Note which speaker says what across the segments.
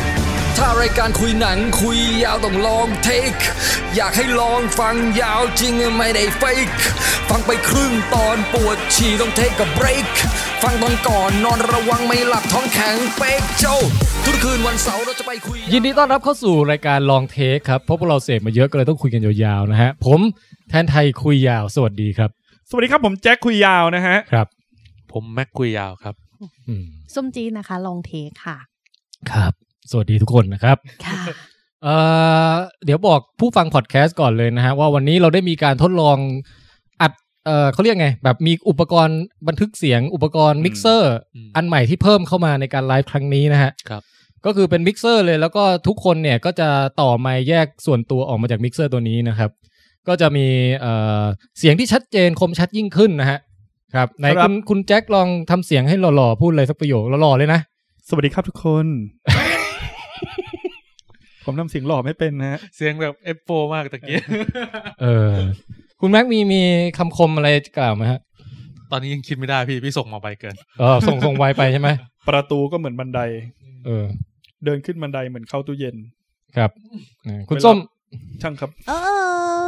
Speaker 1: ายการคุยหนังคุยยาวต้องลองเทค อยากให้ลองฟังยาวจริงไม่ได้เฟกฟังไปครึ่งตอนปวดฉี่ต้องเทคกับเบรกฟังตอนก่อนนอนระวังไม่หลับท้องแข็งเป๊กเจ้า ทุกคืนวันเสาร์เราจะไปคุย
Speaker 2: ยินดีต้อนรับเข้าสู่รายการลองเทคครับเพราะพวกเราเสพมาเยอะก็เลยต้องคุยกันยาวๆนะฮะ ผมแทนไทยคุยยาวสวัสดีครับ
Speaker 3: สวัสดีครับผมแจ็คคุยยาวนะฮะ
Speaker 2: ครับ
Speaker 4: ผมแม็กคุยยาวครับ
Speaker 2: อืม
Speaker 5: ส้มจีดนะคะ ลองเทคค่ะ
Speaker 2: ครับ สวัสดีทุกคนนะครับ
Speaker 5: ค่ะ
Speaker 2: เอ่อเดี๋ยวบอกผู้ฟังพอดแคสต์ก่อนเลยนะฮะว่าวันนี้เราได้มีการทดลองอัดเอ่อเขาเรียกไง แบบมีอุปกรณ์บันทึกเสียงอุปกรณ์มิกเซอร์
Speaker 4: อืม
Speaker 2: อันใหม่ที่เพิ่มเข้ามาในการไลฟ์ครั้งนี้นะฮะ
Speaker 4: ครับ
Speaker 2: ก็คือเป็นมิกเซอร์เลยแล้วก็ทุกคนเนี่ยก็จะต่อไมค์แยกส่วนตัวออกมาจากมิกเซอร์ตัวนี้นะครับ ก็จะมีเอ่อเสียงที่ชัดเจนคมชัดยิ่งขึ้นนะฮะครับไหน
Speaker 3: ครับ
Speaker 2: คุณคุณแจ็คลองทำเสียงให้หล่อๆพูดเลยสักประโยคหล่อๆเลยนะ
Speaker 3: สวัสดีครับทุกคน ผมทำเสียงหล่อไม่เป็นนะฮะ
Speaker 4: เสียงแบบเอฟโฟมากตะเกีย
Speaker 2: เออ คุณแม็กมีมีคำคมอะไรจะกล่าวไหมฮะ
Speaker 4: ตอนนี้ยังคิดไม่ได้พี่พี่ส่งมาไปเกิน
Speaker 2: เออส่งส่งไวไปใช่ไหม
Speaker 3: ประตูก็เหมือนบันได
Speaker 2: เออ
Speaker 3: เดินขึ้นบันไดเหมือนเข้าตู้เย็น
Speaker 2: ครับเออคุณส้ม
Speaker 3: ช่างครับ
Speaker 5: เออ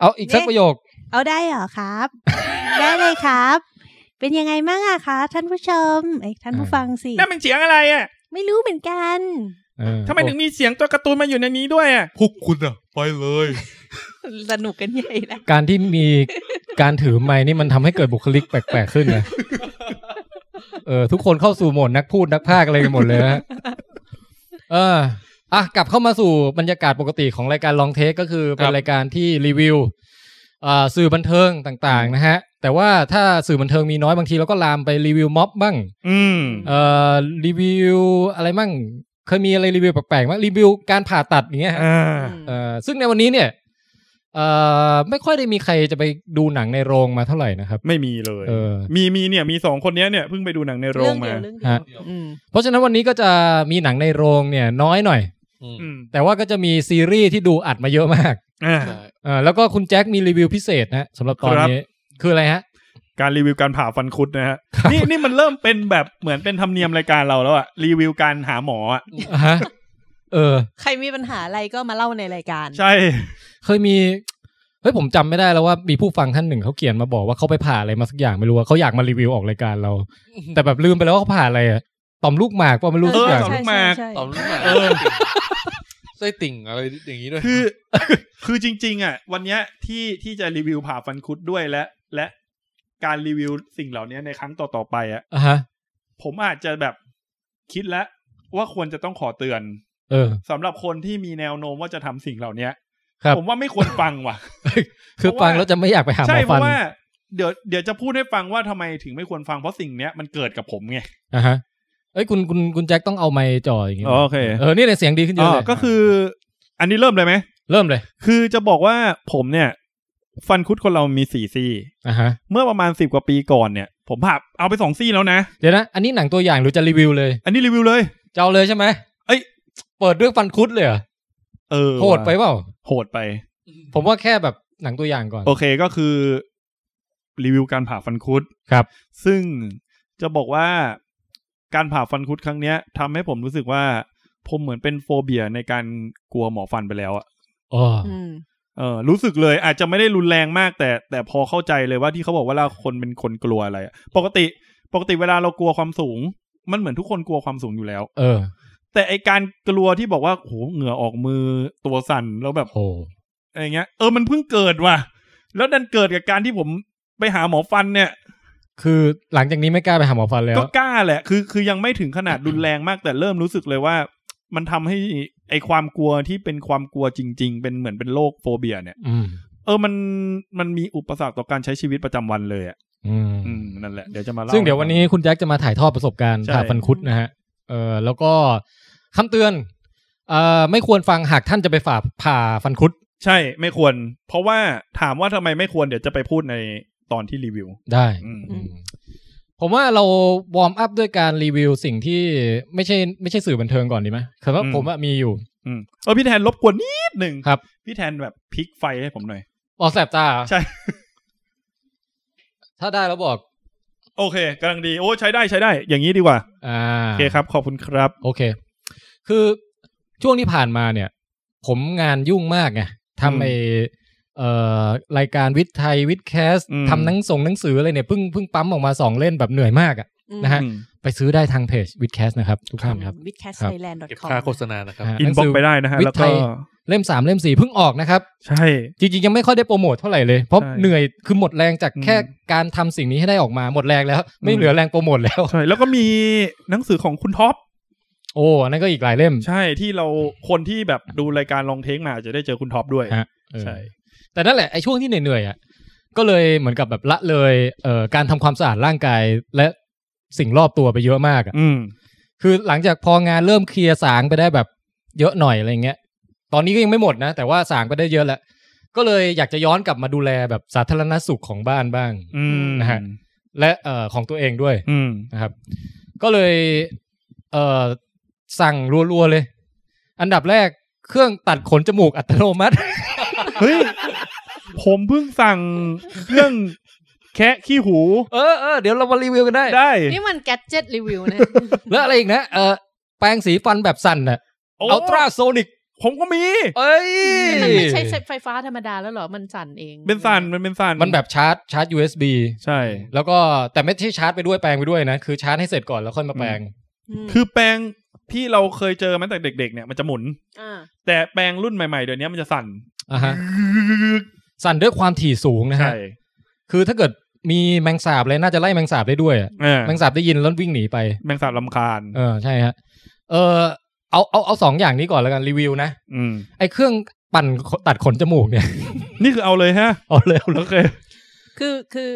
Speaker 2: เอาอีกสักประโยค
Speaker 5: เอาได้เหรอครับ ได้เลยครับ เป็นยังไงบ้างอะคะ ท่านผู้ชม เอ้ยท่านผู้ฟังสิ
Speaker 3: นั่นเป็นเสียงอะไรอ่ะ
Speaker 5: ไม่รู้เหมือนกัน
Speaker 2: เออ
Speaker 3: ทำไมถึงมีเสียงตัวการ์ตูนมาอยู่ในนี้ด้วยอ่ะ
Speaker 4: พวกคุณอะไปเลย
Speaker 5: สนุกกันใหญ่แล้ว
Speaker 2: การที่มีการถือไม้นี่มันทำให้เกิดบุคลิกแปลกๆขึ้น นะเออ ทุกคนเข้าสู่โหมดนักพูดนักพากย์อะไรกันหมดเลยนะฮะเอออ่ะกลับเข้ามาสู่บรรยากาศปกติของรายการลองเทคก็คือเป็
Speaker 4: คน รับ
Speaker 2: รายการที่รีวิวอ่าสื่อบันเทิงต่างๆ นะฮะ แต่ว่าถ้าสื่อบันเทิงมีน้อยบางทีเราก็ลามไปรีวิวม็อบบ้าง
Speaker 3: อืม
Speaker 2: เอ่อรีวิวอะไรมั่งเคยมีอะไรรีวิวแปลกๆมั้งรีวิวการผ่าตัดอย่างเงี้ยฮะ
Speaker 3: อ่า
Speaker 2: เอ่อซึ่งในวันนี้เนี่ยเอ่อไม่ค่อยได้มีใครจะไปดูหนังในโรงมาเท่าไหร่นะครับ
Speaker 3: ไม่มีเลย
Speaker 2: เออ
Speaker 3: มีมีเนี่ยมีสองคนเนี้ยเนี่ยเพิ่งไปดูหนังในโร
Speaker 5: เรื่อง งเดี
Speaker 3: มา
Speaker 5: ยวเรื่องเดียว
Speaker 2: ฮะ
Speaker 5: อืม
Speaker 2: เพราะฉะนั้นวันนี้ก็จะมีหนังในโรงเนี่ยน้อยหน่อย
Speaker 3: อืม
Speaker 2: แต่ว่าก็จะมีซีรีส์ที่ดูอัดมาเยอะมาก
Speaker 3: อ่า
Speaker 4: ใช่
Speaker 2: เอ่อแล้วก็คุณแจ็คมีรีวิวพิเศษนะสำหรับตอนนี้คืออะไรฮะ
Speaker 3: การรีวิวการผ่าฟันคุดนะฮะนี่นี่มันเริ่มเป็นแบบเหมือนเป็นธรรมเนียมรายการเราแล้วอ่ะรีวิวการหาหมออ่ะ
Speaker 2: อ่ะฮะเออ
Speaker 5: ใครมีปัญหาอะไรก็มาเล่าในรายการ
Speaker 3: ใช่
Speaker 2: เคยมีเฮ้ยผมจำไม่ได้แล้วว่ามีผู้ฟังท่านหนึ่งเขาเขียนมาบอกว่าเขาไปผ่าอะไรมาสักอย่างไม่รู้ว่าเขาอยากมารีวิวออกรายการเรา แต่แบบลืมไปแล้วว่าเขาผ่าอะไรอะต่อมลูกหมากว่าไม่รู้
Speaker 3: เอ
Speaker 2: สัก
Speaker 3: อ
Speaker 2: อย่าง
Speaker 3: ต่อม
Speaker 5: ใช่
Speaker 3: ลูกหมาก
Speaker 5: ใช่ใช่
Speaker 4: ตอบรู้ไหม
Speaker 3: เออ
Speaker 4: ไส้ติ่งอะไรอย่างนี้ด้วย
Speaker 3: คือ คือจริง ๆ อ่ะ วันเนี้ยที่ที่จะรีวิวผ่าฟันคุดด้วยและ และการรีวิวสิ่งเหล่านี้ในครั้งต่อ ๆ ไปอ่ะ
Speaker 2: อ่ะฮะ
Speaker 3: ผมอาจจะแบบคิดแล้วว่าควรจะต้องขอเตือน
Speaker 2: เออ
Speaker 3: สำหรับคนที่มีแนวโน้มว่าจะทำสิ่งเหล่านี้
Speaker 2: ครับ
Speaker 3: ผมว่าไม่ควรฟังว่ะ
Speaker 2: คือฟังแล้วจะไม่อยากไปหาหม
Speaker 3: ใช่
Speaker 2: อ
Speaker 3: เพ
Speaker 2: ฟัน
Speaker 3: ราะว่าเดี๋ยวเดี๋ยวจะพูดให้ฟังว่าทำไมถึงไม่ควรฟังเพราะสิ่งเนี้ยมันเกิดกับผมไง
Speaker 2: อ่ะฮะเอ้ยคุณคุณคุณแจ็คต้องเอาไมค์จ่ออย่างงี้
Speaker 3: โอเค
Speaker 2: เออนี่ในยเสียงดีขึ้นเยอะเลย
Speaker 3: ก็คือ อันนี้เริ่มเลยไหม
Speaker 2: เริ่มเลย
Speaker 3: คือจะบอกว่าผมเนี่ย ฟันคุดคนเรามีสี่ซี่
Speaker 2: อ่ะฮะ
Speaker 3: เมื่อประมาณสิบกว่าปีก่อนเนี่ย ผมผ่าเอาไปสองซี่แล้วนะ
Speaker 2: เดี๋ยวนะ อันนี้หนังตัวอย่างหรือจะรีวิวเลย
Speaker 3: อันนี้รีวิวเลย
Speaker 2: จะเอาเลยใช่ไหม
Speaker 3: เอ้ย
Speaker 2: เปิดด้วยฟันคุดเลยเหรอ
Speaker 3: เออ
Speaker 2: โหดไปเปล่า
Speaker 3: โหดไป
Speaker 2: ผมว่าแค่แบบหนังตัวอย่างก่อน
Speaker 3: โอเคก็คือรีวิวการผ่าฟันคุด
Speaker 2: ครับ
Speaker 3: ซึ่งจะบอกว่าการผ่าฟันคุดครั้งเนี้ยทำให้ผมรู้สึกว่า ผมเหมือนเป็นโฟเบียในการกลัวหมอฟันไปแล้วอะ
Speaker 2: อ๋อ
Speaker 5: อืม
Speaker 3: เออรู้สึกเลยอาจจะไม่ได้รุนแรงมากแต่ แต่พอเข้าใจเลยว่าที่เขาบอกว่าเราคนเป็นคนกลัวอะไรอะปกติปกติเวลาเรากลัวความสูง มันเหมือนทุกคนกลัวความสูงอยู่แล้ว
Speaker 2: เออ
Speaker 3: แต่ไอการกลัวที่บอกว่าโหเหงื่อออกมือตัวสั่นแล้วแบบ
Speaker 2: โห
Speaker 3: อะไรเงี้ยเออมันเพิ่งเกิดว่ะ แล้วดันเกิดกับการที่ผมไปหาหมอฟันเนี่ย
Speaker 2: คือหลังจากนี้ไม่กล้าไปหาหมอฟันแล้ว
Speaker 3: ก็กล้าแหละ คือคือยังไม่ถึงขนาดรุนแรงมาก แต่เริ่มรู้สึกเลยว่า มันทำให้ไอความกลัวที่เป็นความกลัวจริง ๆ เป็นเหมือนเป็นโรคโฟเบีย เนี่ย
Speaker 2: อืม
Speaker 3: เออมันมันมีอุปสรรคต่อการใช้ชีวิตประจำวันเลยอ่ะ
Speaker 2: อืม
Speaker 3: อืมนั่นแหละเดี๋ยวจะมาเล่า
Speaker 2: ซึ่งเดี๋ยววันนี้คุณแจ็คจะมาถ่ายทอดประสบการณ์
Speaker 3: ใช่
Speaker 2: ผ่าฟันคุดนะฮะ เออแล้วก็คำเตือน เอ่อไม่ควรฟังหากท่านจะไปฝ่าผ่าฟันคุด
Speaker 3: ใช่ไม่ควร เพราะว่าถามว่าทำไมไม่ควรเดี๋ยวจะไปพูดในตอนที่รีวิว
Speaker 2: ได้
Speaker 3: อืม
Speaker 2: อืมผมว่าเราวอร์มอัพด้วยการรีวิวสิ่งที่ไม่ใช่ไม่ใช่สื่อบันเทิงก่อนดีไหมคือว่า
Speaker 3: อืม
Speaker 2: ผมอะมีอยู่
Speaker 3: อืมเออพี่แทนรบกวนนิดหนึ่ง
Speaker 2: ครับ
Speaker 3: พี่แทนแบบพลิกไฟให้ผมหน่อย
Speaker 2: ออกแสบตาเหรอ
Speaker 3: ใช่
Speaker 2: ถ้าได้แล้วบอก
Speaker 3: โอเคกำลังดีโอ้ใช้ได้ใช้ได้ อย่างนี้ดีกว่า
Speaker 2: อ่า
Speaker 3: โอเคครับ ขอบคุณครับ
Speaker 2: โอเค คือ ช่วงที่ผ่านมาเนี่ย ผมงานยุ่งมากไงทำไอเอ่อรายการวิทย์ไทยวิทย์แคส
Speaker 3: อืม
Speaker 2: ทำหนังส่งหนังสืออะไรเนี่ยเพิ่งเพิ่งปั๊มออกมาสองเล่นแบบเหนื่อยมากอะ นะฮะ
Speaker 3: อืม
Speaker 2: ไปซื้อได้ทางเพจวิดแคสนะครับ ทุกท่านครับ
Speaker 5: วิดแคส
Speaker 2: ครับ
Speaker 5: ไทยแลนด์
Speaker 4: เก็บ
Speaker 5: .com
Speaker 4: ค่าโฆษณานะครับ
Speaker 2: ฮะ
Speaker 3: อินบ็อกซ์ไปได้นะฮะ
Speaker 2: วิทย์
Speaker 3: แล้วก็
Speaker 2: ไทย เล่มสามเล่มสี่เพิ่งออกนะครับ
Speaker 3: ใช่
Speaker 2: จริงๆ ยังไม่ค่อยได้โปรโมทเท่าไหร่เลย เพราะ
Speaker 3: ใช่
Speaker 2: เหนื่อยคือหมดแรงจาก
Speaker 3: อืม
Speaker 2: แค่การทำสิ่งนี้ให้ได้ออกมาหมดแรงแล้ว ไม่
Speaker 3: อืม
Speaker 2: เหลือแรงโปรโมทแล้ว
Speaker 3: ใช่ แล้วก็มีหนังสือของคุณท็อป
Speaker 2: โอ้อันนั่นก็อีกหลายเล่ม
Speaker 3: ใช่ที่เราคนที่แบบดูรายการลองเทคมาอาจจะได้เจอคุณท็อปด้วย
Speaker 2: ฮะ เออ
Speaker 3: ใช่
Speaker 2: แต่นั่นแหละไอ้ช่วงที่เหนื่อยๆอ่ะก็เลยเหมือนกับแบบละเลยเอ่อการทำความสะอาดร่างกายและสิ่งรอบตัวไปเยอะมากอะ
Speaker 3: อืม
Speaker 2: คือหลังจากพองานเริ่มเคลียร์สางไปได้แบบเยอะหน่อยอะไรเงี้ย ตอนนี้ก็ยังไม่หมดนะ แต่ว่าสางไปได้เยอะแล้วก็เลยอยากจะย้อนกลับมาดูแลแบบสาธารณสุขของบ้านบ้าง
Speaker 3: อืม
Speaker 2: นะฮะ และเอ่อของตัวเองด้วย
Speaker 3: อืม
Speaker 2: นะครับก็เลยเอ่อสั่งรัวๆเลย อันดับแรกเครื่องตัดขนจมูกอัตโนมัติ
Speaker 3: เฮ้ย ผมเพิ่งสั่งเครื่องแคะขี้หู
Speaker 2: เออเออเดี๋ยวเรามารีวิวกันได้
Speaker 3: ได้
Speaker 6: นี่มันแกดเจ็ตรีวิวนะ
Speaker 2: แล้วอะไรอีกนะเออแปรงสีฟันแบบสั่นน่ะ
Speaker 3: โอ้
Speaker 2: อัลตราโซนิก
Speaker 3: ผมก็มี
Speaker 2: เอ้ย
Speaker 6: มันไม่ใช่ไฟฟ้าธรรมดาแล้วเหรอ มันสั่นเอง
Speaker 3: เป็นสันมันเป็นสัน
Speaker 2: มันแบบชาร์จชาร์จ USB
Speaker 3: ใช่
Speaker 2: แล้วก็แต่ไม่ใช่ชาร์จไปด้วยแปลงไปด้วยนะ คือชาร์จให้เสร็จก่อนแล้วค่อยมาแปลง
Speaker 6: อืม
Speaker 3: คือแปรงที่เราเคยเจอมาตั้งแต่เด็กๆเนี่ยมันจะหมุน
Speaker 6: อ่า
Speaker 3: แต่แปรงรุ่นใหม่ๆเดี๋ยวนี้มันจะสั่น
Speaker 2: อ่ะฮะ สั่นด้วยความถี่สูงนะ
Speaker 3: ใช่
Speaker 2: ฮะ คือถ้าเกิดมีแมงสาบเลยน่าจะไล่แมงสาบได้ด้วยอะ
Speaker 3: เออ
Speaker 2: แมงสาบได้ยินแล้ววิ่งหนีไป
Speaker 3: แมงสาบลำคาญ
Speaker 2: เออใช่ฮะ เออเอาเอาเอาสองอย่างนี้ก่อนแล้วกันรีวิวนะ
Speaker 3: อืม
Speaker 2: ไอเครื่องปั่นขตัดขนจมูกเนี่ย
Speaker 3: นี่คือเอาเลยฮะ
Speaker 2: เอาเร็ว
Speaker 3: โอเค
Speaker 6: คือคือ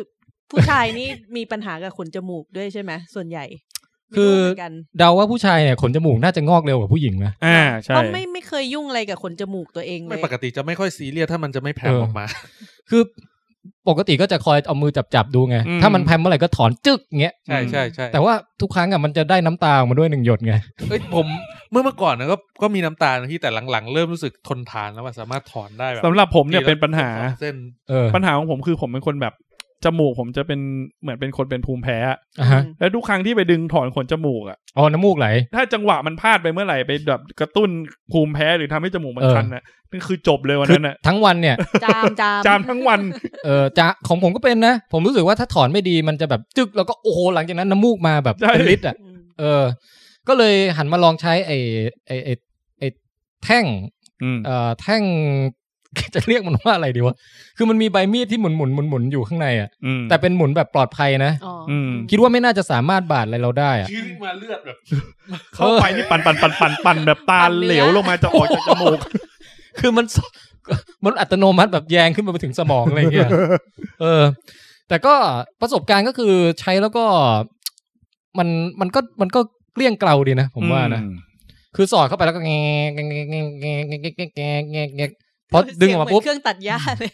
Speaker 6: ผู้ชายนี่มีปัญหากับขนจมูกด้วยใช่ไหมส่วนใหญ่ไม่
Speaker 2: คือ
Speaker 6: รู้เหมืนกัน
Speaker 2: เดาว่าผู้ชายเนี่ยขนจมูกน่าจะงอกเร็วกว่าผู้หญิงนะ
Speaker 3: อ่าใช่
Speaker 6: ก็ไม่ไม่เคยยุ่งอะไรกับขนจมูกตัวเองเล
Speaker 4: ไม่
Speaker 6: ย
Speaker 4: ปกติจะไม่ค่อยซีเรียสถ้ามันจะไม่แผ่
Speaker 2: เออ
Speaker 4: ออกมา
Speaker 2: คือปกติก็จะคอยเอามือจับจับๆดูไง
Speaker 3: อืม
Speaker 2: ถ้ามันแพมเมื่อไหร่ก็ถอนจึกเงี้ย
Speaker 4: ใช่ใช่ใช่
Speaker 2: แต่ว่าทุกครั้งอ่ะมันจะได้น้ำตาออกมาด้วยหนึ่งหยดไง
Speaker 4: เอ้ยผมเมื่อเมื่อก่อนนะก็ก็มีน้ำตาลนะพี่แต่หลังๆ เริ่มรู้สึกทนทานแล้วว่าสามารถถอนได้แบบ
Speaker 3: สำหรับผมเนี่ยเป็นปัญหา
Speaker 4: เส้น
Speaker 2: เออ
Speaker 3: ปัญหาของผมคือผมเป็นคนแบบ จมูกผมจะเป็นเหมือนเป็นคนเป็นภูมิแพ้อะ
Speaker 2: อ่ะฮะ
Speaker 3: แล้วทุกครั้งที่ไปดึงถอนขนจมูกอ่ะ
Speaker 2: อ๋อน้ำมูกไหล
Speaker 3: ถ้าจังหวะมันพลาดไปเมื่อไหร่ไปแบบกระตุ้นภูมิแพ้หรือทำให้จมูกมัน
Speaker 2: เออ
Speaker 3: คันนะนี่คือจบเลยวัน
Speaker 2: คือ
Speaker 3: นั้นอ่ะ
Speaker 2: ทั้งวันเนี่ย
Speaker 6: จามจาม
Speaker 3: จามทั้งวัน
Speaker 2: เออจะของผมก็เป็นนะ ผมรู้สึกว่าถ้าถอนไม่ดีมันจะแบบจึกแล้วก็โอ้โหหลังจากนั้นน้ำมูกมาแบบเป็น
Speaker 3: ใช่
Speaker 2: ลิตรอ่ะ
Speaker 6: อืม
Speaker 2: เออ ก็เลยหันมาลองใช้ไอ้ไอ้ไอ้ไอ้แท่ง
Speaker 3: อืม
Speaker 2: เอ่อ แท่ง จะเรียกมันว่าอะไรดีวะ คือมันมีใบมีดที่หมุนหมุนหมุนหมุนอยู่ข้างในอ่ะ
Speaker 3: อืม
Speaker 2: แต่เป็นหมุนแบบปลอดภัยนะ
Speaker 6: อ๋อ
Speaker 3: ม
Speaker 2: คิดว่าไม่น่าจะสามารถบาดอะไรเราได้อ่ะ
Speaker 4: ชื้นมาเลือดแบบ
Speaker 3: เข้าไปนี่ปั่นปั่นปั่นปั่นปั่นแบบตาเหลวลง มาจะออกจากจมูก
Speaker 2: คือมันสมันอัตโนมัติแบบแยงขึ้นมาไปถึงสมองอะไรอย่างเงี้ย เออ แต่ก็ประสบการณ์ก็คือใช้แล้วก็มันมันก็มันก็เกลี้ยงเกลาดีนะผมว่านะ คือสอดเข้าไปแล้วก็แงะแงะแงะแงะแงะแงะแงะแงะแงะพอดึงออกมาปุ๊บ
Speaker 6: เสียเหนเครื่องตัดหญ้าเลย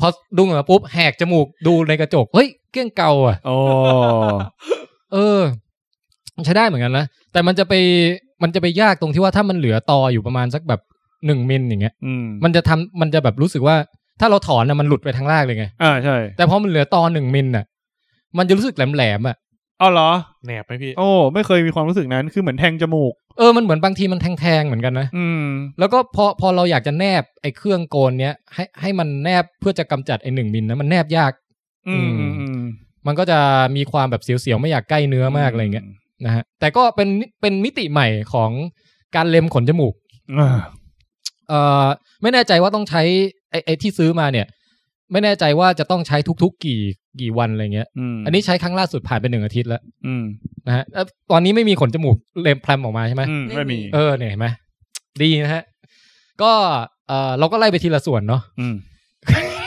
Speaker 2: พอดึงออกมาปุ๊บแหกจมูกดูในกระจก เฮ้ยเกลี้ยงเก่าอ่ะ
Speaker 3: โอ้
Speaker 2: เออมันใช้ได้เหมือนกันนะ แต่มันจะไปมันจะไปยากตรงที่ว่าถ้ามันเหลือตออยู่ประมาณสักแบบหนึ่งมิลอย่างเงี้ย
Speaker 3: อืม
Speaker 2: มันจะทำมันจะแบบรู้สึกว่า ถ้าเราถอนนะมันหลุดไปทางล่างเลยไง
Speaker 3: อ่าใช่
Speaker 2: แต่พอมันเหลือตอหนึ่งมิลน่ะ มันจะรู้สึกแหลมแหลมๆอ่ะ
Speaker 3: เอาเหรอ
Speaker 4: แหนบไหมพี่
Speaker 3: โอ้ ไม่เคยมีความรู้สึกนั้น คือเหมือนแทงจมูก
Speaker 2: เออมันเหมือนบางทีมันแทงๆเหมือนกันนะ
Speaker 3: อืม
Speaker 2: แล้วก็พอพอเราอยากจะแนบไอ้เครื่องโกนเนี้ยให้ให้มันแนบเพื่อจะกำจัดไอ้หนึ่งมิลนะมันแนบยาก
Speaker 3: อืมอืมอืม
Speaker 2: มันก็จะมีความแบบเสียวๆไม่อยากใกล้เนื้อมากอะไรอย่างเงี้ย นะฮะแต่ก็เป็นเป็นมิติใหม่ของการเล็มขนจมูก
Speaker 3: อ่า
Speaker 2: เอ่อไม่แน่ใจว่าต้องใช้ไอ้ไอ้ที่ซื้อมาเนี่ย ไม่แน่ใจว่าจะต้องใช้ทุกๆกี่กี่วันอะไรเงี้ย
Speaker 3: อืม
Speaker 2: อันนี้ใช้ครั้งล่าสุดผ่านไปหนึ่งอาทิตย์แล้ว
Speaker 3: อืม
Speaker 2: นะฮะเอ่อตอนนี้ไม่มีขนจมูกเล็มแพรมออกมาใช่ไหม
Speaker 3: อืมไม่มี
Speaker 2: เออเนี่ยเห็นไหมดีนะฮะ ก็เออเราก็ไล่ไปทีละส่วนเนาะ
Speaker 3: อื ม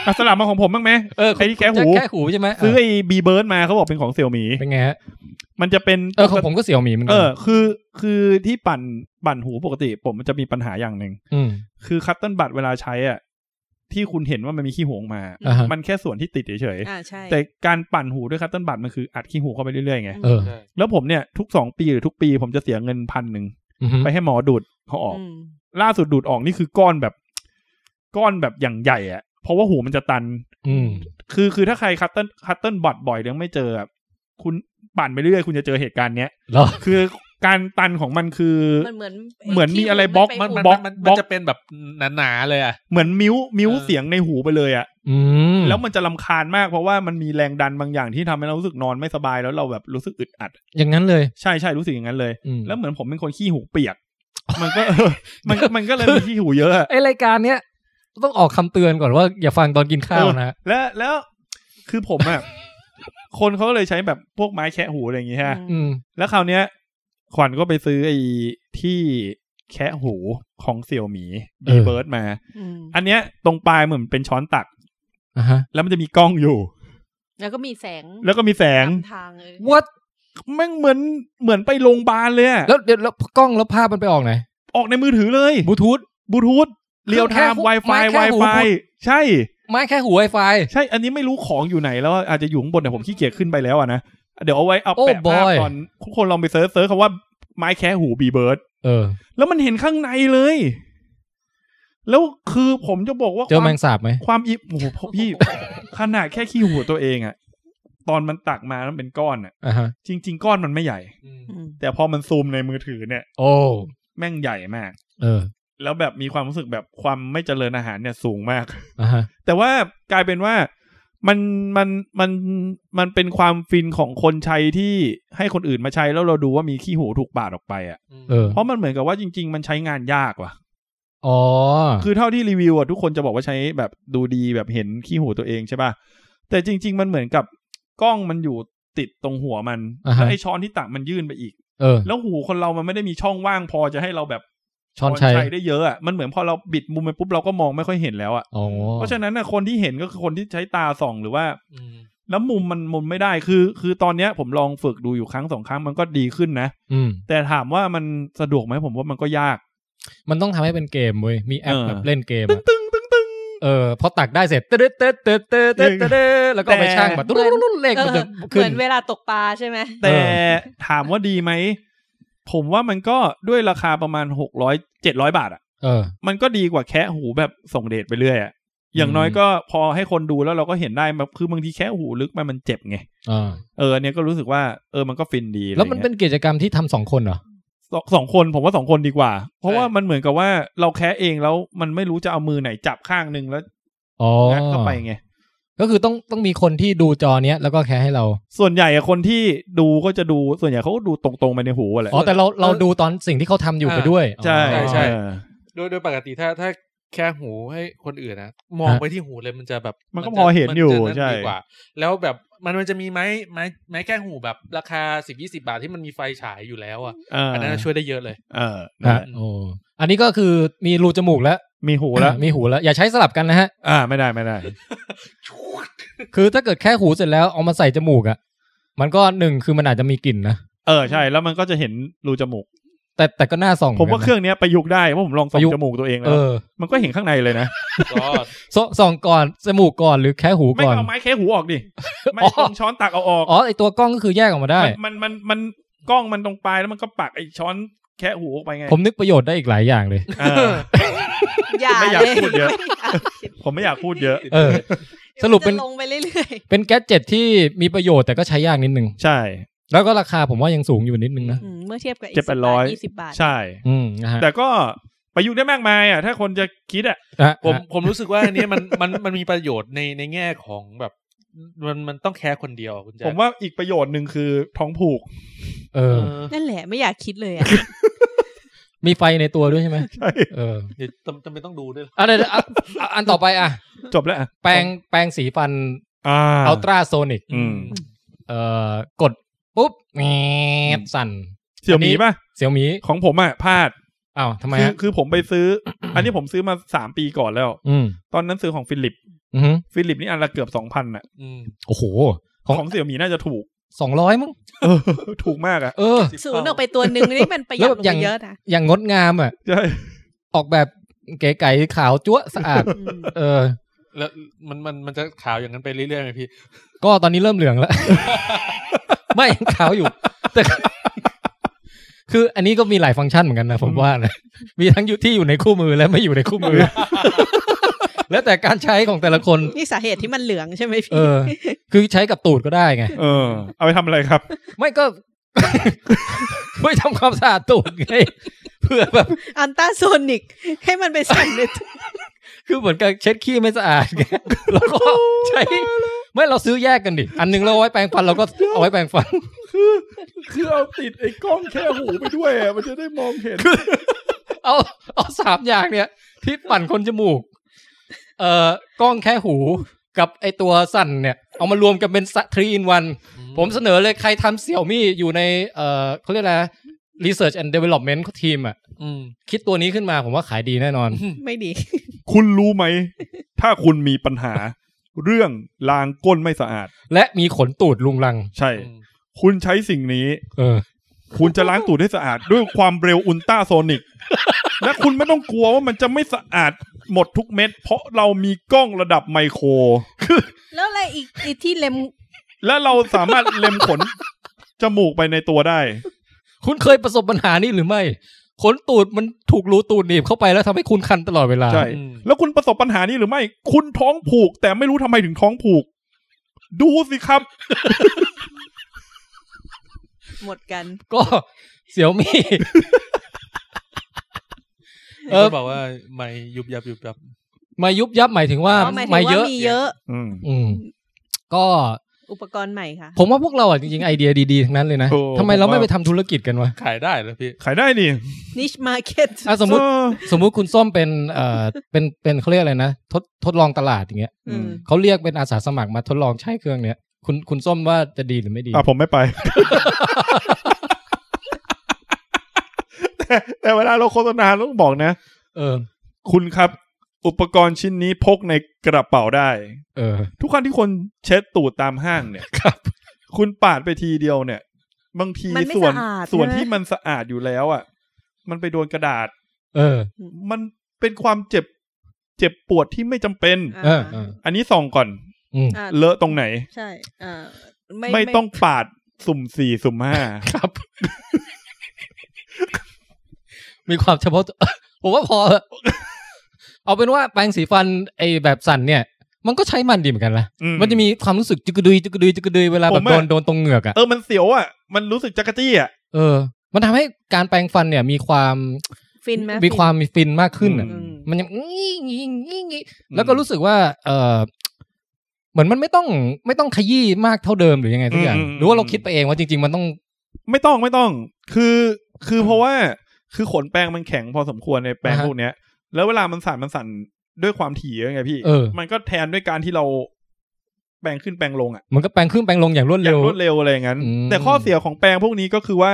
Speaker 3: อ่ะสลับมาของผมบ้างไหม
Speaker 2: เออ
Speaker 3: ไอ้ที่แก้หู
Speaker 2: แก้หูใช่ไหม
Speaker 3: ซื้อ
Speaker 2: เอ
Speaker 3: ไอ้บีเบิร์ดมาเขาบอกเป็นของเสี่ยวหมี
Speaker 2: อเป็นไงฮะ
Speaker 3: มันจะเป็น
Speaker 2: เออของผมก็เสี่ยวหมีเหมือน
Speaker 3: เอ
Speaker 2: กั
Speaker 3: อ คือ คือที่ปั่น ปั่นหูปกติผมมันจะมีปัญหาอย่างหนึ่ง
Speaker 2: อืม
Speaker 3: คือคัตเติ้ลบัตเวลาใช้อ่ะ ที่คุณเห็นว่ามันมีขี้หวออกมา
Speaker 2: อ่าฮะ
Speaker 3: มันแค่ส่วนที่ติดเฉยๆ
Speaker 6: อ่าใช่
Speaker 3: แต่การปั่นหูด้วยคัตเติ้ลบัตมันคืออัดขี้หูเข้าไปเรื่อยๆไง
Speaker 2: เออ
Speaker 4: ใช่
Speaker 3: แล้วผมเนี่ยทุกสองปีหรือทุกปีผมจะเสียเงินพันหนึ่ง
Speaker 2: อือฮึ
Speaker 3: ไปให้หมอดูดเขาออก
Speaker 6: อืม
Speaker 3: ล่าสุดดูดออกนี่คือก้อนแบบ ก้อนแบบอย่างใหญ่อะเพราะว่าหูมันจะตัน
Speaker 2: อืม
Speaker 3: คือคือถ้าใครคัตเติ้ลคัตเติ้ลบัตบ่อยแล้วไม่เจออะคุณปั่นไปเรื่อยๆคุณจะเจอเหตุการณ์เนี้ย
Speaker 2: เหรอ
Speaker 3: คือ การตันของมันคือ
Speaker 6: มันเหมือน
Speaker 3: เหมือนมีอะไร
Speaker 6: ที่
Speaker 3: บล็อก
Speaker 6: ป
Speaker 4: มันมัน
Speaker 3: บล็อก
Speaker 4: มันมัน
Speaker 3: บล็
Speaker 4: มัน
Speaker 3: อก
Speaker 4: จะเป็นแบบหนาๆเลยอ่ะ
Speaker 3: เหมือนมิ้วมิ้ว
Speaker 4: เออ
Speaker 3: เสียงในหูไปเลยอ่ะ
Speaker 2: อืม
Speaker 3: แล้วมันจะลำคาญมากเพราะว่ามันมีแรงดันบางอย่างที่ทำให้เรารู้สึกนอนไม่สบายแล้วเราแบบรู้สึกอึดอัด
Speaker 2: อย่างนั้นเลย
Speaker 3: ใช่ใช่รู้สึกอย่างนั้นเลย
Speaker 2: อืม
Speaker 3: แล้วเหมือนผมเป็นคนขี้หูเปียก มัน ก็เออมันมันก็เลยมีขี้หูเยอะอะ
Speaker 2: ไอรายการเนี้ยต้องออกคำเตือนก่อนว่าอย่าฟังตอนกินข้าวนะ
Speaker 3: แล้วแล้วคือผมอ่ะ คนเขาก็เลยใช้แบบพวกไม้แคะหูอะไรอย่างงี้ฮะ
Speaker 2: อืม
Speaker 3: แล้วคราวเนี้ย ขวัญก็ไปซื้อไอ้ที่แคะหูของเสี่ยวหมี
Speaker 2: เอ
Speaker 3: บี
Speaker 2: อ
Speaker 3: เบิร์ดมา
Speaker 6: อืม
Speaker 3: อันเนี้ยตรงปลายเหมือนเป็นช้อนตัก
Speaker 2: อ่ะฮะ
Speaker 3: แล้วมันจะมีกล้องอยู่
Speaker 6: แล้วก็มีแสง
Speaker 3: แล้วก็มีแสง
Speaker 6: ตามทางเออ
Speaker 2: what
Speaker 3: แม่งเหมือนเหมือนไปโรงพยาบาลเลยอะ
Speaker 2: แล้วเดี๋ยวแล้วกล้องแล้วภาพมันไปออกไหน
Speaker 3: ออกในมือถือเลย
Speaker 2: บลูทูธ
Speaker 3: บลูทูธเรียวไท
Speaker 2: แค่หู
Speaker 3: ม์ Wi-Fi
Speaker 2: ไม้แค่หู
Speaker 3: Wi-Fi ใช่
Speaker 2: ไม้แค่หูไวไฟ
Speaker 3: ใช่ อันนี้ไม่รู้ของอยู่ไหนแล้วอะอาจจะอยู่ข้างบนแต่ผมขี้เกียจขึ้นไปแล้วอะนะ เดี๋ยวเอาไว้เอา
Speaker 2: โอ้
Speaker 3: แปะภาพ
Speaker 2: boy
Speaker 3: ตอนทุกคนลองไปเซิร์ชเซิร์ชคำว่าไม้แคะหูบีเบิร์ด
Speaker 2: เออ
Speaker 3: แล้วมันเห็นข้างในเลย แล้วคือผมจะบอกว่า
Speaker 2: เจอ
Speaker 3: ความ
Speaker 2: แมงสาบไหม
Speaker 3: ความอิบโอ้โหพี่ ขนาดแค่ขี้หูตัวเองอะตอนมันตักมามันเป็นก้อนอะ
Speaker 2: อ่ะฮะ
Speaker 3: จริง ๆ ก้อนมันไม่ใหญ่
Speaker 6: อืม
Speaker 3: แต่พอมันซูมในมือถือเนี่ย
Speaker 2: โอ้
Speaker 3: แม่งใหญ่มาก
Speaker 2: เออ
Speaker 3: แล้วแบบมีความรู้สึกแบบความไม่เจริญอาหารเนี่ยสูงมาก
Speaker 2: อ่ะฮะ
Speaker 3: แต่ว่ากลายเป็นว่ามันมันมันมันเป็นความฟินของคนใช้ที่ให้คนอื่นมาใช้แล้วเราดูว่ามีขี้หูถูกบาดออกไปอ่ะ
Speaker 2: เออ
Speaker 3: เพราะมันเหมือนกับว่าจริง ๆ มันใช้งานยากว่ะ
Speaker 2: อ๋อ
Speaker 3: คือเท่าที่รีวิวอ่ะทุกคนจะบอกว่าใช้แบบดูดีแบบเห็นขี้หูตัวเองใช่ป่ะแต่จริง ๆ มันเหมือนกับกล้องมันอยู่ติดตรงหัวมันแล้วไอ้ช้อนที่ตักมันยื่นไปอีก
Speaker 2: เออ
Speaker 3: แล้วหูคนเรามันไม่ได้มีช่องว่างพอจะให้เราแบบ
Speaker 2: ช้อนชัย
Speaker 3: ได้เยอะอ่ะมันเหมือนพอเราบิดมุมไปปุ๊บเราก็มองไม่ค่อยเห็นแล้วอ่ะ
Speaker 2: อ๋อ
Speaker 3: เพราะฉะนั้นนะคนที่เห็นก็คือคนที่ใช้ตาส่องหรือว่า
Speaker 4: อืม
Speaker 3: แล้วมุมมันมุมไม่ได้คือ คือตอนเนี้ยผมลองฝึกดูอยู่ครั้งสองครั้งมันก็ดีขึ้นนะ
Speaker 2: อืม
Speaker 3: แต่ถามว่ามันสะดวกไหมผมว่ามันก็ยาก
Speaker 2: มันต้องทำให้เป็นเกมเว้ย มีแอป
Speaker 3: เออ
Speaker 2: แบบเล่นเกม
Speaker 3: ตึ้ง
Speaker 2: อะ
Speaker 3: ตึ้งตึ้งตึ้ง
Speaker 2: เออ พอตักได้เสร็จเต๊ดเต๊ดเต๊ดเต๊ดเต๊ดเต๊ดเต๊ดแล้วก็เอาไป
Speaker 3: แต่
Speaker 2: ช่างแบบตุ๊ดตุ๊ดตุ๊ดเลข
Speaker 6: เอ
Speaker 2: มัน
Speaker 6: อ
Speaker 2: จะ
Speaker 6: เห
Speaker 2: ขึ้
Speaker 6: มือน นเวลาตกปลาใช่ไหม
Speaker 3: แต่
Speaker 2: เอ
Speaker 3: ถามว่าดีไหม ผมว่ามันก็ด้วยราคาประมาณหกร้อยเจ็ดร้อยบาทอ่ะ
Speaker 2: เออ
Speaker 3: มันก็ดีกว่าแคะหูแบบส่งเดทไปเรื่อยอ่ะ อย่างน้อยก็พอให้คนดูแล้วเราก็เห็นได้แบบคือบางทีแคะหูลึกไปมันเจ็บไง
Speaker 2: อ่า
Speaker 3: เออเนี่ยก็รู้สึกว่าเออมันก็ฟินดีอะไร
Speaker 2: แล้วมัน
Speaker 3: งี้ย
Speaker 2: เป็นกิจกรรมที่ทำสองคนเหรอ
Speaker 3: สองสองคนผมว่าสองคนดีกว่า เพราะว่ามันเหมือนกับว่าเราแคะเองแล้วมันไม่รู้จะเอามือไหนจับข้างหนึ่งแล้ว
Speaker 2: อ๋อ
Speaker 3: งัดเข้าไปไง
Speaker 2: ก็คือต้องต้องมีคนที่ดูจอเนี้ยแล้วก็แคร์ให้เรา
Speaker 3: ส่วนใหญ่อะคนที่ดูก็จะดูส่วนใหญ่เขาก็ดูตรงๆไปในหูอะแหละ
Speaker 2: อ๋อแต่เราเราดูตอนสิ่งที่เขาทำอยู่ไปด้วย
Speaker 3: ใช่
Speaker 2: อ๋อ
Speaker 3: ใช่
Speaker 4: โดยโดยปกติถ้าถ้าแค่หูให้คนอื่นนะมองไปที่หูเลยมันจะแบบ
Speaker 3: มันก็
Speaker 4: จะ
Speaker 3: พอเห็นอยู่
Speaker 4: มัจะ
Speaker 3: ใช่
Speaker 4: ดีกว่า แล้วแบบมันมันจะมีไม้ไม้ไม้แก้หูแบบราคาสิบยี่สิบาทที่มันมีไฟฉายอยู่แล้วอ่ะ
Speaker 3: เออ
Speaker 4: อันนั้นช่วยได้เยอะเลย
Speaker 3: เออ
Speaker 2: ฮะโอ้อันนี้ก็คือมีรูจมูกแล้ว
Speaker 3: มีหูแล้ว
Speaker 2: มีหูแล้ว อย่าใช้สลับกันนะฮะ
Speaker 3: อ่าไม่ได้ไม่ได้
Speaker 2: คือถ้าเกิดแค่หูเสร็จแล้วเอามาใส่จมูกอะ่ะ มันก็หนึ่งคือมันอาจจะมีกลิ่นนะ
Speaker 3: เออใช่แล้วมันก็จะเห็นรูจมูก
Speaker 2: แต่แต่ก็น่าส่อง
Speaker 3: ผมว่าเค
Speaker 2: ห
Speaker 3: รื่
Speaker 2: มืนกัน
Speaker 3: องเนี้ยประยุกต์ได้เพราะผมลองส่อ
Speaker 2: ป
Speaker 3: ง
Speaker 2: ระยุกต์
Speaker 3: จมูกตัวเองแล้
Speaker 2: เอ
Speaker 3: ว
Speaker 2: อ
Speaker 3: มันก็เห็นข้างในเลยนะ
Speaker 4: ก็
Speaker 2: สส่องก่อนจมูกก่อนหรือแค่หู
Speaker 3: ไม่
Speaker 2: ก่อน
Speaker 3: เอาไม้แคะหูออก ดิไม่
Speaker 2: อ๋อ
Speaker 3: ตรงช้อนตักเอาออก
Speaker 2: อ๋อไอตัวกล้องก็คือแยกออกมาได้
Speaker 3: มันมันมันมันกล้องมันตรงปลายแล้วมันก็ปักไอ้ช้อนแคะหูออกไปไง
Speaker 2: ผมนึกประโยชน์ได้อีกหลายอย่างเลย
Speaker 3: เออ
Speaker 6: อย่า
Speaker 3: ไม่อยาก
Speaker 6: เลย
Speaker 3: พูดเยอะ ผมไม่อยากพูดเยอะ
Speaker 2: เออ สรุปเป็น
Speaker 6: ดี๋ยวมัจะลงไปเรื่อย
Speaker 2: เป็นแก๊สเจ็ตที่มีประโยชน์แต่ก็ใช้ยากนิดนึง
Speaker 3: ใช่
Speaker 2: แล้วก็ราคาผมว่ายังสูงอยู่นิดนึงนะ
Speaker 6: ๆอืมเมื่อเทียบกับ
Speaker 3: เจ็ดแปดร้อย
Speaker 6: ยี่สิบบาท
Speaker 3: ใช่
Speaker 2: อืมนะฮะ
Speaker 3: แต่ก็ประยุกต์ได้มากมายอ่ะ ถ้าคนจะคิดอ่ะ
Speaker 2: อ่ะ
Speaker 4: ผม
Speaker 2: อ่ะ
Speaker 4: ผมรู้สึกว่าอันเนี้ยมันมันมันมีประโยชน์ในในแง่ของแบบมันมันต้องแค่คนเดียวคุณแจ๊ค
Speaker 3: ผมว่าอีกประโยชน์หนึ่งคือท้องผูก
Speaker 2: เอ
Speaker 4: เอ
Speaker 2: อ
Speaker 4: อ
Speaker 6: นั่นแหละไม่อยากคิดเลยอ่ะ
Speaker 2: มีไฟในตัวด้วยใช่ไหม
Speaker 3: ใช่
Speaker 2: เออ
Speaker 4: เดี๋ยวจำจำเป็นต้องดูด้วยเหรอ
Speaker 2: อ่ะเดี๋ยวเดี๋ยวอ่ะอ่ะอันต่อไปอ่ะ
Speaker 3: จบแล้วอะ
Speaker 2: แปรงแปรงสีฟัน
Speaker 3: อ่า
Speaker 2: อัลตราโซนิก
Speaker 3: อืม
Speaker 2: เอ่อกดปุ๊บแงบสั่น
Speaker 3: เสี่ยวหมีป่ะ
Speaker 2: เสี่ยวหมี
Speaker 3: ของผมอ่ะพลาด
Speaker 2: อ้าวทำไม
Speaker 3: คือ
Speaker 2: ฮะ
Speaker 3: คือผมไปซื้อ อันนี้ผมซื้อมาสามปีก่อนแล้ว
Speaker 2: อืม
Speaker 3: ตอนนั้นซื้อของฟิลิป
Speaker 2: อือหือ
Speaker 3: ฟิลิปนี่อันละเกือบสองพันอ่ะ
Speaker 4: อืม
Speaker 2: โอ้โห ข
Speaker 3: ข
Speaker 2: อ
Speaker 3: อง งเสี่ยวหมีน่าจะถูก
Speaker 2: สองร้อยมั้ง
Speaker 3: เออ ถูกมากอ่ะ
Speaker 2: เออ
Speaker 6: ศูนย์ออกไปตัวหนึ่งนี่มันประหยัด
Speaker 2: แล้
Speaker 6: ลง
Speaker 2: วอ
Speaker 6: ไป
Speaker 2: ย่าง
Speaker 6: เยอะนะ
Speaker 2: อย่างงดงามอ่ะ
Speaker 3: ใช่
Speaker 2: ออกแบบเก๋ไก่ขาวจั๊วะสะอาด
Speaker 6: อืม
Speaker 2: เออ
Speaker 4: แล้วมันมันมันจะขาวอย่างนั้นไปเรื่อยๆไหมพี่
Speaker 2: ก็ตอนนี้เริ่มเหลืองแล้ว ไม่ยังขาวอยู่ แต่ คืออันนี้ก็มีหลายฟังก์ชันเหมือนกันนะผมว่านะมีทั้งอยู่ที่อยู่ในคู่มือและไม่อยู่ในคู่มือ แล้วแต่การใช้ของแต่ละคน
Speaker 6: นี่สาเหตุที่มันเหลืองใช่ไหม
Speaker 2: เอ
Speaker 6: พี่
Speaker 2: อ คือใช้กับตูดก็ได้ไง
Speaker 3: เออ เอาไปทำอะไรครับ
Speaker 2: ไม่ก็ ช่วยทำความสะอาดตูดไง เพื่อแบบ
Speaker 6: อันต้าโซนิก ให้มันไปสั่นในตู้
Speaker 2: คือเหมือนกับเช็ดขี้ไม่สะอาดไง แล้วก็ใช้ไม่เราซื้อแยกกันดิ อันหนึงเราเอาไว้แปรงฟันเราก็เอาไว้แปรงฟัน
Speaker 3: คือคือเอาติดไอ้กล้องแค่หูไปด้วยอะมันจะได้มองเห็น
Speaker 2: เอา เอาสามอย่างเนี่ย ที่ปั่นคนจมูก เอ่อกล้องแค่หูกับไอตัวสั่นเนี่ย เอามารวมกันเป็นทรีอินวัน ผมเสนอเลยใครทำเสี่ยวมี่อยู่ในเอ่อเขาเรียกอะไร research and development ทีมอ่ะ
Speaker 4: อืม
Speaker 2: คิดตัวนี้ขึ้นมาผมว่าขายดีแน่นอน
Speaker 6: ไม่ดี
Speaker 3: คุณรู้ไหม ถ้าคุณมีปัญหา เรื่องลางก้นไม่สะอาด
Speaker 2: และมีขนตูดลุงลัง
Speaker 3: ใช่ คุณใช้สิ่งนี้
Speaker 2: เออ
Speaker 3: คุณจะล้างตูดให้สะอาด ด้วยความเร็วอุลตราโซนิก และคุณไม่ต้องกลัวว่ามันจะไม่สะอาดหมดทุกเม็ด เพราะเรามีกล้องระดับไมโคร
Speaker 6: แล้วอะไรอีกอีกที่เล็ม
Speaker 3: และเราสามารถเล็มขน จมูกไปในตัวได้
Speaker 2: คุณเคยประสบปัญหานี้หรือไม่ ขนตูดมันถูกรูตูดหนีบเข้าไปแล้วทำให้คุณคันตลอดเวลา
Speaker 3: ใช่
Speaker 4: อืม
Speaker 3: แล้วคุณประสบปัญหานี้หรือไม่ คุณท้องผูก แต่ไม่รู้ทำไมถึงท้องผูก ดูสิครับ
Speaker 6: หมดกัน
Speaker 2: ก็ เสี่ยวมี่ เอ
Speaker 4: เอ
Speaker 2: อ
Speaker 4: อบอกว่าไม่ยุบยับยุบยับ
Speaker 2: มายุบยับหมายถึงว่า
Speaker 6: อ๋อหมายถึ
Speaker 2: มาเย
Speaker 6: งว่า
Speaker 2: อะ
Speaker 6: มีเยอะ
Speaker 3: อืม
Speaker 2: อืม ก็
Speaker 6: อุปกรณ์ใหม่ค่ะ
Speaker 2: ผมว่าพวกเราอ่ะจริงๆ ไอเดียดีๆ ทั้งนั้นเลยนะ
Speaker 3: โอ้
Speaker 2: ทำไมเรา
Speaker 3: ผมว่า
Speaker 2: ไม่ไปทำธุรกิจกันวะ
Speaker 4: ขายได้เหรอพี่
Speaker 3: ขายได้นี่
Speaker 6: niche market
Speaker 2: อ่ะสมมติ
Speaker 3: เออ
Speaker 2: สมมุติคุณส้มเป็นเอ่อเป็นเป็นเขาเรียกอะไรนะทดทดลองตลาดอย่างเงี้ย
Speaker 3: อืม
Speaker 2: เขาเรียกเป็นอาสาสมัครมาทดลองใช้เครื่องเนี้ยคุณคุณส้มว่าจะดีหรือไม่ดี
Speaker 3: อ่ะผมไม่ไป แต่แต่เวลาเราโฆษณาเราต้องบอกนะ
Speaker 2: เออ
Speaker 3: คุณครับ อุปกรณ์ชิ้นนี้พกในกระเป๋าได้
Speaker 2: เออ
Speaker 3: ทุกครั้งที่คนเช็ดตูดตามห้างเนี่ย
Speaker 2: ครับ
Speaker 3: คุณปาดไปทีเดียวเนี่ย บางที
Speaker 6: มันไม่
Speaker 3: ส่วน
Speaker 6: สะอาด
Speaker 3: ส่วน
Speaker 6: ใช่ไหม
Speaker 3: ที่มันสะอาดอยู่แล้วอ่ะ มันไปโดนกระดาษ
Speaker 2: เออ
Speaker 3: มันเป็นความเจ็บ เจ็บปวดที่ไม่จำเป็น
Speaker 2: เออเออ
Speaker 3: อันนี้ส่องก่อน
Speaker 2: อืม
Speaker 6: อ่า
Speaker 3: เลอะตรงไหน
Speaker 6: ใช่อ่า
Speaker 3: ไม่ต้องปาดสุ่มสี่สุ่มห้า
Speaker 2: ครับ มีความเฉพาะตัว ผมว่าพอเถอะ เอาเป็นว่าแปรงสีฟันไอแบบสั่นเนี่ย มันก็ใช้มันดีเหมือนกันนะ
Speaker 3: อืม
Speaker 2: มันจะมีความรู้สึกจุกกระดุยจุกกระดุยจุกกระดุยเวลา
Speaker 3: ผ
Speaker 2: แบบ
Speaker 3: ม
Speaker 2: โด
Speaker 3: อะ
Speaker 2: นโดนตรงเหงือกอะ
Speaker 3: เออมันเสียวอ่ะ มันรู้สึกจักรจี้อ่ะ
Speaker 2: เออ มันทำให้การแปรงฟันเนี่ย มีความ
Speaker 6: ฟินไหม
Speaker 2: มีความมีฟินมากขึ้นอะ
Speaker 3: อื
Speaker 6: อืม
Speaker 2: มันยังงี้งี้งี้งี้แล้วก็รู้สึกว่า เออเหมือนมันไม่ต้องไม่ต้องขยี้มากเท่าเดิมหรือยังไงทุกอย่าง
Speaker 3: อืมอืม
Speaker 2: หรือว่าเราคิดไปเองว่าจริง ๆ มันต้อง
Speaker 3: ไม่ต้องไม่ต้อง คือคือเพราะว่าคือขนแป้งมันแข็งพอสมควรในแป้งพวกเนี้ย แล้วเวลามันสั่นมันสั่นด้วยความถี่เยอะไงพี่
Speaker 2: เออ
Speaker 3: มันก็แทนด้วยการที่เราแปลงขึ้นแปลงลงอ่ะ
Speaker 2: มันก็แปรงขึ้นแปรงลงอย่างรวด
Speaker 3: อ
Speaker 2: เร็
Speaker 3: ย่าง
Speaker 2: ว
Speaker 3: รวดเร็วอะไรอย่างนั้น
Speaker 2: อืม
Speaker 3: แต่ข้อเสียของแปลงพวกนี้ก็คือว่า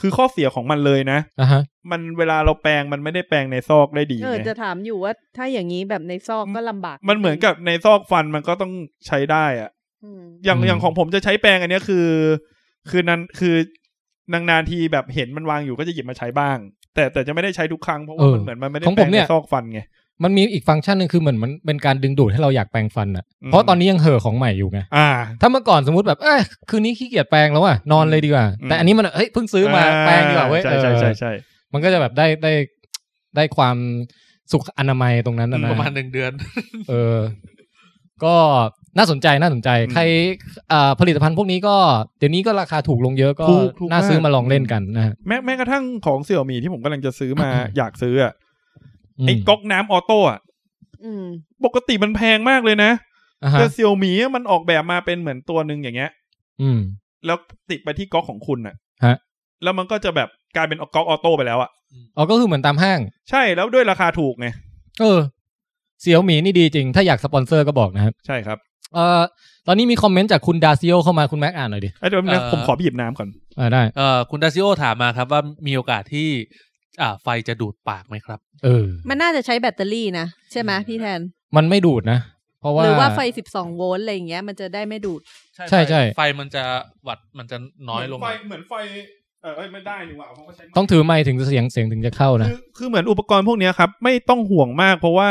Speaker 3: คือข้อเสียของมันเลยนะ
Speaker 2: อ่ะฮะ
Speaker 3: มันเวลาเราแปลงมันไม่ได้แปลงในซอกได้ดี
Speaker 6: เออ
Speaker 3: ไง
Speaker 6: จะถามอยู่ว่าถ้าอย่างนี้แบบในซอกก็ลำบาก
Speaker 3: มันเหมือนกับในซอกฟันมันก็ต้องใช้ได้อ่ะ
Speaker 6: อืม
Speaker 3: อย่าง
Speaker 2: อืม
Speaker 3: อย่างของผมจะใช้แปรงอันเนี้ยคือ คือนั้นคือนานๆทีแบบเห็นมันวางอยู่ก็จะหยิบมาใช้บ้าง แต่แต่จะไม่ได้ใช้ทุกครั้งเพราะว่า
Speaker 2: เออ
Speaker 3: มันเหมือนมันไม่ได้
Speaker 2: ของ
Speaker 3: แป
Speaker 2: ผ
Speaker 3: ร
Speaker 2: ม
Speaker 3: ง
Speaker 2: เนี่ย
Speaker 3: ในซอกฟันไง
Speaker 2: มันมีอีกฟังก์ชันหนึ่งคือเหมือนมันเป็นการดึงดูดให้เราอยากแปรงฟันอะ
Speaker 3: อืม
Speaker 2: เพราะตอนนี้ยังเห่อะของใหม่อยู่ไง
Speaker 3: อ่า
Speaker 2: ถ้าเมื่อก่อนสมมติแบบเอ้ยคืนนี้ขี้เกียจแปรงแล้วอะนอนเลยดีกว่า
Speaker 3: อืม
Speaker 2: แต่อันนี้มันเฮ้ยเพิ่งซื้อมาแปรงดีกว่าเว้ย
Speaker 3: ใช่ใช่
Speaker 2: เออ
Speaker 3: ใช่ใช่
Speaker 2: มันก็จะแบบได้ได้ได้ความสุขอนามัยตรงนั้นนะ
Speaker 4: ประมาณ
Speaker 2: นะ
Speaker 4: หนึ่งเดือน
Speaker 2: เออ ก็น่าสนใจน่าสนใจ ใครเอ่อผลิตภัณฑ์พวกนี้ก็เดี๋ยวนี้ก็ราคาถูกลงเยอะก็
Speaker 3: ถูกถูก
Speaker 2: น่าซื้
Speaker 3: มาม
Speaker 2: อาก ลองเล่นกันนะฮะ
Speaker 3: แม้แม้กระทั่งของเสี่ยมีที่ผมกำลังจะซื้อมา อยากซื้ออะ
Speaker 2: ม
Speaker 3: ไอ้ก๊อกน้ำออโต้อะ
Speaker 6: อืม
Speaker 3: ปกติมันแพงมากเลยนะ
Speaker 2: อ่าฮะ
Speaker 3: แต่เสี่ยมีมันออกแบบมาเป็นเหมือนตัวหนึ่งอย่างเงี้ย
Speaker 2: อืม
Speaker 3: แล้วติดไปที่ก๊อกของคุณอะ
Speaker 2: ฮะ
Speaker 3: แล้วมันก็จะแบบกลายเป็นก๊อกออโต้ไปแล้วอะ
Speaker 2: อ๋อก็คือเหมือนตามห้าง
Speaker 3: ใช่แล้วด้วยราคาถูกไง
Speaker 2: เออเสี่ยวหมีนี่ดีจริง ถ้าอยากสปอนเซอร์ก็บอกนะครับ
Speaker 3: ใช่ครับ
Speaker 2: เอ่อตอนนี้มีคอมเมนต์จากคุณดาซิโอเข้ามาคุณแม็กอ่านหน่อยดิ
Speaker 3: ไอ้ยเดี๋ยวนะ
Speaker 4: เอ่อ
Speaker 3: ผมขอไปหยิบน้ำก่อน
Speaker 2: อ่าได้
Speaker 4: เอ่อคุณดาซิโอถามมาครับว่ามีโอกาสที่ อ่า ไฟจะดูดปากไหมครับ
Speaker 2: เออ
Speaker 6: มันน่าจะใช้แบตเตอรี่นะใช่ไหมพี่แทน
Speaker 2: มันไม่ดูดนะ เพราะว่า
Speaker 6: หรือว่าไฟ 12 โวลต์อะไรอย่างเงี้ยมันจะได้ไม่ดูด
Speaker 2: ใช่ใช่
Speaker 4: ไฟมันจะวัดมันจะน้อยลง
Speaker 3: เหมือน
Speaker 4: มา
Speaker 3: ไฟเหมือนไฟเออเอ้ยไม่ได้นี่หว่าเพราะเขาใช้ไม้
Speaker 2: ต้องถือไมค์ถึงจะเสียงเสียงถึงจะเข้านะ
Speaker 3: คือคือเหมือนอุปกรณ์พวกเนี้ยครับ ไม่ต้องห่วงมากเพราะว่า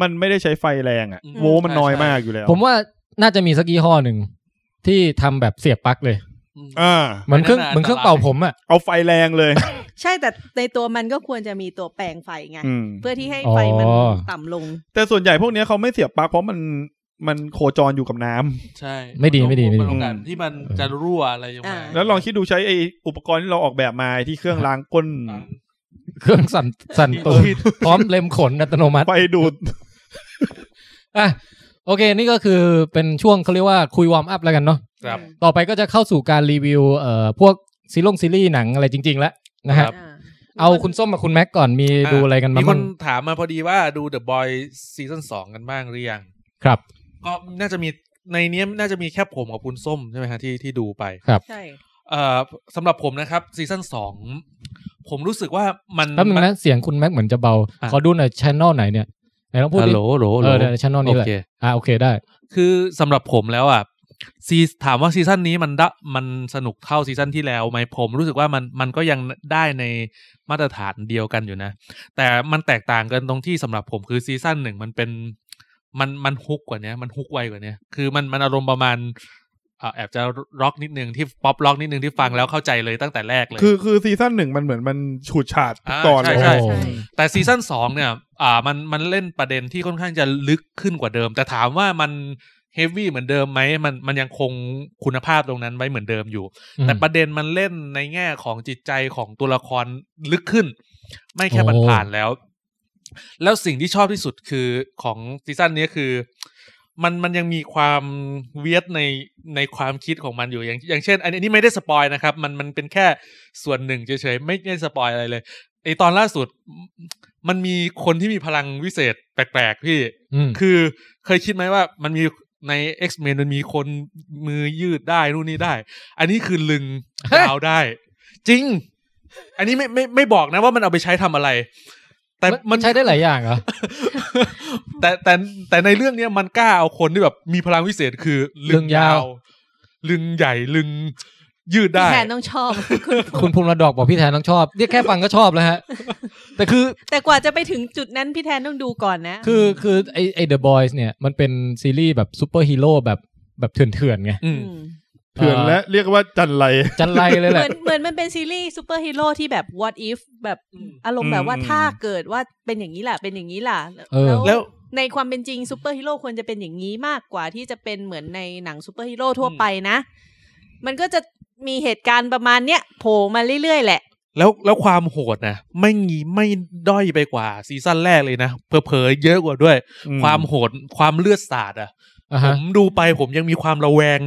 Speaker 3: มันไม่ได้ใช้ไฟแรงอะ
Speaker 4: อื
Speaker 3: โวลต์มันน้อยมากอยู่แล้ว
Speaker 2: ผมว่าน่าจะมีสักยี่ห้อหนึ่งที่ทำแบบเสียบปลั๊กเลย
Speaker 4: อืม
Speaker 3: อ่า
Speaker 2: เหมือนเครื่อง
Speaker 4: อันนั้น
Speaker 2: เหมือนเครื่อง
Speaker 4: อันตราย
Speaker 2: เป่าผมอ่ะ
Speaker 3: เอาไฟแรงเลย
Speaker 6: ใช่แต่ในตัวมันก็ควรจะมีตัวแปลงไฟไง
Speaker 3: อืม
Speaker 6: เพื่อที่ให้
Speaker 2: อ๋อ
Speaker 6: ไฟมันต่ำลง
Speaker 3: แต่ส่วนใหญ่พวกเนี้ยเขาไม่เสียบปลั๊กเพราะมัน มันโคจรอยู่กับน้ำ
Speaker 4: ใช่
Speaker 2: ไม่ดีไม่ดีไม่ดี
Speaker 4: นต้องการที่มันจะรั่วอะไรยังไง
Speaker 6: อ่า
Speaker 3: แล้วลองคิดดูใช้ไออุปกรณ์ที่เราออกแบบมาไอ้ที่เครื่องล้างก้น
Speaker 2: เครื่องสั่นสั่นตัวพร้อมเล็มขนอัตโนมัติ
Speaker 3: ไฟดูด
Speaker 2: อ่ะโอเค นี่ก็คือเป็นช่วงเขาเรียกว่าคุยวอร์มอัพแล้วกันเนาะ
Speaker 4: ครับ
Speaker 2: ต่อไปก็จะเข้าสู่การรีวิวเอ่อพวกซีรีส์ซีรีส์หนังอะไรจริง ๆ แล้วนะฮะ
Speaker 4: ครับ
Speaker 6: อ่า
Speaker 2: เอาคุณส้มกับคุณแม็กก่อนมีดูอะไรกันมา
Speaker 4: มีค
Speaker 2: บ้าง
Speaker 4: นถามมาพอดีว่าดู The Boy ซีซั่นสองกันบ้างหรือยัง
Speaker 2: ครับ
Speaker 4: ก็น่าจะมีในเนี้ยน่าจะมีแค่ผมกับคุณส้มใช่ไหมฮะที่ที่ดูไป
Speaker 6: ใช่
Speaker 4: เอ่อสำหรับผมนะครับซีซั่นสองผมรู้สึกว่ามัน
Speaker 2: แป๊บนึง
Speaker 4: มั
Speaker 2: นะเสียงคุณแม็กเหมือนจะเบา
Speaker 4: อ่ะ
Speaker 2: ขอดูหน่อยชแนลไหนเนี่ยไหนลองพูด
Speaker 4: ฮัล
Speaker 2: ดิ
Speaker 4: โหลฮัลโหลฮัล
Speaker 2: เอ
Speaker 4: โหล
Speaker 2: อเดี๋ยวชแนล
Speaker 4: โอ
Speaker 2: นี้แหละ
Speaker 4: เค
Speaker 2: อ่ะโอเคได้
Speaker 4: คือสำหรับผมแล้วอ่ะซีถามว่าซีซั่นนี้มันดะมันสนุกเท่าซีซั่นที่แล้วไหมผมรู้สึกว่ามันมันก็ยังได้ในมาตรฐานเดียวกันอยู่นะ แต่มันแตกต่างกันตรงที่สำหรับผมคือซีซั่นหนึ่งมันเป็นมันมันฮุกกว่าเนี้ยมันฮุกไวกว่าเนี้ยคือมันมันอารมณ์ประมาณอ่าแอบจะร็อกนิดนึงที่ป๊อปร็อกนิดนึงที่ฟังแล้วเข้าใจเลยตั้งแต่แรกเลย
Speaker 3: คือคือซีซั่นหนึ่งมันเหมือนมันฉูดฉาด
Speaker 4: อ่า
Speaker 3: ก่อน
Speaker 4: ใช่
Speaker 3: เลย
Speaker 4: ใช่
Speaker 2: โอ้
Speaker 4: แต่ซีซั่นสองเนี่ย อ่า มัน มันเล่นประเด็นที่ค่อนข้างจะลึกขึ้นกว่าเดิม แต่ถามว่ามันเฮฟวี่เหมือนเดิมไหม มัน มันยังคงคุณภาพตรงนั้นไว้เหมือนเดิมอยู่ แต่ประเด็นมันเล่นในแง่ของจิตใจของตัวละครลึกขึ้น ไม่แค่
Speaker 2: โอ้
Speaker 4: ผ่านผ่านๆแล้ว แล้วสิ่งที่ชอบที่สุดคือของซีซั่นนี้คือ มันมันยังมีความเวียดในในความคิดของมันอยู่อย่างอย่างเช่น อันนี้ไม่ได้สปอยนะครับ มันมันเป็นแค่ส่วนหนึ่งเฉยๆไม่ได้สปอยอะไรเลยไอตอนล่าสุดมันมีคนที่มีพลังวิเศษแปลกๆพี่
Speaker 2: อืม
Speaker 4: คือเคยคิดไหมว่ามันมีใน X-Men มันมีคนมือยืดได้นู่นนี่ได้ อันนี้คือ ลึง ยาวได้ จริง อันนี้ไม่ไม่ไม่บอกนะว่ามันเอาไปใช้ทำอะไร แต่
Speaker 2: มั
Speaker 4: มัน น
Speaker 2: ใช้ได้หลายอย่าง เหรอ
Speaker 4: แต่แต่แต่ในเรื่องเนี้ยมันกล้าเอาคนที่แบบมีพลังวิเศษคือ
Speaker 2: ลึงยาว
Speaker 4: ลึงใหญ่ลึงยืด
Speaker 6: พี่
Speaker 4: ได้
Speaker 6: แทนต้องชอบ คุณ
Speaker 2: คุณภูมิระดอกบอกพี่แทนต้องชอบเรียกแค่ฟังก็ชอบแล้ว ฮะ แต่คือ
Speaker 6: แต่กว่าจะไปถึงจุดนั้นพี่แทนต้องดูก่อนนะ
Speaker 2: คือคือไอไอเดอะบอยส์เนี่ยมันเป็นซีรีส์แบบซูเปอร์ฮีโร่แบบแบบเถื่อนๆไง
Speaker 4: อื
Speaker 6: อื
Speaker 4: ม
Speaker 6: ม
Speaker 3: เถื่อนและเรียกว่าจันไร
Speaker 2: จันไรเลย
Speaker 6: เห
Speaker 2: แห
Speaker 6: มื
Speaker 2: ละ
Speaker 6: อนเหมือนมันเป็นซีรีส์ซูเปอร์ฮีโร่ที่แบบ what if แบบ
Speaker 4: อืม
Speaker 6: อารมณ์แบบว่า
Speaker 3: อืม
Speaker 6: ถ้าเกิดว่าเป็นอย่างนี้ล่ะเป็นอย่างนี้ล่ะ
Speaker 2: เออ
Speaker 4: แล้ว
Speaker 6: ในความเป็นจริงซูเปอร์ฮีโร่ควรจะเป็นอย่างนี้มากกว่าที่จะเป็นเหมือนในหนังซูเปอร์ฮีโร่ทั่วไปนะ มันก็จะมีเหตุการณ์ประมาณเนี้ยโผล่มาเรื่อยๆแหละ
Speaker 4: แล้วแล้วความโหดนะไม่งีไม่ด้อยไปกว่าซีซั่นแรกเลยนะเผลอๆเยอะกว่าด้วย
Speaker 3: อื
Speaker 4: ความโหดความเลือดสาดอะ
Speaker 2: อ่ะ
Speaker 4: ผ
Speaker 2: ฮะ
Speaker 4: มดูไปผมยังมีความระแวง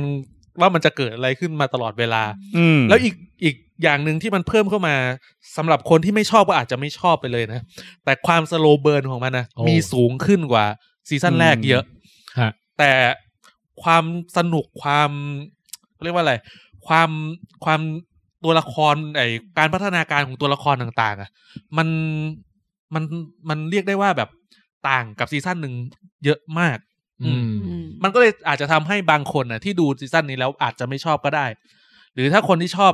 Speaker 4: ว่ามันจะเกิดอะไรขึ้นมาตลอดเวลา
Speaker 3: อืม
Speaker 4: แล้วอีกอีกอย่างหนึ่งที่มันเพิ่มเข้ามาสำหรับคนที่ไม่ชอบก็อาจจะไม่ชอบไปเลยนะ แต่ความสโลเบิร์นของมันนะ
Speaker 2: โอ้
Speaker 4: มีสูงขึ้นกว่าซีซั่นแรกเยอะ
Speaker 2: ฮะ
Speaker 4: แต่ความสนุกความเรียกว่าอะไร ความความตัวละครไอการพัฒนาการของตัวละครต่างๆ อ่ะ มันมันมันเรียกได้ว่าแบบต่างกับซีซั่นหนึ่งเยอะมาก
Speaker 2: อืม
Speaker 4: มันก็เลยอาจจะทำให้บางคนน่ะที่ดูซีซั่นนี้แล้วอาจจะไม่ชอบก็ได้ หรือถ้าคนที่ชอบ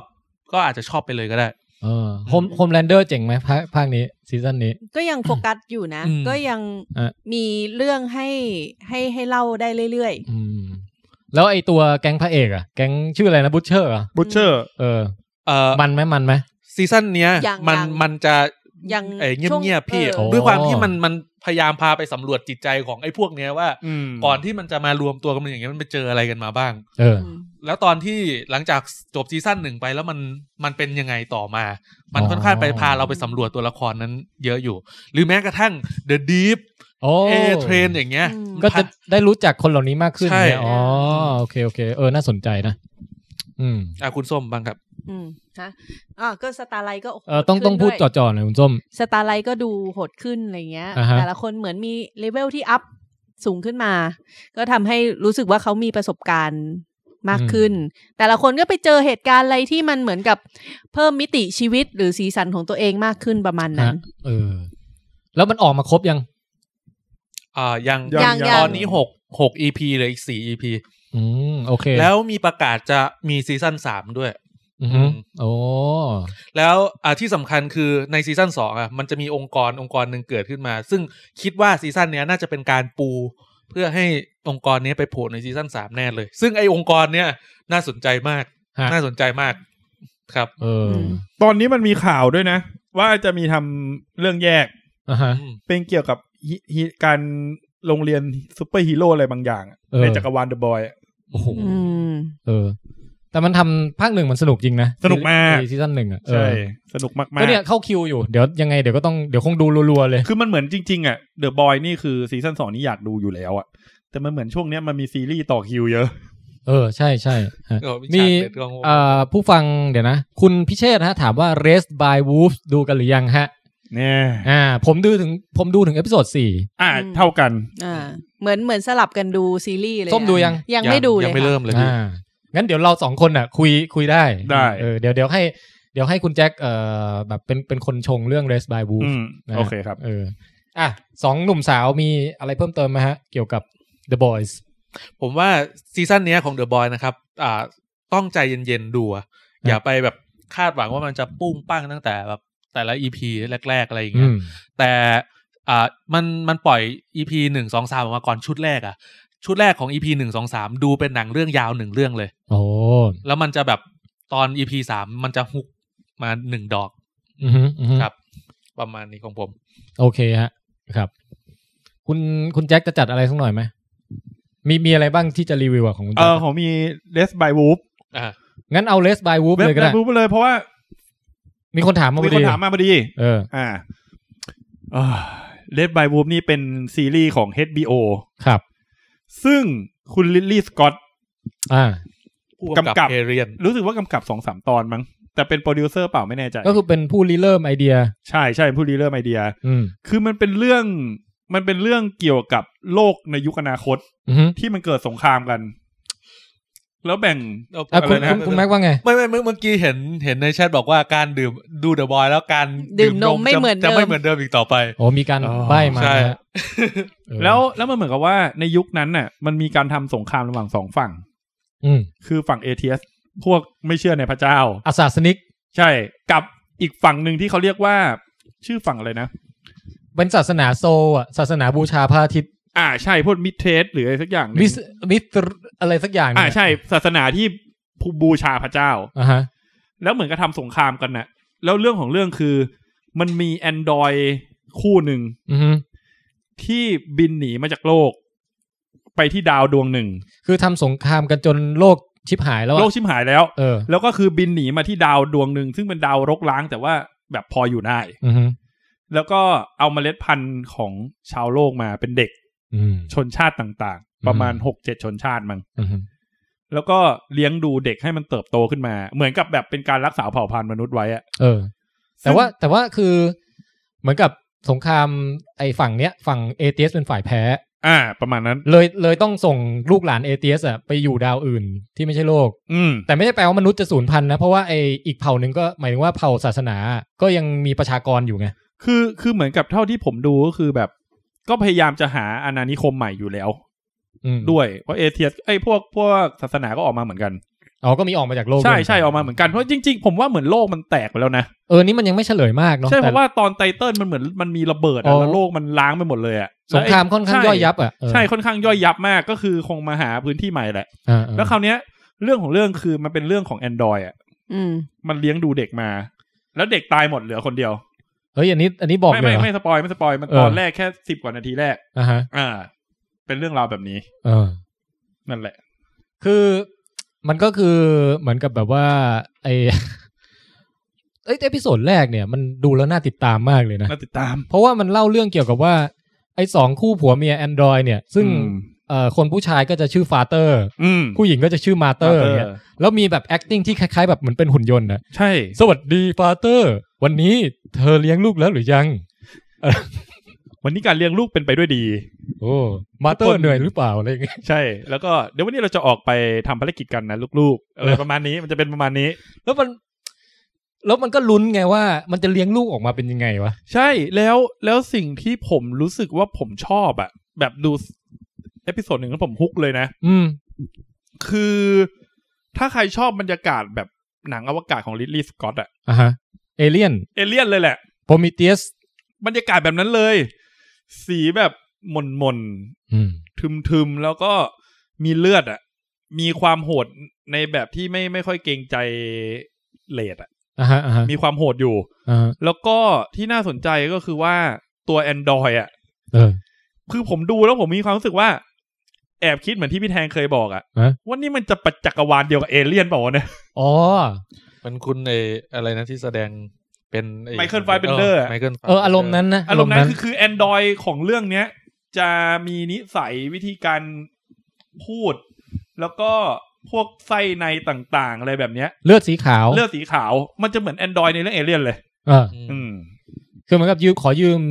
Speaker 4: ก็อาจจะชอบไปเลยก็ได้
Speaker 2: เออโฮมโฮมแลนเดอร์เจ๋งไหมภาคภาคนี้ซีซั่นนี้
Speaker 6: ก็ยังโฟกัสอยู่นะ
Speaker 4: อืม
Speaker 6: ก็ยัง
Speaker 2: อ่ะ
Speaker 6: มีเรื่องให้ให้ให้เล่าได้เรื่อย
Speaker 2: อืม แล้วไอตัวแก๊งพระเอกอะแก๊งชื่ออะไรนะบุชเชอร์
Speaker 3: บูชเชอร์
Speaker 2: เออ
Speaker 4: เออ
Speaker 2: มันไหมมันไหม
Speaker 4: ซีซั่นเนี้ย
Speaker 6: ยัง
Speaker 4: มัน
Speaker 6: ยัง
Speaker 4: มันจะ
Speaker 6: ๆ ยัง
Speaker 4: เอ่ย
Speaker 6: ช่ว
Speaker 4: เงียบๆพี่
Speaker 6: ออ
Speaker 2: โ
Speaker 4: ด้วยความที่มันมันพยายามพาไปสำรวจจิตใจของไอ้พวกเนี้ยว่า
Speaker 3: อืม
Speaker 4: ก่อนที่มันจะมารวมตัวกันอย่างเงี้ยมันไปเจออะไรกันมาบ้าง
Speaker 2: เออ
Speaker 4: แล้วตอนที่หลังจากจบซีซั่นหนึ่งไปแล้วมันมันเป็นยังไงต่อมา มันค่อนข้างไปพาเราไปสำรวจตัวละครนั้นเยอะอยู่ หรือแม้กระทั่ง The Deep
Speaker 2: โอ้
Speaker 4: เอเทรนอย่างเงี้ย
Speaker 6: อืม
Speaker 2: ก็จะได้รู้จักคนเหล่านี้มากขึ้น
Speaker 4: ใช่
Speaker 2: เนี่ยอ๋อโอเคโอเค เออน่าสนใจนะ อืม
Speaker 4: อ่ะคุณส้มบ้างครับ
Speaker 6: อืมฮะอ่ะก็สตาร์ไลท์ก็โโห
Speaker 2: เออต้อง
Speaker 6: ขึ้น
Speaker 2: ต้องพูด
Speaker 6: วย
Speaker 2: จ่อๆหน่อยคุณส้ม
Speaker 6: สตาร์ไลท์ก็ดูโหดขึ้นอะไรเงี้ย
Speaker 2: อ่าฮะ
Speaker 6: แต่ละคนเหมือนมีเลเวลที่อัพสูงขึ้นมา ก็ทำให้รู้สึกว่าเขามีประสบการณ์มากขึ้น แต่ละคนก็ไปเจอเหตุการณ์อะไรที่มันเหมือนกับเพิ่มมิติชีวิตหรือสีสันของตัวเองมากขึ้นประมาณนั้น
Speaker 2: เออ แล้วมันออกมาครบยัง
Speaker 4: อ่ายัง
Speaker 6: ยัง
Speaker 4: ตอนนี้หกหก EP เหลยอีกสี่ EP
Speaker 2: อืมโอเค
Speaker 4: แล้วมีประกาศจะมีซีซั่นสามด้วย
Speaker 2: อือฮึโอ้
Speaker 4: แล้วอ่าที่สำคัญคือในซีซั่นสองอ่ะมันจะมีองค์กรองค์กรหนึ่งเกิดขึ้นมา ซึ่งคิดว่าซีซั่นเนี้ยน่าจะเป็นการปู เพื่อให้องค์กรเนี้ยไปโผล่ในซีซั่นสามแน่เลย ซึ่งไอองค์กรเนี้ยน่าสนใจมาก
Speaker 2: ฮะ
Speaker 4: น่าสนใจมากครับ
Speaker 2: เอออ
Speaker 6: ม
Speaker 3: ตอนนี้มันมีข่าวด้วยนะ ว่าจะมีทำเรื่องแยก
Speaker 2: อ่าฮะ
Speaker 4: อืม
Speaker 3: เป็นเกี่ยวกับฮิฮิการ โรงเรียนซูเปอร์ฮีโร่อะไรบางอย่างอะ
Speaker 2: เออ
Speaker 3: ในจักรวาลเดอะบอย
Speaker 2: โอ้โห
Speaker 6: อืม
Speaker 2: เออ แต่มันทำภาคหนึ่งมันสนุกจริงนะ
Speaker 3: สนุกมาก
Speaker 2: ไอ้ซีซั่นหนึ่งอ่ะเออ
Speaker 3: ใช่ สนุกมาก
Speaker 2: ก็เนี่ยเข้าคิวอยู่ เดี๋ยวยังไงเดี๋ยวก็ต้องเดี๋ยวคงดูรัวๆเลย
Speaker 3: ๆ คือมันเหมือนจริง ๆ อ่ะเดอะบอยนี่คือซีซั่นสองนี่อยากดูอยู่แล้วอ่ะ แต่มันเหมือนช่วงเนี้ยมันมีซีรีส์ต่อคิวเยอะ
Speaker 2: เออ ใช่ใช่ฮะ
Speaker 4: เออ
Speaker 2: มี
Speaker 4: ฉากเด็ดของผม
Speaker 2: เอ่อผู้ฟังเดี๋ยวนะ คุณพิเชษฐ์ฮะ ถามว่า Race by Wolves ดูกันหรือยังฮะ
Speaker 3: เนี่ย
Speaker 2: อ่า ผมดูถึงผมดูถึงเอพิโซดสี่
Speaker 3: อ่า
Speaker 6: อืม
Speaker 3: เท่ากัน
Speaker 6: อ่าเหมือนเหมือนสลับกันดูซีรีส์เลย
Speaker 2: ส้มดูยัง
Speaker 6: ยังไม่ดูเลย
Speaker 4: ยังไม่เริ่มเลยพี่
Speaker 2: อ่า งั้นเดี๋ยวเราสองคนอ่ะ คุยคุยได้
Speaker 3: ได้
Speaker 2: เออเดี๋ยวเดี๋ยวให้เดี๋ยวให้คุณแจ็คเอ่อแบบเป็นเป็นคนชงเรื่อง Race by
Speaker 3: อื
Speaker 2: Wolves
Speaker 3: ม
Speaker 2: นะฮะ
Speaker 3: โอเคครับ
Speaker 2: เออ อ่ะสองหนุ่มสาวมีอะไรเพิ่มเติมไหมฮะ เกี่ยวกับ The Boys
Speaker 4: ผมว่าซีซั่นเนี้ยของเดอะบอยนะครับ อ่า ต้องใจเย็นๆดูอะอย่าไปแบบคาดหวังว่ามันจะปุ้งปั้งตั้งแต่แบบแต่ละอีพีแรก ๆ อะไรอย่าง
Speaker 2: อื
Speaker 4: เงี้ย
Speaker 2: ม
Speaker 4: แต่อ่ามันมันปล่อย EP หนึ่งสองสามออกมาก่อนชุดแรกอะชุดแรกของ EP หนึ่งสองสามดูเป็นหนังเรื่องยาวหนึ่งเรื่องเลย
Speaker 2: โอ้
Speaker 4: แล้วมันจะแบบตอน EP สามมันจะฮุกมาหนึ่งดอก
Speaker 2: อือฮึอือฮึ
Speaker 4: ครับ ประมาณนี้ของผม
Speaker 2: โอเคฮะ ครับ คุณคุณแจ็คจะจัดอะไรสักหน่อยไหม มีมีอะไรบ้างที่จะรีวิวอะของคุณ
Speaker 3: เอ
Speaker 2: แจ็ค
Speaker 3: อของมี Les by Wolf
Speaker 4: อ่า
Speaker 2: งั้นเอา Les by Wolf
Speaker 3: เว็บ
Speaker 2: เลยก็
Speaker 3: ได้
Speaker 2: ได้
Speaker 3: รู้ไปเลยเพราะว่า
Speaker 2: มีคนถามมาพ
Speaker 3: มี
Speaker 2: อ
Speaker 3: คน
Speaker 2: ดี
Speaker 3: ถามมาพอดี
Speaker 2: เออ
Speaker 3: อ่าเลดบายวูฟนี่เป็นซีรีส์ของ HBO
Speaker 2: ครับ
Speaker 3: ซึ่งคุณลิลลี่สกอต
Speaker 2: อ่า
Speaker 4: ผู้กำกับ
Speaker 3: กำกับ
Speaker 4: เอเรียน
Speaker 3: รู้สึกว่ากำกับสองสามตอนมั้ง แต่เป็นโปรดิวเซอร์เปล่าไม่แน่ใจ
Speaker 2: ก็คือเป็นผู้ริเริ่มไอเดีย
Speaker 3: ใช่ใช่ผู้รีเริ่มไอเดีย
Speaker 2: อืม
Speaker 3: คือมันเป็นเรื่องมันเป็นเรื่องเกี่ยวกับโลกในยุคอนาคต
Speaker 2: อือฮึ
Speaker 3: ที่มันเกิดสงครามกัน แล้วแบ่ง
Speaker 2: อ่ะคุณ
Speaker 3: อะไรนะ
Speaker 2: คุณคุณแม็กว่าไง
Speaker 4: ไม่ไม่เมื่อเมื่อกี้เห็นเห็นในแชทบอกว่าการดื่มดูเดอะบอยแล้วการ
Speaker 6: ดื่มนมไม่เหมือน
Speaker 4: จะ
Speaker 6: เดิ
Speaker 4: ไม่
Speaker 6: ม
Speaker 4: เหมือนเดิมอีกต่อไป
Speaker 2: โอ้มีการ
Speaker 3: อ๋อ
Speaker 2: ใบ้มา
Speaker 4: ใช่
Speaker 2: นะฮะเออ
Speaker 3: แล้วแล้วมันเหมือนกับว่าในยุคนั้นน่ะ มันมีการทำสงครามระหว่างสองฝั่ง
Speaker 2: อืม
Speaker 3: คือฝั่งเอเทียสพวกไม่เชื่อในพระเจ้า
Speaker 2: อาสาสนิก
Speaker 3: ใช่กับอีกฝั่งหนึ่งที่เขาเรียกว่า ชื่อฝั่งอะไรนะ
Speaker 2: เป็นศาสนาโซลอ่ะ ศาสนาบูชาพระอาทิตย์
Speaker 3: อ่าใช่พวกมิดเทสหรืออะไรสักอย่างหนึ่ง
Speaker 2: มิสมิสอะไรสักอย่าง
Speaker 3: อ่า
Speaker 2: เนี่ย
Speaker 3: ใช่ศาสนาที่ผู้บูชาพระเจ้า
Speaker 2: อ่าฮะ
Speaker 3: แล้วเหมือนกับทำสงครามกันน่ะ แล้วเรื่องของเรื่องคือ มันมีแอนดรอยคู่หนึ่ง
Speaker 2: อือฮึ
Speaker 3: ที่บินหนีมาจากโลก ไปที่ดาวดวงหนึ่ง
Speaker 2: คือทำสงครามกันจนโลกชิบหายแล้วอะ
Speaker 3: โลกชิมหายแล้ว
Speaker 2: เออ
Speaker 3: แล้วก็คือบินหนีมาที่ดาวดวงหนึ่ง ซึ่งเป็นดาวรกร้างแต่ว่าแบบพออยู่ได้
Speaker 2: อือฮึ
Speaker 3: แล้วก็เอาเมล็ดพันธุ์ของชาวโลกมาเป็นเด็ก
Speaker 2: อืม
Speaker 3: ชนชาติต่างๆ ประมาณ
Speaker 2: อืม
Speaker 3: หกเจ็ดชนชาติมั้ง
Speaker 2: อือฮึ
Speaker 3: แล้วก็เลี้ยงดูเด็กให้มันเติบโตขึ้นมา เหมือนกับแบบเป็นการรักษาเผ่าพันธุ์มนุษย์ไว้อะ
Speaker 2: เออ แต่ว่าแต่ว่าคือเหมือนกับสงครามไอ้ฝั่งเนี้ย ฝั่งเอเทียสเป็นฝ่ายแพ้
Speaker 3: อ่า ประมาณนั้น
Speaker 2: เลยเลยต้องส่งลูกหลานเอเทียสอ่ะไปอยู่ดาวอื่นที่ไม่ใช่โลก
Speaker 3: อืม
Speaker 2: แต่ไม่ได้แปลว่ามนุษย์จะสูญพันธุ์นะ เพราะว่าไออีกเผ่าหนึ่งก็หมายถึงว่าเผ่าศาสนาก็ยังมีประชากรอยู่ไง
Speaker 3: คือคือเหมือนกับเท่าที่ผมดูก็คือแบบ ก็พยายามจะหาอาณานิคมใหม่อยู่แล้ว
Speaker 2: อืม
Speaker 3: ด้วยเพราะเอเทียสไอ้ยพวกพวกศาสนาก็ออกมาเหมือนกัน
Speaker 2: อ๋อก็มีออกมาจากโลก
Speaker 3: ใช่
Speaker 2: ด้วย
Speaker 3: ใช่ออกมาเหมือนกันเพราะจริง ๆ ผมว่าเหมือนโลกมันแตกไปแล้วนะ
Speaker 2: เออนี่มันยังไม่เฉลยมากเนาะ
Speaker 3: ใช่เพ
Speaker 2: แต่
Speaker 3: ราะว่าตอนไตเติลมันเหมือนมันมีระเบิด
Speaker 2: อ๋
Speaker 3: อะ
Speaker 2: อ
Speaker 3: แล้วโลกมันล้างไปหมดเลยอะ
Speaker 2: สงคราม
Speaker 3: แล้วไ
Speaker 2: ค่อนข้างย่อยยับอ่ะเออ
Speaker 3: ใช่ค่อนข้างย่อยยับมากก็คือคงมาหาพื้นที่ใหม่แหละ
Speaker 2: อ่าๆ
Speaker 3: แล้วคราวเนี้ยเรื่องของเรื่องคือมันเป็นเรื่องของแอนดรอยอะ
Speaker 6: อืม
Speaker 3: มันเลี้ยงดูเด็กมา แล้วเด็กตายหมดเหลือคนเดียว
Speaker 2: เฮ้ยอันนี้อันนี้บอก
Speaker 3: ไม่
Speaker 2: เลยเห
Speaker 3: ไม่
Speaker 2: รอ
Speaker 3: ไม่สปอยไม่สปอยมัน
Speaker 2: เออ
Speaker 3: ตอนแรกแค่สิบกว่านาทีแรก
Speaker 2: อ่าฮะ
Speaker 3: อ่า เป็นเรื่องราวแบบนี้
Speaker 2: เออ
Speaker 3: นั่นแหละ
Speaker 2: คือมันก็คือเหมือนกับแบบว่า ไอ เอ้ยเอพิโซดแรกเนี่ย มันดูแล้วน่าติดตามมากเลยนะ
Speaker 3: น่าติดตาม
Speaker 2: เพราะว่ามันเล่าเรื่องเกี่ยวกับว่า ไอสองคู่ผัวเมียแอนดรอยเนี่ย ซึ่ง
Speaker 3: อืม
Speaker 2: เอ่อคนผู้ชายก็จะชื่อฟาเตอร์
Speaker 3: อืม
Speaker 2: ผู้หญิงก็จะชื่อมาเตอร์
Speaker 3: มา
Speaker 2: เนี่ยแล้วมีแบบ acting ที่คล้ายๆ แบบเหมือนเป็นหุ่นยนต์นะ
Speaker 3: ใช่
Speaker 2: สวัสดีฟาเตอร์ วันนี้เธอเลี้ยงลูกแล้วหรือยัง
Speaker 3: วันนี้การเลี้ยงลูกเป็นไปด้วยดี
Speaker 2: โอ้มาเตอร์เหนื่อยหรือเปล่าอะไรอย่างเงี้ย
Speaker 3: ใช่ แล้วก็เดี๋ยววันนี้เราจะออกไปทำภารกิจกันนะลูกๆอะไรประมาณนี้มันจะเป็นประมาณนี้
Speaker 2: แล้วมัน แล้วมันก็ลุ้นไงว่ามันจะเลี้ยงลูกออกมาเป็นยังไงวะ
Speaker 3: ใช่แล้วแล้วสิ่งที่ผมรู้สึกว่าผมชอบอะแบบดูเอพิโซดหนึ่งแล้วผมฮุกเลยนะ
Speaker 2: อืม
Speaker 3: คือถ้าใครชอบบรรยากาศแบบหนังอวกาศของลิลลี่สกอตอะ
Speaker 2: อ่ะฮะ เอเลียน
Speaker 3: เอเลี่ยนเลยแหละ
Speaker 2: โพมิเตียส
Speaker 3: บรรยากาศแบบนั้นเลย สีแบบหม่นๆ
Speaker 2: อืม
Speaker 3: ทึมๆ แล้วก็มีเลือดอะ่ะ มีความโหดในแบบที่ไม่ไม่ค่อยเกรงใจเลดอะ่ะ
Speaker 2: อ่ะฮะ อ่ะฮะ
Speaker 3: มีความโหดอยู่
Speaker 2: อ่าฮะ
Speaker 3: แล้วก็ที่น่าสนใจก็คือว่าตัวแอนดรอยอ่ะ
Speaker 2: เออ
Speaker 3: คือผมดูแล้วผมมีความรู้สึกว่า แอบคิดเหมือนที่พี่แทงเคยบอกอะ
Speaker 2: ฮะ
Speaker 3: ว่านี่มันจะปัจจักรวาลเดียวกับเอเลี่ยนเปล่าวะเนี่ย
Speaker 2: อ๋อ
Speaker 4: มันคุณไออะไรนะที่แสดงเป็นไอ้
Speaker 3: Michael Fassbender อะ
Speaker 4: ไมเคิล
Speaker 2: เอออารมณ์นั้นนะ
Speaker 3: อารมณ์นั้นคือคือแอนดรอยของเรื่องเนี้ย จะมีนิสัยวิธีการพูด แล้วก็พวกไส้ในต่างๆ อะไรแบบเนี้ย
Speaker 2: เลือดสีขาว
Speaker 3: เลือดสีขาวมันจะเหมือนแอนดรอยในเรื่องเอเลี่ยนเลย
Speaker 2: เออ
Speaker 3: อืม
Speaker 2: คือเหมือนกับยืมขอยืม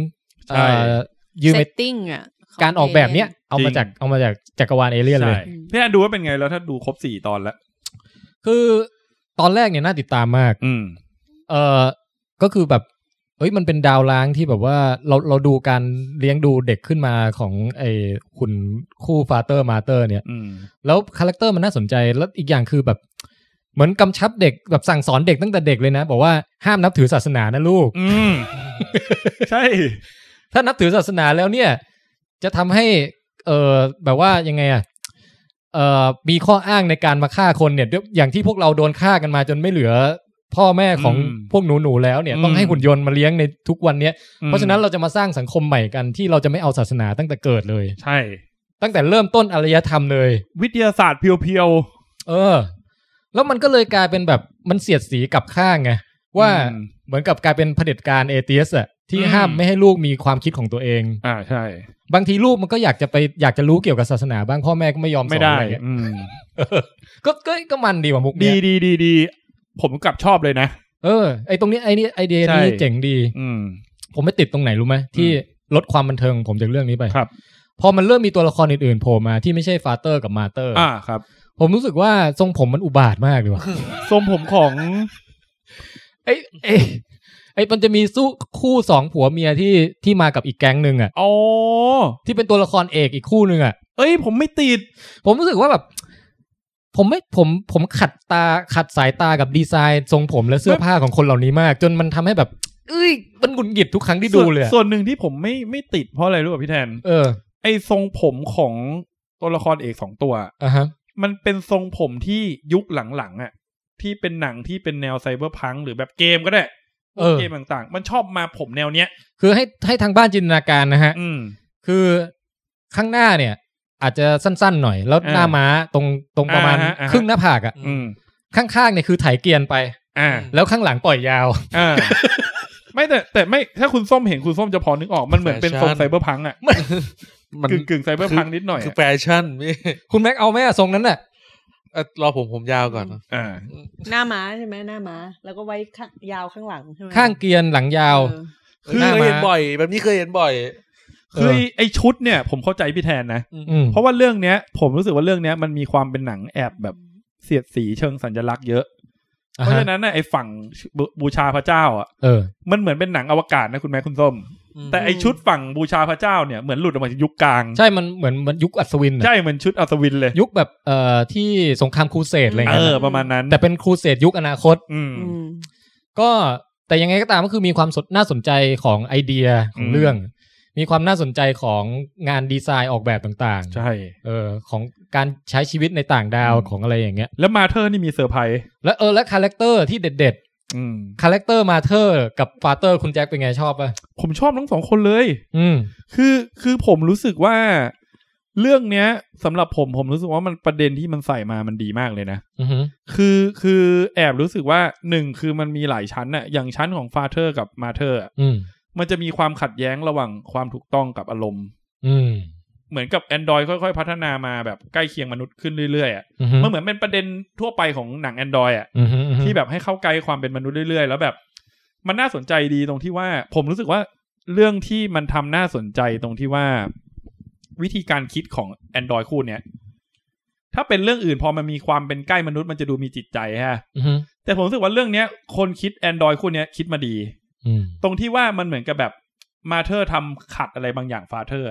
Speaker 3: ใช่
Speaker 2: เอ่อยืม
Speaker 6: เซ
Speaker 2: ไอ้
Speaker 6: ตติ้งอ่ะขง
Speaker 2: การออกแบบเนี้ย เอา
Speaker 3: จริ
Speaker 2: มาง จากเอามาจากจักรวาลเอเลี่ยนเล
Speaker 3: ใช่
Speaker 2: ย
Speaker 6: อืม
Speaker 3: พี่แอนดูว่าเป็นไงแล้วถ้าดูครบสี่ตอนแล้ว
Speaker 2: คือตอนแรกเนี่ยน่าติดตามมาก
Speaker 3: อืม
Speaker 2: เออก็คือแบบ เอ้ยมันเป็นดาวล้างที่แบบว่าเราเราดูการเลี้ยงดูเด็กขึ้นมาของไอ้คุณคู่ฟาเตอร์มาเตอร์เนี่ย
Speaker 3: อืม
Speaker 2: แล้วคาแรคเตอร์มันน่าสนใจ แล้วอีกอย่างคือแบบ เหมือนกำชับเด็กแบบสั่งสอนเด็กตั้งแต่เด็กเลยนะ บอกว่าห้ามนับถือศาสนานะลูก
Speaker 3: อื ม ใช่
Speaker 2: ถ้านับถือศาสนาแล้วเนี่ย จะทำให้ เออแบบว่ายังไงอ่ะเออมีข้ออ้างในการมาฆ่าคนเนี่ยเดี๋ยวอย่างที่พวกเราโดนฆ่ากันมาจนไม่เหลือ พ่อแม่ของ
Speaker 3: อืม
Speaker 2: พวกหนูหนูๆแล้วเนี่ย
Speaker 3: อืม
Speaker 2: ต้องให้หุ่นยนต์มาเลี้ยงในทุกวันเนี้ยเพราะฉะนั้น
Speaker 3: อืม
Speaker 2: เราจะมาสร้างสังคมใหม่กันที่เราจะไม่เอาศาสนาตั้งแต่เกิดเลย
Speaker 3: ใช่
Speaker 2: ตั้งแต่เริ่มต้นอารยธรรมเลย
Speaker 3: วิทยาศาสตร์เพียว
Speaker 2: เออ แล้วมันก็เลยกลายเป็นแบบมันเสียดสีกลับข้างไงว่า
Speaker 3: อืม
Speaker 2: เหมือนกับกลายเป็นเผด็จการเอเทียสอะที่
Speaker 3: อืม
Speaker 2: ห้ามไม่ให้ลูกมีความคิดของตัวเอง
Speaker 3: ๆ อ่าใช่
Speaker 2: บางทีลูกมันก็อยากจะไปอยากจะรู้เกี่ยวกับศาสนาบ้างพ่อแม่ก็ไม่ยอมส
Speaker 3: ไม่
Speaker 2: อน
Speaker 3: ได้
Speaker 2: อะไรเงี้ย
Speaker 3: อืม
Speaker 2: เออก็ก็ก็มันดีว่ะมุก
Speaker 3: ดี
Speaker 2: เนี้ย
Speaker 3: ดีดีดีผมกลับชอบเลยนะ
Speaker 2: เออไอตรงนี้ไอนี่ไอเดีย
Speaker 3: ใช่
Speaker 2: นี้เจ๋งดี
Speaker 3: อืม
Speaker 2: ผมไม่ติดตรงไหนรู้ไหมที่ลดความบันเทิงของผมจากเรื่องนี้ไป
Speaker 3: ครับ
Speaker 2: พอมันเริ่มมีตัวละครอื่นๆโผล่มาที่ไม่ใช่ฟาเตอร์กับมาเตอร์
Speaker 3: อ่าครับ
Speaker 2: ผมรู้สึกว่าทรงผมมันอุบาทมากเลยว่ะ
Speaker 3: ทรงผมของ
Speaker 2: ไอ้ไอ้ไอ้มันจะมีสู้คู่สองผัวเมียที่ที่มากับอีกแก๊งหนึ่งอ่ะ
Speaker 3: อ๋อ
Speaker 2: ที่เป็นตัวละครเอกอีกคู่หนึ่งอ่ะ
Speaker 3: เอ้ย ผมไม่ติด
Speaker 2: ผมรู้สึกว่าแบบ ผมไม่ผมผมขัดตาขัดสายตากับดีไซน์ทรงผมและเสื้อผ้าของคนเหล่านี้มาก จนมันทำให้แบบ เอ้ย มันหงุดหงิดทุกครั้งที่ดูเลยอะ
Speaker 3: ส่วนส่วนหนึ่งที่ผมไม่ไม่ติดเพราะอะไรรู้ป่ะพี่แทน
Speaker 2: เออ
Speaker 3: ไอ้ทรงผมของตัวละครเอกสองตัว
Speaker 2: อ่ะฮะ
Speaker 3: มันเป็นทรงผมที่ยุคหลังๆอ่ะ ที่เป็นหนังที่เป็นแนวไซเบอร์พังก์หรือแบบเกมก็ได้พวก
Speaker 2: เออ
Speaker 3: เกมต่างๆ มันชอบมาผมแนวเนี้ย
Speaker 2: คือให้ให้ทางบ้านจินตนาการนะฮะ
Speaker 3: อืม
Speaker 2: คือข้างหน้าเนี่ย อาจจะสั้นๆหน่อย แล้วหน้า
Speaker 3: อ่า
Speaker 2: ม้าตรงตรงประมาณ
Speaker 3: อ่าฮะอ่าฮะ
Speaker 2: ครึ่งหน้าผากอ่ะ
Speaker 3: อืม
Speaker 2: ข้างๆเนี่ยคือไถเกรียนไป
Speaker 3: อ่า
Speaker 2: แล้วข้างหลังปล่อยยาว
Speaker 3: อ่า ไม่แต่แต่ไม่ถ้าคุณส้มเห็นคุณส้มจะพอนึกออกมันเหมือนเป็นทรงไซเบอร์พังก์อ่ะ
Speaker 4: มัน
Speaker 3: กึ่งกึ่งไซเบอร์พังก์นิดหน่อย
Speaker 4: คือ
Speaker 3: อะ
Speaker 4: แฟชั่นพี่
Speaker 2: คุณแม็กเอาไหมอะทรงนั้นน่ะ
Speaker 4: เอ่อรอผมผมยาวก่อน
Speaker 3: อ่า
Speaker 6: หน้าม้าใช่ไหมหน้าม้า แล้วก็ไว้ข้างยาวข้างหลังใช่ไหม
Speaker 2: ข้างเกรียนหลังยาว
Speaker 6: เออ
Speaker 4: คือ
Speaker 2: หน้า
Speaker 4: เค
Speaker 2: ม้า
Speaker 4: ยเห็นบ่อย แบบนี้เคยเห็นบ่อย
Speaker 3: คือไอ้ไอชุดเนี่ย ผมเข้าใจพี่แทนนะ
Speaker 2: อืม
Speaker 3: เพราะว่าเรื่องเนี้ย ผมรู้สึกว่าเรื่องเนี้ยมันมีความเป็นหนังแอบแบบเสียดสีเชิงสัญลักษณ์เยอะ
Speaker 2: อ่า
Speaker 3: เพราะ
Speaker 2: ฮะ
Speaker 3: ฉะนั้นนะไอ้ฝั่งบูบูชาพระเจ้าอ่ะ
Speaker 2: เออ
Speaker 3: มันเหมือนเป็นหนังอวกาศนะคุณแม่คุณส้ม แต่ไอชุดฝั่งบูชาพระเจ้าเนี่ยเหมือนหลุดออกมาจากยุคกลาง
Speaker 2: ใช่มันเหมือนมันยุคอัศวินน่ะ
Speaker 3: ใช่เหมือนชุดอัศวินเลย
Speaker 2: ยุคแบบเอ่อที่สงครามครูเสดอะไร
Speaker 3: เอ
Speaker 2: เงี้ย
Speaker 3: อ
Speaker 2: นะ
Speaker 3: ประมาณนั้น
Speaker 2: แต่เป็นครูเสดยุคอนาคต
Speaker 3: อืม
Speaker 6: อืม
Speaker 2: ก็แต่ยังไงก็ตามก็คือมีความสนน่าสนใจของไอเดียของ
Speaker 3: อืม
Speaker 2: เรื่อง มีความน่าสนใจของงานดีไซน์ออกแบบต่าง
Speaker 3: ใช่
Speaker 2: ๆเออของการใช้ชีวิตในต่างดาว
Speaker 3: อืม
Speaker 2: ของอะไรอย่างเงี้ย
Speaker 3: แล้วมาเธอร์นี่มีเซอร์ไพรส์
Speaker 2: แล้วเออและคาแรคเตอร์ที่เด็ด
Speaker 3: อืม
Speaker 2: ๆคาแรคเตอร์มาเธอร์กับฟาเตอร์คุณแจ็คเป็นไงชอบป่ะ
Speaker 3: ผมชอบทั้งสองคนเลย
Speaker 2: อืม
Speaker 3: คือคือผมรู้สึกว่า เรื่องเนี้ยสำหรับผมผมรู้สึกว่ามันประเด็นที่มันใส่มามันดีมากเลยนะ
Speaker 2: อือหือ
Speaker 3: คือคือแอบรู้สึกว่าหนึ่งคือมันมีหลายชั้นน่ะอย่างชั้นของฟาเธอร์กับมาเธอร์
Speaker 2: อืม
Speaker 3: มันจะมีความขัดแย้งระหว่างความถูกต้องกับอารมณ์
Speaker 2: อืม
Speaker 3: เหมือนกับ Android ค่อยๆ พัฒนามาแบบใกล้เคียงมนุษย์ขึ้นเรื่อยๆอ่ะ
Speaker 2: อือหือ
Speaker 3: มันเหมือนเป็นประเด็นทั่วไปของหนัง Android อ่ะ
Speaker 2: อือฮึอือฮึ
Speaker 3: ที่แบบให้เข้าใกล้ความเป็นมนุษย์เรื่อยๆ แล้วแบบ มันน่าสนใจดีตรงที่ว่า ผมรู้สึกว่าเรื่องที่มันทำน่าสนใจตรงที่ว่า วิธีการคิดของ Android คู่เนี้ยถ้าเป็นเรื่องอื่นพอมันมีความเป็นใกล้มนุษย์มันจะดูมีจิตใจฮะ
Speaker 2: อือฮึ
Speaker 3: แต่ผมรู้สึกว่าเรื่องเนี้ย คนคิด Android คู่เนี้ยคิดมาดี
Speaker 2: อืม
Speaker 3: ตรงที่ว่ามันเหมือนกับแบบมาเธอร์ทำขัดอะไรบางอย่างฟาเธอร์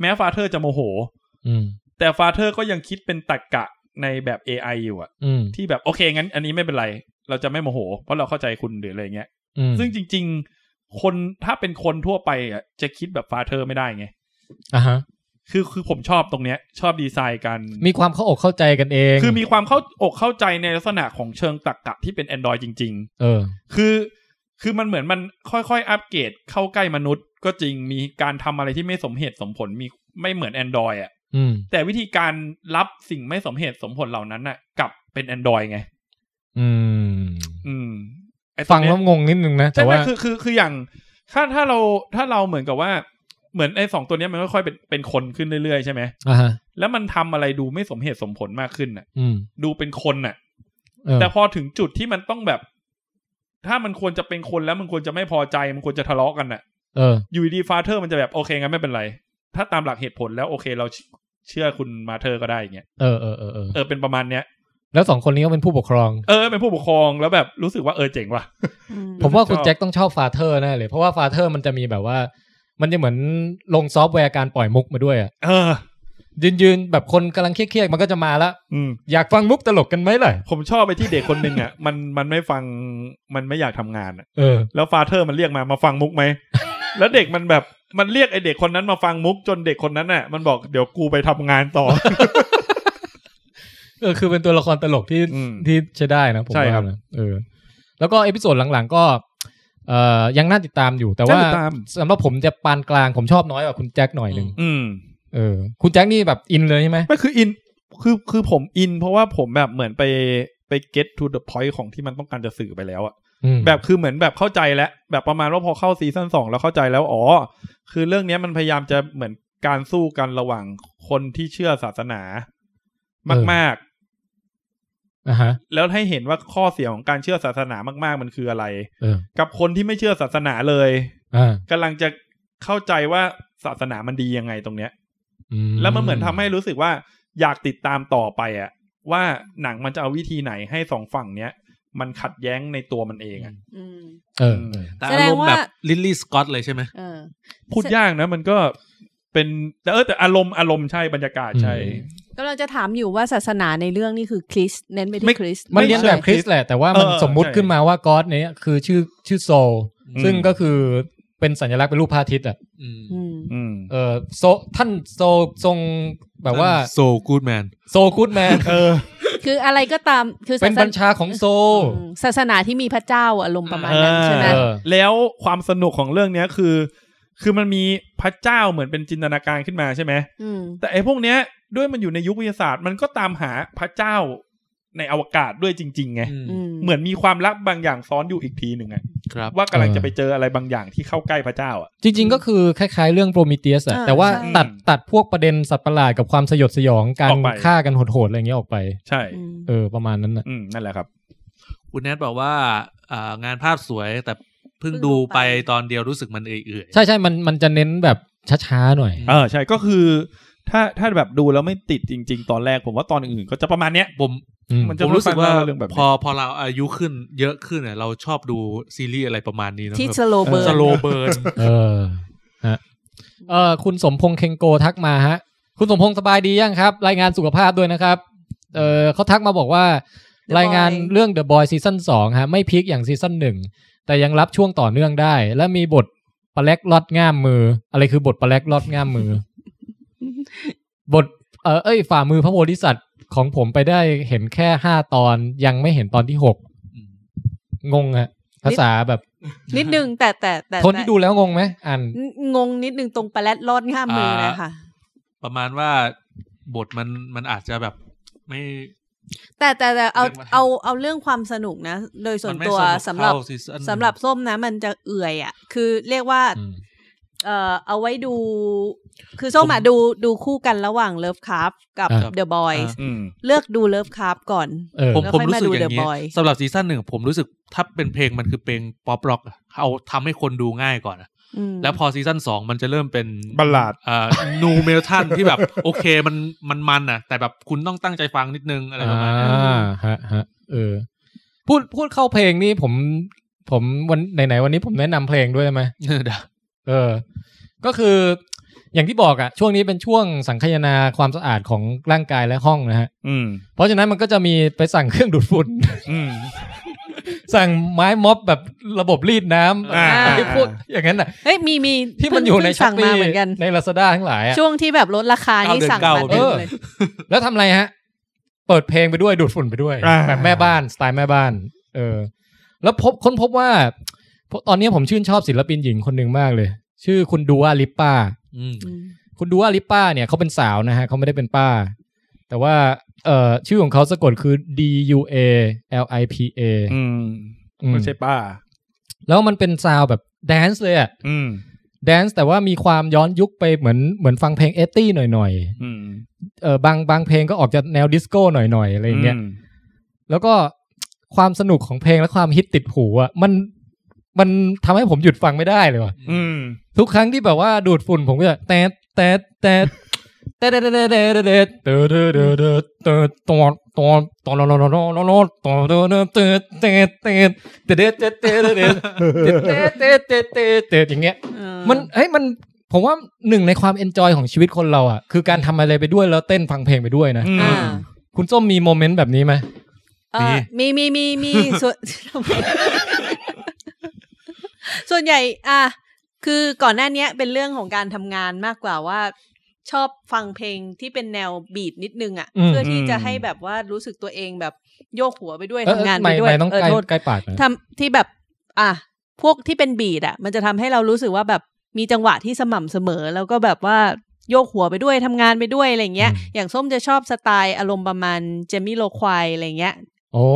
Speaker 3: แม้ฟาเธอร์จะโมโห
Speaker 2: อืม
Speaker 3: แต่ฟาเธอร์ก็ยังคิดเป็นตรรกะในแบบ AI อยู่อะ
Speaker 2: อืม
Speaker 3: ที่แบบโอเคงั้น อันนี้ไม่เป็นไร เราจะไม่โมโห เพราะเราเข้าใจคุณหรืออะไรเงี้ย
Speaker 2: อืม
Speaker 3: ซึ่งจริง ๆ คนถ้าเป็นคนทั่วไปอะจะคิดแบบฟาเธอร์ไม่ได้ไง
Speaker 2: อ่ะฮะ
Speaker 3: คือคือผมชอบตรงเนี้ย ชอบดีไซน์กัน
Speaker 2: มีความเข้าอกเข้าใจกันเอง
Speaker 3: คือมีความเข้าอกเข้าใจในลักษณะของเชิงตรรกะที่เป็น Android จริง ๆ
Speaker 2: เออ
Speaker 3: คือคือมันเหมือนมันค่อยๆ อัปเกรดเข้าใกล้มนุษย์ ก็จริงมีการทำอะไรที่ไม่สมเหตุสมผลมีไม่เหมือน Android อ่ะ
Speaker 2: อืม
Speaker 3: แต่วิธีการรับสิ่งไม่สมเหตุสมผลเหล่านั้นน่ะกลับเป็น Android ไง
Speaker 2: อืม
Speaker 3: อืมไอ้ตร
Speaker 2: ฟัง
Speaker 3: เนี้ย
Speaker 2: แล้วงงนิดนึงนะ
Speaker 3: ใช่
Speaker 2: แต่
Speaker 3: ไหม
Speaker 2: ว่า
Speaker 3: คือคือคืออย่างถ้าถ้าเราถ้าเราเหมือนกับว่าเหมือนไอ้สองตัวเนี้ยมันค่อยๆเป็นเป็นคนขึ้นเรื่อยๆใช่ไหม
Speaker 2: อ่าฮะ
Speaker 3: แล้วมันทำอะไรดูไม่สมเหตุสมผลมากขึ้นน่ะ
Speaker 2: อืม
Speaker 3: ดูเป็นคนน่ะ
Speaker 2: เออ
Speaker 3: แต่พอถึงจุดที่มันต้องแบบ ถ้ามันควรจะเป็นคนแล้วมันควรจะไม่พอใจมันควรจะทะเลาะกันน่ะ
Speaker 2: เออ
Speaker 3: อยู่ดีฟาเธอร์มันจะแบบโอเคงั้นไม่เป็นไร ถ้าตามหลักเหตุผลแล้วโอเคเราเชื่อคุณมาเธอก็ได้อย่างเงี้ย
Speaker 2: เออเออเออเออ
Speaker 3: เออเป็นประมาณเนี้ย
Speaker 2: แล้วสองคนนี้ก็เป็นผู้ปกครอง
Speaker 3: เออเป็นผู้ปกครองแล้วแบบรู้สึกว่าเออเจ๋งว่ะ
Speaker 6: อืม
Speaker 2: ผมว่าคุณ
Speaker 3: ชอบ
Speaker 2: แจ็คต้องชอบฟาเธอร์แน่เลย เพราะว่าฟาเธอร์มันจะมีแบบว่า มันจะเหมือนลงซอฟต์แวร์การปล่อยมุกมาด้วยอะ
Speaker 3: เออ
Speaker 2: ยืนยืนๆแบบคนกำลังเครียดๆมันก็จะมาละ
Speaker 3: อืม
Speaker 2: อยากฟังมุกตลกกันไหมล่ะ
Speaker 3: ผมชอบไปที่เด็กคนหนึ่งอ่ะ มันมันไม่ฟังมันไม่อยากทำงานอะ
Speaker 2: เออ
Speaker 3: แล้วฟาเธอร์มันเรียกมามาฟังมุก ไหม แล้วเด็กมันแบบมันเรียกไอเด็กคนนั้นมาฟังมุกจนเด็กคนนั้นน่ะ มันบอกเดี๋ยวกูไปทำงานต่อ
Speaker 2: เออคือเป็นตัวละครตลกที่
Speaker 3: อืม
Speaker 2: ที่ใช้ได้นะผม
Speaker 3: ใช่ครับ
Speaker 2: ว่านะเออ แล้วก็เอพิโซดหลังๆก็ เอ่อยังน่าติดตามอยู่ แต่ว่า
Speaker 3: จะตาม
Speaker 2: สำหรับผมจะปานกลางผมชอบน้อยกว่าคุณแจ็คหน่อยหนึ่ง
Speaker 3: อืม
Speaker 2: เออคุณแจ็คนี่แบบอินเลยใช่ไหม
Speaker 3: ไม่คืออินคือคือผมอิน เพราะว่าผมแบบเหมือนไปไป get to the point ของที่มันต้องการจะสื่อไปแล้วอะ
Speaker 2: อืม
Speaker 3: แบบคือเหมือนแบบเข้าใจแล้ว แบบประมาณว่าพอเข้าซีซั่นสองแล้วเข้าใจแล้วอ๋อคือเรื่องเนี้ยมันพยายามจะเหมือนการสู้กันระหว่างคนที่เชื่อศาสนามาก ๆ
Speaker 2: อ่ะฮะ
Speaker 3: แล้วให้เห็นว่าข้อเสียของการเชื่อศาสนามาก ๆ มันคืออะไร
Speaker 2: เออ
Speaker 3: กับคนที่ไม่เชื่อศาสนาเลย
Speaker 2: อ่าก
Speaker 3: ำลังจะเข้าใจว่าศาสนามันดียังไงตรงเนี้ย
Speaker 2: อื
Speaker 3: แล้วมันเหมือนทำให้รู้สึกว่าอยากติดตามต่อไปอะว่าหนังมันจะเอาวิธีไหนให้สองฝั่งเนี้ย มันขัดแย้งในตัวมันเองอะ
Speaker 6: อืม
Speaker 2: เออเออ
Speaker 4: แต่
Speaker 6: แส
Speaker 4: อา
Speaker 6: ด
Speaker 4: รง มณ์แบบ
Speaker 6: ว่า
Speaker 4: ลิลลี่สกอตเลยใช่ไหม
Speaker 6: เออ
Speaker 3: พูดยากนะมันก็เป็นแต่เออแต่อารมณ์อารมณ์ใช่บรรยากาศใช่
Speaker 2: อืม
Speaker 6: กำลังจะถามอยู่ว่าศาสนาในเรื่องนี่คือคริสต์เน้นไป
Speaker 3: ไม่
Speaker 6: ที่คริสต์
Speaker 2: มันเรียนแบบ
Speaker 6: ใช่
Speaker 2: คริสต์แหละ แต่ว่ามัน
Speaker 3: เออ
Speaker 2: สมมุติ
Speaker 3: ใช่
Speaker 2: ขึ้นมาว่าก็อดเนี้ยคือชื่อชื่อโซล
Speaker 3: อืม
Speaker 2: ซึ่งก็คือเป็นสัญลักษณ์เป็นรูปพระอาทิตย์อ่ะ
Speaker 4: อืม
Speaker 6: อืม
Speaker 3: อืม
Speaker 2: เออโซท่านโซทรงแบบว่า
Speaker 4: โซกูดแมน
Speaker 2: โซกูดแมนเออ
Speaker 6: คืออะไรก็ตามคือ
Speaker 2: เป็น
Speaker 6: ศาส
Speaker 2: บัญชาของโซล
Speaker 6: อืมศาสนาที่มีพระเจ้าอารมณ์ประมาณนั้นใช่ไหม
Speaker 2: เออ
Speaker 3: แล้วความสนุกของเรื่องเนี้ยคือ คือมันมีพระเจ้าเหมือนเป็นจินตนาการขึ้นมาใช่ไหม
Speaker 6: ม
Speaker 3: แต่ไอ้พวกเนี้ยด้วยมันอยู่ในยุควิทยาศาสตร์ มันก็ตามหาพระเจ้าในอวกาศด้วยจริงๆไง
Speaker 6: อืม
Speaker 3: เหมือนมีความลับบางอย่างซ้อนอยู่อีกทีหนึ่งอะ
Speaker 4: ครับ
Speaker 3: ว่ากำลังจะไปเจออะไรบางอย่างที่เข้าใกล้พระเจ้าอะ
Speaker 2: จริงๆ ก็คือคล้ายๆ เรื่องโปรมิเตียสอะ
Speaker 6: า
Speaker 2: แต่ว่า
Speaker 6: ใช่
Speaker 2: ตัดตัดพวกประเด็นสัตว์ประหลาดกับความสยดสยองการ
Speaker 3: ออกไป
Speaker 2: ฆ่ากันโหดๆ อะไรอย่างเงี้ยออกไป
Speaker 3: ใช่
Speaker 6: อืม
Speaker 2: เออ ประมาณนั้นนะ
Speaker 3: อืมนั่นแหละครับ
Speaker 4: คุณแนทบอกว่าอ่างานภาพสวยแต่เพิ่งดูไปตอนเดียวรู้สึกมันเอื่อยๆ
Speaker 2: ใช่ใช่มันมันจะเน้นแบบช้าๆ หน่อย
Speaker 3: เออใช่ก็คือ ถ้าถ้าแบบดูแล้วไม่ติดจริง ๆ ตอนแรกผมว่าตอนอื่นก็จะประมาณเนี้ย
Speaker 4: ผม
Speaker 2: อืม
Speaker 3: มัน
Speaker 4: ผ
Speaker 3: จะ
Speaker 4: มรู้สึกว่า
Speaker 3: ค่ยๆเล่เรื่องแบบ
Speaker 4: พอพอเราอายุขึ้นเยอะขึ้นเนี่ยเราชอบดูซีรีส์อะไรประมาณนี้นะ
Speaker 6: ที่
Speaker 4: แบบ
Speaker 6: สโลเบิร์น
Speaker 4: สโลเบิร์น
Speaker 2: เออฮะเออคุณสมพงษ์เคงโกทักมาฮะ คุณสมพงษ์สบายดียังครับ รายงานสุขภาพด้วยนะครับ เออเขาทักมาบอกว่า รายงานเรื่อง The Boy ซีซั่นสองฮะ ไม่พีคอย่างซีซั่นหนึ่งแต่ยังรับช่วงต่อเนื่องได้ และมีบทปลาเล็กลอดง่ามมือ อะไรคือบทปลาเล็กลอดง่ามมือ บทเออเอ้ยฝ่ามือพระโพธิสัตว์ของผมไปได้เห็นแค่ห้าตอนยังไม่เห็นตอนที่หกงงฮะภาษาแบบ
Speaker 6: นิดนึงแต่แต่แต่
Speaker 2: คนที่ดูแล้วงงไหมอ่าน
Speaker 6: งงนิดนึงตรงปลาแรดลอดง่ามมือนะ
Speaker 4: อ่า
Speaker 6: คะ
Speaker 4: ประมาณว่าบทมันมันอาจจะแบบไม่
Speaker 6: แต่แต่แต่เอา
Speaker 4: เรียกว่า
Speaker 6: เอาเอาเรื่องความสนุกนะ โดยส่วน
Speaker 4: มัไม่
Speaker 6: ตัวสำหรับ
Speaker 4: เท่าซีซั่น
Speaker 6: สำหรับส้มนะมันจะเอื่อยอ่ะ คือเรียกว่า เอ่อเอาไว้ดู คือส้มอ่ะดูดูคู่กันระหว่างเลิฟค a f กับ
Speaker 2: อ่า
Speaker 6: เดอะบอย
Speaker 3: อืม
Speaker 6: เลือกดูเลิฟค a f ก่อน
Speaker 2: เออ
Speaker 4: ผม
Speaker 6: แล้ว
Speaker 4: ผม
Speaker 6: ค่อย
Speaker 4: รู้
Speaker 6: มา
Speaker 4: สึก
Speaker 6: ดู
Speaker 4: อย่าง
Speaker 6: The
Speaker 4: นี้
Speaker 6: Boy
Speaker 4: สำหรับซีซั่นหนึ่งผมรู้สึกถ้าเป็นเพลงมันคือเพลงป๊อปร็อกเอาทำให้คนดูง่ายก่อนอะ
Speaker 6: อืม
Speaker 4: แล้วพอซีซั่นสองมันจะเริ่มเป็น
Speaker 3: บัลลาด
Speaker 4: อ่านูเมทันที่แบบ โอเคมันมันมันอ่ะ แต่แบบคุณต้องตั้งใจฟังนิดนึงอะไรประมาณนั้น
Speaker 2: อ่าฮะฮะเออ พูดพูดเข้าเพลงนี่ผม ผมวันไหนๆวันนี้ผมแนะนำเพลงด้วยได้ไหม
Speaker 4: เออเดี๋ยว
Speaker 2: เออ ก็คืออย่างที่บอกอะช่วงนี้เป็นช่วงสังคายนาความสะอาดของร่างกายและห้องนะฮะ
Speaker 3: อืม
Speaker 2: เพราะฉะนั้นมันก็จะมีไปสั่งเครื่องดูดฝุ่น
Speaker 3: อืม
Speaker 2: สั่งไม้ม็อบแบบระบบรีดน้
Speaker 3: อ่า
Speaker 2: ำไอ้พวกอย่างนั้นอะ
Speaker 6: เฮ้ยมีมี
Speaker 2: ที่มัน
Speaker 6: เพิ่ง
Speaker 2: อยู่ใน
Speaker 6: เพิ่ง
Speaker 2: ช้อ
Speaker 6: สั่
Speaker 2: ป
Speaker 6: ง
Speaker 2: ปี้
Speaker 6: มาเหมือนกัน
Speaker 2: ในลาซาด้าทั้งหลายอะ
Speaker 6: ช่วงที่แบบลดราคานี่สั่งมา
Speaker 2: เอ
Speaker 6: เต็ม
Speaker 2: อ
Speaker 6: เลย
Speaker 2: แล้วทำอะไรฮะ เปิดเพลงไปด้วยดูดฝุ่นไปด้วย
Speaker 3: อ่า
Speaker 2: แบบแม่บ้าน สไตล์แม่บ้าน เออ แล้วพบค้นพบว่า ตอนนี้ผมชื่นชอบศิลปินหญิงคนหนึ่งมากเลย ชื่อคุณดูอาลิปป้า
Speaker 4: อืม
Speaker 6: อืม
Speaker 2: คุณดูอาลิปป้าเนี่ยเขาเป็นสาวนะฮะเขาไม่ได้เป็นป้า แต่ว่าเอ่อชื่อของเขาสะกดคือ D U A L I P A
Speaker 3: อืม
Speaker 2: อืม
Speaker 3: ไม่ใช่ป้า
Speaker 2: แล้วมันเป็นซาวด์แบบแดนซ์เลยอะ
Speaker 3: อืม
Speaker 2: แดนซ์แต่ว่ามีความย้อนยุคไปเหมือนเหมือนฟังเพลงเอตตี้หน่อย
Speaker 3: อืม
Speaker 2: ๆเออบางบางเพลงก็ออกจะแนวดิสโก้หน่อยๆอะไรอย่างเงี้ย
Speaker 3: ม
Speaker 2: แล้วก็ความสนุกของเพลงและความฮิตติดหูอ่ะมันมันทำให้ผมหยุดฟังไม่ได้เลยว่ะ
Speaker 3: อืม
Speaker 2: ทุกครั้งที่แบบว่าดูดฝุ่นผมก็จะแตดแตดแตดแตดแตดแตดแตดแตดเตดเตดเตดเตดเตดตอนตอนตอนตอนตอนตอนตอนตอนตอนตอนเตดเตดเตดเตดเตดเตดเตดเตดเตดเตดเตดเตดอย่างเงี้ย
Speaker 6: เออ
Speaker 2: มันเฮ้ยมันผมว่าหนึ่งในความเอนจอยของชีวิตคนเราอ่ะคือการทำอะไรไปด้วยแล้วเต้นฟังเพลงไปด้วยนะ
Speaker 3: อืม
Speaker 6: อ่า
Speaker 2: คุณส้มมีโมเมนต์แบบนี้ไหม
Speaker 6: เออมีมีมี มีส่วน ส่วนใหญ่ อ่ะคือก่อนหน้าเนี้ยเป็นเรื่องของการทำงานมากกว่าว่า ชอบฟังเพลงที่เป็นแนวบีทนิดนึงอ่ะ
Speaker 2: อืม
Speaker 6: เพื่อที่จะให้แบบว่ารู้สึกตัวเองแบบโยกหัวไปด้วย
Speaker 2: เออ
Speaker 6: ทำงานไป
Speaker 2: ม่
Speaker 6: ด้วย
Speaker 2: ม่ต้อง
Speaker 6: เออ
Speaker 2: ใกล้
Speaker 6: โทษ
Speaker 2: ใกล้ปากหนะ
Speaker 6: ทำที่แบบ อ่ะพวกที่เป็นบีดอ่ะ มันจะทำให้เรารู้สึกว่าแบบมีจังหวะที่สม่ำเสมอ แล้วก็แบบว่าโยกหัวไปด้วยทำงานไปด้วยอะไรเงี้ย
Speaker 2: อืม
Speaker 6: อย่างส้มจะชอบสไตล์อารมณ์ประมาณเจมี่โลควายอะไรเงี้ย
Speaker 2: โอ้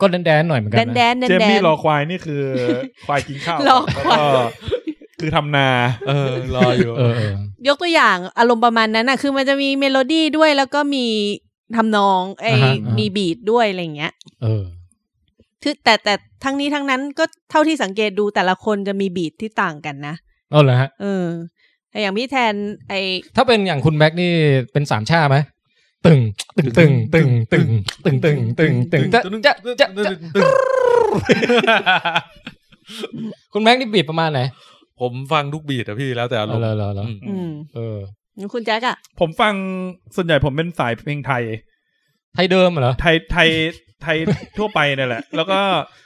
Speaker 2: ก็แดนแดนๆหน่อยเหมือนกั
Speaker 6: แด
Speaker 2: น
Speaker 6: น
Speaker 2: นะ
Speaker 6: แดนแดน
Speaker 3: เจ
Speaker 6: แด
Speaker 3: มี่
Speaker 6: น
Speaker 3: รอควายนี่ คือ ควายกินข้าว
Speaker 6: รอควาย
Speaker 3: แล้ก็คือทำนา
Speaker 4: เออ รออยู่
Speaker 2: เออเออ
Speaker 6: ยกตัวอย่างอารมณ์ประมาณนั้นอ่ะ คือมันจะมีเมโลดี้ด้วยแล้วก็มีทำนองไอ้
Speaker 2: อ่าฮะอ่าฮะ
Speaker 6: มีบีดด้วยอะไรเงี้ย
Speaker 2: เออ
Speaker 6: คือแต่แต่ทั้งนี้ทั้งนั้นก็เท่าที่สังเกตดูแต่ละคนจะมีบีดที่ต่างกันนะ
Speaker 2: เอาเหรอฮะ
Speaker 6: เออแต่อย่างพี่แทนไอ
Speaker 2: ถ้าเป็นอย่างคุณแม็กนี่เป็นสามชาไหมตึงตึงตึงตึงตึงตึงตึงตึงตึงจะจะจะจะคุณแม็กนี่บีบประมาณไหน
Speaker 4: ผมฟังทุกบีดอะพี่แล้วแต่อา
Speaker 2: เอ
Speaker 4: ร
Speaker 2: อ
Speaker 4: มณ์
Speaker 2: เหรอเหรอเหรอ
Speaker 4: อืม
Speaker 6: อืม
Speaker 2: เออ
Speaker 6: คุณแจ๊กอะ
Speaker 3: ผมฟังส่วนใหญ่ผมเป็นสายเพลงไทย
Speaker 2: ไทยเดิมเหรอ
Speaker 3: ไทยไทยไทยทั่วไปเนี่ยแหละ แล้วก็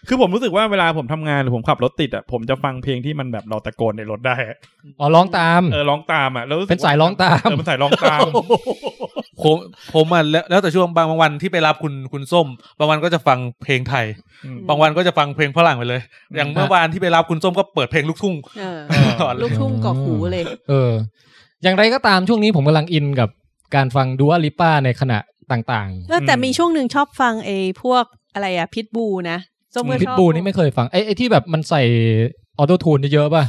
Speaker 3: คือผมรู้สึกว่าเวลาผมทำงานหรือผมขับรถติดอ่ะผมจะฟังเพลงที่มันแบบเราตะโกนในรถได้อะ
Speaker 2: อ๋อร้องตาม
Speaker 3: เออร้องตามอ่ะแล้วรู้ก
Speaker 2: เป็นสายร้องตาม
Speaker 3: เออเป็นสายร้อง ตาม
Speaker 4: ผมผมอ่ะแล้วแล้วแต่ช่วงบางบางวันที่ไปรับคุณคุณส้ม บางวันก็จะฟังเพลงไทย
Speaker 3: อืม
Speaker 4: บางวันก็จะฟังเพลงฝรั่งไปเลย อย่างเมื่อวานที่ไปรับคุณส้มก็เปิดเพลงลูกทุ่ง
Speaker 6: เอ อ
Speaker 3: เออ
Speaker 4: ตลอดเล
Speaker 6: ลู
Speaker 4: ย
Speaker 6: กทุ่งกอกหูเลย
Speaker 2: เออ อย่างไรก็ตามช่วงนี้ผมกำลังอินกับการฟังดูอาลิป้าในขณะต่าง
Speaker 6: ก็แต่มีช่วงหนึ่งชอบฟังไอ้พวกอะไรอะพิทบูนะส้ม
Speaker 2: ๆ
Speaker 6: ก็ชอบ
Speaker 2: พิทบูลนี่ไม่เคยฟังไอ้ไอ้ที่แบบมันใส่ออโต้ทูนเยอะๆป่ะ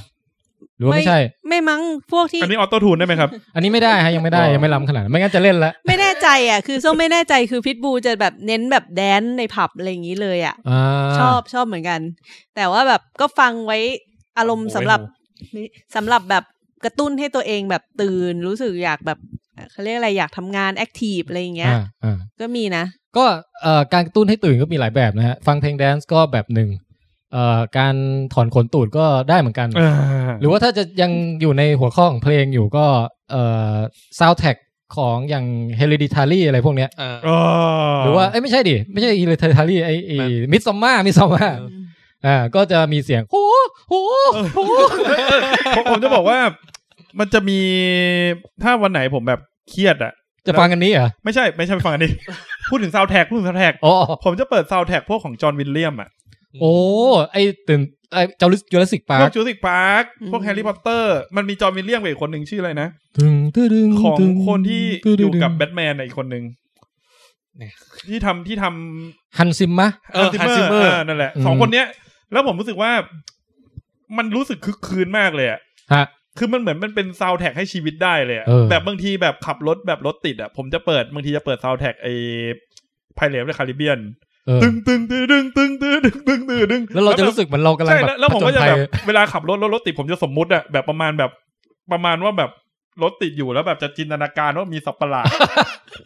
Speaker 2: หรือว่าไม่ใช่
Speaker 6: ไม่มั้งพวกที่
Speaker 3: อันนี้ออโต้ทูนได้ไหมครับ
Speaker 2: อันนี้ไม่ได้ ฮะยังไม่ได้
Speaker 3: อ๋อ
Speaker 2: ยังไม่ล้ำขนาดนั้นไม่งั้นจะเล่นละ
Speaker 6: ไม่แน่ใจอะคือส้มไม่แน่ใจคือพิทบูจะแบบเน้นแบบแดนซ์ในผับอะไรอย่างนี้เลยอะ
Speaker 2: า
Speaker 6: ชอบชอบเหมือนกัน แต่ว่าแบบก็ฟังไว้อารมณ์สำหรับสำหรับแบบกระตุ้นให้ตัวเองแบบตื่นรู้สึกอยากแบบเขาเรียกอะไรอยากทำงานแอคทีฟอะไรอย่างเงี้ย
Speaker 2: อ่าอ่า
Speaker 6: ก็มีนะ
Speaker 2: ก็เอ่อการกระตุ้นให้ตื่นก็มีหลายแบบนะฮะฟังเพลงแดนซ์ก็แบบหนึ่งเอ่อการถอนขนตูดก็ได้เหมือนกัน
Speaker 3: เออ
Speaker 2: หรือว่าถ้าจะยังอยู่ในหัวข้อของเพลงอยู่ก็เอ่อซาวด์แท็กของอย่าง Hereditary อะไรพวกเนี้ย
Speaker 4: เออ
Speaker 3: อ๋อ
Speaker 2: หรือว่าเอ้ยไม่ใช่ดิ ไม่ใช่ Hereditary ไอ้ไอ้
Speaker 4: มัน
Speaker 2: มิดซัมมามิดซัมมา
Speaker 6: อืม
Speaker 2: อ่าก็จะมีเสียงโหโหโห
Speaker 3: ผมผมจะบอกว่ามันจะมีถ้าวันไหนผมแบบเครียดอ่ะ
Speaker 2: จะฟังกันนี้เหรอ
Speaker 3: ไม่ใช่ไม่ใช่ไปฟังอันนี้ พูดถึงซาวแท็กพูดถึงซาวแท็ก
Speaker 2: อ๋อ
Speaker 3: ผมจะเปิดซาวแท็กพวกของจอห์นวิลเลียมอ่ะ
Speaker 2: โอ้ไอ้ตื่นไอ้เจ้าลิสจูราสสิกปา
Speaker 3: พว
Speaker 2: ร์
Speaker 3: กจูสิกพาร์ค
Speaker 6: อืม
Speaker 3: พวกแฮร์รี่พอตเตอร์มันมีจอห์นวิลเลียมกับอีกคนหนึ่งชื่ออะไรนะ
Speaker 2: ตึงตึดึง
Speaker 3: ของ
Speaker 2: ตึ
Speaker 3: คนที่
Speaker 2: ตึ
Speaker 3: อ
Speaker 2: ดึง
Speaker 3: ยู่กับแบทแมนน่ะอีกคนหนึ่ง
Speaker 4: เนี่ย
Speaker 3: ที่ทำที่ทำ
Speaker 2: ฮันซิมมะ
Speaker 4: เออ Hans Zimmer
Speaker 3: เออนั่นแหละ
Speaker 2: อืม
Speaker 3: สองคนเนี้ย แล้วผมรู้สึกว่ามันรู้สึกคึกคืนมากเลยอะ
Speaker 2: ฮะ
Speaker 3: คือมันเหมือนมันเป็นซาวด์แท็กให้ชีวิตได้เลยอะ
Speaker 2: เออ
Speaker 3: แบบบางทีแบบขับรถแบบรถติดอะผมจะเปิดบางทีจะเปิดซาวด์แท็กไอ้ไพเรตในคาริเบียน
Speaker 2: เออ
Speaker 3: ตึงตึงตึงตึงตึงตึงตึงตึงตึงตึง
Speaker 2: แล้วเราจะรู้สึกเหมือนเรากำลัง
Speaker 3: ใช่
Speaker 2: แบบ
Speaker 3: แล้วแล้วผมก็จะ
Speaker 2: ผจญภัย
Speaker 3: แบบเวลาขับรถรถรถติดผมจะสมมุติอะแบบประมาณแบบประมาณว่าแบบรถติดอยู่แล้วแบบจะจินตนาการว่ามีสัตว์ประหลาด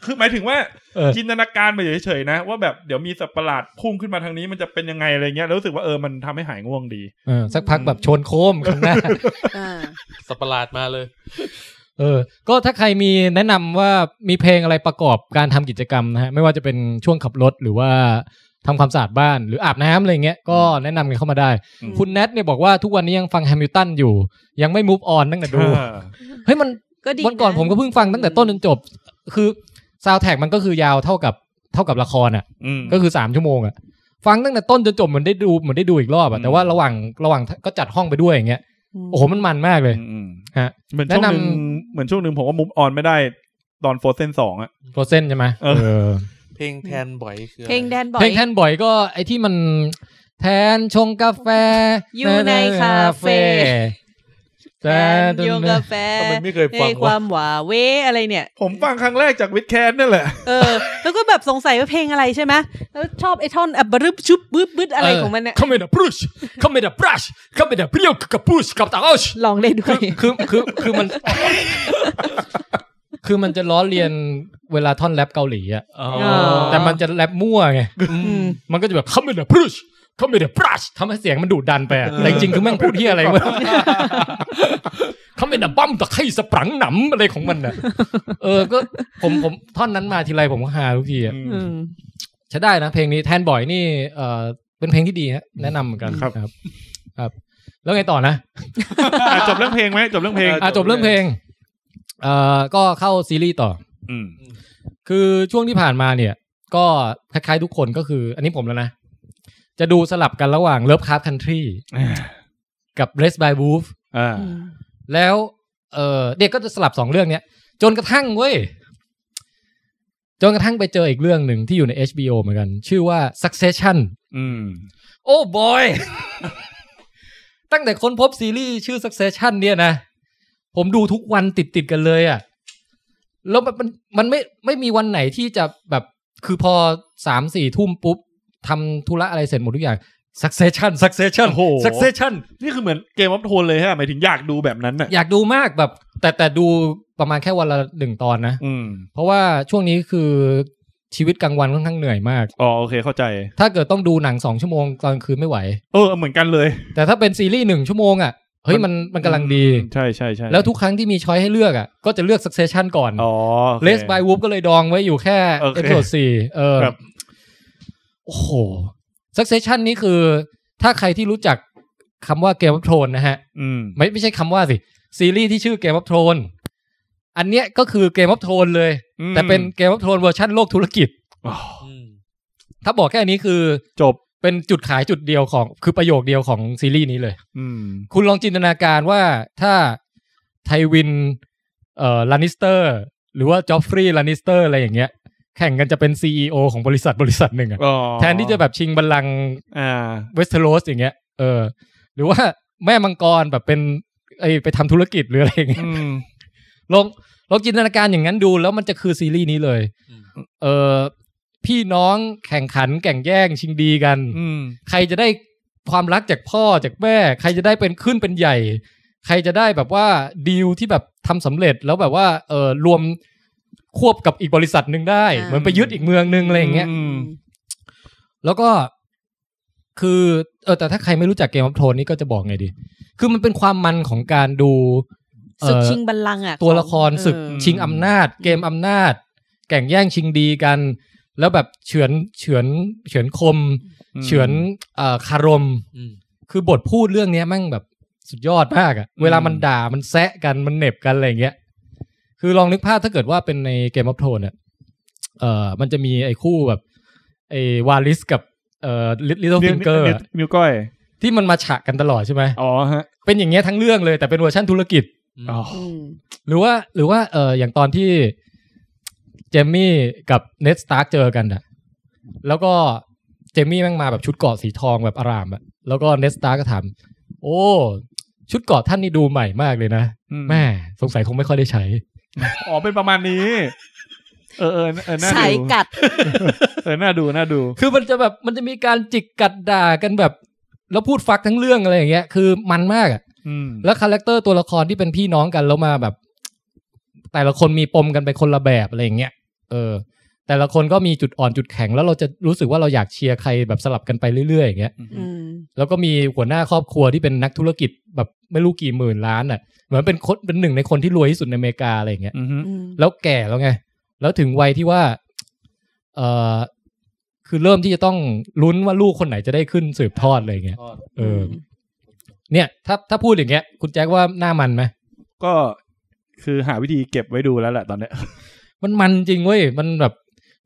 Speaker 3: คือหมายถึงว่า
Speaker 2: เออ
Speaker 3: จินตนาการไปเฉยๆนะว่าแบบเดี๋ยวมีสัตว์ประหลาดพุ่งขึ้นมาทางนี้มันจะเป็นยังไงอะไรเงี้ยแล้วรู้สึกว่าเออมันทำให้หายง่วงดี
Speaker 2: เออสักพักแบบชนโคมข้างหน้า
Speaker 6: อ่า
Speaker 4: สัตว์ประหลาดมาเลย
Speaker 2: เออ ก็ถ้าใครมีแนะนำว่ามีเพลงอะไรประกอบการทำกิจกรรมนะฮะ ไม่ว่าจะเป็นช่วงขับรถหรือว่าทำความสะอาดบ้านหรืออาบน้ำอะไรเงี้ย ก็แนะนำกันเข้ามาได้
Speaker 3: อืม
Speaker 2: คุณแนทเนี่ยบอกว่าทุกวันนี้ยังฟังแฮมิลตันอยู่ ยังไม่มูฟออนตั้งแต่ดู
Speaker 3: อ่า
Speaker 2: เฮ้ยมัน
Speaker 6: ก็ดีะ
Speaker 2: วันก่อนผมก็เพิ่งฟังตั้งแต่ต้นจนจบ คือซาวแท็กมันก็คือยาวเท่ากับเท่ากับละครอ่ะ
Speaker 3: อืม
Speaker 2: ก็คือสามชั่วโมงอะฟังตั้งแต่ต้นจนจบเหมือนได้ดูเหมือนได้ดูอีกรอบอะ
Speaker 3: อืม
Speaker 2: แต่ว่าระหว่างระหว่างก็จัดห้องไปด้วยอย่างเงี้ย โอ้โหมันมันมากเลย
Speaker 3: อืม
Speaker 2: ฮะ
Speaker 3: เหมือนช่วงหนึ่ง
Speaker 2: แนะน
Speaker 3: เหมือนช่วงหนึ่งผมว่ามุฟออนไม่ได้ตอนโฟเซนสองอะ
Speaker 2: โปรเซนใช่ไหม
Speaker 3: เออ
Speaker 2: อ
Speaker 4: เพลงแทนบ่อยคืออะไร
Speaker 6: เพลงแดนบอ
Speaker 2: เพล
Speaker 6: ย
Speaker 2: งแทนบ่อยก็ไอที่มันแทนชงกาแฟ
Speaker 6: อยู่ในคาเฟ่ แทนโยกาแฟ
Speaker 4: ทำไมไม่เคยฟั
Speaker 6: ให้
Speaker 4: ง
Speaker 6: ควาว
Speaker 4: ะ
Speaker 6: มหวาเวอะไรเนี่ย
Speaker 3: ผมฟังครั้งแรกจากวิดแคนนี่แหละ
Speaker 6: เออ แล้วก็แบบสงสัยว่าเพลงอะไรใช่ไหมแล้วชอบไอ้ท่อนอับบรึบชุบบึ๊บบึ๊ดอะไรของมันเนี่ย
Speaker 2: คอมเมดบรูชคอมเมดบรัชคอมเมดเปรี้ยวกับพุชกับตาอช
Speaker 6: ลองเล่นด้วย
Speaker 2: คือคือคือมัน คือมันจะล้อเลียนเวลาท่อนแรปเกาหลีอะ
Speaker 4: อ๋อ
Speaker 2: แต่มันจะแรปมั่วไง
Speaker 6: อืม
Speaker 2: มันก็จะแบบค o มเมดพรุชคอมเมดพรัชทำให้เสียงมันดุดันไปอะแต่จริงๆคือแม่งพูดที่อะไรวะ คอมเมดบั้มตะไคร่สปรังหนำอะไรของมันอะเออก็ผมผมท่อนนั้นมาทีไรผมก็ฮาทุกทีอะ
Speaker 6: อืม
Speaker 2: ใช้ได้นะเพลงนี้แทนบ่อยนี่เออเป็นเพลงที่ดีฮะแนะนำเหมือนกัน
Speaker 3: ครับ
Speaker 2: ครับ ครับ แล้วไงต่อนะ
Speaker 3: อ่ะจบเรื่องเพลงไหมจบเรื่องเพลง
Speaker 2: อ่ะจบเรื่องเพลง เอ่อ ก็เข้าซีรีส์ต่อ
Speaker 3: อืม
Speaker 2: คือช่วงที่ผ่านมาเนี่ย ก็คล้ายๆทุกคนก็คือ อันนี้ผมแล้วนะ จะดูสลับกันระหว่าง Love Card Country กับ r e s t by Wolf
Speaker 3: อ่า
Speaker 6: อืม
Speaker 2: แล้ว เอ่อ เด็กก็จะสลับสองเรื่องเนี้ย จนกระทั่งเว้ย จนกระทั่งไปเจออีกเรื่องหนึ่งที่อยู่ใน HBO เหมือนกัน ชื่อว่า Succession
Speaker 3: อืม
Speaker 2: โอ้บอย ตั้งแต่ค้นพบซีรีส์ชื่อ Succession เนี่ยนะ ผมดูทุกวันติดติดๆกันเลยอะ่ะ แล้วมันมันมันไม่ไม่มีวันไหนที่จะแบบคือพอสามสี่ทุ่มปุ๊บทำธุระอะไรเสร็จหมดทุกอย่าง Succession Succession
Speaker 3: โอ้โห
Speaker 2: Succession
Speaker 3: นี่คือเหมือนเกมวัฟโทนเลยฮะหมายถึงอยากดูแบบนั้นน่ะ
Speaker 2: อยากดูมากแบบ แต่แต่ดูประมาณแค่วันละหนึ่งตอนนะ
Speaker 3: อืม
Speaker 2: เพราะว่าช่วงนี้คือชีวิตกลางวันค่อนข้างเหนื่อยมาก
Speaker 3: อ๋อโอเคเข้าใจ
Speaker 2: ถ้าเกิดต้องดูหนังสองชั่วโมงตอนกลางคืนไม่ไหว
Speaker 3: เออเหมือนกันเลย
Speaker 2: แต่ถ้าเป็นซีรีส์หนึ่งชั่วโมงอะ่ะเฮ้ยมันมันกำลังดี
Speaker 3: ใช่ใช่ใช่
Speaker 2: แล้วทุกครั้งที่มีช้อยให้เลือกอ่ะก็จะเลือก Succession ก่อน
Speaker 3: อ๋อโอค
Speaker 2: Less by Wolf ก็เลยดองไว้อยู่แค่
Speaker 3: โอเค
Speaker 2: เอพิโซดสี่เออ
Speaker 3: ครับ
Speaker 2: โอ้โห Succession นี่คือ ถ้าใครที่รู้จักคำว่า Game of Thrones นะฮะ
Speaker 3: อืม
Speaker 2: ไม่ไม่ใช่คำว่าสิ ซีรีส์ที่ชื่อ Game of Thrones อันเนี้ยก็คือ Game of Thrones เลย
Speaker 3: อืม
Speaker 2: แต่เป็น Game of Thrones เวอร์ชันโลกธุรกิจ
Speaker 3: อ๋อ
Speaker 4: อืม
Speaker 2: ถ้าบอกแค่นี้คือ
Speaker 3: จบ
Speaker 2: เป็นจุดขายจุดเดียวของคือประโยคเดียวของซีรีส์นี้เลย
Speaker 3: อืม
Speaker 2: คุณลองจินตนาการว่าถ้าไทวินเอ่อลานิสเตอร์ หรือว่าจอฟฟรีย์ลานิสเตอร์อะไรอย่างเงี้ย แข่งกันจะเป็น CEO ของบริษัทบ ริษัทหนึ่งอะ
Speaker 3: อ๋อ
Speaker 2: แทนที่จะแบบชิงบัลลังก์
Speaker 3: อ่า
Speaker 2: เวสเทอโรสอย่างเงี้ยเออหรือว่าแม่มังกรแบบเป็นไอไปทำธุรกิจหรืออะไรอย่างเงี้ย
Speaker 3: อืม
Speaker 2: ลองลองจินตนาการอย่างนั้นดูแล้วมันจะคือซีรีส์นี้เลย
Speaker 4: อืม
Speaker 2: เออพี่น้องแข่งขันแข่งแย่งชิงดีกัน
Speaker 3: อืม
Speaker 2: ใครจะได้ความรักจากพ่อจากแม่ ใครจะได้เป็นขึ้นเป็นใหญ่ ใครจะได้แบบว่าดีลที่แบบทำสำเร็จแล้วแบบว่าเออรวมควบกับอีกบริษัทหนึ่งได้
Speaker 6: อ่า
Speaker 2: เหมือนไปยึดอีกเมืองหนึงอะไรอย่างเงี้ย
Speaker 3: อืม
Speaker 2: แล้วก็คือเออแต่ถ้าใครไม่รู้จักเกมออฟโทนนี่ก็จะบอกไงดี คือมันเป็นความมันของการดูเอ่อ
Speaker 6: ศึกชิงบัลลังก์อ่ะ
Speaker 2: ตัวละครศึก
Speaker 6: เออ
Speaker 2: ชิงอำนาจ เกมอำนาจ แข่งแย่งชิงดีกัน แล้วแบบเฉือนเฉือนเฉือนคม
Speaker 3: อืม
Speaker 2: เฉือนเอ่อคารม
Speaker 4: อืม
Speaker 2: คือบทพูดเรื่องเนี้ยแม่งแบบสุดยอดมากอะเวลามันด่ามันแซะกันมันเหน็บกันอะไรอย่างเงี้ย คือลองนึกภาพถ้าเกิดว่าเป็นในเกมออฟโทนเนี่ยเอ่อมันจะมีไอ้คู่แบบไอ้วาลิสกับเอ่อลิตเติ้ลฟิงเกอร์
Speaker 3: วนิ้วก้อย
Speaker 2: ที่มันมาฉะกันตลอดใช่ไหม
Speaker 3: อ๋อฮะ
Speaker 2: เป็นอย่างเงี้ยทั้งเรื่องเลยแต่เป็นเวอร์ชันธุรกิจ
Speaker 4: อ๋อ
Speaker 6: อืม
Speaker 2: หรือว่าหรือว่าเอออย่างตอนที่เจมมี่กับเนสตาร์กเจอกันอะแล้วก็เจมมี่แม่งมาแบบชุดเกราะสีทองแบบอารามอะแล้วก็เนสตาร์กก็ถามโอ้ ชุดเกราะท่านนี่ดูใหม่มากเลยนะ
Speaker 3: อืม
Speaker 2: แม่สงสัยคงไม่ค่อยได้ใช้
Speaker 3: อ๋อเป็นประมาณนี้ เออเออเออน่า
Speaker 6: สาย
Speaker 3: ดู
Speaker 6: กัด
Speaker 3: เออน่าดูน่าดู
Speaker 2: คือมันจะแบบมันจะมีการจิกกัดด่ากันแบบ แล้วพูดฟักทั้งเรื่องอะไรอย่างเงี้ยคือมันมากอะ
Speaker 3: อืม
Speaker 2: แล้วคาแรคเตอร์ตัวละครที่เป็นพี่น้องกันแล้วมาแบบ แต่ละคนมีปมกันไปคนละแบบอะไรอย่างเงี้ย เออ แต่ละคนก็มีจุดอ่อนจุดแข็งแล้วเราจะรู้สึกว่าเราอยากเชียร์ใครแบบสลับกันไปเรื่อยๆอย่างเงี้ย
Speaker 6: อืม
Speaker 2: แล้วก็มีหัวหน้าครอบครัวที่เป็นนักธุรกิจแบบไม่รู้กี่หมื่นล้านอ่ะ เหมือนเป็นคนเป็นหนึ่งในคนที่รวยที่สุดในอเมริกาอะไรอย่างเงี้ย
Speaker 3: อืมฮึ
Speaker 6: อืม
Speaker 2: แล้วแก่แล้วไง แล้วถึงวัยที่ว่า เออคือเริ่มที่จะต้องลุ้นว่าลูกคนไหนจะได้ขึ้นสืบทอดอะไรอย่างเงี้ย เออ เนี่ย ถ้าถ้าพูดอย่างเงี้ย คุณแจ็คว่าหน้ามันไหม
Speaker 3: ก็คือหาวิธีเก็บไว้ดูแล้วแหละตอนเนี้ย
Speaker 2: มันมันจริงเว้ย มันแบบ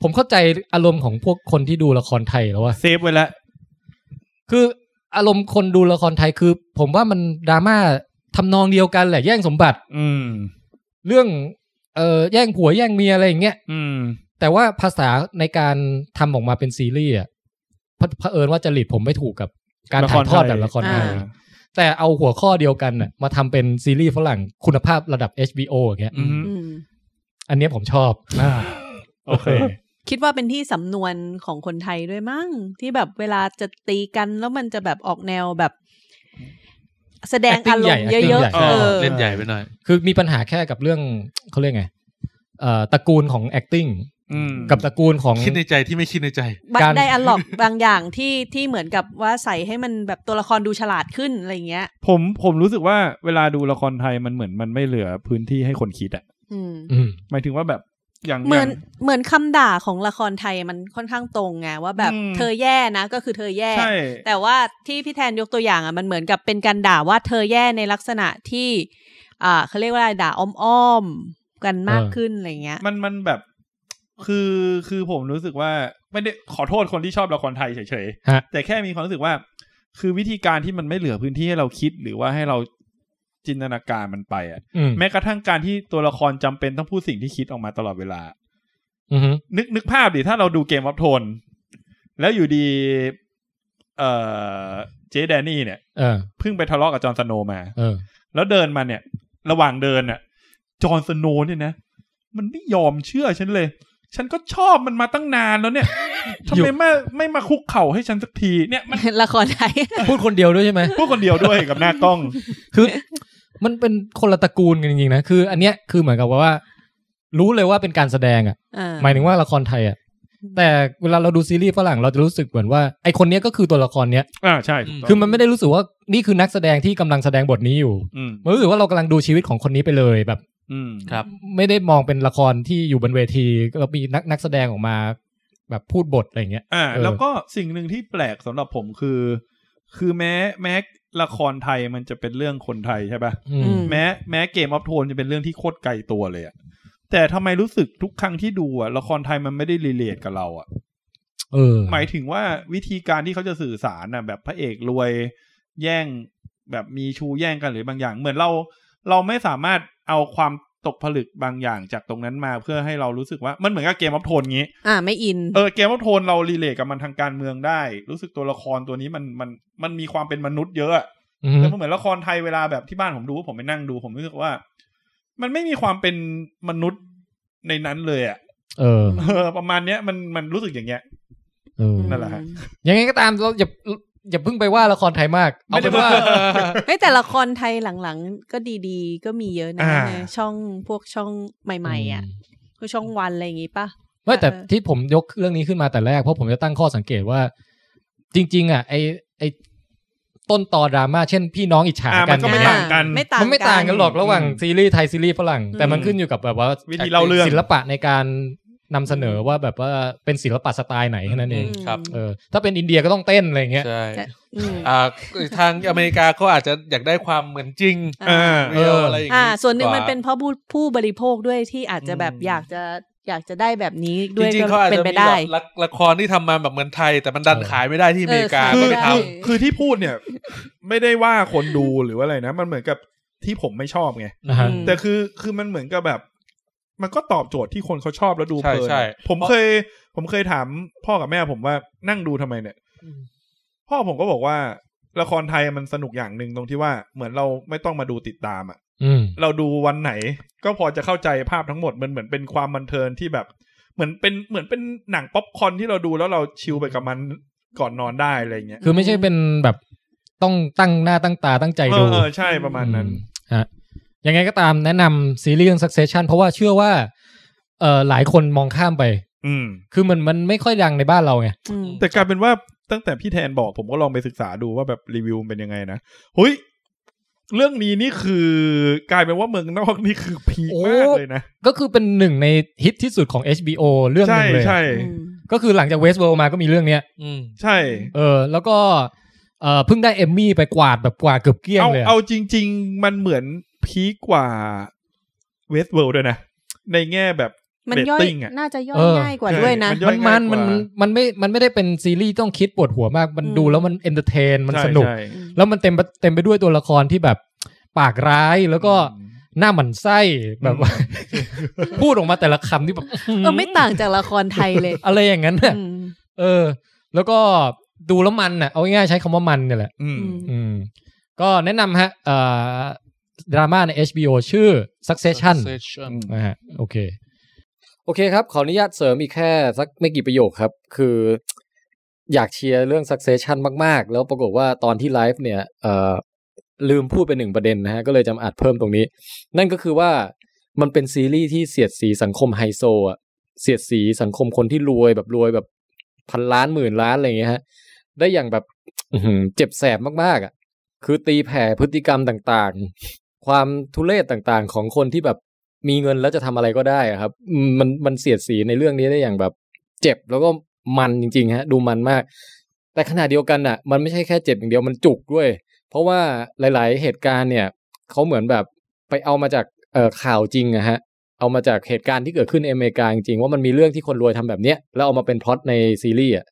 Speaker 2: ผมเข้าใจอารมณ์ของพวกคนที่ดูละครไทยแล้วว่า
Speaker 3: เซฟไว้แล้ว
Speaker 2: คืออารมณ์คนดูละครไทยคือ ผมว่ามันดราม่า ทำนองเดียวกันแหละแย่งสมบัติ
Speaker 3: อืม
Speaker 2: เรื่องเออแย่งผัวแย่งเมียอะไรอย่างเงี้ย
Speaker 3: อืม
Speaker 2: แต่ว่าภาษาในการทำออกมาเป็นซีรีส์อ่ะเผเผอิญว่าจริตผมไม่ถูกกับการถ่ายทอดแบบละครไทย
Speaker 6: อ่า
Speaker 2: แต่เอาหัวข้อเดียวกันน่ะมาทำเป็นซีรีส์ฝรั่งคุณภาพระดับ HBO อย่างเงี้ย
Speaker 3: อืม
Speaker 6: อืม
Speaker 2: อันเนี้ยผมชอบ
Speaker 3: โอเค
Speaker 6: คิดว่าเป็นที่สำนวนของคนไทยด้วยมั้งที่แบบเวลาจะตีกันแล้วมันจะแบบออกแนวแบบ แสดงอารมณ์
Speaker 2: Acting ใหญ่ acting
Speaker 6: เยอะ
Speaker 2: ใหญ่
Speaker 6: ๆเออ
Speaker 4: เล่นใหญ่ไปหน่อย
Speaker 2: คือมีปัญหาแค่กับเรื่องเขาเรียกไงเอ่อตระกูลของ acting
Speaker 3: อืม
Speaker 2: กับตระกูลของ
Speaker 4: คิดในใจที่ไม่คิดในใจ
Speaker 6: บั
Speaker 2: กา
Speaker 6: ต
Speaker 2: ร
Speaker 6: ไดอะล็อก บางอย่างที่ที่เหมือนกับว่าใส่ให้มันแบบตัวละครดูฉลาดขึ้นอะไรอย่างเงี้ย
Speaker 3: ผมผมรู้สึกว่าเวลาดูละครไทยมันเหมือนมันไม่เหลือพื้นที่ให้คนคิดอะ
Speaker 6: อืม
Speaker 2: อืม
Speaker 3: หมายถึงว่าแบบอย่าง
Speaker 6: เหมือน
Speaker 3: ย่าง
Speaker 6: เหมือนคำด่าของละครไทยมันค่อนข้างตรงไงว่าแบบ
Speaker 3: อืม
Speaker 6: เธอแย่นะก็คือเธอแย่
Speaker 3: ใช่
Speaker 6: แต่ว่าที่พี่แทนยกตัวอย่างอ่ะมันเหมือนกับเป็นการด่าว่าเธอแย่ในลักษณะที่ อ่าเขาเรียกว่าอะไรด่าอ้อมๆกันมาก
Speaker 2: เออ
Speaker 6: ขึ้นอะไรอย่างเงี้ย
Speaker 3: มันมันแบบ คือคือผมรู้สึกว่าไม่ได้ขอโทษคนที่ชอบละครไทยเฉย
Speaker 2: ฮะ
Speaker 3: ๆ แต่แค่มีความรู้สึกว่า คือวิธีการที่มันไม่เหลือพื้นที่ให้เราคิดหรือว่าให้เราจินตนาการมันไปอะ
Speaker 2: อืม
Speaker 3: แม้กระทั่งการที่ตัวละครจำเป็นต้องพูดสิ่งที่คิดออกมาตลอดเวลา
Speaker 2: อือฮึ
Speaker 3: นึกนึกภาพดิถ้าเราดูเกมวับโทน แล้วอยู่ดี เอ่อเจแดนนี่เนี่ย
Speaker 2: เออ
Speaker 3: เพิ่งไปทะเลาะกับจอห์นสโนว์มา
Speaker 2: เออ
Speaker 3: แล้วเดินมาเนี่ย ระหว่างเดินน่ะ จอห์นสโนว์เนี่ยนะ มันไม่ยอมเชื่อฉันเลย ฉันก็ชอบมันมาตั้งนานแล้วเนี่ยทำ
Speaker 2: อยู่
Speaker 3: ไมไม่ไม่มาคุกเข่าให้ฉันสักทีเนี่ย มัน
Speaker 6: ละครไทย
Speaker 2: พูดคนเดียวด้วยใช่ไหม
Speaker 3: พูดคนเดียวด้วยกับหน้ากล้อง
Speaker 2: คือ มันเป็นคนละตระกูลกันจริงๆนะคือ อันเนี้ยคือเหมือนกับว่า รู้เลยว่าเป็นการแสดงอ่ะ
Speaker 6: อ่า
Speaker 2: หมายถึงว่าละครไทยอ่ะ แต่เวลาเราดูซีรีส์ฝรั่งเราจะรู้สึกเหมือนว่าไอคนเนี้ยก็คือตัวละครเนี้ย
Speaker 3: อ่าใช่ถูกต้ง
Speaker 2: คือมันไม่ได้รู้สึกว่านี่คือนักแสดงที่กำลังแสดงบทนี้อยู่
Speaker 3: อืม
Speaker 2: มันรู้สึกว่าเรากำลังดูชีวิตของคนนี้ไปเลยแบบ
Speaker 3: อืม
Speaker 4: ครับ
Speaker 2: ไม่ได้มองเป็นละครที่อยู่บนเวทีแล้วมีนักนักแสดงออกมา แบบพูดบทอะไรอย่างเงี้ย
Speaker 3: อ่า
Speaker 2: เออ
Speaker 3: แล้วก็สิ่งหนึ่งที่แปลกสำหรับผมคือ คือแม้แม้ละครไทยมันจะเป็นเรื่องคนไทยใช่ปะ
Speaker 2: อืม
Speaker 6: อืม
Speaker 3: แม้แม้เกมออฟโทนจะเป็นเรื่องที่โคตรไกลตัวเลยอะแต่ทำไมรู้สึกทุกครั้งที่ดูอะละครไทยมันไม่ได้รีเลทกับเราอะ
Speaker 2: เออ
Speaker 3: หมายถึงว่าวิธีการที่เขาจะสื่อสารน่ะ แบบพระเอกรวยแย่งแบบมีชูแย่งกันหรือบางอย่าง เหมือนเราเราไม่สามารถเอาความตกผลึกบางอย่างจากตรงนั้นมาเพื่อให้เรารู้สึกว่ามันเหมือนกับเกมออฟโทนงี้
Speaker 6: อ่าไม่อิน
Speaker 3: เออเกมว่าโทนเรารีเลทกับมันทางการเมืองได้ รู้สึกตัวละครตัวนี้มันมันมันมีความเป็นมนุษย์เยอะอะ
Speaker 2: อืม
Speaker 3: แต่มันเหมือนละครไทยเวลาแบบที่บ้านผมดูผมไปนั่งดู ผมรู้สึกว่า มันไม่มีความเป็นมนุษย์ในนั้นเลยอะ
Speaker 2: เออ
Speaker 3: เออ ประมาณเนี้ยมันมันรู้สึกอย่างเงี้ย
Speaker 2: เออ
Speaker 3: นั่นแหละฮะ
Speaker 2: ยังไงก็ตามเราอย่าอย่าเพิ่งไปว่าละครไทยมาก เอาเป็นว่า
Speaker 6: เฮ้ยแต่ละครไทยหลังๆ ก็ดีๆ ก็มีเยอะนะ
Speaker 3: อ่า
Speaker 6: ในช่องพวกช่องใหม่ ๆ อ่ะพวกช่องวันอะไรอย่างงี้ป่ะ
Speaker 2: ไม่แต่
Speaker 6: เออ
Speaker 2: ที่ผมยกเรื่องนี้ขึ้นมาแต่แรกเพราะผมจะตั้งข้อสังเกตว่า จริง ๆ อ่ะ ไอไอต้นตอดราม่าเช่นพี่น้องอิจฉา
Speaker 3: อ่ะ
Speaker 2: กั
Speaker 3: มัน นก็ไม่
Speaker 2: เนี่ย
Speaker 3: ต่างกัน
Speaker 6: ไม่ต่าง
Speaker 2: มันไม่ต่างกันหรอกระหว่าง
Speaker 3: อืม
Speaker 2: ซีรีส์ไทยซีรีส์ฝรั่ง แต่มัน
Speaker 3: อืม
Speaker 2: ขึ้นอยู่กับแบบว่า
Speaker 3: วิธีเล่าเรื่อง
Speaker 2: ศิลปะในการนำเสนอว่าแบบว่าเป็นศิลปะสไตล์ไหนแค่นั้นเอง
Speaker 4: อืมครับ
Speaker 2: เออถ้าเป็นอินเดียก็ต้องเต้นอะไรอย่างเงี้ย
Speaker 4: ใช่
Speaker 6: อืม
Speaker 4: อ่าทางอเมริกาเขาอาจจะอยากได้ความเหมือนจริง
Speaker 3: เออ
Speaker 4: เรียลอะไรอย่าง
Speaker 6: อ่า
Speaker 4: งี้
Speaker 6: ส่วนหนึ่ง
Speaker 4: ก
Speaker 6: มันเป็นเพราะผู้ผู้บริโภคด้วยที่อาจจะแบบ
Speaker 4: อืม
Speaker 6: อยากจะอยากจะได้แบบนี้ด้วย
Speaker 4: จริง
Speaker 6: ก็
Speaker 4: ๆเขาอาจ
Speaker 6: เป็
Speaker 4: จะ
Speaker 6: นไป
Speaker 4: มี
Speaker 6: ได้
Speaker 4: แบบละละครที่ทำมาแบบเหมือนไทย แต่มันดัน
Speaker 2: เออ
Speaker 4: ขายไม่ได้ที่อเมริกา
Speaker 6: เออ
Speaker 3: คือ
Speaker 4: ก็ไป
Speaker 6: ใช่
Speaker 3: คื
Speaker 4: ท
Speaker 3: อคือที่พูดเนี่ย ไม่ได้ว่าคนดูหรือว่าอะไรนะ มันเหมือนกับที่ผมไม่ชอบไง
Speaker 2: นะฮะ
Speaker 6: อืม
Speaker 3: แต่คือคือมันเหมือนกับแบบ มันก็ตอบโจทย์ที่คนเขาชอบแล้วดู
Speaker 4: ใช่
Speaker 3: เพลิน
Speaker 4: ใช่
Speaker 3: ผมเคย ผมเคยถามพ่อกับแม่ผมว่านั่งดูทำไมเนี่ย พ่อผมก็บอกว่า ละครไทยมันสนุกอย่างหนึ่งตรงที่ว่าเหมือนเราไม่ต้องมาดูติดตามอะ
Speaker 2: อืม
Speaker 3: เราดูวันไหน ก็พอจะเข้าใจภาพทั้งหมดมันเหมือนเป็นความบันเทิงที่แบบ เหมือนเป็นเหมือนเป็นหนังป๊อปคอร์นที่เราดูแล้วเราชิลไปกับมันก่อนนอนได้อะไรเงี้ย
Speaker 2: คือไม่ใช่เป็นแบบต้องตั้งหน้าตั้งตาตั้งใจ
Speaker 3: เอ
Speaker 2: ดู
Speaker 3: อเออใช่ประมาณนั้น
Speaker 2: อืมฮะยังไงก็ตามแนะนำซีรีส์เรื่อง Succession เพราะว่าเชื่อว่าเอ่อหลายคนมองข้ามไป
Speaker 3: อืม
Speaker 2: คือมันมันไม่ค่อยดังในบ้านเราไง
Speaker 6: อืม
Speaker 3: แต่กลายเป็นว่าตั้งแต่พี่แทนบอกผมก็ลองไปศึกษาดูว่าแบบรีวิวมันเป็นยังไงนะเฮ้ย เรื่องนี้นี่คือกลายเป็นว่าเมืองนอกนี่คือ พีคมากเลยนะ
Speaker 2: ก็คือเป็นหนึ่งในฮิตที่สุดของ HBO เรื่องห
Speaker 3: ใช่
Speaker 2: นึงเลย
Speaker 3: ใช่
Speaker 6: อืม
Speaker 2: ก็คือหลังจาก Westworld มาก็มีเรื่องเนี้ย
Speaker 4: อืม
Speaker 3: ใช่
Speaker 2: เออแล้วก็เอ่อเพิ่งได้เอมมี่ไปกวาดแบบกวาดเกือบเกลี้ยง
Speaker 3: เอา
Speaker 2: เลยอะ
Speaker 3: เอาจริง ๆ มันเหมือนพีคกว่าเวสเวิลด์ด้วยนะ ในแง่แบบ
Speaker 6: มันย่อย
Speaker 3: rating อะ
Speaker 6: น่าจะย่อยง่ายกว่าด้วยนะ
Speaker 3: ใช่มันย่
Speaker 2: มั
Speaker 3: อย
Speaker 2: นมันมัน
Speaker 3: ง่ากว่า
Speaker 2: มันไม่มันไม่ได้เป็นซีรีส์ต้องคิดปวดหัวมากมัน
Speaker 6: อืม
Speaker 2: ดูแล้วมันเอนเตอร์เทนมัน
Speaker 3: ใช่
Speaker 2: สนุก
Speaker 3: ใช่
Speaker 2: แล้วมันเต็มไปเต็มไปด้วยตัวละครที่แบบ ปากร้ายแล้วก็หน้าหมันไส้แบบว่า พูดออกมาแต่ละคำที่แบบ
Speaker 6: เออไม่ต่างจากละครไทยเลย
Speaker 2: อะไรอย่างนั้นน่ะ
Speaker 6: อืม
Speaker 2: เออ แล้วก็ดูแล้วมันน่ะเอาง่ายๆใช้คำว่ามันเนี่ยแหละ
Speaker 3: อืม
Speaker 6: อืม
Speaker 2: อืม ก็แนะนำฮะเอ่อดราม่าใน HBO ชื่อ Succession
Speaker 4: Succession
Speaker 2: นะฮะโอเค โอเคครับ ขออนุญาตเสริมอีกแค่สักไม่กี่ประโยคครับ คือ อยากเชียร์เรื่อง Succession มาก ๆ แล้วปรากฏว่าตอนที่ไลฟ์เนี่ยเอ่อลืมพูดไปหนึ่งประเด็นนะฮะ ก็เลยจะมาอัดเพิ่มตรงนี้ นั่นก็คือว่ามันเป็นซีรีส์ที่เสียดสีสังคมไฮโซอะเสียดสีสังคมคนที่รวยแบบรวยแบบพันล้านหมื่นล้านอะไรอย่างเงี้ยฮะ ได้อย่างแบบ อื้อหือเจ็บแสบมากๆอ่ะ คือตีแผ่พฤติกรรมต่างๆ ความทุเรศต่างๆ ของคนที่แบบมีเงินแล้วจะทำอะไรก็ได้อะครับอืมมันมันเสียดสีในเรื่องนี้ได้อย่างแบบ เจ็บแล้วก็มันจริงๆฮะ ดูมันมาก แต่ขณะเดียวกันอ่ะ มันไม่ใช่แค่เจ็บอย่างเดียวมันจุกด้วย เพราะว่าหลาย ๆ เหตุการณ์เนี่ยเขาเหมือนแบบไปเอามาจากเอ่อข่าวจริงอะฮะ เอามาจากเหตุการณ์ที่เกิดขึ้นในอเมริกาจริงๆว่ามันมีเรื่องที่คนรวยทำแบบเนี้ยแล้วเอามาเป็นพล็อตในซีรีส์อ่ะ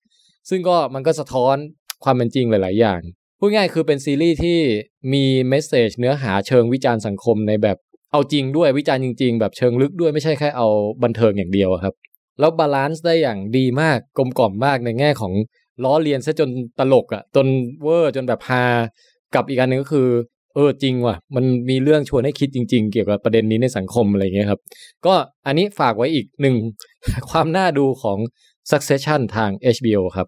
Speaker 2: ซึ่งก็มันก็สะท้อนความเป็นจริงหลาย ๆ อย่าง พูดง่ายคือเป็นซีรีส์ที่มีเมสเซจเนื้อหาเชิงวิจารณ์สังคมในแบบเอาจริงด้วยวิจารณ์จริง ๆ แบบเชิงลึกด้วยไม่ใช่แค่เอาบันเทิงอย่างเดียวอะครับ แล้วบาลานซ์ได้อย่างดีมากกลมกล่อมมากในแง่ของล้อเลียนซะจนตลกอะ่ะจนเวอร์จนแบบฮากับอีกอันหนึ่งก็คือ เออจริงว่ะ มันมีเรื่องชวนให้คิดจริง ๆ เกี่ยวกับประเด็นนี้ในสังคมอะไรอย่างเงี้ยครับ ก็อันนี้ฝากไว้อีกหนึ่ง ความน่าดูของ Succession ทาง HBO ครับ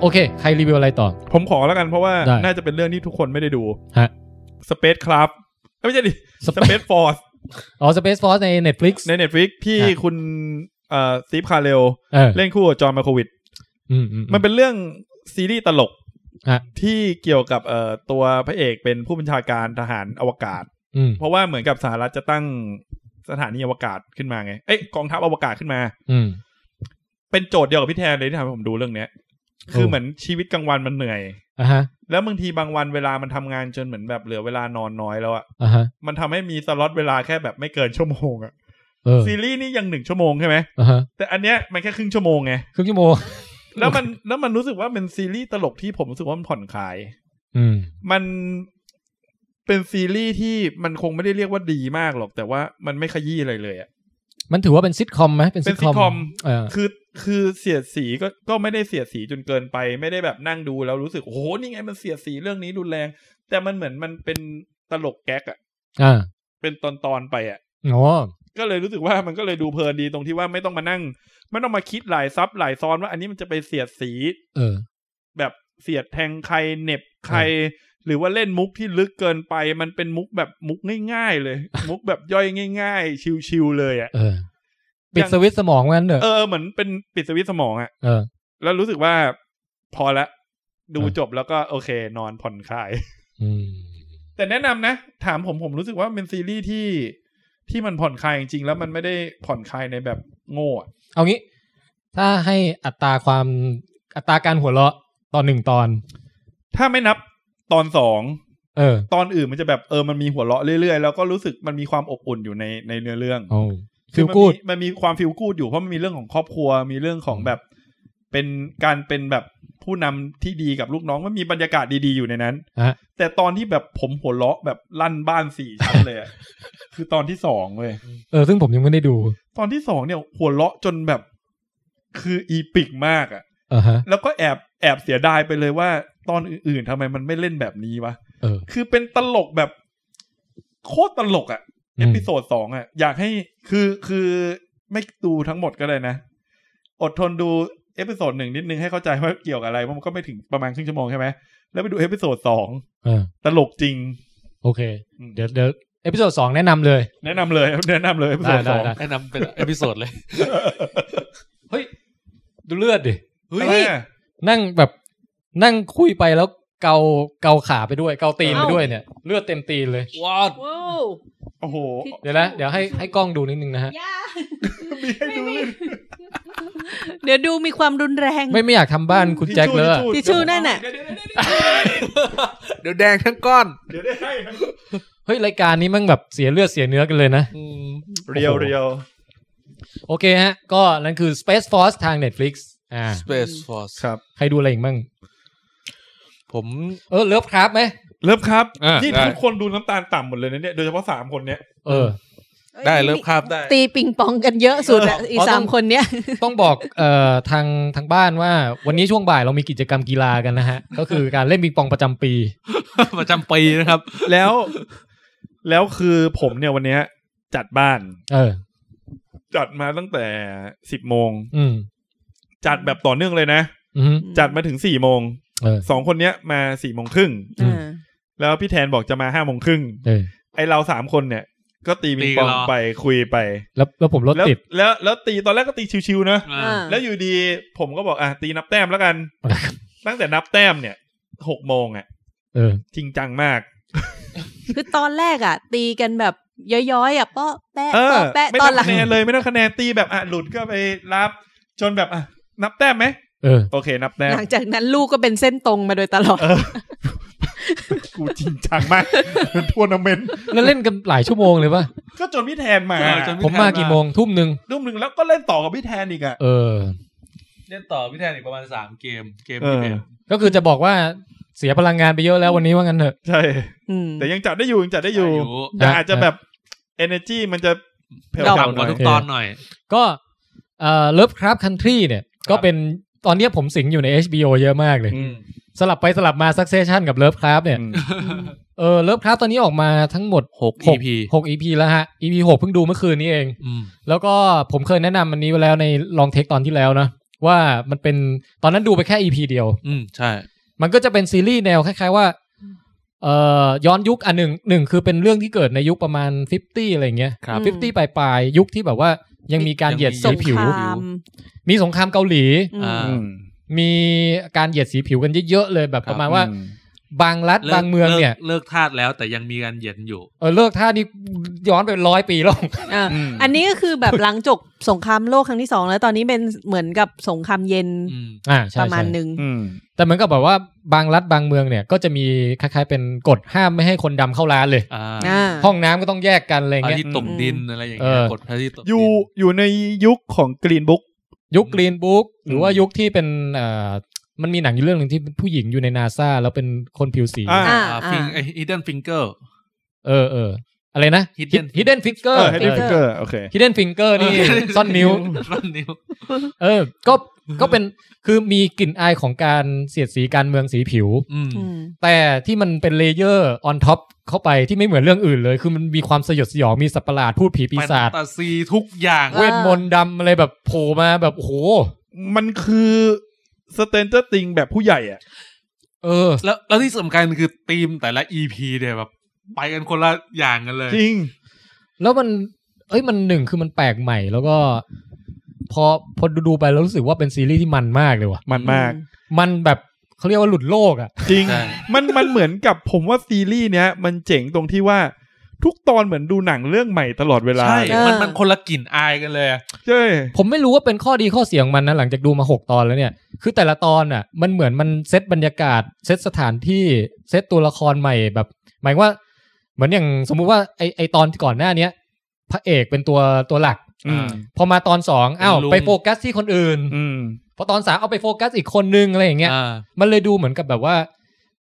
Speaker 2: โอเค ใครรีวิวอะไรต่อ
Speaker 3: ผมขอแล้วกันเพราะว่า
Speaker 2: ได้
Speaker 3: น่าจะเป็นเรื่องที่ทุกคนไม่ได้ดู
Speaker 2: ฮะ
Speaker 3: สเปซครับไม่ใช่ดิสเปซฟอร์ส
Speaker 2: อ๋อ Space Force ใน Netflix
Speaker 3: ในเน็ตฟลิกที่
Speaker 2: ฮะ
Speaker 3: คุณเอ่อซีฟคาเรล
Speaker 2: เออ
Speaker 3: เล่นคู่กับจอห์นมาโควิด
Speaker 2: อืมอืม
Speaker 3: มันเป็นเรื่องซีรีส์ตลก
Speaker 2: ฮะ
Speaker 3: ที่เกี่ยวกับเอ่อตัวพระเอกเป็นผู้บัญชาการทหารอวกาศ
Speaker 2: อืม
Speaker 3: เพราะว่าเหมือนกับสหรัฐจะตั้งสถานีอวกาศขึ้นมาไงเอ้ยกองทัพอวกาศขึ้นมา
Speaker 2: อืม
Speaker 3: เป็นโจทย์เดียวกับพี่แทนเลยที่ทำให้ผมดูเรื่องเนี้ย
Speaker 2: โอ้
Speaker 3: คือเหมือนชีวิตกลางวันมันเหนื่อย
Speaker 2: อ่ะฮะ
Speaker 3: แล้วบางทีบางวันเวลามันทำงานจนเหมือนแบบเหลือเวลานอนน้อยแล้วอะ
Speaker 2: อ่ะฮะ
Speaker 3: มันทำให้มีสล็อตเวลาแค่แบบไม่เกินชั่วโมงอะ
Speaker 2: เออ
Speaker 3: ซีรีส์นี่ยังหนึ่งชั่วโมงใช่ไหม
Speaker 2: อ่ะฮะ
Speaker 3: แต่อันเนี้ยมันแค่ครึ่งชั่วโมงไง
Speaker 2: ครึ่งชั่วโมง
Speaker 3: แล้วมันแล้วมันรู้สึกว่าเป็นซีรีส์ตลกที่ผมรู้สึกว่ามันผ่อนคลาย
Speaker 2: อืม
Speaker 3: มันเป็นซีรีส์ที่มันคงไม่ได้เรียกว่าดีมากหรอก แต่ว่ามันไม่ขยี้อะไรเลยอะ
Speaker 2: มันถือว่าเป็นซิทคอมไหมเป็น
Speaker 3: เป็
Speaker 2: ซิ
Speaker 3: น
Speaker 2: ทคอ
Speaker 3: sitcom
Speaker 2: มเออ
Speaker 3: คือคือเสียดสีก็ก็ไม่ได้เสียดสีจนเกินไป ไม่ได้แบบนั่งดูแล้วรู้สึกโอ้โหนี่ไงมันเสียดสีเรื่องนี้รุนแรง แต่มันเหมือนมันเป็นตลกแก๊กอะ
Speaker 2: อ่า
Speaker 3: เป็นตอนตอนๆไปอะ
Speaker 2: อ๋อ
Speaker 3: ก็เลยรู้สึกว่ามันก็เลยดูเพลินดีตรงที่ว่าไม่ต้องมานั่ง ไม่ต้องมาคิดหลายซับหลายซ้อนว่า อันนี้มันจะไปเสียดสี
Speaker 2: เออ
Speaker 3: แบบเสียดแทงใครเหน็บใคร หรือว่าเล่นมุกที่ลึกเกินไป มันเป็นมุกแบบมุกง่าย ๆ เลย มุกแบบย่อยง่าย ๆ ชิวๆเลยอะ
Speaker 2: เออ ปิด
Speaker 3: ยัง
Speaker 2: สวิตช์สมองงั้นเถอะ
Speaker 3: เออเหมือนเป็นปิดสวิตช์สมองอะ
Speaker 2: เออ
Speaker 3: แล้วรู้สึกว่าพอละดู
Speaker 2: อ่ะ
Speaker 3: จบแล้วก็โอเคนอนผ่อนคลาย
Speaker 2: อืม
Speaker 3: แต่แนะนำนะ ถามผมผมรู้สึกว่าเป็นซีรีส์ที่ที่มันผ่อนคลายจริงๆแล้วมันไม่ได้ผ่อนคลายในแบบโง่อะ
Speaker 2: เอางี้ ถ้าให้อัตราความอัตราการหัวเราะตอนหนึ่งตอน
Speaker 3: ถ้าไม่นับตอนสอง
Speaker 2: เออ
Speaker 3: ตอนอื่นมันจะแบบเออมันมีหัวเราะเรื่อยๆ แล้วก็รู้สึกมันมีความอบอุ่นอยู่ในในเนื้อเรื่อง
Speaker 2: โอ้
Speaker 3: คื
Speaker 2: ฟิล
Speaker 3: อมัน
Speaker 2: กู
Speaker 3: มี
Speaker 2: ด
Speaker 3: มันมีความฟิลกูดอยู่เพราะมันมีเรื่องของครอบครัว มีเรื่องของแบบ เป็นการเป็นแบบผู้นำที่ดีกับลูกน้องมันมีบรรยากาศดีๆอยู่ในนั้น
Speaker 2: ฮะ
Speaker 3: แต่ตอนที่แบบผมหัวเราะแบบลั่นบ้านสี่ชั้น เลยอะ คือตอนที่สองเว้ย
Speaker 2: เออ ซึ่งผมยังไม่ได้ดู
Speaker 3: ตอนที่สองเนี่ยหัวเราะจนแบบ คืออีปิกมากอะ
Speaker 2: อ่าฮะ
Speaker 3: แล้วก็แอบแอบเสียดายไปเลยว่า ตอนอื่นๆทำไมมันไม่เล่นแบบนี้วะ
Speaker 2: เออ
Speaker 3: คือเป็นตลกแบบโคตรตลกอะ
Speaker 2: อืม
Speaker 3: เอพิโซดสองอะอยากให้คือคือไม่ดูทั้งหมดก็เลยนะ อดทนดูเอพิโซดหนึ่งนิดนึงให้เข้าใจว่าเกี่ยวกับอะไรเพราะมันก็ไม่ถึงประมาณครึ่งชั่วโมงใช่ไหมแล้วไปดูเอพิโซดสอง
Speaker 2: เออ
Speaker 3: ตลกจริง
Speaker 2: โอเค
Speaker 3: อืม
Speaker 2: เดี๋ยวเดี๋ยวเอพิโซดสองแนะนำเลย
Speaker 3: แนะนำเลย แนะนำเลย
Speaker 2: ได้ได้ได้
Speaker 4: แนะนำเป็นเอพิโซดเลย
Speaker 2: เฮ้ย ดูเลือดดิ
Speaker 3: เฮ้ย
Speaker 2: นั่งแบบนั่งคุยไปแล้วเกาเกาขาไปด้วย เกาตีนไปด้วยเนี่ย เลือดเต็มตีนเลย
Speaker 4: ว้าว
Speaker 6: ว้าว
Speaker 3: โอ้โห
Speaker 2: เดี๋ยวนะเดี๋ยวให้ให้กล้องดูนิดนึงนะฮะ
Speaker 3: มีให้ดูเลย
Speaker 6: เดี๋ยวดูมีความรุนแรง
Speaker 2: ไม่ไม่อยากทำบ้านคุณแจ็คเลยอะ
Speaker 6: ทิชชู่นั่นน่ะ
Speaker 3: เดี๋ยวเดี๋ยวเดี๋ยว
Speaker 4: เดี๋ยวแดงทั้งก้อน
Speaker 3: เดี๋ยวเดี๋ยวให้
Speaker 2: เฮ้ย รายการนี้มันแบบเสียเลือดเสียเนื้อกันเลยนะ
Speaker 3: เรียวเรียว
Speaker 2: โอเคฮะ ก็นั่นคือ Space Force ทาง Netflix อ่า
Speaker 4: Space Force
Speaker 3: ครับ
Speaker 2: ใครดูอะไรอีกมั่ง
Speaker 4: ผม
Speaker 2: เออเลิฟคราฟไหม
Speaker 3: เริ่มครับ
Speaker 7: อ่ะ
Speaker 3: นี่
Speaker 7: ได้
Speaker 3: ทุกคนดูน้ำตาลต่ำหมดเลยนะเนี่ย โดยเฉพาะสามคนเนี้ย
Speaker 2: เออ
Speaker 7: ได้เลิฟครับได้
Speaker 6: ตีปิงปองกันเยอะสุดอะอี
Speaker 2: อ๋อต้อง
Speaker 6: สามคนเนี้ย
Speaker 2: ต้องบอกเอ่อทางทางบ้านว่า วันนี้ช่วงบ่ายเรามีกิจกรรมกีฬากันนะฮะ ก็คือการเล่นปิงปองประจำปี
Speaker 4: ประจำปีนะครับ
Speaker 3: แล้ว แล้วคือผมเนี่ยวันเนี้ย จัดบ้าน
Speaker 2: เออ
Speaker 3: จัดมาตั้งแต่สิบโมง
Speaker 2: อืม
Speaker 3: จัดแบบต่อเนื่องเลยนะ
Speaker 2: อืม
Speaker 3: จัดมาถึงสี่โมง
Speaker 2: เออ
Speaker 3: สองคนเนี้ยมาสี่โมงครึ่ง
Speaker 2: อืม
Speaker 3: แล้วพี่แทนบอกจะมาห้าโมงครึ่ง
Speaker 2: เออ
Speaker 3: ไอเราสามคนเนี่ย ก็ตีมิงปอง
Speaker 4: ตีกันเหรอ
Speaker 3: ไปคุยไป
Speaker 2: แล้วแล้วผมรถ
Speaker 3: แล้ว
Speaker 2: ติด
Speaker 3: แล้วแล้วตีตอนแรกก็ตีชิวๆนะ
Speaker 4: อ่า
Speaker 6: อ่า
Speaker 3: แล้วอยู่ดีผมก็บอกอ่ะตีนับแต้มแล้วกัน
Speaker 2: อ่ะ
Speaker 3: ตั้งแต่นับแต้มเนี่ยหกโมงอ่ะ
Speaker 2: เออ
Speaker 3: จริงจังมาก
Speaker 6: คือตอนแรกอะตีกันแบบย้อยๆอะเป้อแปะ
Speaker 3: เออ
Speaker 6: เป้อแปะ
Speaker 3: ไม่
Speaker 6: ตอ
Speaker 3: ต้อน ง
Speaker 6: หลัง
Speaker 3: คะแนนเลยไม่ต้องคะแนนตีแบบอ่ะหลุดก็ไปรับ จนแบบอ่ะนับแต้มไหม
Speaker 2: เออ
Speaker 3: โอเค นับแต้ม
Speaker 6: หลังจากนั้นลูกก็เป็นเส้นตรงมาโดยตลอด
Speaker 3: เออ กูจริงจัง มาก เป็นทัวร์นาเมนต์
Speaker 2: แล้วเล่นกันหลายชั่วโมงเลยปะ
Speaker 3: ก็จนพี่แทนมา
Speaker 4: เออจน
Speaker 2: ผมมากี่โมงทุ่มหนึ่ง
Speaker 3: รุ่มหนึ่งแล้วก็เล่นต่อกับพี่แทนอีกอ่ะ
Speaker 2: เออ
Speaker 4: เล่นต่อพี่แทนอีกประมาณสามเกม เกม
Speaker 3: เออ
Speaker 4: เกม
Speaker 2: ก็คือจะบอกว่าเสียพลังงานไปเยอะแล้ววันนี้ว่างั้นเถอะ
Speaker 3: ใช่
Speaker 6: อืม
Speaker 3: แต่ยังจัดได้อยู่ยังจัดได้อยู่ แต่
Speaker 2: ได้
Speaker 3: อาจจะแบบ energy มันจะแผ่ว
Speaker 4: ดอก
Speaker 3: ต่ำ
Speaker 4: ก
Speaker 3: หน่
Speaker 4: ว่า
Speaker 3: อย
Speaker 4: ทุกตอนหน่อย
Speaker 2: ก็เอ่อ Lovecraft Country เนี่ย ก็เป็นตอนเนี้ยผมสิงอยู่ใน HBO เยอะมากเลย
Speaker 3: อืม
Speaker 2: สลับไปสลับมา Succession กับ Lovecraft เนี่ย
Speaker 3: อืม
Speaker 2: เออ Lovecraft ตอนนี้ออกมาทั้งหมด
Speaker 4: หก
Speaker 2: หก
Speaker 4: EP
Speaker 2: 6 EP แล้วฮะ EP 6 เพิ่งดูเมื่อคืนนี้เอง
Speaker 4: อืม
Speaker 2: แล้วก็ผมเคยแนะนำอันนี้ไปแล้วในลองเทคตอนที่แล้วนะว่ามันเป็นตอนนั้นดูไปแค่ EP เดียว
Speaker 4: อืม ใช่
Speaker 2: มันก็จะเป็นซีรีส์แนวคล้ายๆว่าเอ่อย้อนยุคอันหนึ่งหนึ่งคือเป็นเรื่องที่เกิดในยุคประมาณ 50 อะไรอย่างเงี้ย
Speaker 4: ครับ
Speaker 2: 50ปลายปลายๆยุคที่แบบว่ายังมีการเหยียด
Speaker 6: ส
Speaker 2: สี
Speaker 6: ง
Speaker 2: ผิว
Speaker 6: คราม
Speaker 2: มีสงครามเกาหลี
Speaker 6: อืม
Speaker 4: อ่า
Speaker 2: มีการเหยียดสีผิวกันเยอะๆเลยแบบ
Speaker 4: ค
Speaker 2: ป
Speaker 4: รับ
Speaker 2: ระมาณว่า บางรัฐบางเมืองเนี่ย
Speaker 4: ลิกเลิกทาสแล้วแต่ยังมีการเหยียดอยู่
Speaker 2: เออเลิกท่านี่ย้อนไปร้อยปีแล้ว
Speaker 6: อ่ะ
Speaker 3: อืม
Speaker 6: อันนี้ก็คือแบบหลังจบสงครามโลกครั้งที่สองแล้วตอนนี้เป็นเหมือนกับสงครามเย็น
Speaker 4: อืม
Speaker 2: อ่าใช่
Speaker 6: ประมาณ
Speaker 2: ใช่
Speaker 6: หนึ่ง
Speaker 3: อืม
Speaker 2: แต่เหมือนกับแบบว่าบางรัฐบางเมืองเนี่ย ก็จะมีคล้ายๆเป็นกฎห้ามไม่ให้คนดำเข้าร้านเลย
Speaker 4: อ่า
Speaker 6: อ่า
Speaker 2: ห้องน้ำก็ต้องแยกกันอะไร
Speaker 4: พระ
Speaker 2: เงี้ย
Speaker 4: ที่ตกดินอะไรอย่างเงี้
Speaker 2: เอย อ
Speaker 4: กดพระที่ตกดิน
Speaker 3: อยู่อยู่ในยุคของกรีนบุ๊ก
Speaker 2: ยุคกรีนบุ๊กหรือว่ายุคที่เป็นเอ่อมันมีหนังอยู่เรื่องหนึ่งที่ผู้หญิงอยู่ในนาซาแล้วเป็นคนผิวสี
Speaker 3: อ่า
Speaker 4: อ่า
Speaker 6: อ่า
Speaker 4: ฟิงฮิดเด้นฟิงเกอร์
Speaker 2: เออเอออะไรนะ
Speaker 4: Hidden
Speaker 2: Hidden Finger
Speaker 3: เออให้ได้ฟิกเกอร์โอเค
Speaker 2: Hidden Finger นี่ซ่อนนิ้ว
Speaker 4: ซ่อนนิ้ว
Speaker 2: เออ ก็ ก็เป็น คือมีกลิ่นอายของการเสียดสีการเมืองสีผิว
Speaker 4: อืม
Speaker 6: อืม
Speaker 2: แต่ที่มันเป็นเลเยอร์ออนท็อปเข้าไปที่ไม่เหมือนเรื่องอื่นเลย คือมันมีความสยดสยอง มีสัตว์ประหลาด พูดผีปีศาจ
Speaker 4: แฟนตาซีทุกอย่าง
Speaker 2: เวทมนต์ดำอะไรแบบโผล่มาแบบโอ้โห
Speaker 3: มันคือสเตนเจอร์ติงแบบผู้ใหญ่อ่ะ
Speaker 2: เออ
Speaker 4: แล้วแล้วที่สำคัญคือธีมแต่ละ EP เนี่ยแบบ ไปกันคนละอย่างกันเลย
Speaker 3: จริง
Speaker 2: แล้วมัน เอ้ย มันหนึ่งคือมันแปลกใหม่ แล้วก็ พอ พอดูๆไปแล้วรู้สึกว่าเป็นซีรีส์ที่มันมากเลยว่ะ
Speaker 3: มันมาก
Speaker 2: มันแบบเขาเรียกว่าหลุดโลกอะ
Speaker 3: จริง
Speaker 4: ใช่
Speaker 3: มันมันเหมือนกับผมว่าซีรีส์เนี้ย มันเจ๋งตรงที่ว่าทุกตอนเหมือนดูหนังเรื่องใหม่ตลอดเวลา
Speaker 4: ใช่ มันมันคนละกลิ่นอายกันเลย
Speaker 3: ใช่
Speaker 2: ผมไม่รู้ว่าเป็นข้อดีข้อเสียของมันนะหลังจากดูมาหกตอนแล้วเนี่ย คือแต่ละตอนอ่ะ มันเหมือนมันเซตบรรยากาศ เซตสถานที่เซตตัวละครใหม่แบบ หมายว่า เหมือนอย่างสมมุติว่าไอไอตอนก่อนหน้าเนี้ยพระเอกเป็นตัวตัวหลัก
Speaker 3: อืม
Speaker 2: พอมาตอนสองอ้าว
Speaker 4: ลุง
Speaker 2: ไปโฟกัสที่คนอื่น
Speaker 3: อืม
Speaker 2: พอตอนสามเอาไปโฟกัสอีกคนนึงอะไรอย่างเงี้ย
Speaker 4: อ่า
Speaker 2: มันเลยดูเหมือนกับแบบว่า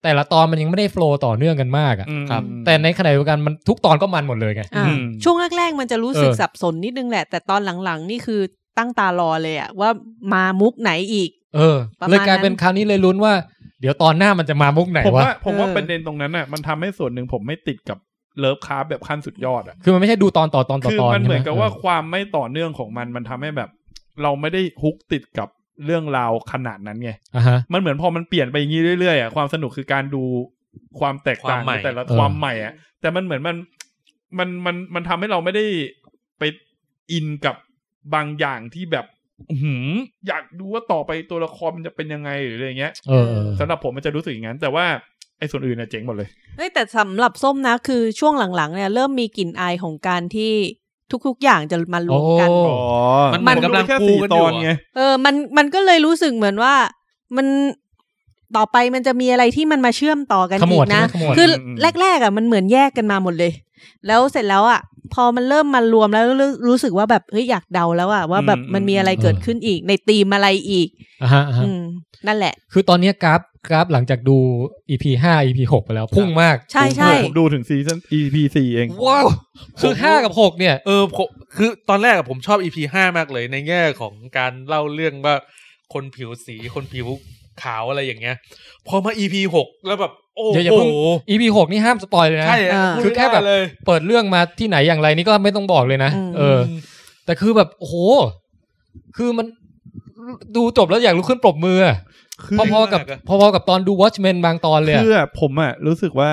Speaker 2: แต่ละตอนมันยังไม่ได้โฟลว์ต่อเนื่องกันมากอ่ะ
Speaker 3: อืม
Speaker 4: ครับ
Speaker 2: แต่ในขณะเดียวกันมันทุกตอนก็มันหมดเลยไง
Speaker 6: อ่า
Speaker 3: อืม
Speaker 6: ช่วงแรกๆมันจะรู้สึก
Speaker 2: เออ
Speaker 6: สับสนนิดนึงแหละ แต่ตอนหลังๆ นี่คือตั้งตารอเลยอะว่ามามุกไหนอีก
Speaker 2: เออ
Speaker 6: ประมาณ
Speaker 2: เลยกลายเป็น
Speaker 6: นั้น
Speaker 2: คราวนี้เลยลุ้นว่า เดี๋ยวตอนหน้ามันจะมามุกไหน
Speaker 3: ผม
Speaker 2: วะ
Speaker 3: ว่าผมว่า
Speaker 6: เออ
Speaker 3: ประเด็นตรงนั้นอ่ะ มันทำให้ส่วนหนึ่งผมไม่ติดกับเลิฟคาร์แบบขั้นสุดยอดอ่ะ
Speaker 2: คือมันไม่ใช่ดูตอนต่อตอนต่อ
Speaker 3: คือ
Speaker 2: ตอน
Speaker 3: มันเหมือนกับว่า
Speaker 2: ใช่ไ
Speaker 3: ความไม่ต่อเนื่องของมันมันทำให้แบบ เราไม่ได้ฮุกติดกับเรื่องราวขนาดนั้นไง
Speaker 2: อ่าฮะ
Speaker 3: มันเหมือนพอมันเปลี่ยนไปอย่างนี้เรื่อยๆอ่ะความสนุกคือการดูความแตกต่าง
Speaker 4: ความใหม่
Speaker 3: แต่ละ
Speaker 2: เออ
Speaker 3: ความใหม่อ่ะแต่มันเหมือนมันมันมันมันทำให้เราไม่ได้ไปอินกับบางอย่างที่แบบอื้อหืออยากดูว่าต่อไปตัวละครมันจะเป็นยังไงหรืออะไรเงี้ย
Speaker 2: เออเออ
Speaker 3: สำหรับผมมันจะรู้สึกอย่างนั้น แต่ว่าไอ้ส่วนอื่นน่ะเจ๋งหมดเลย
Speaker 6: เฮ้ยแต่สำหรับส้มนะคือช่วงหลังๆเนี่ยเริ่มมีกลิ่นอายของการที่ทุกๆอย่างจะมาร
Speaker 2: โอ้
Speaker 6: วมกัน
Speaker 3: อ๋อ
Speaker 4: มัน
Speaker 6: มัน
Speaker 4: กำลัง
Speaker 3: แค่
Speaker 4: ปู
Speaker 3: สี่
Speaker 4: กันอยู่
Speaker 3: ตอน
Speaker 4: อะ
Speaker 3: ไง
Speaker 6: เออ มัน มันก็เลยรู้สึกเหมือนว่า มัน ต่อไปมันจะมีอะไรที่มันมาเชื่อมต่อกัน
Speaker 2: ขม
Speaker 6: อี
Speaker 2: วด
Speaker 6: กนะ
Speaker 2: ใช่ไหมขมวด
Speaker 6: คือแรกๆอ่ะมันเหมือนแยกกันมาหมดเลย แล้วเสร็จแล้วอ่ะ พอมันเริ่มมารวมแล้วรู้รู้สึกว่าแบบเฮ้ยอยากเดาแล้วอ่ะว่าแบบ
Speaker 3: อืม
Speaker 6: มันมีอะไรเกิดขึ้นอีก ในธีมอะไรอีก
Speaker 2: อ่าฮะอ่าฮะ
Speaker 6: อืม นั่นแหละ
Speaker 2: คือตอนเนี้ยกราฟกราฟหลังจากดู EP ห้า EP หกไปแล้ว พุ่งมาก
Speaker 6: ใช่ใช่
Speaker 3: ผมดูถึงซีซั่น EP สี่เอง
Speaker 2: ว้าวคือห้ากับหกเนี่ย
Speaker 4: เออผมคือตอนแรกอะผมชอบ EP ห้ามากเลย ในแง่ของการเล่าเรื่องว่าคนผิวสีคนผิวขาวอะไรอย่างเงี้ย พอมา EP หกแล้วแบบ โอ้
Speaker 2: เดี๋ยวอย่า
Speaker 4: โห
Speaker 2: เพิ่ง EP หกนี่ห้ามสปอยเลยนะ
Speaker 4: ใช่อะ
Speaker 6: อ่า
Speaker 4: พูด
Speaker 2: คือแค่แบบ
Speaker 4: ไม่ได้เลย
Speaker 2: เปิดเรื่องมาที่ไหนอย่างไรนี่ก็ไม่ต้องบอกเลยนะ
Speaker 6: อืม
Speaker 2: เออ แต่คือแบบโอ้โห คือมันดูจบแล้วอยากลุกขึ้นปรบมืออะ
Speaker 3: คือ
Speaker 2: พอๆกับ
Speaker 4: มากอะ
Speaker 2: พอๆกับตอนดู Watchmen บางตอนเลยอะ
Speaker 3: เพื่อผมอะรู้สึกว่า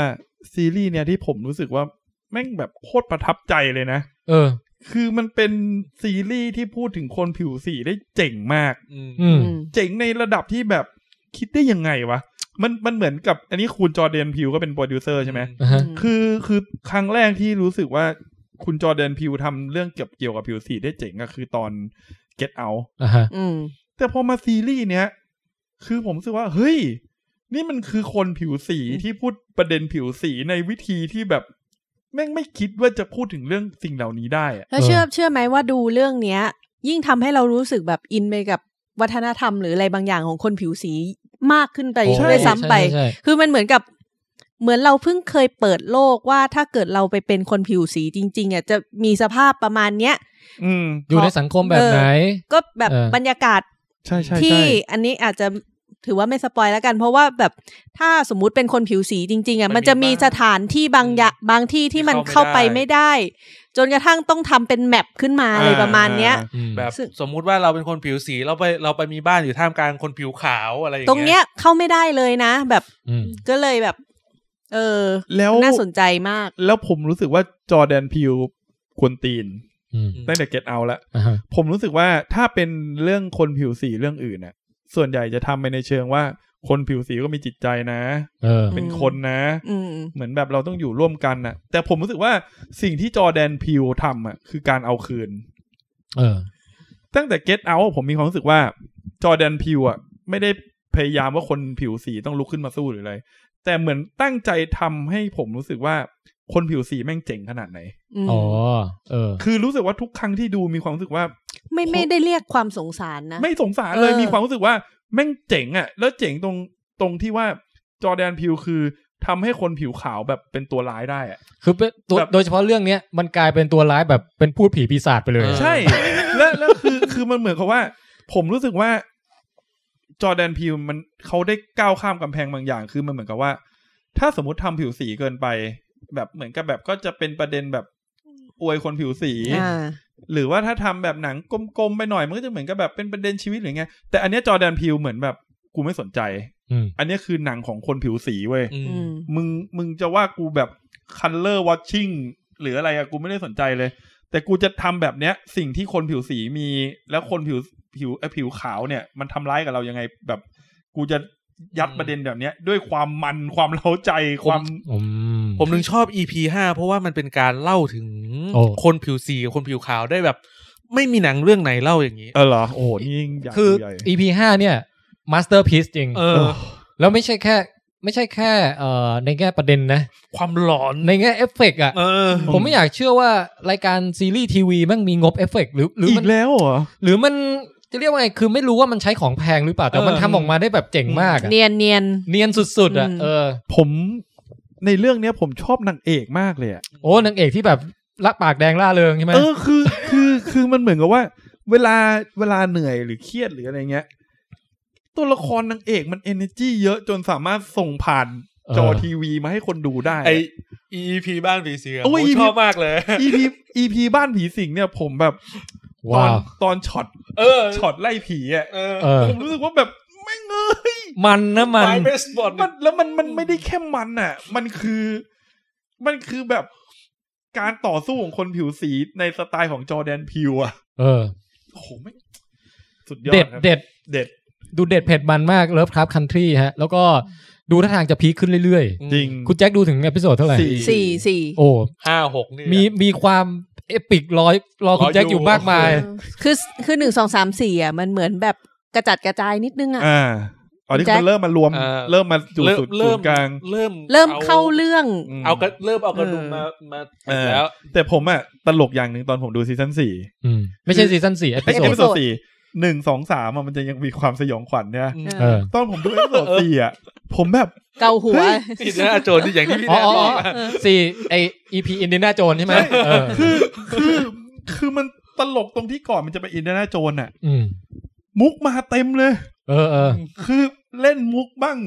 Speaker 3: ซีรีส์เนี่ยที่ผมรู้สึกว่าแม่งแบบโคตรประทับใจเลยนะ
Speaker 2: เออ
Speaker 3: คือมันเป็นซีรีส์ที่พูดถึงคนผิวสีได้เจ๋งมาก
Speaker 4: อืม
Speaker 2: อืม
Speaker 6: อืม
Speaker 3: เจ๋งในระดับที่แบบคิดได้ยังไงวะ มันมันเหมือนกับอันนี้คุณจอร์แดนพิวก็เป็นโปรดิวเซอร์ใช่ไหม
Speaker 2: อ่าฮะ
Speaker 3: คือคือครั้งแรกที่รู้สึกว่าคุณจอร์แดนพิวทำเรื่องเกี่ยวเกี่ยวกับผิวสีได้เจ๋งก็คือตอน Get Out
Speaker 2: อ่าฮะ
Speaker 6: อืม
Speaker 3: แต่พอมาซีรีส์เนี้ยคือผมรู้สึกว่า เฮ้ย นี่มันคือคนผิวสีที่พูดประเด็นผิวสีในวิธีที่แบบ แม่งไม่คิดว่าจะพูดถึงเรื่องสิ่งเหล่านี้ได้อะ
Speaker 6: แล้ว
Speaker 2: เออ
Speaker 6: เชื่อเชื่อไหมว่าดูเรื่องเนี้ย ยิ่งทำให้เรารู้สึกแบบอินไปกับวัฒนธรรมหรืออะไรบางอย่างของคนผิวสีมากขึ้นไป
Speaker 2: โอ้
Speaker 6: ด้วยซ้ำไป
Speaker 2: ใช่ใช่ใช่
Speaker 6: คือมันเหมือนกับ เหมือนเราเพิ่งเคยเปิดโลกว่าถ้าเกิดเราไปเป็นคนผิวสีจริง ๆอ่ะจะมีสภาพประมาณเนี้ย
Speaker 3: อืม
Speaker 2: อยู่ในสังคมแบบไหน
Speaker 6: ก็แบบ
Speaker 2: เออ
Speaker 6: บรรยากาศ
Speaker 3: ใช่ใช่
Speaker 6: ที่
Speaker 3: ใช่
Speaker 6: อันนี้อาจจะถือว่าไม่สปอยแล้วกัน เพราะว่าแบบถ้าสมมุติเป็นคนผิวสีจริง ๆอ่ะ
Speaker 4: มั
Speaker 6: มัน
Speaker 4: นมี
Speaker 6: จะมีสถานที่บางอย่างบางที่ที่มัน
Speaker 4: ที่
Speaker 6: เข้า
Speaker 4: เข้า
Speaker 6: ไป
Speaker 4: ไม่ได้
Speaker 6: ไม่ได้ จนกระทั่งต้องทำเป็นแมปขึ้นมาอะไรประมาณเนี้ย
Speaker 3: อ่
Speaker 2: อืม
Speaker 4: แบบ
Speaker 6: ซึ่ง
Speaker 4: สมมุติว่าเราเป็นคนผิวสีเราไปเราไปมีบ้านอยู่ท่ามกลางคนผิวขาวอะไรอย่าง
Speaker 6: ตรงเนี้
Speaker 4: เงี้ย
Speaker 6: ยเข้าไม่ได้เลยนะ แบบ
Speaker 2: อืม
Speaker 6: ก็เลยแบบ เออ
Speaker 3: แล้ว
Speaker 6: น่าสนใจมาก
Speaker 3: แล้วผมรู้สึกว่าจอร์แดนพิวควรตีน
Speaker 2: อืม
Speaker 3: ตั้งแต่ Get Out ละ
Speaker 2: อ่าฮะ
Speaker 3: ผมรู้สึกว่าถ้าเป็นเรื่องคนผิวสีเรื่องอื่นน่ะ ส่วนใหญ่จะทำไปในเชิงว่า คนผิวสีก็มีจิตใจนะ
Speaker 2: เออ
Speaker 3: เป็นคนนะ
Speaker 6: อืม
Speaker 3: เหมือนแบบเราต้องอยู่ร่วมกันน่ะ แต่ผมรู้สึกว่าสิ่งที่จอร์แดนพิวทำอ่ะคือการเอาคืน
Speaker 2: เออ
Speaker 3: ตั้งแต่ Get Out ผมมีความรู้สึกว่าจอร์แดนพิวอ่ะไม่ได้พยายามว่าคนผิวสีต้องลุกขึ้นมาสู้หรืออะไร แต่เหมือนตั้งใจทำให้ผมรู้สึกว่าคนผิวสีแม่งเจ๋งขนาดไหน
Speaker 6: อืม
Speaker 2: อ๋อ เออ
Speaker 3: คือรู้สึกว่าทุกครั้งที่ดูมีความรู้สึกว่า
Speaker 6: ไม่ไม่ได้เรียกความสงสารนะ
Speaker 3: ไม่สงสารเลย
Speaker 6: เออ
Speaker 3: มีความรู้สึกว่าแม่งเจ๋งอะ่ะ แล้วเจ๋งตรงตรงที่ว่าจอร์แดนพิวคือทำให้คนผิวขาวแบบเป็นตัวร้ายได้อะ
Speaker 2: คือเป็นตัว
Speaker 3: แบบ
Speaker 2: โดยเฉพาะเรื่องเนี้ยมันกลายเป็นตัวร้ายแบบเป็นพูดผีปีศาจไปเลย
Speaker 3: ใช่ แล้วแล้วคือคือมันเหมือนกับว่า ผมรู้สึกว่าจอร์แดนพิวมันเขาได้ก้าวข้ามกำแพงบางอย่าง คือมันเหมือนกับว่า ถ้าสมมติทำผิวสีเกินไป แบบเหมือนกับแบบก็จะเป็นประเด็นแบบอวยคนผิวสี
Speaker 6: อ่า
Speaker 3: หรือว่าถ้าทำแบบหนังกลมๆไปหน่อยมันก็จะเหมือนกับแบบเป็นประเด็นชีวิตหรือไงแต่อันเนี้ยจอร์แดนพิวเหมือนแบบกูไม่สนใจ
Speaker 2: อืม
Speaker 3: อันเนี้ยคือหนังของคนผิวสีเว้ย
Speaker 4: อืม
Speaker 6: อืม
Speaker 3: มึงมึงจะว่ากูแบบ color watching หรืออะไรอะกูไม่ได้สนใจเลย แต่กูจะทำแบบเนี้ย สิ่งที่คนผิวสีมี แล้วคนผิวผิวเอ่อผิวขาวเนี่ย มันทำร้ายกับเรายังไงแบบ กูจะยัดประเด็นแบบเนี้ย ด้วยความมันความเล้าใจความ
Speaker 2: อืม
Speaker 4: ผมถึงชอบ EP ห้าเพราะว่ามันเป็นการเล่าถึง
Speaker 2: โอ้
Speaker 4: คนผิวสีกับคนผิวขาวได้แบบ ไม่มีหนังเรื่องไหนเล่าอย่างนี้
Speaker 3: เออเหรอโอ้โหนี่ยิ่งใหญ่
Speaker 2: คือ
Speaker 3: ใหญ่
Speaker 2: EP ห้าเนี่ยมาสเตอร์พีซจริง
Speaker 4: เอ
Speaker 3: เอ
Speaker 4: อ
Speaker 3: อ
Speaker 2: แล้วไม่ใช่แค่ ไม่ใช่แค่เอ่อในแง่ประเด็นนะ
Speaker 4: ความหลอน
Speaker 2: ในแง่เอฟเฟกต์อ่ะ
Speaker 4: เออ
Speaker 2: ผมไม่อยากเชื่อว่ารายการซีรีส์ทีวีแมันมีงบเอฟเฟกต์หรือหรือ
Speaker 3: อี
Speaker 2: มัน
Speaker 3: กแล้วเหรอ
Speaker 2: หรือมันจะเรียกว่าไงคือไม่รู้ว่ามันใช้ของแพงหรือเปล่า แต่มัน
Speaker 4: เออ
Speaker 2: ทำออกมาได้แบบเจ๋งมากอะ
Speaker 6: เนียนเนียน
Speaker 2: เนียนสุดๆอ่ะ
Speaker 6: อืม
Speaker 2: เออ
Speaker 3: ผมในเรื่องเนี้ยผมชอบนางเอกมากเลยอะ
Speaker 2: โอ้นางเอกที่แบบละปากแดงล่าเริงใช่ไหม
Speaker 3: เออคือคือคือมันเหมือนกับว่า เวลาเวลาเหนื่อยหรือเครียดหรืออะไรเงี้ย ตัวละครนางเอกมันเอเนจีเยอะจนสามารถส่งผ่านจอทีวีมาให้คนดูได้
Speaker 4: ไอ EP บ้านผีเสียง
Speaker 3: โอ้
Speaker 4: ผม
Speaker 3: ย
Speaker 4: ชอบมากเลย
Speaker 3: EP EP บ้านผีสิงเนี่ยผมแบบตอน
Speaker 2: ว้าว
Speaker 3: ตอนช็อต
Speaker 4: เออ
Speaker 3: ช็อตไล่ผีอ่ะ
Speaker 4: เออ
Speaker 2: เออ
Speaker 3: ผมรู้สึกว่าแบบแม่งเอ้ย
Speaker 2: มันนะมัน
Speaker 4: ไม้เบสบอล
Speaker 3: มันแล้วมันมันไม่ได้แค่มันอ่ะ มันคือ มันคือแบบการต่อสู้ของคนผิวสีในสไตล์ของจอร์แดนพิวอ่ะ
Speaker 2: เออ
Speaker 3: โอ้โหแม่งสุดยอด
Speaker 2: เด็ด
Speaker 3: ครับ
Speaker 2: เด็ด
Speaker 3: เด็ด
Speaker 2: ดูเด็ดเผ็ดมันมากเลิฟครับคันทรีฮะ แล้วก็ดูท่าทางจะพีคขึ้นเรื่อย
Speaker 4: อืม
Speaker 3: จริง
Speaker 2: ๆ คุณแจ็คดูถึงเอพิโซดเท่าไหร่
Speaker 3: สี่
Speaker 6: สี่สี่
Speaker 2: โอ้
Speaker 4: ห้าหกนี่
Speaker 2: มีมีความเอปิกร้อยรอคุ
Speaker 4: ร
Speaker 2: ณ
Speaker 4: ออยู่
Speaker 2: แจ็คอยู่มากมาย
Speaker 6: คือคือหนึ่งสองสามสี่อ่ะมันเหมือนแบบกระจัดกระจายนิดนึงอ่ะ
Speaker 3: อ่า อ๋อนี่
Speaker 6: แจ็
Speaker 3: คือ
Speaker 6: ค
Speaker 3: มันเริ่มมารวม
Speaker 4: เออ
Speaker 3: เริ่มมาอยู่
Speaker 4: เริ่ม
Speaker 3: ศูนย์
Speaker 4: เริ่ม
Speaker 3: ศูนย์กลาง
Speaker 4: เริ่ม
Speaker 6: เริ่มเข้าเรื่อง
Speaker 3: อืม
Speaker 4: เอากระเริ่มเอากระดุม
Speaker 6: เออ
Speaker 4: มามา
Speaker 3: เออ
Speaker 4: แล้ว
Speaker 3: แต่ผมอะตลกอย่างหนึ่งตอนผมดูซีซั่นสี่
Speaker 2: อืมไม่ใช่ซีซั่นสี่เอ
Speaker 3: ไอ้
Speaker 2: พิโซ
Speaker 3: เอพิ
Speaker 2: ด
Speaker 3: โซดสี่หนึ่งสองสามอะมันจะยังมีความสยองขวัญเนี่ย
Speaker 2: เออ
Speaker 3: ตอนผมดูเอพิโซดสี่อะผมแบบ
Speaker 6: เกาหัว
Speaker 4: อินเนอร์โจนที่อย่างที่พี่
Speaker 2: อ๋อ
Speaker 4: แนน
Speaker 2: อ๋อ
Speaker 4: บอก
Speaker 2: อ๋อสี่ไออีพีอินเดียนาโจนใช่ไหมเออ
Speaker 3: คือคือคือมันตลกตรงที่ก่อนมันจะไปอินเดียนาโจนอะ
Speaker 2: อืม
Speaker 3: มุกมาเต็มเลย
Speaker 2: เออเออ
Speaker 3: คือเล่นมุกบ้าง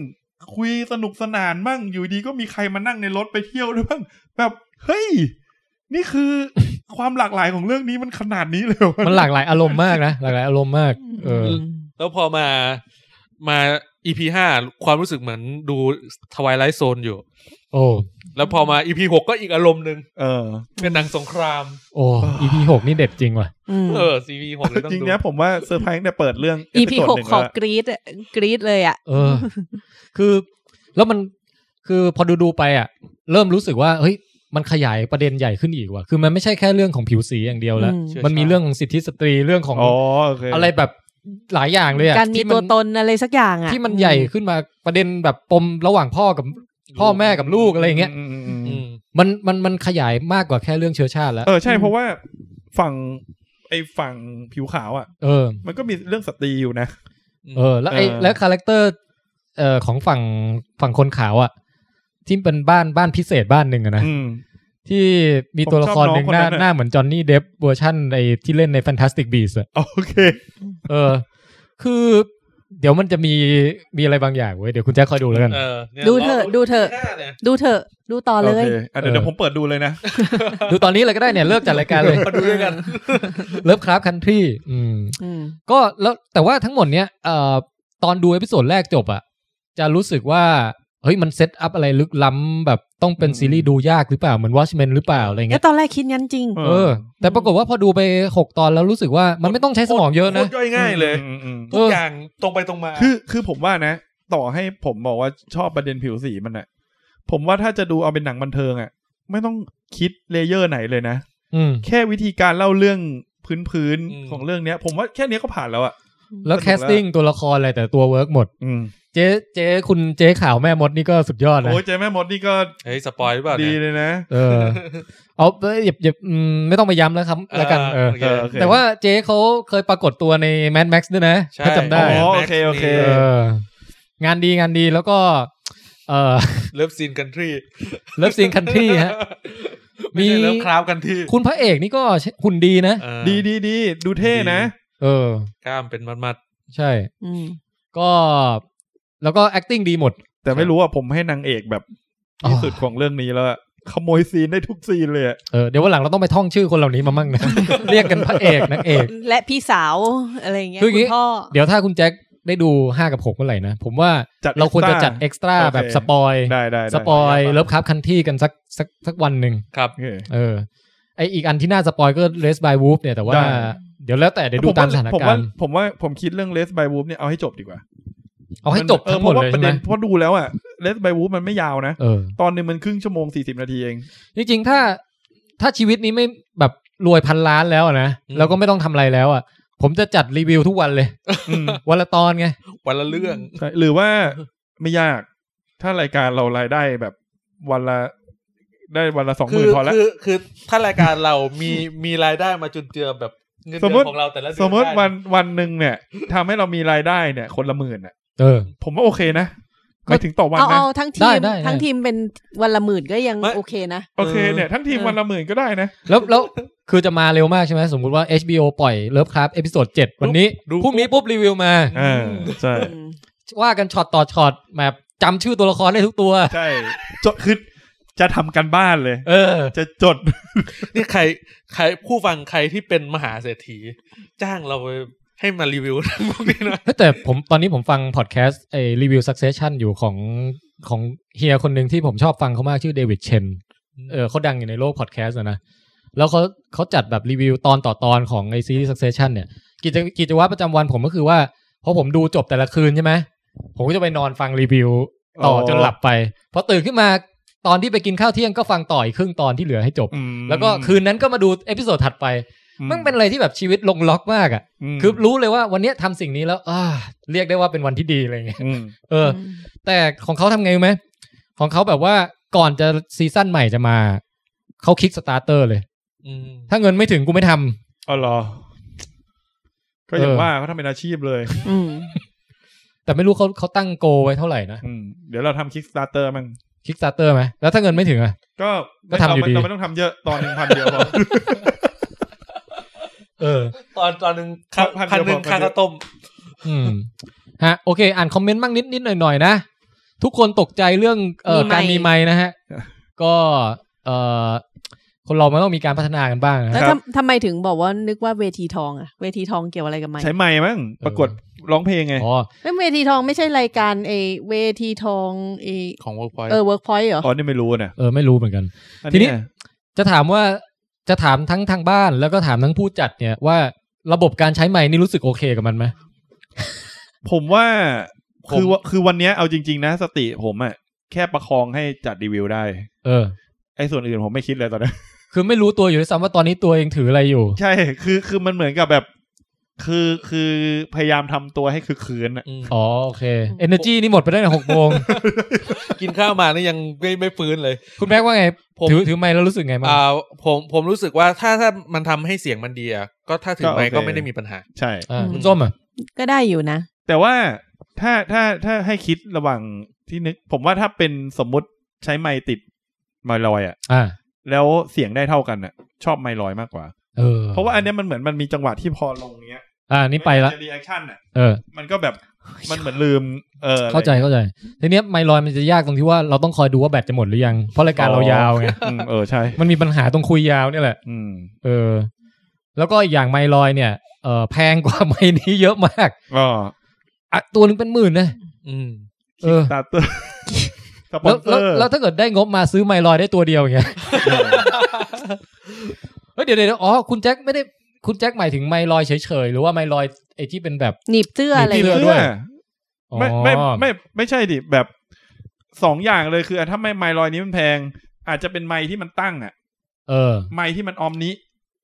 Speaker 3: คุยสนุกสนานบ้างอยู่ดีก็มีใครมานั่งในรถไปเที่ยวด้วยบ้างแบบเฮ้ย นี่คือ ความหลากหลายของเรื่องนี้มันขนาดนี้เลยเหรอ
Speaker 2: มันหลากหลายอารมณ์มากนะหลากหลายอารมณ์มากเออ
Speaker 4: แล้วพอมามาอีพีห้าความรู้สึกเหมือนดูทวายไลท์โซนอยู่
Speaker 2: โอ้
Speaker 4: แล้วพอมาอีพีหกก็อีกอารมณ์หนึ่ง
Speaker 3: เออ
Speaker 4: เป็นหนังสงคราม
Speaker 2: โอ้อีพีหกนี่เด็ดจริงว่ะ
Speaker 4: เออซีพีห กเลยต้อง
Speaker 3: จริง
Speaker 4: ดู
Speaker 3: ๆนะผมว่าเซอร์ไพรส์ตั้งแต่เปิดเรื่อง
Speaker 6: EP
Speaker 3: เพิโซด
Speaker 6: หก
Speaker 3: นึ่
Speaker 6: ของ
Speaker 3: แล้ว
Speaker 6: กรีดอะกรีดเลยอ่ะ
Speaker 2: เออ คือแล้วมันคือพอดูดูๆไปอ่ะ เริ่มรู้สึกว่าเฮ้ยมันขยายประเด็นใหญ่ขึ้นอีกว่ะคือมันไม่ใช่แค่เรื่องของผิวสีอย่างเดียวแล้ว
Speaker 6: อืม
Speaker 2: มันมีเรื่องของสิทธิสตรีเรื่องของ
Speaker 3: อ๋อโอเค
Speaker 2: อะไรแบบหลายอย่างเลยอ่ะ
Speaker 6: การมี
Speaker 2: ที่น
Speaker 6: ตัวตนอะไรสักอย่างอ่ะ
Speaker 2: ที่มันใหญ่ขึ้นมาประเด็นแบบปมระหว่างพ่อกับพ่อแม่กับลูกอะไรอย่างเงี้ย
Speaker 3: มมอืม
Speaker 4: อืม
Speaker 2: มันมันมันขยายมากกว่าแค่เรื่องเชื้อชาติแล้ว
Speaker 3: เออใช่เพราะว่าฝั่งไอ้ฝั่งผิวขาวอ่ะ
Speaker 2: เออ
Speaker 3: มันก็มีเรื่องสตรีอยู่นะ
Speaker 2: เออแล้วไอ้
Speaker 3: เออ
Speaker 2: แล้วคาแรคเตอร์เอ่อของฝั่งฝั่งคนขาวอ่ะ ที่เป็นบ้านบ้านพิเศษบ้านหนึ่งอะนะ
Speaker 3: อืม
Speaker 2: ที่มีตัวละครหนึ่ง
Speaker 3: ผม
Speaker 2: ห
Speaker 3: ชอบน้องคนนั้
Speaker 2: น้าน
Speaker 3: น่ะ
Speaker 2: หน้าเหมือนจอห์นนี่เดฟเวอร์ชันไอ้ที่เล่นใน Fantastic Beasts อะ
Speaker 3: โอเค
Speaker 2: เออ คือเดี๋ยวมันจะมีมีอะไรบางอย่างเว้ย เดี๋ยวคุณแจ็คคอยดูแล้วกัน
Speaker 4: เออนี่ย
Speaker 6: ดูเถอะ
Speaker 4: ร
Speaker 6: ดูเถอะ
Speaker 4: หน้าเนี่ย
Speaker 6: ดูเถอะ ดูต่อเล
Speaker 3: โอย เคอ่ะเดี๋ยวเดี๋ย
Speaker 2: เอ
Speaker 3: ว
Speaker 2: อ
Speaker 3: ผมเปิดดูเลยนะ
Speaker 2: ดูตอนนี้เลยก็ได้เนี่ย เลิกจัดรายการเลย
Speaker 4: มาดูด้วยกัน
Speaker 2: เลิฟคราฟคันทรีอืม
Speaker 6: อืม
Speaker 2: ก็แล้วแต่ว่าทั้งหมดเนี้ยเอ่อตอนดูเอพิโซดแรกจบอะจะรู้สึกว่า เฮ้ย มันเซตอัพอะไรลึกล้ำแบบต้องเป็น
Speaker 3: อืม
Speaker 2: ซีรีส์ดูยากหรือเปล่า เหมือนวอชแมนหรือเปล่าอะไร
Speaker 6: แล้
Speaker 2: เงี้
Speaker 6: วย ตอนแรกคิดงั้นจริง
Speaker 2: เออ แต่ปรากฏว่าพอดูไปหกตอนแล้วรู้สึกว่ามันไม่ต้องใช้สมองเยอะนะ
Speaker 4: โคตรย่อยง่ายเลย
Speaker 3: อืมอืมอืม
Speaker 2: เอ
Speaker 4: ทุก
Speaker 2: อ
Speaker 4: อย่างตรงไปตรงมา
Speaker 3: คือคือผมว่านะ ต่อให้ผมบอกว่าชอบประเด็นผิวสีมันอะผมว่าถ้าจะดูเอาเป็นหนังบันเทิงอะไม่ต้องคิดเลเยอร์ไหนเลยนะ
Speaker 2: อืม
Speaker 3: แค่วิธีการเล่าเรื่องพื้นพื้นๆของเรื่องเนี้ย ผมว่าแค่เนี้ยก็ผ่านแล้วอะ
Speaker 2: แล้วแคสติ้งตัวละครอะไรแต่ตัวเวิร์กหมด
Speaker 3: อืม
Speaker 2: เจ๊เจ๊คุณเจ๊ข่าวแม่มดนี่ก็สุดยอดนะ
Speaker 3: โอ้ยเจ๊แม่มดนี่ก็
Speaker 4: เฮ้ยสปอยหรือเปล่า
Speaker 3: ดี
Speaker 4: เนี่ย
Speaker 3: เลยนะ
Speaker 2: เออ เอาเอ้ยอย่าอย่าอืมไม่ต้องไปย้ำแล้วครับแล้วกันเออ
Speaker 4: โอเค
Speaker 3: เออโอเค
Speaker 2: แต่ว่าเจ๊เขาเคยปรากฏตัวใน Mad Max ด้วยนะ
Speaker 4: ใช่
Speaker 2: ถ้าจำได้
Speaker 3: อ๋อ
Speaker 4: Mad Max
Speaker 3: โเคโอเค
Speaker 2: เออ
Speaker 4: นี่
Speaker 2: งานดีงานดีแล้วก็ เอ อ
Speaker 4: เลิฟซีนกันทรี
Speaker 2: เลิฟซีนคันทรีฮะ มี
Speaker 4: มีเลิฟคราฟกันที่
Speaker 2: คุณพระเอกนี่ก็หุ่นดีนะ
Speaker 4: เออ
Speaker 3: ดีดีดีดูเท่นะ
Speaker 2: เออ
Speaker 4: กล้ามเป็นมัดมัด
Speaker 2: ใช่
Speaker 6: อืม
Speaker 2: ก็แล้วก็ acting ดีหมด
Speaker 3: แต่ไม่รู้ว่าผมให้นางเอกแบบ
Speaker 2: อ๋อ
Speaker 3: ที่สุดของเรื่องนี้แล้วอะขโมยซีนได้ทุกซีนเลยอะ
Speaker 2: เออเดี๋ยววันหลังเราต้องไปท่องชื่อคนเหล่านี้มามั่งนะ เรียกกันพระเอกนางเอก
Speaker 6: และพี่สาวอะไรอย่างเงี้ย
Speaker 2: คืออย่างงี้
Speaker 6: คุณพ่อ
Speaker 2: เดี๋ยวถ้าคุณแจ็คได้ดู 5 กับ 6 เมื่อไหร่นะ ผมว่า
Speaker 3: จัด
Speaker 2: เราควรจะ
Speaker 3: extra
Speaker 2: จัดเอ็กซ์ตร้า
Speaker 3: โอเค
Speaker 2: แบบสปอย
Speaker 3: ได้ได้
Speaker 2: ส
Speaker 3: ได้
Speaker 2: ปอยเลิฟครับคันที่กันสักสักสักวันหนึ่ง
Speaker 4: ๆครับ
Speaker 3: โอเค
Speaker 2: เออไออีกอันที่น่าสปอยก็เลสบายวูฟเนี่ยแต่ว่า
Speaker 3: ได้
Speaker 2: เดี๋ยวแล้วแต่เดี๋ยวดูตามสถาน
Speaker 3: ผม
Speaker 2: กา
Speaker 3: ว่
Speaker 2: รณ์
Speaker 3: ผมว่าผมคิดเรื่องเลสบายวูฟเนี่ยเอาให้จบดีกว่า
Speaker 2: เอาให้จบ
Speaker 3: เออ
Speaker 2: ทั้งห
Speaker 3: เพ
Speaker 2: มด
Speaker 3: ราะว่า
Speaker 2: เลย
Speaker 3: ป
Speaker 2: ใช่
Speaker 3: ระ
Speaker 2: ไหม
Speaker 3: เด็นเพราะดูแล้วอะเลสบายวูฟมันไม่ยาวนะ
Speaker 2: เออ
Speaker 3: ตอนหนึ่งมันครึ่งชั่วโมงสี่สิบนาทีเอง
Speaker 2: จริงๆ ถ้าถ้าชีวิตนี้ไม่แบบรวยพันล้านแล้วอะนะ
Speaker 4: อืม
Speaker 2: แล้วก็ไม่ต้องทำอะไรแล้วอ่ะ ผมจะจัดรีวิวทุกวันเลย
Speaker 3: อืม
Speaker 2: วันละตอนไง
Speaker 4: วันละเรื่อง
Speaker 3: ใช่หรือว่าไม่ยาก ถ้ารายการเรารายได้แบบวันละได้วันละสองห
Speaker 4: คื
Speaker 3: มื่น
Speaker 4: อ
Speaker 3: พอแล้ว
Speaker 4: คือคือถ้ารายการเรามี มีรายได้มาจุนเจือแบบเงิ
Speaker 3: ส
Speaker 4: นเดื
Speaker 3: ม
Speaker 4: อ
Speaker 3: มุติ
Speaker 4: นของเราแต่ละเดือน
Speaker 3: สมมติ
Speaker 4: ได้
Speaker 3: วันวันหนึ่งเนี่ยทำให้เรามีรายได้เนี่ย คนละหมื่นอะ
Speaker 2: เออ
Speaker 3: ผมว่าโอเคนะหมายถึงต่อวัน
Speaker 6: เอา
Speaker 3: นะ
Speaker 6: เอาทั้งทีม
Speaker 2: ได้ได้ได้
Speaker 6: ทั้งทีมเป็นวันละหมื่นก็ยังโอเคนะ
Speaker 3: โอเคเนี่ยทั้งทีม
Speaker 6: เออ
Speaker 3: วันละหมื่นก็ได้นะ
Speaker 2: แล้วแล้วคือจะมาเร็วมากใช่ไหมสมมุติว่า HBO ปล่อยเลิฟครับเอพิโซด7วันนี้พรุ่งนี้ปุ๊บรีวิวมา
Speaker 3: อ่าใช่
Speaker 6: อืม
Speaker 2: ว่ากันช็อตต่อช็อตแบบจำชื่อตัวละครได้ทุกตัว
Speaker 3: ใช่จดคือจะทำกันบ้านเลย
Speaker 2: เออ
Speaker 3: จะจด
Speaker 4: นี่ใครใครผู้ฟังใครที่เป็นมหาเศรษฐี จ้างเราไปให้มารีวิวทั้งพวกนี้หนะ
Speaker 2: แต่ผมตอนนี้ผมฟังพอดแคสต์ไอรีวิว Succession อยู่ของของเฮียคนหนึ่งที่ผมชอบฟังเขามากชื่อเดวิดเชนเออเขาดังอยู่ในโลกพอดแคสต์นะ แล้วเขาเขาจัดแบบรีวิวตอนต่อตอนของไอซีรีส์ Succession เนี่ย กิจกิจวัตรประจำวันผมก็คือว่าพอผมดูจบแต่ละคืนใช่ไหม ผมก็จะไปนอนฟังรีวิวต่อ
Speaker 3: อ๋อ
Speaker 2: จนหลับไป พอตื่นขึ้นมาตอนที่ไปกินข้าวเที่ยงก็ฟังต่ออีกครึ่งตอนที่เหลือให้จบ แล้วก็คืนนั้นก็มาดูเอพิโซดถัดไป
Speaker 3: อืม
Speaker 2: มันเป็นอะไรที่แบบชีวิตลงล็อกมากอ่ะ
Speaker 3: ม
Speaker 2: คือรู้เลยว่าวันเนี้ยทำสิ่งนี้แล้วอ่าเรียกได้ว่าเป็นวันที่ดีอะไรเงี้ย
Speaker 3: อืม
Speaker 2: เออ แต่ของเขาทำไงรู้ไหม ของเขาแบบว่าก่อนจะซีซั่นใหม่จะมา เขาคิกสตาร์เตอร์เลย
Speaker 4: อืม
Speaker 2: ถ้าเงินไม่ถึงกูไม่ทำ
Speaker 3: อ๋อเหรอ ก็อย่าง
Speaker 2: เออ
Speaker 3: ว่าเขาทำเป็นอาชีพเลย
Speaker 6: อืม
Speaker 2: แต่ไม่รู้เขาเขาตั้งโกไว้เท่าไหร่นะ
Speaker 3: อืมเดี๋ยวเราทำคิกสตาร์เตอร์มั้ง
Speaker 2: คิกสตาร์เตอร์ไหมแล้วถ้าเงินไม่ถึงอ่ะ
Speaker 3: ก็
Speaker 2: ก็ทำอยู่ดี
Speaker 3: เราไม่ต้องทำเยอะตอนหนึ่งพันเดียวพอ
Speaker 2: เออ
Speaker 4: ตอนตอนหนึ่ง
Speaker 3: ครับพัน
Speaker 4: คันหนึ่
Speaker 3: เดียว
Speaker 4: ง
Speaker 3: พอ
Speaker 4: ค่าข้าวต้ม
Speaker 2: อืมฮะโอเค อ่านคอมเมนต์บ้างนิดนิดหน่อยหน่อยๆนะ ทุกคนตกใจเรื่องเอ่อการมีไม้นะฮะ ก็เอ่อคนเรามันต้องมีการพัฒนากันบ้างนะ
Speaker 6: แล้
Speaker 2: ฮะ
Speaker 6: วทำทำไมถึงบอกว่านึกว่าเวทีทองอะเวทีทองเกี่ยวอะไรกับไมค์
Speaker 3: ใช้ไม้มั้งประกวดร้องเพลงไง
Speaker 2: อ๋อ
Speaker 6: ไม่เวทีทองไม่ใช่รายการเอเวทีทองเอ
Speaker 4: ของ Workpoint
Speaker 6: เออเวิร์กพอยต์เหรอ
Speaker 3: อ๋อนี่ไม่รู้นะ
Speaker 2: เออไม่รู้เหมือนกัน
Speaker 3: อั
Speaker 2: ทีนี้
Speaker 3: เย
Speaker 2: จะถามว่าจะถามทั้งทางบ้านแล้วก็ถามทั้งผู้จัดเนี่ยว่าระบบการใช้ไม้นี่รู้สึกโอเคกับมันไหม
Speaker 3: ผมว่า
Speaker 2: ผม
Speaker 3: คือว่าคือวันเนี้ยเอาจริง ๆ นะ สติผมอะแค่ประคองให้จัดรีวิวได้
Speaker 2: เออ
Speaker 3: ไอ้ส่วนอื่นผมไม่คิดเลยตอนนี้
Speaker 2: คือไม่รู้ตัวอยู่ด้วยซ้ำว่าตอนนี้ตัวเองถืออะไรอยู่
Speaker 3: ใช่ คือคือมันเหมือนกับแบบ คือคือพยายามทำตัวให้คือคืนอะ
Speaker 4: อืม
Speaker 2: อ๋อโอเค energy นี่หมดไปได้หกโมง
Speaker 4: กินข้าวมานี่ยังไม่ไม่ฟื้นเลย
Speaker 2: คุณแม็กว่าไง
Speaker 4: ผม
Speaker 2: ถือถือไม้แล้วรู้สึกไงบ้าง
Speaker 4: อ่าผมผมรู้สึกว่าถ้าถ้ามันทำให้เสียงมันดีอะก็ถ้าถือไมค์ก็ไม่ได้มีปัญหา
Speaker 3: ใช่
Speaker 2: อ่าคุณส้มอ่ะ
Speaker 6: ก็ได้อยู่นะ
Speaker 3: แต่ว่าถ้าถ้าถ้าให้คิดระหว่างที่นึก ผมว่าถ้าเป็นสมมุติใช้ไมค์ติดไมค์ลอยอะ
Speaker 2: อ่า
Speaker 3: แล้วเสียงได้เท่ากันอะชอบไมค์ลอยมากกว่า
Speaker 2: เออ
Speaker 3: เพราะว่าอันเนี้ยมันเหมือนมันมีจังหวะที่พอลงเนี้ย
Speaker 2: อ่านี่ไปละ
Speaker 3: รีแอคชั่นอะ
Speaker 2: เออ
Speaker 3: มันก็แบบมันเหมือนลืม เออ
Speaker 2: เข้าใจเข้าใจทีเนี้ยไมค์ลอยมันจะยากตรงที่ว่าเราต้องคอยดูว่าแบตจะหมดหรือยัง เพราะรายการเรายาวไง
Speaker 3: อืมเออใช่
Speaker 2: มันมีปัญหาตรงคุยยาวเนี่ยแหละ
Speaker 3: อืม
Speaker 2: เออ แล้วก็อีกอย่างไมค์ลอยเนี่ยเออแพงกว่าไม ค์นี้เยอะมาก
Speaker 3: ก็
Speaker 2: อ่ะตัวหนึงเป็นหมื่นนะ
Speaker 4: อืม
Speaker 2: เออ
Speaker 3: ตาเตอร์สปอ
Speaker 2: แล้ว
Speaker 3: นเซ
Speaker 2: แล้ว
Speaker 3: อร์
Speaker 2: แล้วถ้าเกิดได้งบมาซื้อไมค์ลอยได้ตัวเดี ยวอย่างเงี้ยเฮ้ยเดี๋ยวเดี๋ยวอ๋อคุณแจ็คไม่ได้คุณแจ็คหมายถึงไมค์ลอยเฉยๆหรือว่าไมค์ลอยไอ้ที่เป็นแบบ
Speaker 6: หนีบเสื้ออะไร
Speaker 2: หนีบเสื้
Speaker 6: เงี้ย
Speaker 2: ด้วย อ๋อ
Speaker 3: ไม่ไม่ไม่ไม่ใช่ดิแบบสองอย่างเลยคืออ่ะถ้าไม่ไมล์ลอยนี้มันแพง อาจจะเป็นไมล์ที่มันตั้งอ่ะ
Speaker 2: เออ
Speaker 3: ไมล์ที่มันออมนี้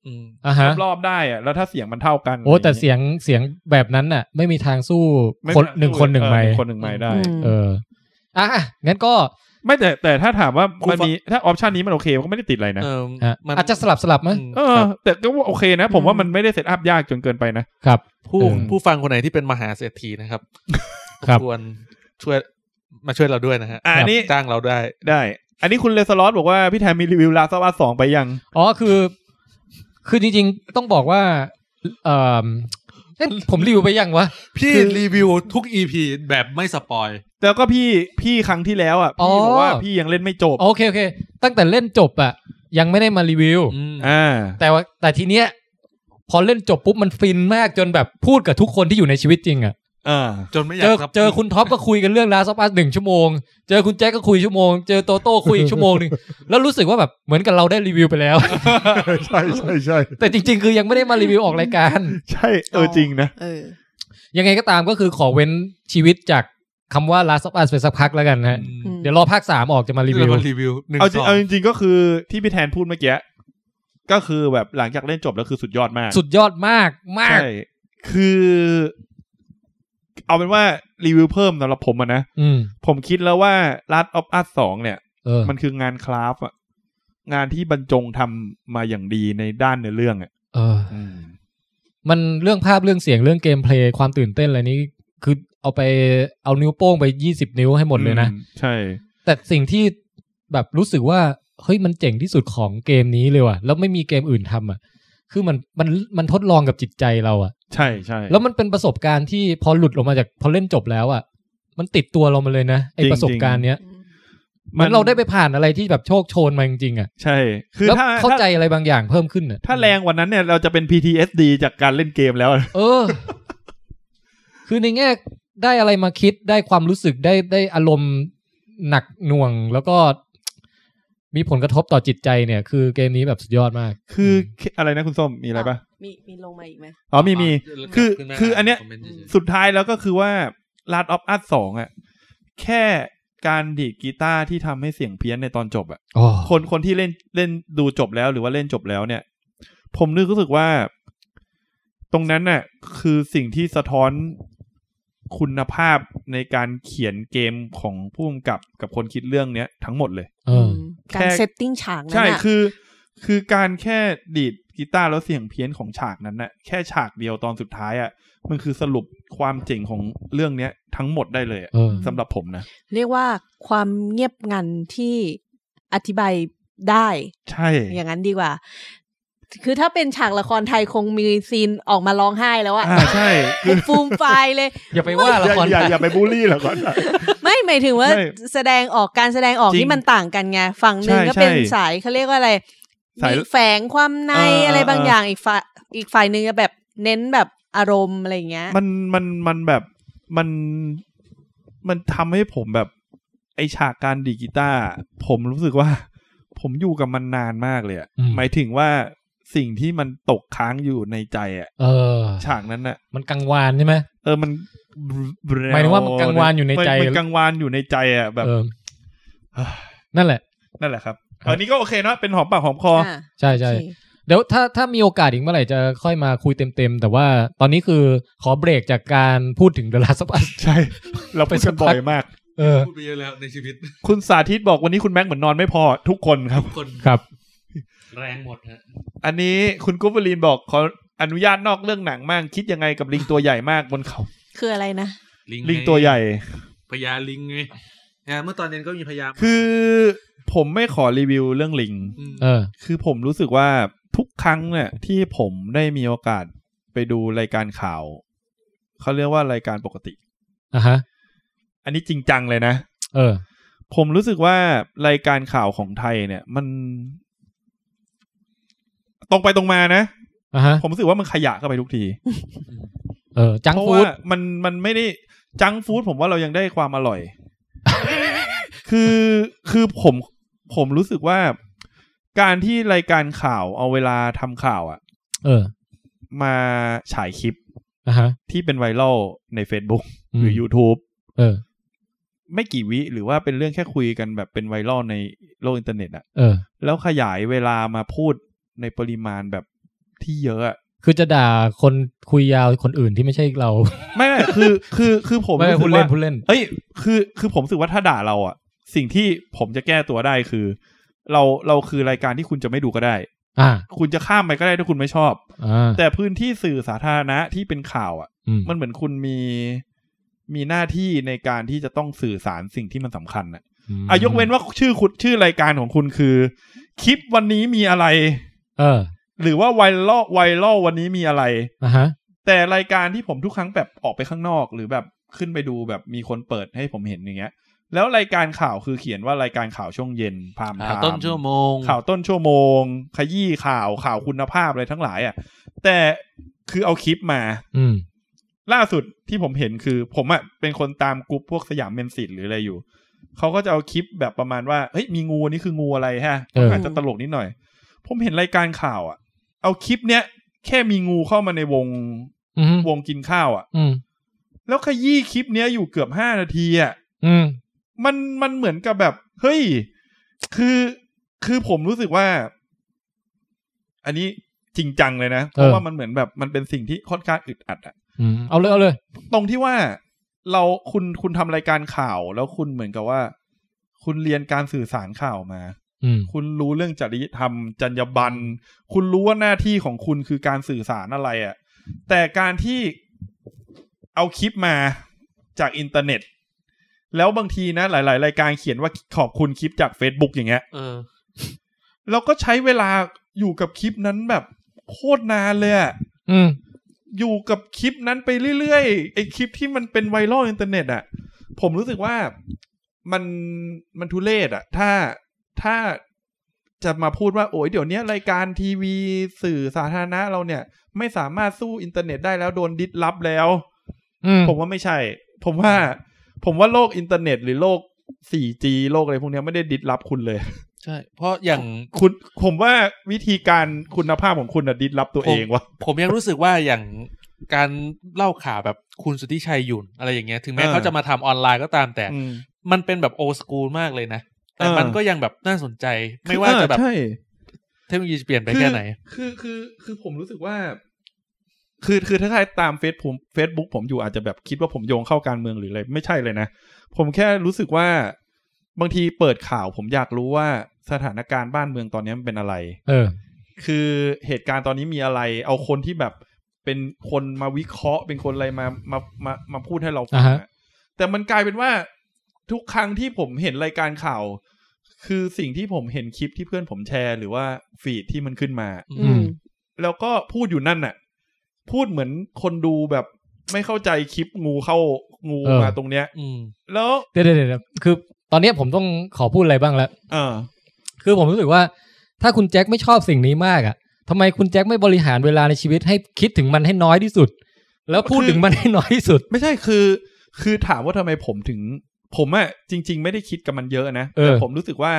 Speaker 4: อืม
Speaker 2: อ่ะฮะ
Speaker 3: รอบๆได้อ่ะแล้วถ้าเสียงมันเท่ากัน
Speaker 2: โอ้แต่
Speaker 3: ะไร
Speaker 2: เสียงเสียงแบบนั้นน่ะ ไม่มีทางสู้
Speaker 3: ไม่
Speaker 2: คน
Speaker 3: เป็
Speaker 2: หนึ่งคนหนึ่ง
Speaker 3: เออ
Speaker 2: ไมค์
Speaker 3: คนหนึ่งไมล์ได้
Speaker 6: อืม
Speaker 2: เอออ่ะงั้นก็
Speaker 3: ไม่แต่แต่ถ้าถามว่า
Speaker 4: คุณ
Speaker 3: มัน
Speaker 4: ฟัง
Speaker 3: มีถ้าออปชันนี้มันโอเคก็ไม่ได้ติดอะไรนะ
Speaker 4: เออ
Speaker 2: ฮะ
Speaker 4: มัน
Speaker 2: อาจจะสลับสลับมั้ย
Speaker 4: ม
Speaker 3: เออ
Speaker 4: ครับ
Speaker 3: แต่ก็ว่าโอเคนะ ผมว่ามันไม่ได้เซตอัพยากจนเกินไปนะ
Speaker 2: ครับ
Speaker 4: ผู้
Speaker 2: เออ
Speaker 4: ผู้ฟังคนไหนที่เป็นมหาเศรษฐีนะครับ
Speaker 2: ครับ
Speaker 4: วรช่วยมาช่วยเราด้วยนะฮะ
Speaker 3: อ่ะอันนี้
Speaker 4: จ้างเราได้
Speaker 3: ได้ อันนี้คุณเลสลอสบอกว่าพี่แทนมีรีวิวลาซาวัสองไปยัง
Speaker 2: อ๋อคือ คือจริงๆต้องบอกว่า เออเอ๊ะผมรีวิวไปยังวะ
Speaker 4: พี่รีวิวทุกอีพีแบบไม่สปอย
Speaker 3: แล้วก็พี่พี่ครั้งที่แล้วอ่ะพี่บอกว่า
Speaker 2: อ๋อ
Speaker 3: พี่ยังเล่นไม่จบ
Speaker 2: โอเคโอเค ตั้งแต่เล่นจบอะยังไม่ได้มารีวิว
Speaker 4: อืม
Speaker 3: อ่า
Speaker 2: แต่ว่าแต่ทีเนี้ย พอเล่นจบปุ๊บมันฟินมากจนแบบพูดกับทุกคนที่อยู่ในชีวิตจริงอะ
Speaker 3: อ่า
Speaker 4: จนไม่อยา
Speaker 2: เจ
Speaker 4: ก
Speaker 2: อ
Speaker 4: รับ
Speaker 2: เจอ คุณท็อปก็คุยกันเรื่องลาซอปัสหนึ่งชั่วโมง เจอคุณแจ็คก็คุยชั่วโมง เจอโตโต้คุยอีกชั่วโมงหนึ่ง แล้วรู้สึกว่าแบบเหมือนกับเราได้รีวิวไปแล้ว
Speaker 3: ใช่ใช่ใช่
Speaker 2: แต่จริง ๆ คือยังไม่ได้มารีวิวออกรายการ
Speaker 3: ใช่เออจริงนะ
Speaker 6: เออ
Speaker 2: ยังไงก็ตามก็คือขอเว้นชีวิตจากคำว่าลาซอปัสไปสักพักแล้วกันนะฮะ
Speaker 4: อืม
Speaker 6: อืม
Speaker 2: เดี๋ยวรอภาคสามออกจะมารีวิว
Speaker 4: เรามารีวิวหนึ่ง
Speaker 3: เอาจ
Speaker 4: ส
Speaker 3: ริง
Speaker 4: อง
Speaker 3: เอาจริงๆก็คือที่พี่แทนพูดเมื่อกี้ก็คือแบบหลังจากเล่นจบแล้วคือสุดยอดมาก
Speaker 2: สุดยอดมากมาก
Speaker 3: ใช่คือ เอาเป็นว่ารีวิวเพิ่มสำหรับผมอะนะ
Speaker 2: อืม
Speaker 3: ผมคิดแล้วว่า Last of Us 2เนี่ย
Speaker 2: เออ
Speaker 3: มันคืองานคราฟต์อะงานที่บรรจงทำมาอย่างดีในด้านเนื้อเรื่องอะ
Speaker 2: เออ มันเรื่องภาพเรื่องเสียงเรื่องเกมเพลย์ความตื่นเต้นอะไรนี้ คือเอาไปเอานิ้วโป้งไปยี่สิบนิ้วให้หมดเลยนะ
Speaker 3: อืใช่
Speaker 2: แต่สิ่งที่แบบรู้สึกว่า เฮ้ยมันเจ๋งที่สุดของเกมนี้เลยว่ะ แล้วไม่มีเกมอื่นทำอ่ะ คือมันมันมันทดลองกับจิตใจเราอ่ะ
Speaker 3: ใช่ใช่
Speaker 2: แล้วมันเป็นประสบการณ์ที่พอหลุดออกมาจากพอเล่นจบแล้วอ่ะ มันติดตัวเรามาเลยนะไอ
Speaker 3: จริง
Speaker 2: ประสบการณ์เนี้ยเหมันเราได้ไปผ่านอะไรที่แบบโชคโชนมาจริงๆอ่ะ
Speaker 3: ใช่ คือ
Speaker 2: แล้ว
Speaker 3: ถ้า
Speaker 2: เข้าใจ
Speaker 3: ถ้า
Speaker 2: อะไรบางอย่างเพิ่มขึ้นอ่ะ
Speaker 3: ถ้าแรงกวันนั้นเนี่ยเราจะเป็น PTSD จากการเล่นเกมแล้ว
Speaker 2: เออ คือในแง่ได้อะไรมาคิดได้ความรู้สึกได้ได้อารมณ์หนักหน่วง แล้วก็ มีผลกระทบต่อจิตใจเนี่ย คือเกมนี้แบบสุดยอดมาก
Speaker 3: คืออะไรนะคุณส้มมีอะไรปะ
Speaker 6: มีมีลงมาอีกไหม
Speaker 3: อ๋อมีมี
Speaker 4: ะ
Speaker 3: คือ
Speaker 4: ขึ้มา
Speaker 3: คืออันเนี้ย
Speaker 4: คมมต์ฉยๆ
Speaker 3: สุดท้ายแล้วก็คือว่า Last of Us 2อ่ะ แค่การดีดกีตาร์ที่ทำให้เสียงเพี้ยนในตอนจบอ่ะ
Speaker 2: อ๋อ
Speaker 3: คนคนที่เล่นเล่นดูจบแล้วหรือว่าเล่นจบแล้วเนี่ย ผมนึกรู้สึกว่า ตรงนั้นน่ะ คือสิ่งที่สะท้อนคุณภาพในการเขียนเกมของผู้กำกับกับคนคิดเรื่องเนี้ยทั้งหมดเลย
Speaker 2: เออ
Speaker 6: การ
Speaker 3: แค่
Speaker 6: เซตติ้งฉากนั้น
Speaker 3: ใช่
Speaker 6: น่ะ
Speaker 3: คือ คือการแค่ดีดกีตาร์แล้วเสียงเพี้ยนของฉากนั้นน่ะแค่ฉากเดียวตอนสุดท้ายอ่ะมันคือสรุปความเจ๋งของเรื่องเนี้ย ทั้งหมดได้เลยอะ
Speaker 2: เออ
Speaker 3: สำหรับผมนะ
Speaker 6: เรียกว่าความเงียบงันที่อธิบายได้
Speaker 3: ใช่
Speaker 6: อย่างนั้นดีกว่า คือถ้าเป็นฉากละครไทยคงมีซีนออกมาร้องไห้แล้วอะ
Speaker 3: อ่าใช่ คื
Speaker 6: เป็
Speaker 3: อน
Speaker 6: ฟูมไฟายเลย
Speaker 2: อย่าไปว่าละคร
Speaker 3: อย่าอย่าอ
Speaker 2: ไท
Speaker 3: ย่า
Speaker 2: ย
Speaker 3: ไปบูลลี่เหรอก่อนนะ
Speaker 6: ไม่หมายถึงว่า
Speaker 3: ไม่
Speaker 6: แสดงออกการแสดงออก
Speaker 3: จริง
Speaker 6: นี่มันต่างกันไงฝั่งหนึ่ง
Speaker 3: ใช่
Speaker 6: ก็เป็น
Speaker 3: ใช่
Speaker 6: สายเขาเรียกว่าอะไร
Speaker 3: สาย
Speaker 6: มีแฝงความใน
Speaker 3: เออเออ
Speaker 6: อะไรบาง
Speaker 3: เออ
Speaker 6: อ
Speaker 3: อ
Speaker 6: ย่างอีกฝ่ายอีกฝ่ายหนึ่งก็แบบเน้นแบบอารมณ์อะไรอย่างเงี้ย
Speaker 3: มันมันมันแบบมันมันทำให้ผมแบบ ไอฉากการดีดกีตาร์ผมรู้สึกว่า ผมอยู่กับมันนานมากเลยอะ
Speaker 2: อืม
Speaker 3: หมายถึงว่าสิ่งที่มันตกค้างอยู่ในใจอะ
Speaker 2: เออ
Speaker 3: ฉากนั้นน่ะ
Speaker 2: มันกังวานใช่ไหม
Speaker 3: เออมัน
Speaker 2: หมายถึงว่ามันกังวานอยู่ในใจ
Speaker 3: มันกังวานอยู่ในใจอะแบบ
Speaker 2: เออ
Speaker 3: เอ้ย
Speaker 2: นั่นแหละ
Speaker 3: นั่นแหละครับ
Speaker 2: ครับ
Speaker 3: อันนี้ก็โอเคเนอะเป็นหอมปากหอมคอ
Speaker 6: อ่ะ
Speaker 2: ใช่ใช่
Speaker 6: โอเค
Speaker 2: เดี๋ยวถ้าถ้ามีโอกาสอีกเมื่อไหร่จะค่อยมาคุยเต็มๆ แต่ว่าตอนนี้คือขอเบรกจากการพูดถึง The Last of Us
Speaker 3: ใช่ เราพูดกันบ่อยมาก
Speaker 2: เออ
Speaker 7: พูดไปเยอะแล้วในชีวิต
Speaker 3: คุณสาธิตบอกวันนี้คุณแม็กเหมือนนอนไม่พอทุกคนครับ
Speaker 7: คน
Speaker 2: ครับ
Speaker 7: แรงหมดฮะ
Speaker 3: อันนี้คุณกุ๊บลีนบอกขออนุญาตนอกเรื่องหนังมาก คิดยังไงกับลิงตัวใหญ่มากบนเขา
Speaker 6: คืออะไรนะ
Speaker 7: ไ
Speaker 3: ลิงตัวใหญ่
Speaker 7: พญาลิงไงเนี่ยเมื่อตอนเย็นก็มีพญา
Speaker 3: คือผมไม่ขอรีวิวเรื่องลิง
Speaker 7: ม
Speaker 2: เออ
Speaker 3: คือผมรู้สึกว่าทุกครั้งเนี่ยที่ผมได้มีโอกาสไปดูรายการข่าว เขาเรียกว่ารายการปกติ
Speaker 2: อ่ะฮะ
Speaker 3: อันนี้จริงจังเลยนะ
Speaker 2: เออ
Speaker 3: ผมรู้สึกว่ารายการข่าวของไทยเนี่ย มัน ตรงไปตรงมานะ
Speaker 2: อ่ะฮะ
Speaker 3: ผมรู้สึกว่ามันขยะเข้าไปทุกที
Speaker 2: เออ จัง
Speaker 3: เพราะ
Speaker 2: ฟู
Speaker 3: ว่า
Speaker 2: ด
Speaker 3: มันมันไม่ได้จังฟู้ดผมว่าเรายังได้ความอร่อย คือคือผมผมรู้สึกว่าการที่รายการข่าวเอาเวลาทำข่าวอะ
Speaker 2: เออ
Speaker 3: มาฉายคลิป
Speaker 2: อ่ะฮะ
Speaker 3: ที่เป็นไวรัลใน Facebook
Speaker 2: ม
Speaker 3: หรือ YouTube
Speaker 2: เออ
Speaker 3: ไม่กี่วิ หรือว่าเป็นเรื่องแค่คุยกันแบบเป็นไวรัลในโลกอินเทอร์เน็ตอะ
Speaker 2: เออ
Speaker 3: แล้วขยายเวลามาพูดในปริมาณแบบที่เยอะอะ
Speaker 2: คือจะด่าคนคุยยาวคนอื่นที่ไม่ใช่เรา
Speaker 3: ไม่ไม่คือคือคือผม
Speaker 2: ไม่
Speaker 3: รู้สึ
Speaker 2: พูด
Speaker 3: ก
Speaker 2: เล่
Speaker 3: ว่าน
Speaker 2: พูดเล่น
Speaker 3: เอ้ยคือคือผมรู้สึกว่าถ้าด่าเราอะสิ่งที่ผมจะแก้ตัวได้คือ เราเราคือรายการที่คุณจะไม่ดูก็ได้
Speaker 2: อ่า
Speaker 3: คุณจะข้ามไปก็ได้ถ้าคุณไม่ชอบ
Speaker 2: อ่า
Speaker 3: แต่พื้นที่สื่อสาธารณะที่เป็นข่าวอะ
Speaker 2: อืม
Speaker 3: มันเหมือนคุณมีมีหน้าที่ในการที่จะต้องสื่อสารสิ่งที่มันสำคัญอะอ่ะยกเว้นว่าชื่อคุณชื่อรายการของคุณคือ คลิปวันนี้มีอะไร
Speaker 2: เออ
Speaker 3: หรือว่าไวรัลไวรัลวันนี้มีอะไร
Speaker 2: อ่ะฮะ
Speaker 3: แต่รายการที่ผมทุกครั้งแบบออกไปข้างนอก หรือแบบขึ้นไปดูแบบมีคนเปิดให้ผมเห็นอย่างเงี้ย แล้วรายการข่าวคือเขียนว่ารายการข่าวช่วงเย็นพาม
Speaker 4: อ่า
Speaker 3: ไทม์
Speaker 4: ต้นชั่วโมง
Speaker 3: ข่าวต้นชั่วโมง ขยี้ข่าวข่าวคุณภาพอะไรทั้งหลายอ่ะ แต่คือเอาคลิปมา
Speaker 2: อืม
Speaker 3: ล่าสุดที่ผมเห็นคือ ผมอ่ะเป็นคนตามกลุ่มพวกสยามเมนสิตหรืออะไรอยู่เขาก็จะเอาคลิปแบบประมาณว่าเฮ้ยมีงูอันนี่คืองูอะไรฮะ
Speaker 2: เออ
Speaker 3: อาจจะตลกนิดหน่อย ผมเห็นรายการข่าวอ่ะ เอาคลิปเนี้ยแค่มีงูเข้ามาในวง
Speaker 2: อืม
Speaker 3: วงกินข้าวอ่ะ
Speaker 2: อืม
Speaker 3: แล้วขยี้คลิปเนี้ยอยู่เกือบห้านาทีอ่ะ
Speaker 2: อืม
Speaker 3: มันมันเหมือนกับแบบ เฮ้ย คือคือผมรู้สึกว่า อันนี้จริงจังเลยนะ เพราะ
Speaker 2: เออ
Speaker 3: ว่ามันเหมือนแบบมันเป็นสิ่งที่ค่อนข้างอึดอัดอ่ะ
Speaker 2: อืมเอาเลยเอาเลย
Speaker 3: ตรงที่ว่าเราคุณคุณทำรายการข่าว แล้วคุณเหมือนกับว่า คุณเรียนการสื่อสารข่าวมา
Speaker 2: อืม
Speaker 3: คุณรู้เรื่องจริยธรรม จรรยาบรรณคุณรู้ว่าหน้าที่ของคุณคือการสื่อสารอะไรอะ่ะ แต่การที่เอาคลิปมาจากอินเทอร์เน็ต แล้วบางทีนะ หลาย ๆ รายการเขียนว่าขอบคุณคลิปจาก Facebook อย่างเงี้ย
Speaker 4: เออ
Speaker 3: เราก็ใช้เวลาอยู่กับคลิปนั้นแบบโคตรนานเลยอะ
Speaker 2: อืม
Speaker 3: อยู่กับคลิปนั้นไปเรื่อย ๆ ไอ้คลิปที่มันเป็นไวรัลอินเทอร์เน็ตอ่ะ ผมรู้สึกว่ามันมันทุเลศอะถ้าถ้าจะมาพูดว่า โอ้ยเดี๋ยวเนี้ยรายการทีวีสื่อสาธารณะเราเนี่ย ไม่สามารถสู้อินเทอร์เน็ตได้แล้วโดนดิสรับแล้ว
Speaker 2: อืม
Speaker 3: ผมว่าไม่ใช่ ผมว่า ผมว่าโลกอินเทอร์เน็ต หรือโลก 4G โลกอะไรพวกเนี้ยไม่ได้ดิสรับคุณเลย
Speaker 4: ใช่ เพราะอย่าง
Speaker 3: คุณผมว่าวิธีการคุณภาพของคุณอะดิสรับตัวเองวะ
Speaker 4: ผมยังรู้สึกว่าอย่างการเล่าข่าวแบบคุณสุทธิชัยหยุ่นอะไรอย่างเงี้ย ถึงแม้
Speaker 3: เออ
Speaker 4: เขาจะมาทำออนไลน์ก็ตามแต่
Speaker 3: อืม
Speaker 4: มันเป็นแบบโอสกูลมากเลยนะ แต่
Speaker 3: เออ
Speaker 4: มันก็ยังแบบน่าสนใจ ไม่ว่าจะแบบ
Speaker 3: เออใช่
Speaker 4: เทคโนโลยีจะเปลี่ยนไปแค่ไหน
Speaker 3: คือคือคือผมรู้สึกว่า คือคือถ้าใครตามเฟซผมเฟซบุ๊กผมอยู่อาจจะแบบคิดว่าผมโยงเข้าการเมืองหรืออะไรไม่ใช่เลยนะ ผมแค่รู้สึกว่าบางทีเปิดข่าวผมอยากรู้ว่าสถานการณ์บ้านเมืองตอนนี้มันเป็นอะไร
Speaker 2: เออ
Speaker 3: คือเหตุการณ์ตอนนี้มีอะไร เอาคนที่แบบเป็นคนมาวิเคราะห์ เป็นคนอะไรมามามามาพูดให้เราฟัง
Speaker 2: อ่าฮะ
Speaker 3: อะแต่มันกลายเป็นว่าทุกครั้งที่ผมเห็นรายการข่าว คือสิ่งที่ผมเห็นคลิปที่เพื่อนผมแชร์ หรือว่าฟีดที่มันขึ้นมา
Speaker 2: อืม
Speaker 3: แล้วก็พูดอยู่นั่นน่ะ พูดเหมือนคนดูแบบไม่เข้าใจคลิปงูเข้างู
Speaker 2: เออ
Speaker 3: มาตรงเนี้ย
Speaker 4: อืม
Speaker 3: แล้ว
Speaker 2: เดี๋ยวเดี๋ยวเดี๋ยวคือ ตอนเนี้ยผมต้องขอพูดอะไรบ้างแล้ว
Speaker 3: เออ
Speaker 2: คือผมรู้สึกว่า ถ้าคุณแจ็คไม่ชอบสิ่งนี้มากอะ่ะทำไมคุณแจ็คไม่บริหารเวลาในชีวิตให้คิดถึงมันให้น้อยที่สุด แล้วพูดถึงมันให้น้อยที่สุด
Speaker 3: ไม่ใช่คือ คือถามว่าทำไมผมถึง ผมอะจริง ๆ ไม่ได้คิดกับมันเยอะนะ
Speaker 2: เออ
Speaker 3: แต่ผมรู้สึกว่า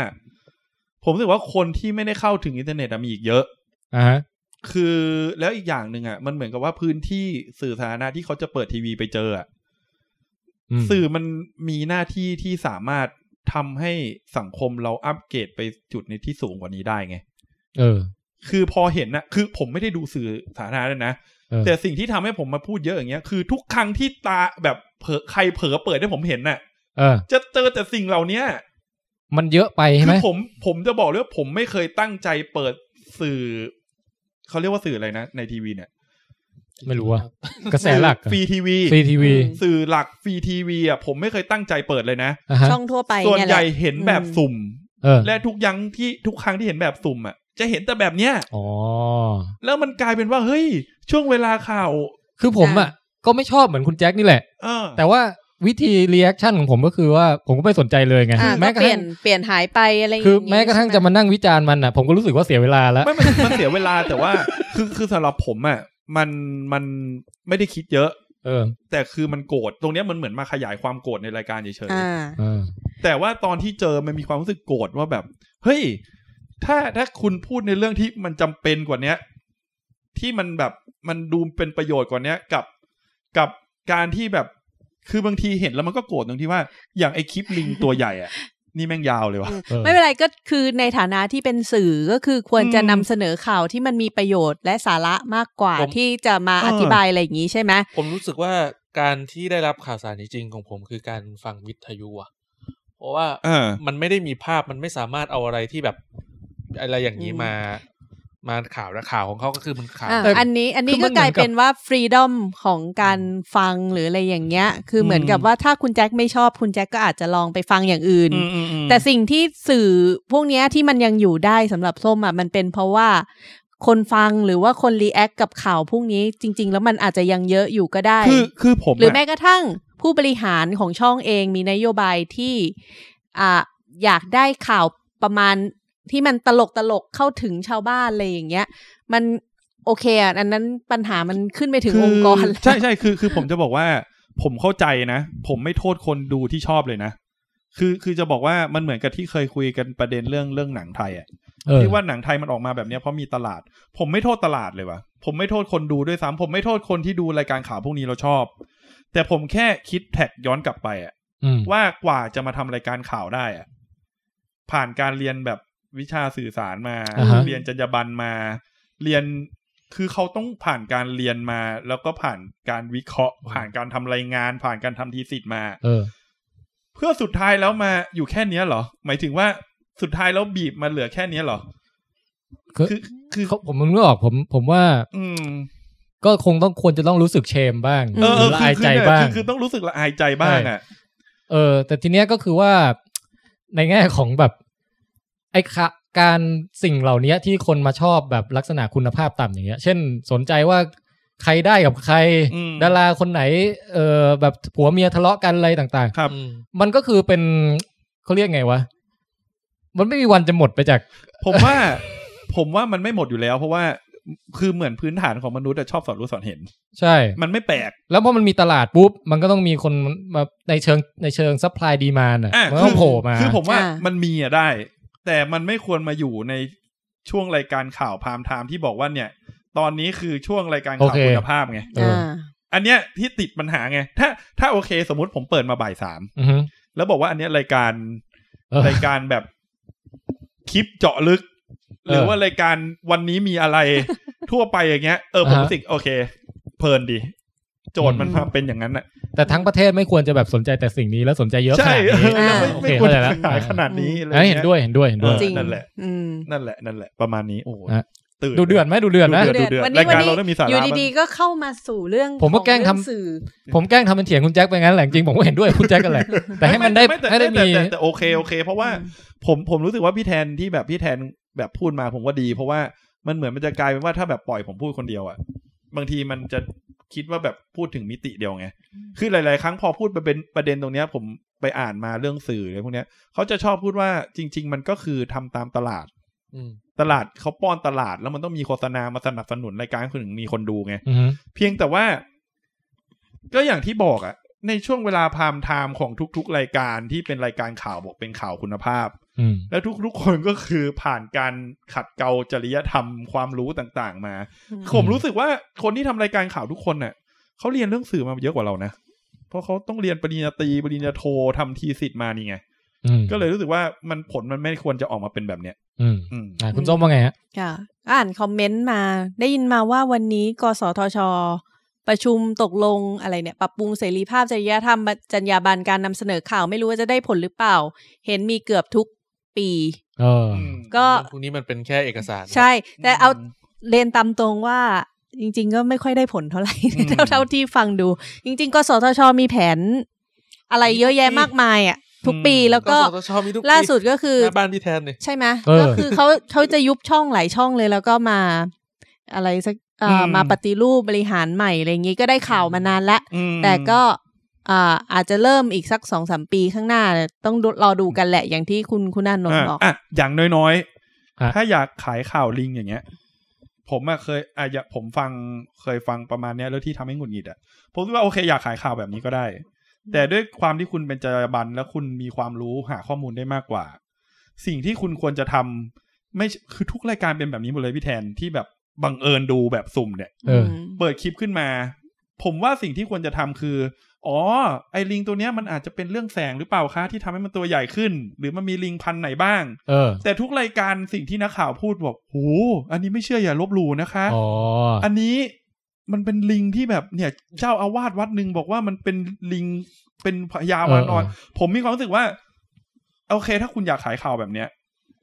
Speaker 3: ผมรู้สึกว่าคนที่ไม่ได้เข้าถึงอินเทอร์เน็ตอะมีอีกเยอะ
Speaker 2: อ่าฮะ
Speaker 3: คือแล้วอีกอย่างหนึ่งอะมันเหมือนกับว่าพื้นที่สื่อสาธารณะที่เขาจะเปิดทีวีไปเจออะ
Speaker 2: อืม
Speaker 3: สื่อมันมีหน้าที่ที่สามารถทำให้สังคมเราอัปเกรดไปจุดในที่สูงกว่านี้ได้ไง
Speaker 2: เออ
Speaker 3: คือพอเห็นนะคือผมไม่ได้ดูสื่อสาธารณะเลยนะ
Speaker 2: เออ
Speaker 3: แต่สิ่งที่ทำให้ผมมาพูดเยอะอย่างเงี้ย คือทุกครั้งที่ตาแบบเผลอใครเผลอเปิดให้ผมเห็นน่ะ
Speaker 2: เออ
Speaker 3: จะเจอแต่สิ่งเหล่าเนี้ย
Speaker 2: มันเยอะไปใช่
Speaker 3: คื
Speaker 2: ไหม
Speaker 3: ผมผมจะบอกเลยว่าผมไม่เคยตั้งใจเปิดสื่อ เขาเรียกว่าสื่ออะไรนะ ในทีวีเนี่ย
Speaker 2: ไม่รู้อะกระแสหลัก
Speaker 3: ฟรีทีวี
Speaker 2: ฟรีทีวี
Speaker 3: สื่อหลักฟรีทีวีอ่ะผมไม่เคยตั้งใจเปิดเลยนะ
Speaker 2: อ่าฮะ
Speaker 6: ช่องทั่วไป
Speaker 3: ส่วน
Speaker 6: เนี่ย
Speaker 3: ให
Speaker 6: แห
Speaker 3: ญ่
Speaker 6: ละ
Speaker 3: เห็นแบบ
Speaker 6: อืม
Speaker 3: สุ่ม
Speaker 2: เออ
Speaker 3: และทุกยังที่ทุกครั้งที่เห็นแบบสุ่มอ่ะ จะเห็นแต่แบบเนี้ย
Speaker 2: อ๋อ
Speaker 3: แล้วมันกลายเป็นว่าเฮ้ย ช่วงเวลาข่าว
Speaker 2: คือผมอ่ะ ก็ไม่ชอบเหมือนคุณแจ็คนี่แหละ
Speaker 3: เออ
Speaker 2: แต่ว่าวิธีรีแอคชั่นของผมก็คือว่าผมก็ไม่สนใจเลยไง
Speaker 6: อ่า
Speaker 2: แม้
Speaker 6: ก็
Speaker 2: กระ
Speaker 6: เปลี่
Speaker 2: ทั่
Speaker 6: ยน
Speaker 2: ง
Speaker 6: เปลี่ยนหายไปอะไรอย่าง
Speaker 2: คือ
Speaker 6: งี้
Speaker 2: แม้กระทั่ง
Speaker 6: ใช่
Speaker 2: จะ
Speaker 6: ไห
Speaker 2: มานั่งวิจารณ์มันอ่ะ ผมก็รู้สึกว่าเสียเวลาแล้ว
Speaker 3: ไม่มันมันเสียเวลาแต่ว่า คือคือสำหรับผมอ่ะมันมันไม่ได้คิดเยอะ
Speaker 2: เออ
Speaker 3: แต่คือมันโกรธตรงเนี้ยมันเหมือนมาขยายความโกรธในรายการเฉย
Speaker 6: อ่า
Speaker 2: เออ
Speaker 3: ๆแต่ว่าตอนที่เจอมันมีความรู้สึกโกรธว่าแบบ เฮ้ย ถ้าถ้าคุณพูดในเรื่องที่มันจำเป็นกว่าเนี้ย ที่มันแบบมันดูเป็นประโยชน์กว่าเนี้ยกับกับการที่แบบ คือบางทีเห็นแล้วมันก็โกรธตรงที่ว่า อย่างไอคลิปลิงตัวใหญ่อะนี่แม่งยาวเลยวะ
Speaker 2: เออ
Speaker 6: ไม่เป็นไรก็คือในฐานะที่เป็นสื่อก็คือควรจะ
Speaker 3: อืม
Speaker 6: นำเสนอข่าวที่มันมีประโยชน์และสาระมากกว่า
Speaker 4: ผม
Speaker 6: ที่จะมา
Speaker 3: เออ
Speaker 6: อ
Speaker 3: อ
Speaker 6: ธิบายอะไรอย่างนี้ใช่ไหม
Speaker 4: ผมรู้สึกว่าการที่ได้รับข่าวสารจริงๆของผมคือการฟังวิทยุอะเพราะว่า
Speaker 3: เออ
Speaker 4: มันไม่ได้มีภาพมันไม่สามารถเอาอะไรที่แบบอะไรอย่างนี้มา มาข่าวและข่าวของเขาก็คือมันข่าว
Speaker 6: อ่ะ
Speaker 2: แต่
Speaker 6: อันนี้อันนี้
Speaker 2: คือมั
Speaker 6: ก็
Speaker 2: น
Speaker 6: กลาย
Speaker 2: เหมือนกับ
Speaker 6: เป็นว่าฟรีดอมของการฟังหรืออะไรอย่างเงี้ย คือเหมือน
Speaker 3: อืม
Speaker 6: กับว่าถ้าคุณแจ็คไม่ชอบคุณแจ็คก็อาจจะลองไปฟังอย่างอื่น
Speaker 3: อืมอืมอืม
Speaker 6: แต่สิ่งที่สื่อพวกเนี้ยที่มันยังอยู่ได้สำหรับส้มอ่ะมันเป็นเพราะว่า คนฟังหรือว่าคนรีแอคกับข่าวพวกนี้จริง ๆ แล้วมันอาจจะยังเยอะอยู่ก็ได้
Speaker 3: คือคือผม
Speaker 6: หรือแม้
Speaker 3: ะ
Speaker 6: กระทั่งผู้บริหารของช่องเองมีนโยบายที่อ่าอยากได้ข่าวประมาณที่มันตลกตลกๆเข้าถึงชาวบ้านอะไรอย่างเงี้ย มันโอเคอ่ะอันนั้นปัญหามันขึ้นไปถึง
Speaker 3: คือ
Speaker 6: องค์กร
Speaker 3: ใช่ใช่คือคือผมจะบอกว่า ผมเข้าใจนะ ผมไม่โทษคนดูที่ชอบเลยนะ คือคือจะบอกว่ามันเหมือนกับที่เคยคุยกันประเด็นเรื่องเรื่องหนังไทยอะ
Speaker 2: เออ
Speaker 3: ที่ว่าหนังไทยมันออกมาแบบเนี้ยเพราะมีตลาด ผมไม่โทษตลาดเลยวะผมไม่โทษคนดูด้วยซ้ำผมไม่โทษคนที่ดูรายการข่าวพวกนี้เราชอบ แต่ผมแค่คิดแท็กย้อนกลับไปอะ
Speaker 2: อืม
Speaker 3: ว่ากว่าจะมาทำรายการข่าวได้อะผ่านการเรียนแบบวิชาสื่อสารมา
Speaker 2: อ่าฮะ
Speaker 3: เรียนจรรยาบรรณมา เรียนคือเขาต้องผ่านการเรียนมา แล้วก็ผ่านการวิเคราะห์ ผ่านการทำรายงาน ผ่านการทำทีสิทธ์มา
Speaker 2: เออ
Speaker 3: เพื่อสุดท้ายแล้วมาอยู่แค่เนี้ยเหรอ หมายถึงว่าสุดท้ายแล้วบีบมาเหลือแค่เนี้ยเหรอ
Speaker 2: คือ
Speaker 3: คือคือ
Speaker 2: เขาผมมันไม่ออกผมผมว่า
Speaker 3: อืม
Speaker 2: ก็คงต้องควรจะต้องรู้สึกเชมบ้าง
Speaker 3: เออเออ
Speaker 2: ละ
Speaker 3: คือ
Speaker 2: อาย
Speaker 3: คือ
Speaker 2: ใจ
Speaker 3: เนี่ย
Speaker 2: บ้าง
Speaker 3: คือคือต้องรู้สึกละอายใจบ้างอ่ะ
Speaker 2: เออ แต่ทีเนี้ยก็คือว่าในแง่ของแบบไอ้ค่ะการสิ่งเหล่านี้ที่คนมาชอบแบบลักษณะคุณภาพต่ำอย่างเงี้ย เช่นสนใจว่าใครได้กับใคร
Speaker 3: อืม
Speaker 2: ดาราคนไหน เออแบบผัวเมียทะเลาะกันอะไรต่าง
Speaker 3: ครับ
Speaker 4: อืม
Speaker 2: ๆ มันก็คือเป็นเขาเรียกไงวะ มันไม่มีวันจะหมดไปจาก
Speaker 3: ผมว่า ผมว่ามันไม่หมดอยู่แล้ว เพราะว่าคือเหมือนพื้นฐานของมนุษย์อะชอบสอนรู้สอนเห็น
Speaker 2: ใช่
Speaker 3: มันไม่แปลก
Speaker 2: แล้วพอมันมีตลาดปุ๊บ มันก็ต้องมีคนมาในเชิงในเชิงซัพพลายดีมานอ่ะ
Speaker 3: อ่ะ
Speaker 2: มันก็โผล่มา
Speaker 3: คือผมว่า
Speaker 6: อ่ามั
Speaker 3: มันมีอะได้ แต่มันไม่ควรมาอยู่ในช่วงรายการข่าวพามไทม์ที่บอกว่าเนี่ย ตอนนี้คือช่วงรายการข่าวคุณภาพไง
Speaker 2: เออ
Speaker 6: อ่า
Speaker 3: อันเนี้ยที่ติดปัญหาไง ถ้าถ้าโอเคสมมติผมเปิดมาบ่ายสาม
Speaker 2: อือฮึ
Speaker 3: แล้วบอกว่าอันเนี้ยรายการ
Speaker 2: เออ
Speaker 3: รายการแบบคลิปเจาะลึก หรือว่ารายการวันนี้มีอะไร ทั่วไปอย่างเงี้ยเออผม
Speaker 2: อ่าฮะ
Speaker 3: รู้สึกโอเค เพลินดี โจทย์มันมาเป็นอย่างนั้นน่ะ
Speaker 2: แต่ทั้งประเทศไม่ควรจะแบบสนใจแต่สิ่งนี้แล้วสนใจเยอะข
Speaker 3: ใช่
Speaker 2: นาด
Speaker 3: เอ
Speaker 2: นี้
Speaker 3: อยังไม่
Speaker 2: โอ
Speaker 3: ไม่
Speaker 2: เค
Speaker 3: ควร
Speaker 2: เข้าใจแล้ว
Speaker 3: จะขยายขนาดนี้อะไร
Speaker 2: เอ้ยเห็น
Speaker 3: งี้
Speaker 2: ด้วยเห็นด้วยเห็นด้วย
Speaker 3: ออ
Speaker 6: จริง
Speaker 3: นั่นแหละ
Speaker 6: อืม
Speaker 3: นั่นแหละนั่นแหละประมาณนี้โอ้โห
Speaker 2: ฮะ
Speaker 3: ตื่น
Speaker 2: ดูเดือดไหมดูเดือดนะ
Speaker 3: ดูเดือดดูเดือด
Speaker 6: วันนี้
Speaker 3: รายการ
Speaker 6: วันนี้
Speaker 3: เราต้องมีสาระ
Speaker 6: อยู่ดี
Speaker 3: บ้าง
Speaker 6: ๆก็เข้ามาสู่เรื่อง
Speaker 2: ผมก็
Speaker 6: ของ
Speaker 2: แกล้งทำ
Speaker 6: เอสื่อ
Speaker 2: ผมแกล้งทำเป็นเถียงคุณแจ็คไปงั้นแหละจริงๆผมก็เห็นด้วย กับคุณแจ็คกันแหละแต่ให้มันได้
Speaker 3: แต่
Speaker 2: ให้ได้
Speaker 3: แต่
Speaker 2: มี
Speaker 3: แต่แต่โอเคโอเค เพราะว่าผมผมรู้สึกว่าพี่แทนที่แบบพี่แทนแบบพูดมาผมว่าดี เพราะว่ามันเหมือนมันจะกลายเป็นว่าถ้าแบบปล่อยผมพูดคนเดียวอะบางทีมันจะคิดว่าแบบพูดถึงมิติเดียวไงคือหลาย ๆ ครั้งพอพูดไปเป็นประเด็นตรงเนี้ย ผมไปอ่านมาเรื่องสื่ออะไรพวกเนี้ยเขาจะชอบพูดว่าจริง ๆ มันก็คือทำตามตลาด
Speaker 4: อืม
Speaker 3: ตลาดเขาป้อนตลาดแล้วมันต้องมีโฆษณามาสนับสนุนรายการคุณถึงมีคนดูไง
Speaker 2: อือฮึ
Speaker 3: เพียงแต่ว่า ก็อย่างที่บอกอะในช่วงเวลาพามไทม์ของทุกๆ รายการที่เป็นรายการข่าวบอกเป็นข่าวคุณภาพ
Speaker 2: อืม
Speaker 3: แล้วทุกๆ คนก็คือผ่านการขัดเกลาจริยธรรมความรู้ต่างๆ มา
Speaker 6: อืม
Speaker 3: ผมรู้สึกว่าคนที่ทำรายการข่าวทุกคนน่ะเขาเรียนเรื่องสื่อมาเยอะกว่าเรานะเพราะเขาต้องเรียนปริญญาตรีปริญญาโททำทีสิทธิ์มานี่ไง
Speaker 2: อืม
Speaker 3: ก็เลยรู้สึกว่ามันผลมันไม่ควรจะออกมาเป็นแบบเนี้ย
Speaker 2: อืม
Speaker 3: อืม
Speaker 2: อ่ะคุณส้มว่าไงฮะ
Speaker 6: ค่ะอ่านคอมเมนต์มา ได้ยินมาว่าวันนี้กสทช ประชุมตกลงอะไรเนี่ย ปรับปรุงเสรีภาพจริยธรรมจรรยาบรรณการนำเสนอข่าวไม่รู้ว่าจะได้ผลหรือเปล่า เห็นมีเกือบทุกปี
Speaker 2: เออ
Speaker 6: ก็
Speaker 4: พวกนี้มันเป็นแค่เอกสาร
Speaker 6: ใช่ แต่เอาเรียนตามตรงว่าจริง ๆ ก็ไม่ค่อยได้ผลเท่าไหร่
Speaker 3: อืม
Speaker 6: เท่าเท่าที่ฟังดู จริง ๆ กสทช มีแผน อะไรเยอะแยะมากมายอ่ะ ทุกปีแล้ว
Speaker 4: ก็
Speaker 6: ก็
Speaker 4: สทชมีทุกปี
Speaker 6: ล่าสุดก็คือ
Speaker 4: หน้าบ้านพี่แทนเนี่ย
Speaker 6: ใช่ไหม
Speaker 2: เออ
Speaker 6: ก็คือเขาเขาจะยุบช่องหลายช่องเลยแล้วก็มา อะไรสักเอ่ออ
Speaker 3: ม
Speaker 6: มาปฏิรูปบริหารใหม่อะไรอย่างงี้ก็ได้ข่าวมานานละ
Speaker 3: อืม
Speaker 6: แต่ก็อ่าอาจจะเริ่มอีกสักสองสามปีข้างหน้าเนี่ยต้องดูรอดูกันแหละอย่างที่คุณคุณนันนนท์บอก
Speaker 3: อ่ะะอย่างน้อย
Speaker 2: ฮะ
Speaker 3: ๆ ถ้าอยากขายข่าวลิงอย่างเงี้ย ผมอะเคยอะอย่าผมฟังเคยฟังประมาณเนี้ยแล้วที่ทำให้หงุดหงิดอะผมคิดว่าโอเคอยากขายข่าวแบบนี้ก็ได้ แต่ด้วยความที่คุณเป็นจรรยาบรรณแล้วคุณมีความรู้หาข้อมูลได้มากกว่า สิ่งที่คุณควรจะทำไม่ใช่คือทุกรายการเป็นแบบนี้หมดเลยพี่แทนที่แบบบังเอิญดูแบบสุ่มเนี่ย
Speaker 2: เออ
Speaker 3: เปิดคลิปขึ้นมา ผมว่าสิ่งที่ควรจะทำคือ อ๋อ ไอลิงตัวเนี้ยมันอาจจะเป็นเรื่องแสงหรือเปล่าคะที่ทำให้มันตัวใหญ่ขึ้น หรือมันมีลิงพันธุ์ไหนบ้าง
Speaker 2: เออ
Speaker 3: แต่ทุกรายการสิ่งที่นักข่าวพูดบอกโหอันนี้ไม่เชื่ออย่าลบหลู่นะคะ
Speaker 2: อ๋อ
Speaker 3: อันนี้มันเป็นลิงที่แบบเนี่ย เจ้าอาวาสวัดหนึ่งบอกว่ามันเป็นลิงเป็นพญาวานอนผมมีความรู้สึกว่า โอเค ถ้าคุณอยากขายข่าวแบบเนี้ย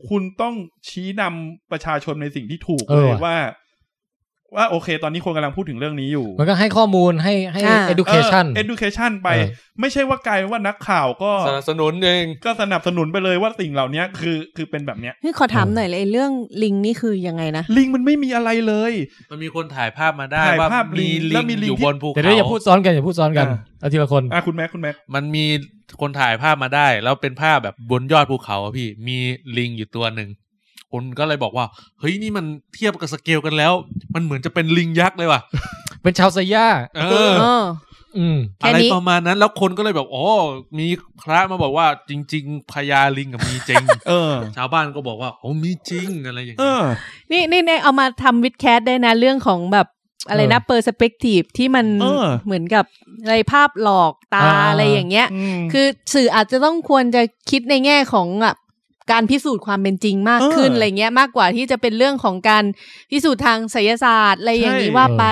Speaker 3: คุณต้องชี้นำประชาชนในสิ่งที่ถูกเลยว่า ว่าโอเค ตอนนี้คนกำลังพูดถึงเรื่องนี้อยู่
Speaker 2: มันก็ให้ข้อมูลให้ให้
Speaker 6: อ่า
Speaker 2: education
Speaker 3: เออ education ไป
Speaker 2: เออ
Speaker 3: ไม่ใช่ว่ากลายเป็นว่านักข่าวก็
Speaker 4: สนับสนุนเอง
Speaker 3: ก็สนับสนุนไปเลยว่าสิ่งเหล่านี้คือคือเป็นแบบเนี้ย
Speaker 6: นี่ขอถามหน่อยเลยไอ้เรื่องลิงนี่คือยังไงนะ
Speaker 3: ลิงมันไม่มีอะไรเลย
Speaker 4: มันมีคนถ่ายภาพมาได้
Speaker 3: ถ่าย
Speaker 4: ว่า
Speaker 3: ภาพลิ
Speaker 4: มี
Speaker 3: ง
Speaker 4: ลิ
Speaker 3: แล้ว
Speaker 4: ง
Speaker 3: มีลิง
Speaker 4: อยู่
Speaker 3: ที่
Speaker 4: บนภู
Speaker 2: แต่
Speaker 4: เขา
Speaker 2: เดี๋ยวอย่าพูดซ้อนกันอย่าพูดซ้อนกัน
Speaker 3: อ่า
Speaker 2: เอาทีละคน
Speaker 3: อ่ะคุณแม็กคุณแม็ก
Speaker 4: มันมีคนถ่ายภาพมาได้ แล้วเป็นภาพแบบบนยอดภูเขาอะพี่มีลิงอยู่ตัวหนึ่งคนก็เลยบอกว่า เฮ้ยนี่มันเทียบกับสเกลกันแล้ว มันเหมือนจะเป็นลิงยักษ์เลยว่ะ
Speaker 2: เป็นชาวไซย่า
Speaker 4: เออ
Speaker 6: เออ
Speaker 2: อืม
Speaker 6: แค่
Speaker 4: อะไร
Speaker 6: นี้
Speaker 4: ประมาณนั้น แล้วคนก็เลยแบบอ๋อมีพระมาบอกว่าจริง ๆพญาลิงกับมีจริง
Speaker 3: เออ
Speaker 4: ชาวบ้านก็บอกว่าโอ้มีจริงอะไรอย่าง
Speaker 3: เอ
Speaker 4: เงี้ย
Speaker 3: อ
Speaker 6: นี่นี่นี่เอามาทำวิดแคสได้นะ เรื่องของแบบอะไรนะเปอร์สเปกทีฟที่มัน
Speaker 3: เออ
Speaker 6: เหมือนกับอะไรภาพหลอกตา
Speaker 2: อ่า
Speaker 6: อะไรอย่างเงี้ย
Speaker 3: ม
Speaker 6: คือสื่ออาจจะต้องควรจะคิดในแง่ของแบบการพิสูจน์ความเป็นจริงมาก
Speaker 3: เออ
Speaker 6: ขึ้นอะไรเงี้ยมากกว่าที่จะเป็นเรื่องของการพิสูจน์ทางไสยศาสตร์อะไรอย่างนี้
Speaker 3: ใช่
Speaker 6: ว่าไป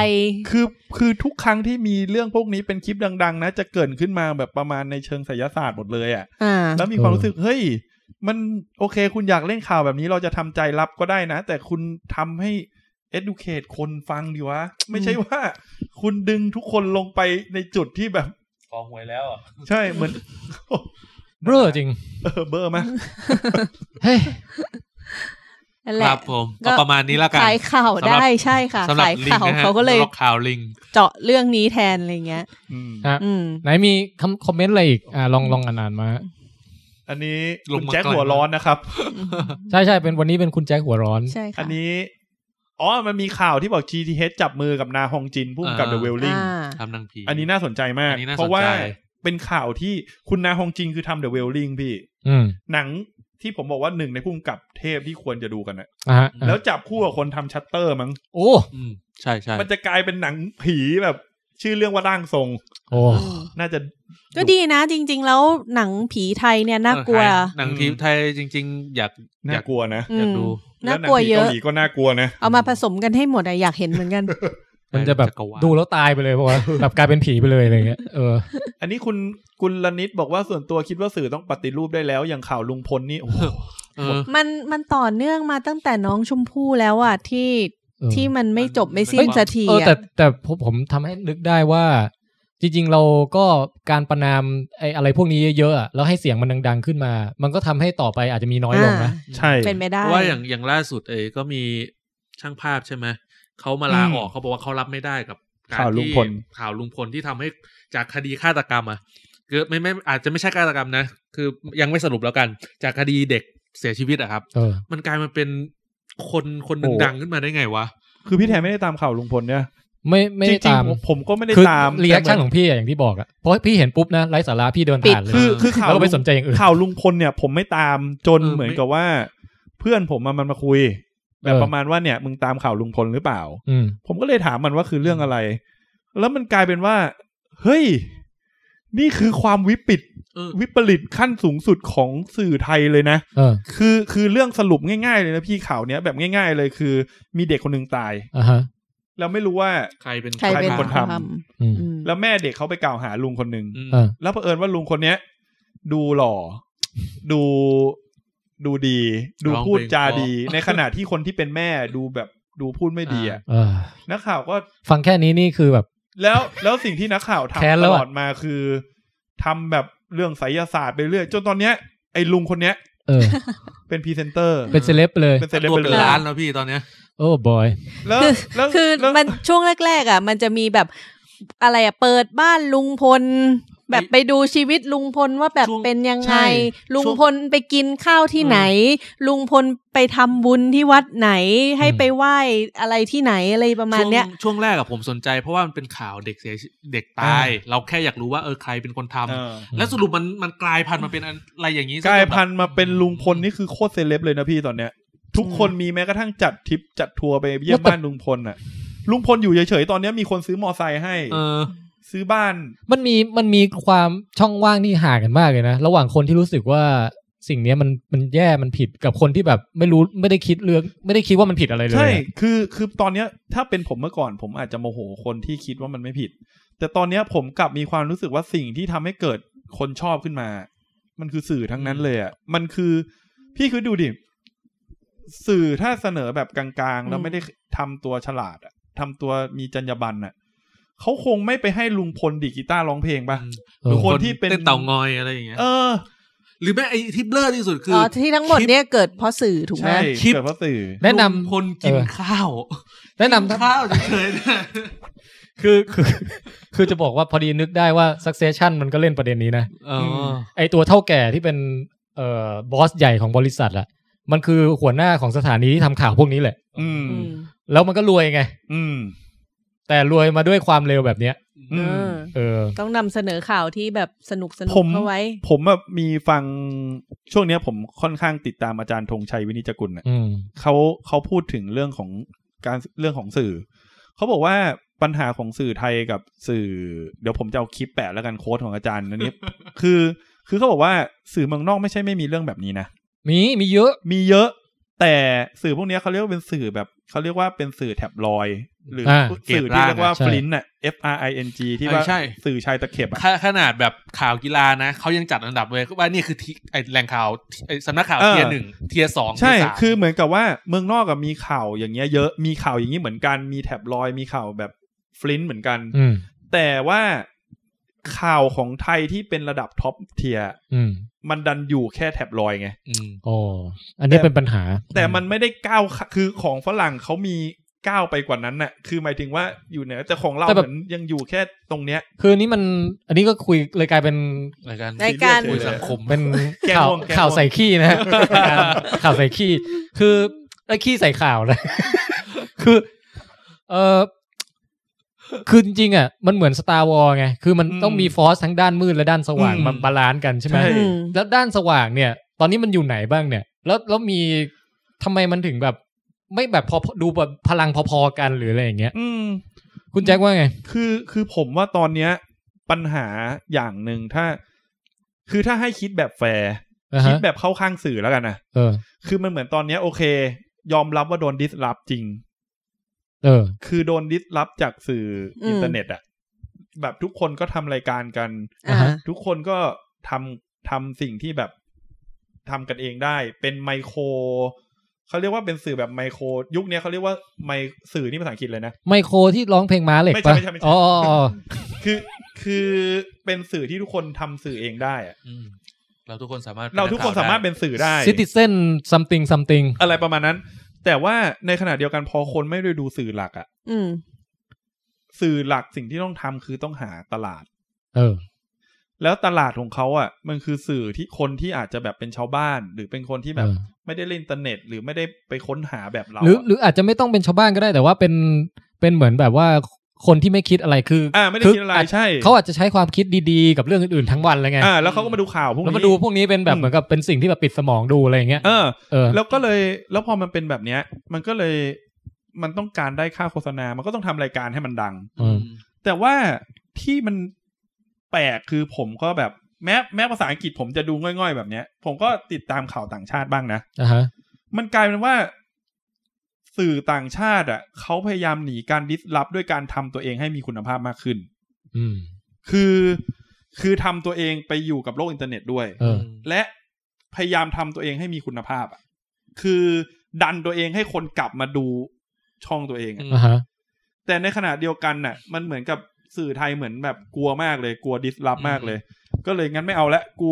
Speaker 3: คือคือทุกครั้งที่มีเรื่องพวกนี้เป็นคลิปดัง ๆ นะ จะเกิดขึ้นมาแบบประมาณในเชิงไสยศาสตร์หมดเลยอ่ะ
Speaker 6: อ่า
Speaker 3: แล้วมีความรู้สึกเฮ้ย มันโอเค คุณอยากเล่นข่าวแบบนี้เราจะทำใจรับก็ได้นะ แต่คุณทำให้ educate คนฟังดีวะ ไม่ใช่ว่า คุณดึงทุกคนลงไปในจุดที่แบบ
Speaker 4: ขอหวยแล้วอะ
Speaker 3: ใช่เหมือน
Speaker 2: เบ้อจริง
Speaker 3: เออเบอร์มา
Speaker 2: เฮ้ย
Speaker 6: นั่นแห
Speaker 4: ค
Speaker 6: ละ
Speaker 4: รับผมก็ประมาณนี้แล้วกัน
Speaker 6: ขายข่าว
Speaker 4: สำหรับ
Speaker 6: ได้ใช่ค่ะ
Speaker 4: สำหรับ
Speaker 6: ขาย
Speaker 4: ลิง
Speaker 6: ข่าว
Speaker 4: นะฮะ
Speaker 6: เขาก็เลย
Speaker 4: สำหรับข่าวลิง
Speaker 6: เจาะเรื่องนี้แทนอะไรเงี้ย
Speaker 3: อืม
Speaker 2: ฮะ
Speaker 6: อืม
Speaker 2: ไหนมีคำคอมเมนต์อะไรอีกอ่าลองลองอ่านอ่านมาฮะ
Speaker 3: อันนี้
Speaker 4: ลง
Speaker 3: คุณ
Speaker 4: มา
Speaker 3: แจ็ค
Speaker 4: ก่อน
Speaker 3: หัวร้อนนะครับ
Speaker 2: ใช่ใช่เป็นวันนี้เป็นคุณแจ็คหัวร้อน
Speaker 6: ใช่ค่ะ
Speaker 3: อันนี้ อ๋อ มันมีข่าวที่บอก GTH จับมือกับนาฮองจินพุ่มกับ The
Speaker 4: อ่า
Speaker 3: Wailing
Speaker 6: อ่า
Speaker 4: ทำนางผี
Speaker 3: อันนี้น่าสนใจมาก
Speaker 4: อันนี้น่าสนใจ
Speaker 3: เพราะว่าเป็นข่าวที่คุณนาฮองจินคือทำ The Wailing พี่
Speaker 2: อืม
Speaker 3: หนังที่ผมบอกว่าหนึ่งในพุ่มกับเทพที่ควรจะดูกันนะ
Speaker 2: อ่ะฮะ
Speaker 3: แล้วจับคู่กับคนทำชัตเตอร์มั้ง
Speaker 2: โอ้
Speaker 4: อืมใช่ใช่
Speaker 3: มันจะกลายเป็นหนังผีแบบ ชื่อเรื่องว่าร่างทรง
Speaker 2: โอ้
Speaker 6: อืม
Speaker 3: น่าจะ
Speaker 6: ก็ดีนะจริง ๆ แล้วหนังผีไทยเนี่ยน่ากลัว
Speaker 4: หนังทีมไทยจริง ๆ อยาก
Speaker 3: น่าย
Speaker 4: อาก
Speaker 3: กลัวนะ
Speaker 6: อื
Speaker 4: อยาก
Speaker 6: ม
Speaker 4: ดู
Speaker 6: น่ากลัว
Speaker 3: แหนังผี
Speaker 6: เยอะ
Speaker 3: เกาหลีก็น่ากลัวนะ
Speaker 6: เอามาผสมกันให้หมดอะอยากเห็นเหมือนกัน
Speaker 2: มันจะแบบ
Speaker 4: จักรวาล
Speaker 2: ดูแล้วตายไปเลยเพ ราะว่า แบบกลายเป็นผีไปเลยอะไรเงี้ยเออ
Speaker 3: อันนี้คุณกุลนิตบอกว่าส่วนตัวคิดว่าสื่อต้องปฏิรูปได้แล้ว อย่างข่าวลุงพลนี่โอ้โห
Speaker 4: เออ
Speaker 6: มันมันต่อเนื่องมาตั้งแต่น้องชมพู่แล้วอะที่
Speaker 2: เออ
Speaker 6: ที่มันไม่จบไม่สิ้น
Speaker 4: เอ้ย
Speaker 6: สักที
Speaker 2: เออ
Speaker 6: อะ
Speaker 2: แต่แต่ผมผมทำให้นึกได้ว่า จริง ๆ เราก็การประนามไอ้อะไรพวกนี้เยอะๆอะแล้วให้เสียงมันดัง ๆ ขึ้นมา มันก็ทำให้ต่อไปอาจจะมีน้อยลงนะ
Speaker 3: ใช่
Speaker 6: เป็นไม่
Speaker 4: เพ
Speaker 6: ได้
Speaker 4: ราะว่าอย่างอย่างล่าสุดเอยก็มีช่างภาพใช่ไหมเขามาลา
Speaker 3: อืม
Speaker 4: ออกเขาบอกว่าเขารับไม่ได้กับกร
Speaker 3: ข่าวลุง
Speaker 4: ที่
Speaker 3: พล
Speaker 4: ข่าวลุงพลที่ทำให้จากคดีฆาตกรรมอ่ะคือไม่ไม่อาจจะไม่ใช่ฆาตกรรมนะ คือยังไม่สรุปแล้วกัน จากคดีเด็กเสียชีวิตอะครับ
Speaker 2: เออ
Speaker 4: มันกลายมาเป็นคนคนหนึ่ง
Speaker 3: โอ้
Speaker 4: ดังขึ้นมาได้ไงวะ
Speaker 3: คือพี่แทนไม่ได้ตามข่าวลุงพลเนี่ย
Speaker 2: ไม่ไม่
Speaker 3: จ
Speaker 2: ได้
Speaker 3: ริง
Speaker 2: ตาม
Speaker 3: ๆผมผมก็ไม่ได้
Speaker 2: คือ
Speaker 3: ตาม
Speaker 2: รีแอคชั่น
Speaker 3: แต่
Speaker 2: ของพี่อะอย่างที่บอกอะเพราะพี่เห็นปุ๊บนะไร้สาระพี่เดินผ่านเล
Speaker 3: เหมือ
Speaker 2: ย
Speaker 3: นคือคือข่าว
Speaker 2: แล้วก็ไม่สนใจอย่างอื่น
Speaker 3: ข่าวลุงพลเนี่ย ผมไม่ตามจน
Speaker 4: เออ
Speaker 3: เหมือน
Speaker 4: ไม่
Speaker 3: กับว่า เพื่อนผมมามันมาคุย แบบ
Speaker 2: เออ
Speaker 3: ประมาณว่าเนี่ยมึงตามข่าวลุงพลหรือเปล่า
Speaker 2: อืม
Speaker 3: ผมก็เลยถามมันว่าคือเรื่องอะไร แล้วมันกลายเป็นว่า เฮ้ย นี่คือความวิปริต
Speaker 4: เออ
Speaker 3: วิปริตขั้นสูงสุดของสื่อไทยเลยนะ
Speaker 2: เออ
Speaker 3: คือคือเรื่องสรุปง่ายๆเลยนะพี่ข่าวเนี้ยแบบง่าย ๆ เลยคือ มีเด็กคนหนึ่งตาย
Speaker 2: อ่ะฮะ
Speaker 3: แล้วไม่รู้ว่า
Speaker 4: ใครเป็น
Speaker 6: ใคร
Speaker 3: ใค
Speaker 6: เป็น
Speaker 3: รเป็นคนทำ
Speaker 2: อืม
Speaker 6: อืม
Speaker 3: แล้วแม่เด็กเขาไปกล่าวหาลุงคนหนึ่ง
Speaker 4: อืม
Speaker 2: เออ
Speaker 3: แล้วเผอิญว่าลุงคนเนี้ย ดูหล่อ ดูดูดี ดูพูดจาดี ในขณะที่คนที่เป็นแม่ดูแบบดูพูดไม่ดีอ่ะ
Speaker 2: เออ
Speaker 3: นักข่าวก็
Speaker 2: ฟังแค่นี้นี่คือแบบ
Speaker 3: แล้วแล้วสิ่งที่นักข่าว
Speaker 2: แค้น
Speaker 3: ทำ
Speaker 2: แล้
Speaker 3: ต
Speaker 2: วอะ
Speaker 3: ลอดมาคือทำแบบเรื่องไสยศาสตร์ไปเรื่อยจนตอนเนี้ยไอ้ลุงคนเนี้ย
Speaker 2: เออ
Speaker 3: เป็นพรีเซนเตอร์
Speaker 2: เป็นเซเลบเลย
Speaker 3: เป็นเซเลบ
Speaker 4: ตัว
Speaker 3: ไป
Speaker 4: เป็
Speaker 3: เลย
Speaker 4: นล้านแล้วพี่ตอนเนี้ย
Speaker 2: โอ้บอย
Speaker 3: แล้วแล้ว
Speaker 6: คือ
Speaker 3: แล้ว
Speaker 6: มันช่วงแรก ๆอ่ะ มันจะมีแบบอะไรอ่ะเปิดบ้านลุงพล แบบไปดูชีวิตลุงพลว่าแบบ
Speaker 4: ช่วง
Speaker 6: เป็นยังไง
Speaker 4: ใช่
Speaker 6: ลุง
Speaker 4: ช่วง
Speaker 6: พลไปกินข้าวที่
Speaker 4: อืม
Speaker 6: ไหน ลุงพลไปทำบุญที่วัดไหนให้
Speaker 2: อืม
Speaker 6: ไปไหว้อะไรที่ไหนอะไรประมาณเนี้ย
Speaker 4: ช่วงช่วงแรกอะผมสนใจ เพราะว่ามันเป็นข่าวเด็กเสียชีเด็กตาย เราแค่อยากรู้ว่าเออใครเป็นคนทำ
Speaker 3: เออ
Speaker 4: แล้วสรุปมันมันกลายพันธุ์มาเป็นอะไรอย่างนี้ซะ
Speaker 3: ก
Speaker 4: จแบบ
Speaker 3: ลายพันธุ์มาเป็นลุงพลนี่คือโคตรเซเลบเลยนะพี่ตอนเนี้ย ทุกคนมีแม้กระทั่งจัดทริปจัดทัวร์ไปเยี่ย
Speaker 2: แล้
Speaker 3: ม
Speaker 2: วแต่
Speaker 3: บ้านลุงพลอ่ะ ลุงพลอยู่เฉยๆตอนเนี้ยมีคนซื้อมอไซค์ให้
Speaker 4: เออ
Speaker 3: ซื้อบ้าน
Speaker 2: มันมีมันมีความช่องว่างที่ห่างกันมากเลยนะ ระหว่างคนที่รู้สึกว่าสิ่งเนี้ยมันมันแย่มันผิดกับคนที่แบบไม่รู้ไม่ได้คิดเรื่องไม่ได้คิดว่ามันผิดอะไรเลย
Speaker 3: ใช่
Speaker 2: อะ
Speaker 3: คือคือตอนเนี้ยถ้าเป็นผมเมื่อก่อน ผมอาจจะโมโหคนที่คิดว่ามันไม่ผิด แต่ตอนเนี้ยผมกลับมีความรู้สึกว่าสิ่งที่ทำให้เกิดคนชอบขึ้นมา มันคือสื่อทั้งนั้นเลยอ่ะมันคือ พี่คือดูดิ สื่อถ้าเสนอแบบกลางๆ แล้ว
Speaker 6: อืม
Speaker 3: ไม่ได้ทำตัวฉลาดอะทำตัวมีจรรยาบรรณอ่ะเขาคงไม่ไปให้ลุงพลดีดกีตาร์ร้องเพลงปะ
Speaker 2: เออ
Speaker 3: ทุก
Speaker 4: คน
Speaker 3: ที่
Speaker 4: ที่
Speaker 3: เป็
Speaker 4: เป็น นเต่างอยอะไรอย่างเงี้ย
Speaker 3: เออ
Speaker 4: หรือแม่ไอ้ที่เบลอที่สุดคือ
Speaker 6: อ๋
Speaker 4: อ
Speaker 6: อที่ทั้งหมดเนี่ยเกิดเพราะสื่อถูกไหม
Speaker 3: ใช่
Speaker 4: คลิป
Speaker 3: เกิดเพราะสื่อ
Speaker 2: แนะนำ
Speaker 4: ลุงพลกิน
Speaker 2: เออ
Speaker 4: ข้าว
Speaker 2: แนะนำ
Speaker 4: กิ
Speaker 2: ท่าน
Speaker 4: ข้าวเฉยๆนะ
Speaker 2: คือคือ คือจะบอกว่าพอดีนึกได้ว่า Succession มันก็เล่นประเด็นนี้นะ
Speaker 4: เอออ
Speaker 3: ม
Speaker 2: ไอตัวเท่าแก่ที่เป็นเอ่อบอสใหญ่ของบริษัทอะมันคือหัวหน้าของสถานีที่ทำข่าวพวกนี้แหละ
Speaker 3: อืม
Speaker 2: แล้วมันก็รวยไง
Speaker 3: อืม
Speaker 2: แต่รวยมาด้วยความเร็วแบบเนี้ย
Speaker 3: อื
Speaker 6: เอ
Speaker 3: ม
Speaker 6: อ
Speaker 2: เออ
Speaker 6: ต้องนำเสนอข่าวที่แบบสนุกสนุก
Speaker 3: ผม
Speaker 6: เข้าไว้
Speaker 3: ผมแบบมีฟังช่วงเนี้ยผมค่อนข้างติดตามอาจารย์ธงชัยวินิจฉัยกุลน่ะ
Speaker 2: อืม
Speaker 3: เขาเขาพูดถึงเรื่องของการเรื่องของสื่อ เขาบอกว่าปัญหาของสื่อไทยกับสื่อ เดี๋ยวผมจะเอาคลิปแปะแล้วกันโค้ดของอาจารย์อันนี้ คือคือเขาบอกว่าสื่อเมืองนอกไม่ใช่ไม่มีเรื่องแบบนี้นะ
Speaker 2: มีมีเยอะ
Speaker 3: มีเยอะแต่สื่อพวกเนี้ยเขาเรียกว่าเป็นสื่อแบบเขาเรียกว่าเป็นสื่อแท็บลอยด์หรืออา สื่อที่เรียกว่า
Speaker 2: เกรดล่างอะใช่
Speaker 3: ฟลินน่ะ F R I N G ที่ว่า
Speaker 4: เออใช่
Speaker 3: สื่อชายตะเข็บอะ
Speaker 4: ขขนาดแบบข่าวกีฬานะเขายังจัดอันดับเลยว่านี่คือที่ไอ้แหล่งข่าวไอ้สำนักข่าว
Speaker 3: เออ
Speaker 4: เทียร์หนึ่งเทียร์สอง
Speaker 3: ใช่
Speaker 4: เทียร์สาม
Speaker 3: คือเหมือนกับว่าเมืองนอกกับมีข่าวอย่างเงี้ยเยอะ มีข่าวอย่างนี้เหมือนกัน มีแท็บลอยด์มีข่าวแบบฟลินต์เหมือนกัน
Speaker 2: อืม
Speaker 3: แต่ว่าข่าวของไทยที่เป็นระดับท็อปเทีย
Speaker 2: อืม
Speaker 3: มันดันอยู่แค่แท็บลอยด์ไง
Speaker 4: ม
Speaker 2: โอ้อันนี้เป็นปัญหา
Speaker 3: แต่มันไม่ได้ก้าวขคือของฝรั่งเขามีก้าวไปกว่านั้นน่ะ คือหมายถึงว่าอยู่เหนือแต่ของเราเหมือนยังอยู่แค่ตรงเนี้ย
Speaker 2: คืออันนี้มัน อันนี้ก็คุยเลยกลายเป็น
Speaker 4: รายการ
Speaker 6: รายการ
Speaker 4: คุยสังคม
Speaker 2: เป็น
Speaker 3: แก้
Speaker 2: ข่าว
Speaker 3: ง่วงแก้ง่วง
Speaker 2: ข่าวใส่ขี้นะ ฮะข่าวใส่ขี้ คือไอ้ขี้ใส่ข่าวนะ คือ เออคือจริงๆอ่ะ มันเหมือนสตาร์วอลไง คือมัน
Speaker 3: อืม
Speaker 2: ต้องมีฟอสทั้งด้านมืดและด้านสว่าง
Speaker 3: อืม
Speaker 2: มาบาลานซ์กันใช่ไหม
Speaker 3: ใช่
Speaker 6: อืม
Speaker 2: แล้วด้านสว่างเนี่ย ตอนนี้มันอยู่ไหนบ้างเนี่ย แล้วแล้วมีทำไมมันถึงแบบ ไม่แบบพอดูแบบพลังพอๆกันหรืออะไรอย่างเงี้ย
Speaker 3: อืม
Speaker 2: คุณแจ็คว่าไง
Speaker 3: คือคือผมว่าตอนเนี้ย ปัญหาอย่างหนึ่งถ้า คือถ้าให้คิดแบบแฟร์
Speaker 2: อ่าฮะ
Speaker 3: คิดแบบเข้าข้างสื่อแล้วกันนะ
Speaker 2: เออ
Speaker 3: คือมันเหมือนตอนเนี้ยโอเค ยอมรับว่าโดนดิสรับจริง
Speaker 2: เออ
Speaker 3: คือโดนดิสรับจากสื่ออินเทอร์เน็ตอะแบบทุกคนก็ทำรายการกัน
Speaker 2: อ่า
Speaker 6: อ่า
Speaker 2: ฮะ
Speaker 3: ทุกคนก็ทำทำสิ่งที่แบบทำกันเองได้ เป็นไมโครเขาเรียกว่าเป็นสื่อแบบไมโคร ยุคเนี้ยเขาเรียกว่าไมสื่อนี่ภาษาอังกฤษเลยนะ
Speaker 2: ไมโครที่ร้องเพลงม้าเหล็ก
Speaker 3: ไม่ใช่
Speaker 2: ปะ
Speaker 3: ไม่ใช่ไม่ใช่
Speaker 2: อ๋ออ๋ออ๋อ
Speaker 3: คือคือเป็นสื่อที่ทุกคนทำสื่อเองได้อะ
Speaker 4: อืมเราทุกคนสามารถป็
Speaker 3: เราทุกคนสามารถ
Speaker 4: ได้
Speaker 3: เป็นสื่อได้
Speaker 2: ซิติเซนซัมติงซัมติง
Speaker 3: อะไรประมาณนั้น แต่ว่าในขณะเดียวกันพอคนไม่ได้ดูสื่อหลักอะ
Speaker 6: อืม
Speaker 3: สื่อหลักสิ่งที่ต้องทำคือต้องหาตลาด
Speaker 2: เออ
Speaker 3: แล้วตลาดของเขาอ่ะ มันคือสื่อที่คนที่อาจจะแบบเป็นชาวบ้าน หรือเป็นคนที่แบบ
Speaker 2: เออ
Speaker 3: ไม่ได้เล่นอินเทอร์เน็ต หรือไม่ได้ไปค้นหาแบบเรา
Speaker 2: หรือ
Speaker 3: อะ
Speaker 2: หรืออาจจะไม่ต้องเป็นชาวบ้านก็ได้แต่ว่าเป็นเป็นเหมือนแบบว่าคนที่ไม่คิดอะไรคือ
Speaker 3: อ่าไม่ได้คิดอะไร
Speaker 2: าจ
Speaker 3: ใช่
Speaker 2: เขาอาจจะใช้ความคิดดีๆ กับเรื่องอื่นๆทั้งวันเลยไง
Speaker 3: อ่า แล้วเขาก็มาดูข่าวพวกนี้
Speaker 2: แล้วมาดูพวกนี้เป็นแบบเหมือนกับเป็นสิ่งที่แบบปิดสมองดูอะไรอย่างเงี้ย
Speaker 3: เออ
Speaker 2: เออ
Speaker 3: แล้วก็เลยแล้วพอมันเป็นแบบเนี้ย มันก็เลยมันต้องการได้ค่าโฆษณา มันก็ต้องทำรายการให้มันดัง
Speaker 2: อืม
Speaker 3: แต่ว่าที่มันแปลกคือผมก็แบบแม้แม้ภาษาอังกฤษผมจะดูง่อยๆแบบเนี้ย ผมก็ติดตามข่าวต่างชาติบ้างนะ
Speaker 2: อ่าฮะ
Speaker 3: มันกลายเป็นว่า สื่อต่างชาติอ่ะเขาพยายามหนีการดิสลอฟด้วยการทำตัวเองให้มีคุณภาพมากขึ้น
Speaker 2: อืม
Speaker 3: คือคือทำตัวเองไปอยู่กับโลกอินเทอร์เน็ตด้วย
Speaker 2: เออ
Speaker 3: และพยายามทำตัวเองให้มีคุณภาพอะคือดันตัวเองให้คนกลับมาดูช่องตัวเองอะ
Speaker 2: อ่าฮะ
Speaker 3: แต่ในขณะเดียวกันน่ะ มันเหมือนกับสื่อไทยเหมือนแบบกลัวมากเลย กลัวดิสลอฟมากเลย ก็เลยงั้นไม่เอาละกู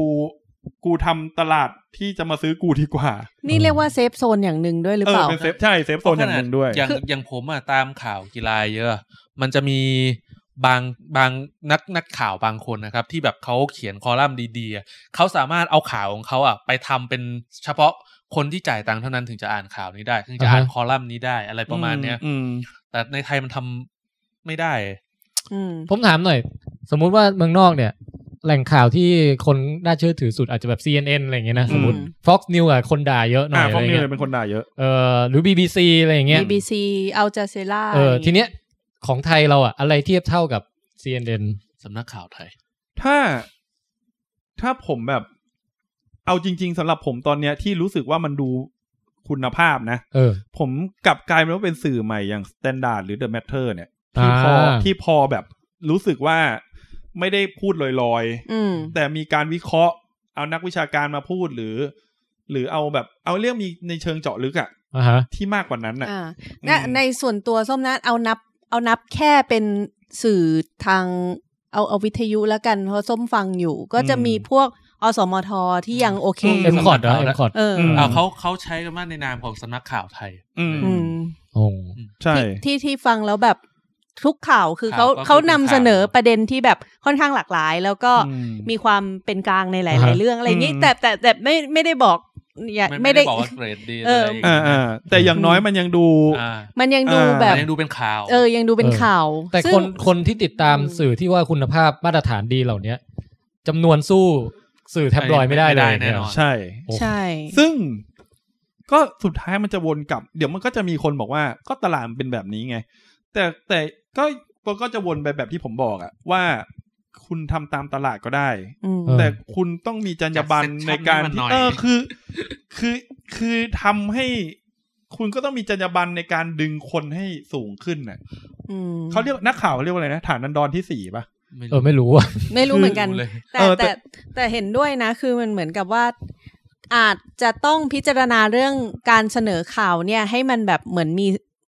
Speaker 3: กูทำตลาดที่จะมาซื้อกูดีกว่า
Speaker 6: นี่เรียกว่าเซฟโซนอย่างหนึ่งด้วยหรือ
Speaker 3: เอ
Speaker 6: เป
Speaker 3: อ
Speaker 6: ล่า
Speaker 3: เป็นเซฟใช่เซฟโซนอย่างหนึ่งด้วย
Speaker 4: อย่างอย่างผมอะตามข่าวกีฬาเยอะ มันจะมีบางบางนักนักข่าวบางคนนะครับ ที่แบบเขาเขียนคอลัมน์ดีๆอะเขาสามารถเอาข่าวของเขาอะไปทำเป็นเฉพาะคนที่จ่ายตังค์เท่านั้นถึงจะอ่านข่าวนี้ได้ ถึงจะอ่าน
Speaker 2: อ่าฮะ
Speaker 4: คอลัมน์นี้ได้อะไรประมาณเนี้ย
Speaker 3: อืม
Speaker 4: แต่ในไทยมันทำไม่ได้
Speaker 6: อืม
Speaker 2: ผมถามหน่อย สมมุติว่าเมืองนอกเนี่ย แหล่งข่าวที่คนน่าเชื่อถือสุดอาจจะแบบ CNN อะไรอย่างเงี้ยนะสมมติ
Speaker 6: อืม
Speaker 2: Fox News อะคนด่าเยอะหน่
Speaker 3: อ่า
Speaker 2: อยอะ
Speaker 3: ฟอ
Speaker 2: ไร
Speaker 3: งนิว
Speaker 2: เงี้ย
Speaker 3: เป็นคนด่าเยอะ
Speaker 2: เออหรือ BBC อะไรอย่างเงี้ย
Speaker 6: BBC อัลจาเซล่า
Speaker 2: เออทีเนี้ยของไทยเราอะอะไรเทียบเท่ากับ CNN
Speaker 4: สำนักข่าวไทย
Speaker 3: ถ้าถ้าผมแบบ เอาจริง ๆสำหรับผมตอนเนี้ยที่รู้สึกว่ามันดูคุณภาพนะ
Speaker 2: เออ
Speaker 3: ผมกลับกลายเป็นว่าเป็นสื่อใหม่อย่าง Standard หรือ The Matter เนี่ย ที่พอ
Speaker 2: อ่า
Speaker 3: ที่พอแบบรู้สึกว่าไม่ได้พูดลอย
Speaker 6: อืม
Speaker 3: ๆ แต่มีการวิเคราะห์เอานักวิชาการมาพูดหรือ หรือเอาแบบเอาเรื่องมีในเชิงเจาะลึกอะ
Speaker 2: อ่าฮะ
Speaker 3: ที่มากกว่านั้นอะ
Speaker 6: อ่า
Speaker 3: อืม
Speaker 6: ณในส่วนตัวส้มนะเอานับเอานับแค่เป็นสื่อทางเอาเอาวิทยุแล้วกันเพราะส้มฟังอยู่ ก็จะมีพวกอสมทที่ยังโอเคอ
Speaker 2: เอ็ม
Speaker 6: ยู่
Speaker 2: คอร์ดเหรอ
Speaker 4: สำนักข่าว
Speaker 2: เอ็
Speaker 4: แล้
Speaker 2: มคอ
Speaker 4: ว
Speaker 2: ร์ด
Speaker 6: เออ
Speaker 3: ม
Speaker 4: เอาเขาเขาใช้กันมากในนามของสำนักข่าวไทย
Speaker 3: อืม
Speaker 6: อืม
Speaker 2: โอ้
Speaker 3: ใช่
Speaker 6: ที่ที่ที่ฟังแล้วแบบทุกข่าวคือเขา
Speaker 4: ข่าวก็คือ
Speaker 6: เขานำเสนอ
Speaker 4: เป็นข่าว
Speaker 6: ประเด็นที่แบบค่อนข้างหลากหลาย แล้วก็
Speaker 3: อืม
Speaker 6: มีความเป็นกลางในหลาย ๆ เรื่องอะไรอย่างนี้
Speaker 3: อืม
Speaker 6: แต่แต่แต่ไม่ไม่ได้บอกอย่า
Speaker 4: ไม่
Speaker 6: ไม่
Speaker 4: ไม่
Speaker 6: ได้
Speaker 4: ได้บอกว่าเกรดดี
Speaker 6: เออ
Speaker 4: อะไรอย่างเงี้
Speaker 3: อ่าย อ่าแต่อย่างน้อยมันยังดู
Speaker 4: อ่า
Speaker 6: มันยังดู
Speaker 3: อ่า
Speaker 6: แบบ
Speaker 4: ยังดูเป็นข่าว
Speaker 6: เออยังดูเป็นข่าว
Speaker 2: แต่
Speaker 6: ซึ่ง
Speaker 2: คนคนที่ติดตาม
Speaker 6: อืม
Speaker 2: สื่อที่ว่าคุณภาพมาตรฐานดีเหล่าเนี้ยจำนวนสู้สื่อแทบลอยด์ไม่ได้เลย
Speaker 4: ไม่ได้แน่นอน
Speaker 3: ใช่
Speaker 2: โอ้
Speaker 6: ใช่
Speaker 3: ซึ่งก็สุดท้ายมันจะวนกลับ เดี๋ยวมันก็จะมีคนบอกว่าก็ตลาดมันเป็นแบบนี้ไง แต่แต่ก็มันก็จะวนไปแบบที่ผมบอกอะว่าคุณทำตามตลาดก็ได้
Speaker 6: อืม
Speaker 3: แต่คุณต้องมีจรรยาบรรณ
Speaker 4: จัด section
Speaker 3: ในการ
Speaker 4: ให้มันห
Speaker 3: ที่
Speaker 4: น่อย
Speaker 3: เออคือ คือคือทำให้ คุณก็ต้องมีจรรยาบรรณในการดึงคนให้สูงขึ้นน่ะ
Speaker 6: อืม
Speaker 3: เขาเรียกนักข่าวเขาเรียกว่าอะไรนะฐานันดรที่สี่ป่ะ
Speaker 2: เออไม่รู้อะ
Speaker 6: ไม่รู้เหมือนกัน
Speaker 4: เลย
Speaker 6: แต่
Speaker 3: เออแต่
Speaker 6: แต่แต่เห็นด้วยนะ คือมันเหมือนกับว่าอาจจะต้องพิจารณาเรื่องการเสนอข่าวเนี่ย ให้มันแบบเหมือนมี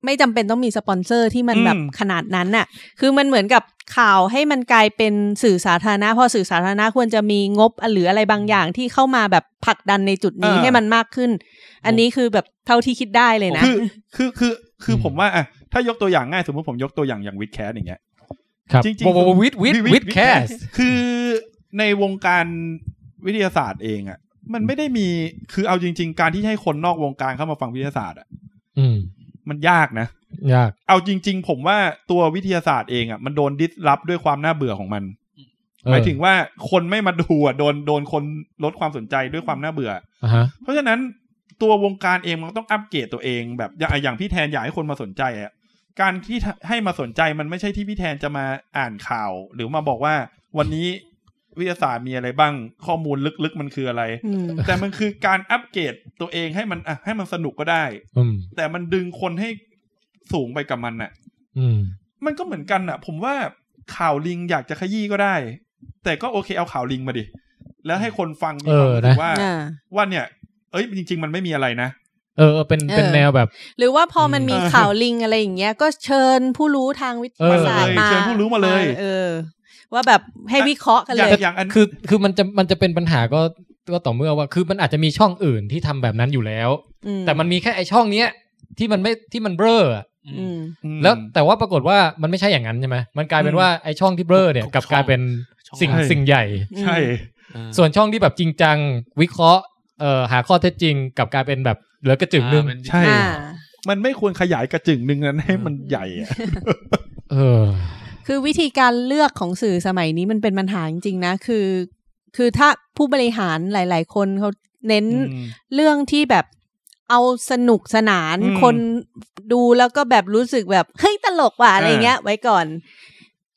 Speaker 6: ไม่จำเป็นต้องมีสปอนเซอร์ที่มันแบบขนาดนั้นน่ะ คือมันเหมือนกับข่าวให้มันกลายเป็นสื่อสาธารณะเพอสื่อสาธารณะควรจะมีงบหรืออะไรบางอย่างที่เข้ามาแบบผลักดันในจุดนี้
Speaker 3: อ่า
Speaker 6: ให้มันมากขึ้น อันนี้คือแบบเท่าที่คิดได้เลยนะ
Speaker 3: คือคือคือคืออ
Speaker 2: ม
Speaker 3: ผมว่าอะถ้ายกตัวอย่างง่ายสมมติผมยกตัวอย่างอย่างวิดแคสอย่างเงี้ย
Speaker 2: ครับ
Speaker 3: จริงๆ
Speaker 2: โอ้โหวิดวิดวิดแคส
Speaker 3: คือในวงการวิทยาศาสตร์เองอะ่ะ มันไม่ได้มีคือเอาจริง ๆ การที่ให้คนนอกวงการเข้ามาฟังวิทยาศาสตร์อะ่ะ
Speaker 2: อืม
Speaker 3: มันยากนะ
Speaker 2: ยาก
Speaker 3: เอาจริง ๆ ผมว่าตัววิทยาศาสตร์เองอะ่ะมันโดนดิสรับด้วยความน่าเบื่อของมัน
Speaker 2: เออ
Speaker 3: หมายถึงว่าคนไม่มาดูอะ่ะโดนโดนคนลดความสนใจด้วยความน่าเบื่อ
Speaker 2: อ่าฮะ
Speaker 3: เพราะฉะนั้นตัววงการเองมันก็ต้องอัปเกรดตัวเองแบบอย่างอย่างพี่แทนอยากให้คนมาสนใจอะ่ะ การที่ให้มาสนใจมันไม่ใช่ที่พี่แทนจะมาอ่านข่าว หรือมาบอกว่าวันนี้วิทยาศาสตร์มีอะไรบ้างข้อมูลลึกๆมันคืออะไร
Speaker 6: อืม
Speaker 3: แต่มันคือการอัปเกรดตัวเองให้มันอ่ะให้มันสนุกก็ได้
Speaker 2: อืม
Speaker 3: แต่มันดึงคนให้สูงไปกับมันน่ะ
Speaker 2: อืม
Speaker 3: มันก็เหมือนกันน่ะ ผมว่าข่าวลิงอยากจะขยี้ก็ได้ แต่ก็โอเคเอาข่าวลิงมาดิ แล้วให้คนฟังมีความรู้สึ
Speaker 2: เออนะ
Speaker 3: กว่า ว่าเนี่ย เอ้ยจริง ๆ มันไม่มีอะไรนะ
Speaker 2: เออเออเป็น
Speaker 6: เออ
Speaker 2: เป็นแนวแบบ
Speaker 6: หรือว่าพอมันมี
Speaker 3: เออ
Speaker 6: ข่าวลิงอะไรอย่างเงี้ย ก็เชิญผู้รู้ทางวิทยาศาสตร์
Speaker 3: เออ
Speaker 6: มา
Speaker 3: เชิญผู้รู้มาเลย
Speaker 6: เออ ว่าแบบให้วิเคราะห์กัน
Speaker 3: อ
Speaker 6: เล
Speaker 3: ย่าง
Speaker 6: ย
Speaker 3: อย่างอัน
Speaker 2: คือคือมันจะมันจะเป็นปัญหาก็ก็ต่อเมื่อว่า คือมันอาจจะมีช่องอื่นที่ทำแบบนั้นอยู่แล้ว
Speaker 6: อื
Speaker 2: แต่มันมีแค่ไอช่องเนี้ยที่มันไม่ที่มันเบลออะ
Speaker 6: อืม
Speaker 2: แล้วแต่ว่าปรากฏว่ามันไม่ใช่อย่างนั้นใช่ไหมมันกลายเป็นว่าไอช่องที่เบลอเนี่ย
Speaker 4: ทุก
Speaker 2: กลับ
Speaker 4: ช่อง
Speaker 2: กลายเป็น
Speaker 4: ช่อง
Speaker 2: สิ่ง
Speaker 3: ใช่
Speaker 2: สิ่งใหญ่
Speaker 3: ใช่
Speaker 4: เออ
Speaker 2: ส่วนช่องที่แบบจริงจังวิเคราะห์เอ่อหาข้อเท็จจริงกลับกลายเป็นแบบเหลือกระจึงนึง
Speaker 4: อ่าเป็น
Speaker 3: ใช่
Speaker 6: อ่า
Speaker 3: มันไม่ควรขยายกระจึง หนึ่งนั้นให้มันใหญ่อะ
Speaker 2: เออ
Speaker 6: คือวิธีการเลือกของสื่อสมัยนี้มันเป็นปัญหาจริงๆนะ คือ คือถ้าผู้บริหารหลาย ๆ คนเขาเน้น เรื่องที่แบบเอาสนุกสนาน
Speaker 3: อืม
Speaker 6: คนดูแล้วก็แบบรู้สึกแบบ เฮ้ย ตลกว่ะอะไรเงี้ย ไว้ก่อน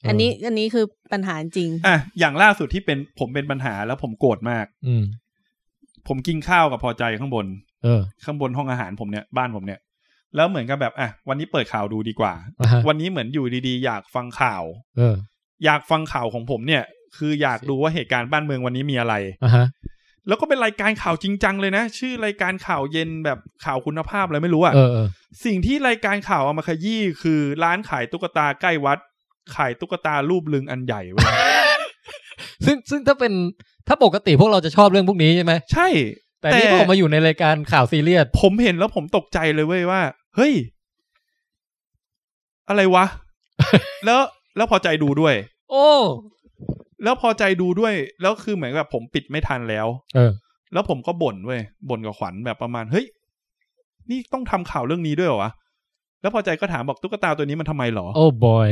Speaker 2: ออั
Speaker 6: อันนี้อันนี้คือปัญหาจริง
Speaker 3: อ่ะอย่างล่าสุดที่เป็นผมเป็นปัญหาแล้วผมโกรธมาก
Speaker 2: อืม
Speaker 3: ผมกินข้าวกับพอใจข้างบน
Speaker 2: เออ
Speaker 3: ข้างบนห้องอาหารผมเนี่ยบ้านผมเนี่ย แล้วเหมือนกับแบบอ่ะวันนี้เปิดข่าวดูดีกว่า
Speaker 2: อ่ะฮะ
Speaker 3: วันนี้เหมือนอยู่ดีๆ อยากฟังข่าว
Speaker 2: เออ
Speaker 3: อยากฟังข่าวของผมเนี่ย คืออยากดูว่าเหตุการณ์บ้านเมืองวันนี้มีอะไร
Speaker 2: อ่ะฮะ
Speaker 3: แล้วก็เป็นรายการข่าวจริงจังเลยนะ ชื่อรายการข่าวเย็นแบบข่าวคุณภาพอะไรไม่รู้อะ
Speaker 2: เออเออ
Speaker 3: สิ่งที่รายการข่าวเอามาขยี้คือร้านขายตุ๊กตาใกล้วัด ขายตุ๊กตารูปลึงอันใหญ่เว้ย
Speaker 2: ซึ่งซึ่งถ้าเป็นถ้าปกติพวกเราจะชอบเรื่องพวกนี้ใช่ไหม
Speaker 3: ใช่
Speaker 2: แต่นี่พอมาอยู่ในรายการข่าวซีเรียส
Speaker 3: ผมเห็นแล้วผมตกใจเลยเว้ยว่า เฮ้ย อะไร วะ แล้วแล้วพอใจดูด้วย
Speaker 2: โอ้
Speaker 3: แล้วพอใจดูด้วย แล้วคือเหมือนแบบผมปิดไม่ทันแล้ว
Speaker 2: เออ
Speaker 3: แล้วผมก็บ่นเว้ยบ่นกับขวัญแบบประมาณ เฮ้ย นี่ต้องทำข่าวเรื่องนี้ด้วยเหรอวะ แล้วพอใจก็ถามบอกตุ๊กตาตัวนี้มันทำไมเหรอ
Speaker 2: โอ้บอย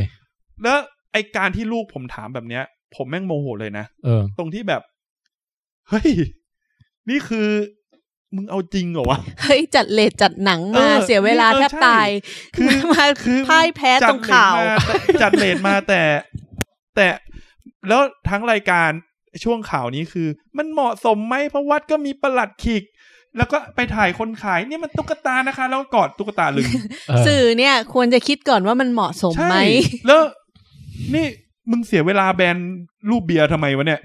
Speaker 3: แล้วไอการที่ลูกผมถามแบบเนี้ย ผมแม่งโมโหเลยนะ
Speaker 2: เออ
Speaker 3: ตรงที่แบบ เฮ้ย นี่คือมึงเอาจริงเหรอวะ
Speaker 6: เฮ้ย จัดเลทจัดหนังมา
Speaker 3: เออ
Speaker 6: เสียเวลา
Speaker 3: เออ
Speaker 6: แทบ
Speaker 3: ใช่
Speaker 6: ตาย
Speaker 3: คือ
Speaker 6: มา
Speaker 3: คือ
Speaker 6: พ่ายแพ้ตรงข่าว
Speaker 3: จัดเลทมาแต่จัดเลทมาแต่ แต่แล้วทั้งรายการช่วงข่าวนี้คือ มันเหมาะสมไหมเพราะวัดก็มีประหลัดขิก แล้วก็ไปถ่ายคนขายเนี่ยมันตุ๊กตานะคะ แล้วก็กอดตุ๊กตาลึง
Speaker 2: เออ
Speaker 6: สื่อเนี่ย ควรจะคิดก่อนว่ามันเหมาะสม
Speaker 3: ใช่
Speaker 6: ไหม
Speaker 3: แล้ว นี่มึงเสียเวลาแบนรูปเบียร์ทำไมวะเนี่ย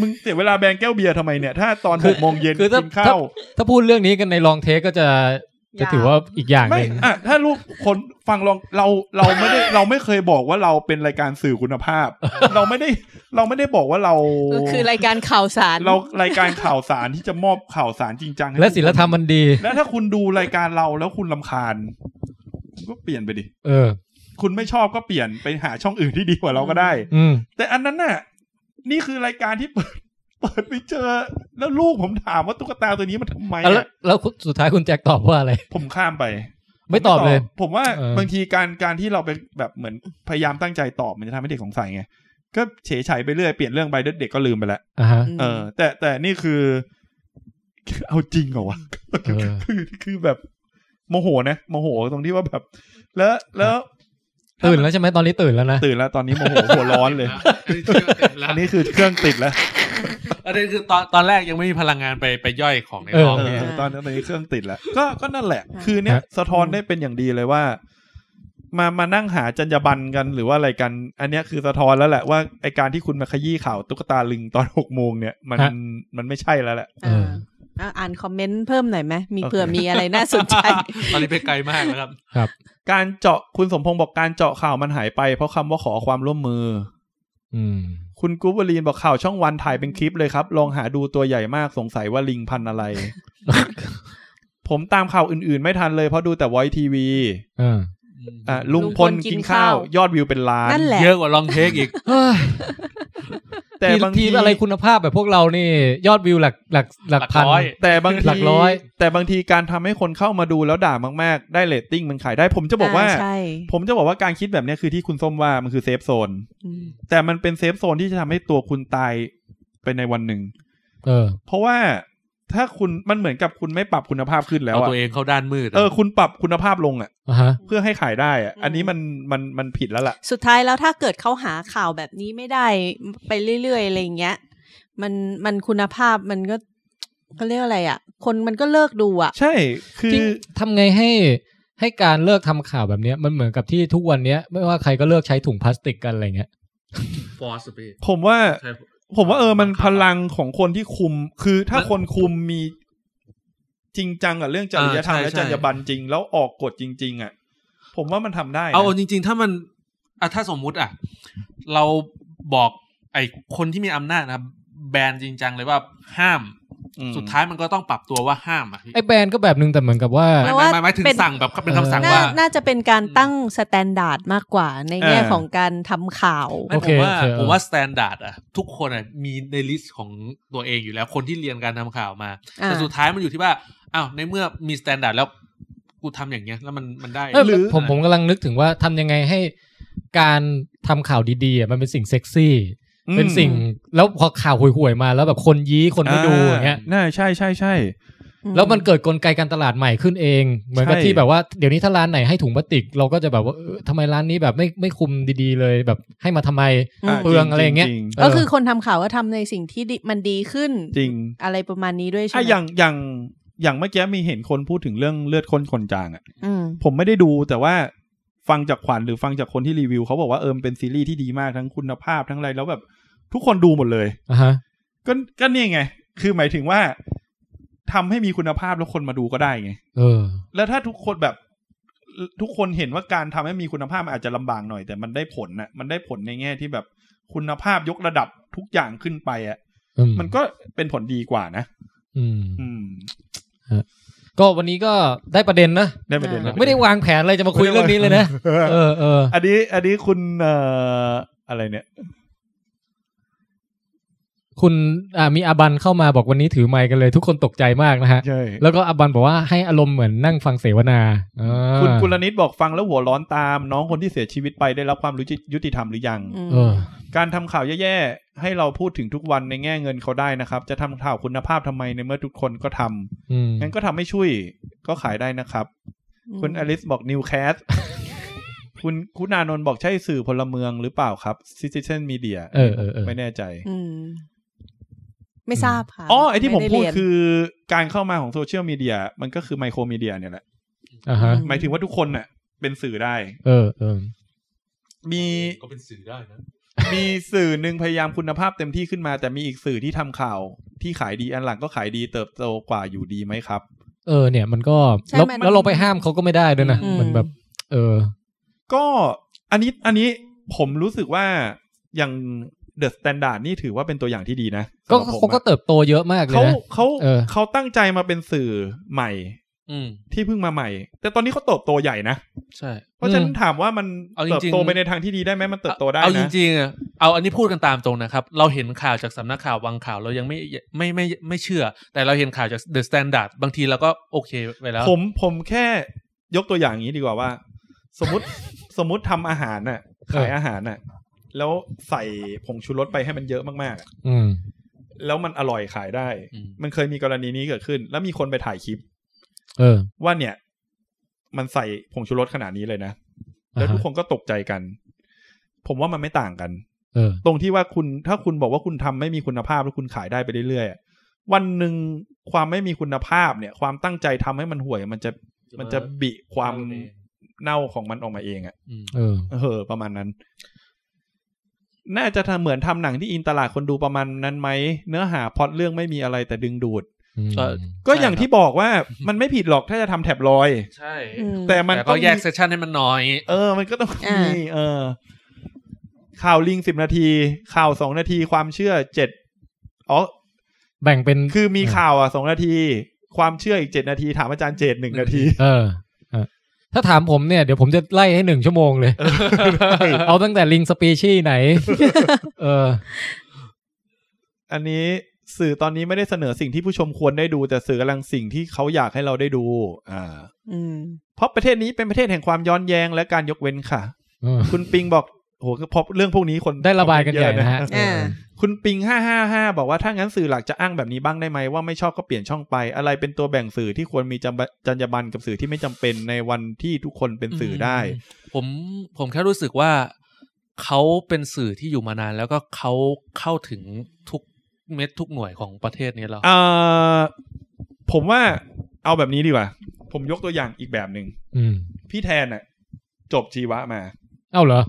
Speaker 3: มึงเสียเวลาแบนแก้วเบียร์ทำไมเนี่ยถ้าตอน
Speaker 2: คื
Speaker 3: ห
Speaker 2: อ
Speaker 3: กโมงเย็น
Speaker 2: คือถ้า
Speaker 3: กินข้าว
Speaker 2: ถ้าพูดเรื่องนี้กันในลองเทสก็จะจะ
Speaker 6: ยาว
Speaker 2: ถือว่าอีกอย่างห
Speaker 3: ไม่
Speaker 2: นึ่ง
Speaker 3: อ่ะถ้าลูกคนฟังลองเราเราไม่ได้เราไม่เคยบอกว่าเราเป็นรายการสื่อคุณภา พ เราไม่ได้เราไม่ได้บอกว่าเรา
Speaker 6: ก็คือรายการข่าวสาร
Speaker 3: เรารายการข่าวสารที่จะมอบข่าวสารจริงจังให้
Speaker 2: และศิลธรรมมันดี
Speaker 3: และถ้าคุณดูรายการเราแล้วคุณลำคาญ ก็เปลี่ยนไปดิ
Speaker 2: เออ
Speaker 3: คุณไม่ชอบก็เปลี่ยนไปหาช่องอื่นที่ดีกว่าเราก็ได้
Speaker 2: อืม
Speaker 3: แต่อันนั้นน่ะ นี่คือรายการที่เปิด เปิดไปเจอ แล้วลูกผมถามว่าตุ๊กตาตัวนี้มันทำไม
Speaker 2: แล้ว
Speaker 3: อะ
Speaker 2: แล้วคุณสุดท้ายคุณแจ็คตอบว่าอะไร
Speaker 3: ผมข้ามไป
Speaker 2: ไม่ตอบเลย
Speaker 3: ผมว่า
Speaker 2: เออ
Speaker 3: บางทีการการที่เราไปแบบเหมือนพยายามตั้งใจตอบมันจะทำให้เด็กสงสัยไงก็เฉยๆไปเรื่อยเปลี่ยนเรื่องไปเดี๋ยวเด็กก็ลืมไปละ
Speaker 2: อ่าฮะ
Speaker 6: ม
Speaker 3: เออแต่แต่นี่คือ เอาจริงเหรอวะ
Speaker 2: เออ
Speaker 3: คือคือแบบโมโหนะโมโหตรงที่ว่าแบบ แล้วแล้ว
Speaker 2: ตื่นแล้วใช่ไหมตอนนี้ตื่นแล้วนะ
Speaker 3: ตื่นแล้วตอนนี้โมโหหัวร้อนเลย
Speaker 7: อันนี้เชื่อเต็ม แล้ว
Speaker 3: อันนี้คือเครื่องติดแล้ว
Speaker 4: ประเด็นคือตอนตอนแรกยังไม่มีพลังงานไปไปย่อยของใน
Speaker 2: เออ
Speaker 4: ท้อง
Speaker 3: เอ
Speaker 4: เนี่ย
Speaker 3: อตอนนี้ตอนนี้เครื่องติดแล้วก็ก็นั่นแหละ คือเนี้ยสะท้อนได้เป็นอย่างดีเลยว่า มามานั่งหาจรรยาบรรณกันหรือว่าอะไรกัน อันเนี้ยคือสะท้อนแล้วแหละว่าไอการที่คุณมาขยี้ข่าวตุ๊กตาลิงตอนหกโมงเนี่ยมัน
Speaker 2: ฮะ
Speaker 3: มันไม่ใช่แล้วแหละ
Speaker 2: เออ
Speaker 6: อ่ะอ่านคอมเมนต์เพิ่มหน่อยไหมมี
Speaker 3: โอเค
Speaker 6: เผื่อมีอะไรน่าสนใจ
Speaker 4: ตอนนี้ไปไกลมากแล้วครับ
Speaker 3: การเจาะคุณสมพงศ์บอกการเจาะข่าวมันหายไป เพราะคำว่าขอความร่วมมือ
Speaker 2: อืม
Speaker 3: คุณกุ๊บวลีนบอกข่าวช่องวันถ่ายเป็นคลิปเลยครับ ลองหาดูตัวใหญ่มากสงสัยว่าลิงพัน ธุ์อะไร ผมตามข่าวอื่นๆ ไม่ทันเลยเพราะดูแต่ไวทีวี
Speaker 2: เออ
Speaker 3: อ่ะลุงพลกินข้าว ยอดวิวเป็นล้าน
Speaker 6: นั่นแหละ
Speaker 4: เยอะกว่าลองเทคอีก
Speaker 2: เฮ้ย
Speaker 3: แต่บาง
Speaker 2: ที
Speaker 3: ที
Speaker 2: มอะไรคุณภาพแบบพวกเรานี่ ยอดวิวหลักหลักหลัก
Speaker 4: หลัก
Speaker 2: พัน
Speaker 4: ร้อย
Speaker 3: แต่บาง
Speaker 2: หลัก
Speaker 3: ที
Speaker 2: ร้อย
Speaker 3: แต่บางทีการทำให้คนเข้ามาดูแล้วด่ามากๆ ได้เลตติ้งมันขายได้ ผมจะบอกว่า
Speaker 6: ใช่
Speaker 3: ผมจะบอกว่าการคิดแบบเนี้ยคือที่คุณส้มว่ามันคือเซฟโซน
Speaker 6: อืม
Speaker 3: แต่มันเป็นเซฟโซนที่จะทำให้ตัวคุณตายไปในวันหนึ่ง
Speaker 2: เออ
Speaker 3: เพราะว่า ถ้าคุณมันเหมือนกับคุณไม่ปรับคุณภาพขึ้นแล้ว
Speaker 4: เอา
Speaker 3: อะ
Speaker 4: ตัวเองเข้าด้านมืดะ
Speaker 3: เออคุณปรับคุณภาพลงอะ
Speaker 2: อ่าฮะ
Speaker 3: เพื่อให้ขายได้อะอันนี้มันมันมันผิดแล้วล่ะ
Speaker 6: สุดท้ายแล้วถ้าเกิดเขาหาข่าวแบบนี้ไม่ได้ไปเรื่อยๆอะไรอย่างเงี้ย มันมันคุณภาพมันก็เขาเรียกอะไรอ่ะ คนมันก็เลิกดูอ่ะ
Speaker 3: ใช่คือ
Speaker 2: ทำไงให้ให้การเลิกทำข่าวแบบเนี้ยมันเหมือนกับที่ทุกวันเนี้ย ไม่ว่าใครก็เลิกใช้ถุงพลาสติกกันอะไรเงี้ย
Speaker 7: ฟอร์สพี่
Speaker 3: ผมว่า
Speaker 7: ใช่
Speaker 3: ผมว่าเออมันพลังของคนที่คุม คือถ้าคนคุมมีจริงจังกับเรื่องจริยธรรมและจรรยาบรรณจริง แล้วออกกฎจริง ๆ อ่ะ ผมว่ามันทำได้นะ
Speaker 4: เอาจริง ๆ ถ้ามันอ่ะถ้าสมมุติอ่ะ เราบอกไอ้คนที่มีอำนาจนะครับแบนจริงจังเลยว่าห้าม
Speaker 3: อืม
Speaker 4: สุดท้ายมันก็ต้องปรับตัวว่าห้ามอ่ะพี่
Speaker 2: ไอ้แบรนด์ก็แบบนึงแต่เหมือนกับว่า
Speaker 4: หมายหมายหมายหมายถึง
Speaker 6: เป็น
Speaker 4: สั่งแบบเป็นคำสั่ง
Speaker 6: น่า
Speaker 4: ว่า
Speaker 6: น่าจะเป็นการตั้งสแตนดาร์ดมากกว่าในแง่ของการทำข่าว
Speaker 4: ไม่
Speaker 2: โอ
Speaker 4: ผ
Speaker 2: เค
Speaker 4: มว่า
Speaker 2: โอเคเออ
Speaker 4: ผมว่าสแตนดาร์ดอะทุกคนอะมีในลิสต์ของตัวเองอยู่แล้ว คนที่เรียนการทำข่าวมา
Speaker 6: อ่า
Speaker 4: แต่สุดท้ายมันอยู่ที่ว่าอ้าวในเมื่อมีสแตนดาร์ดแล้วกูทำอย่างเงี้ย แล้วมันมันได้
Speaker 2: เออ
Speaker 4: หรือ
Speaker 2: ผมผมกำลังนึกถึงว่าทำยังไงให้การทำข่าวดีๆอ่ะมันเป็นสิ่งเซ็กซี่
Speaker 3: อืม
Speaker 2: เป็นสิ่งแล้วพอข่าวห่วยๆมาแล้วแบบคนยี้คนไม่ดูอย่างเงี้ย
Speaker 3: น่าใช่ใช่ใช่
Speaker 2: แล้วมันเกิดกลไกการตลาดใหม่ขึ้นเอง เหมือนกับ
Speaker 3: ใช่
Speaker 2: ที่แบบว่าเดี๋ยวนี้ถ้าร้านไหนให้ถุงพลาสติก เราก็จะแบบว่าเออทำไมร้านนี้แบบไม่ไม่คุมดีๆเลยแบบให้มาทำไม
Speaker 6: อืม
Speaker 2: เปลืองอะไรอย่างเงี้ย
Speaker 3: จริง
Speaker 2: เออ
Speaker 6: ก็คือคนทำข่าวก็ทำในสิ่งที่ดีมันดีขึ้น
Speaker 3: จริง
Speaker 6: อะไรประมาณนี้ด้วย
Speaker 3: อ่ะ
Speaker 6: ใช่ไหม
Speaker 3: อย่างอย่างอย่างเมื่อกี้มีเห็นคนพูดถึงเรื่องเลือดข้นคนจางอ่ะ
Speaker 6: อืม
Speaker 3: ผมไม่ได้ดูแต่ว่าฟังจากขวัญหรือฟังจากคนที่รีวิวเขาบอกว่าเออมันเป็นซีรีส์ที่ดีมากทั้งคุณภาพทั้งอะไรแล้วแบบ ทุกคนดูหมดเลย
Speaker 2: อ่าฮะ
Speaker 3: ก็ก็เนี่ยไง คือหมายถึงว่าทำให้มีคุณภาพแล้วคนมาดูก็ได้ไง
Speaker 2: เออ
Speaker 3: แล้วถ้าทุกคนแบบทุกคนเห็นว่าการทำให้มีคุณภาพมันอาจจะลำบากหน่อย แต่มันได้ผลนะมันได้ผลในแง่ที่แบบคุณภาพยกระดับทุกอย่างขึ้นไปอะ่ะ
Speaker 2: อืม
Speaker 3: มันก็เป็นผลดีกว่านะ
Speaker 2: อืม
Speaker 3: อืม
Speaker 2: ก็วันนี้ก็ได้ประเด็นนะ
Speaker 3: ได้ประเด็น
Speaker 6: อ่า
Speaker 3: แล้ว
Speaker 2: ไม่ได้วางแผนอะไรจะมาคุยเรื่องนี้เลยนะ เออเออ
Speaker 3: อันนี้ อันนี้คุณเอ่ออะไรเนี่ย
Speaker 2: คุณอ่ามีอาบันเข้ามาบอกวันนี้ถือไมค์กันเลย ทุกคนตกใจมากนะฮะ
Speaker 3: ใช่
Speaker 2: แล้วก็อาบันบอกว่าให้อารมณ์เหมือนนั่งฟังเสวนาอ่า
Speaker 3: คุณกุลนิตบอกฟังแล้วหัวร้อนตาม น้องคนที่เสียชีวิตไปได้รับความรู้จิยุติธรรมหรือยัง
Speaker 6: อืม
Speaker 2: เออ
Speaker 3: การทำข่าวแย่ๆ ให้เราพูดถึงทุกวันในแง่เงินเขาได้นะครับ จะทำข่าวคุณภาพทำไมในเมื่อทุกคนก็ทำ
Speaker 2: อืม
Speaker 3: งั้นก็ทำให้ช่วยก็ขายได้นะครับ คุณอลิสบอกนิวแคส คุณคุณอานนท์บอกใช่สื่อพลเมืองหรือเปล่าครับซิติเซนมีเดีย
Speaker 2: เออเออเออ
Speaker 3: ไม่แน่ใจ
Speaker 6: อืม ไม่ทราบค่ะ
Speaker 3: อ๋อ ไอที่ผม
Speaker 6: ด้
Speaker 3: พูด
Speaker 6: เรียน
Speaker 3: คือการเข้ามาของโซเชียลมีเดียมันก็คือไมโครมีเดียเนี่ยแหละ
Speaker 2: อ่าฮะ
Speaker 3: หมายถึงว่าทุกคนน่ะ เป็นสื่อได้
Speaker 2: เออเออ
Speaker 3: มี
Speaker 7: ก็เป็นสื่อได้นะ
Speaker 3: มีสื่อหนึ่งพยายามคุณภาพเต็มที่ขึ้นมา แต่มีอีกสื่อที่ทำข่าว ที่ขายดีอันหลังก็ขายดีเติบโตกว่าอยู่ดีไหมครับ
Speaker 2: เออเนี่ยมันก็
Speaker 6: ใช่
Speaker 2: แล้ว
Speaker 6: มัน
Speaker 2: แล้วเราไปห้ามเขาก็ไม่ได้ด้วยนะ
Speaker 6: อื
Speaker 2: มันแบบ เออ
Speaker 3: ก็อันนี้อันนี้ผมรู้สึกว่าอย่างเดอะสแตนดาร์ดนี่ถือว่าเป็นตัวอย่างที่ดีนะ
Speaker 2: ก็
Speaker 3: สำหรับผม
Speaker 2: เขาก็
Speaker 3: อะ
Speaker 2: เติบโตเยอะมากเลย
Speaker 3: เขา
Speaker 2: นะ
Speaker 3: เขา
Speaker 2: เออ
Speaker 3: เขาตั้งใจมาเป็นสื่อใหม่
Speaker 4: อืม
Speaker 3: ที่เพิ่งมาใหม่ แต่ตอนนี้เขาเติบโตใหญ่นะ
Speaker 4: ใช่
Speaker 3: เพราะฉะนั้นถามว่ามัน
Speaker 4: เอาจริงๆ
Speaker 3: เติบโตไปในทางที่ดีได้ไหมมันเติบโตได้
Speaker 4: เอาจ
Speaker 3: นะ
Speaker 4: ริงๆอะเอาอันนี้พูดกันตามตรงนะครับ เราเห็นข่าวจากสำนักข่าวบางข่าวเรายังไม่ไม่ไม่ไม่ไม่เชื่อ แต่เราเห็นข่าวจากเดอะสแตนดาร์ดบางทีเราก็โอเคไปแล้ว
Speaker 3: ผมผมแค่ยกตัวอย่างอย่างนี้ดีกว่าว่า สมมติ สมมติทำอาหารน่ะขายอาหารน่ะ แล้วใส่ผงชูรสไปให้มันเยอะมาก
Speaker 2: อืม
Speaker 3: ๆ แล้วมันอร่อยขายได้
Speaker 4: อืม
Speaker 3: มันเคยมีกรณีนี้เกิดขึ้น แล้วมีคนไปถ่ายคลิป
Speaker 2: เออ
Speaker 3: ว่าเนี่ย มันใส่ผงชูรสขนาดนี้เลยนะแล้ว
Speaker 2: อ่าฮะ
Speaker 3: ทุกคนก็ตกใจกัน ผมว่ามันไม่ต่างกัน
Speaker 2: เออ
Speaker 3: ตรงที่ว่าคุณถ้าคุณบอกว่าคุณทำไม่มีคุณภาพแล้วคุณขายได้ไปเรื่อยๆอะวันหนึ่งความไม่มีคุณภาพเนี่ย ความตั้งใจทำให้มันห่วย มันจะมันจะบิความเน่าของมันออกมาเองอะ่ะ
Speaker 4: อืม
Speaker 2: เออ
Speaker 3: เออ ประมาณนั้น น่าจะทำเหมือนทำหนังที่อินตลาดคนดูประมาณนั้นไหมเนื้อหาพล็อตเรื่องไม่มีอะไรแต่ดึงดูด
Speaker 2: อืม
Speaker 4: ก็
Speaker 3: ก็อย่างที่บอกว่ามันไม่ผิดหรอกถ้าจะทำแท็บลอยด์
Speaker 4: ใช่
Speaker 6: อืม
Speaker 3: แต่มัน
Speaker 4: แต่
Speaker 3: ต้
Speaker 4: ก็
Speaker 3: อง
Speaker 4: แยก
Speaker 3: มี
Speaker 4: เซสชันให้มันน้อย
Speaker 3: เออ มันก็ต้อง
Speaker 6: อ่ามี
Speaker 3: มี เออ ข่าวลิงสิบนาที ข่าวสองนาที ความเชื่อเจ็ดอ๋อ
Speaker 2: แบ่งเป็น
Speaker 3: คือมีข่าวอ่ะสองนาที ความเชื่ออีกเจ็ดนาที ถามอาจารย์เจดหนึ่งนาที
Speaker 2: เออเออ ถ้าถามผมเนี่ยเดี๋ยวผมจะไล่ให้หนึ่งชั่วโมงเลย เอาตั้งแต่ลิงสปีชีส์ไหน เออ
Speaker 3: อันนี้สื่อตอนนี้ไม่ได้เสนอสิ่งที่ผู้ชมควรได้ดู แต่สื่อกำลังสิ่งที่เขาอยากให้เราได้ดู อ่า
Speaker 6: อืม
Speaker 3: เพราะประเทศนี้เป็นประเทศแห่งความย้อนแยง้งและการยกเว้นค่ะ
Speaker 2: เออ
Speaker 3: คุณปิงบอก โหคือพอเรื่องพวกนี้คน
Speaker 2: ได้ระบายกันใหญ่นะฮะ
Speaker 3: เออ
Speaker 6: อ่า
Speaker 3: คุณปิง 555 บอกว่าถ้างั้นสื่อหลักจะอ้างแบบนี้บ้างได้ไหมว่าไม่ชอบก็เปลี่ยนช่องไป อะไรเป็นตัวแบ่งสื่อที่ควรมีจำบะจรรยาบรรณกับสื่อที่ไม่จำเป็นในวันที่ทุกคนเป็นสื่อได้
Speaker 4: ผมผมแค่รู้สึกว่าเขาเป็นสื่อที่อยู่มานาน แล้วก็เขาเข้าถึงทุกเม็ดทุกหน่วยของประเทศนี้แล้ว
Speaker 3: เอ่อผมว่าเอาแบบนี้ดีกว่า ผมยกตัวอย่างอีกแบบหนึ่ง
Speaker 2: อืม
Speaker 3: พี่แทนน่ะ จบชีวะมา
Speaker 2: เอ้าเหรอ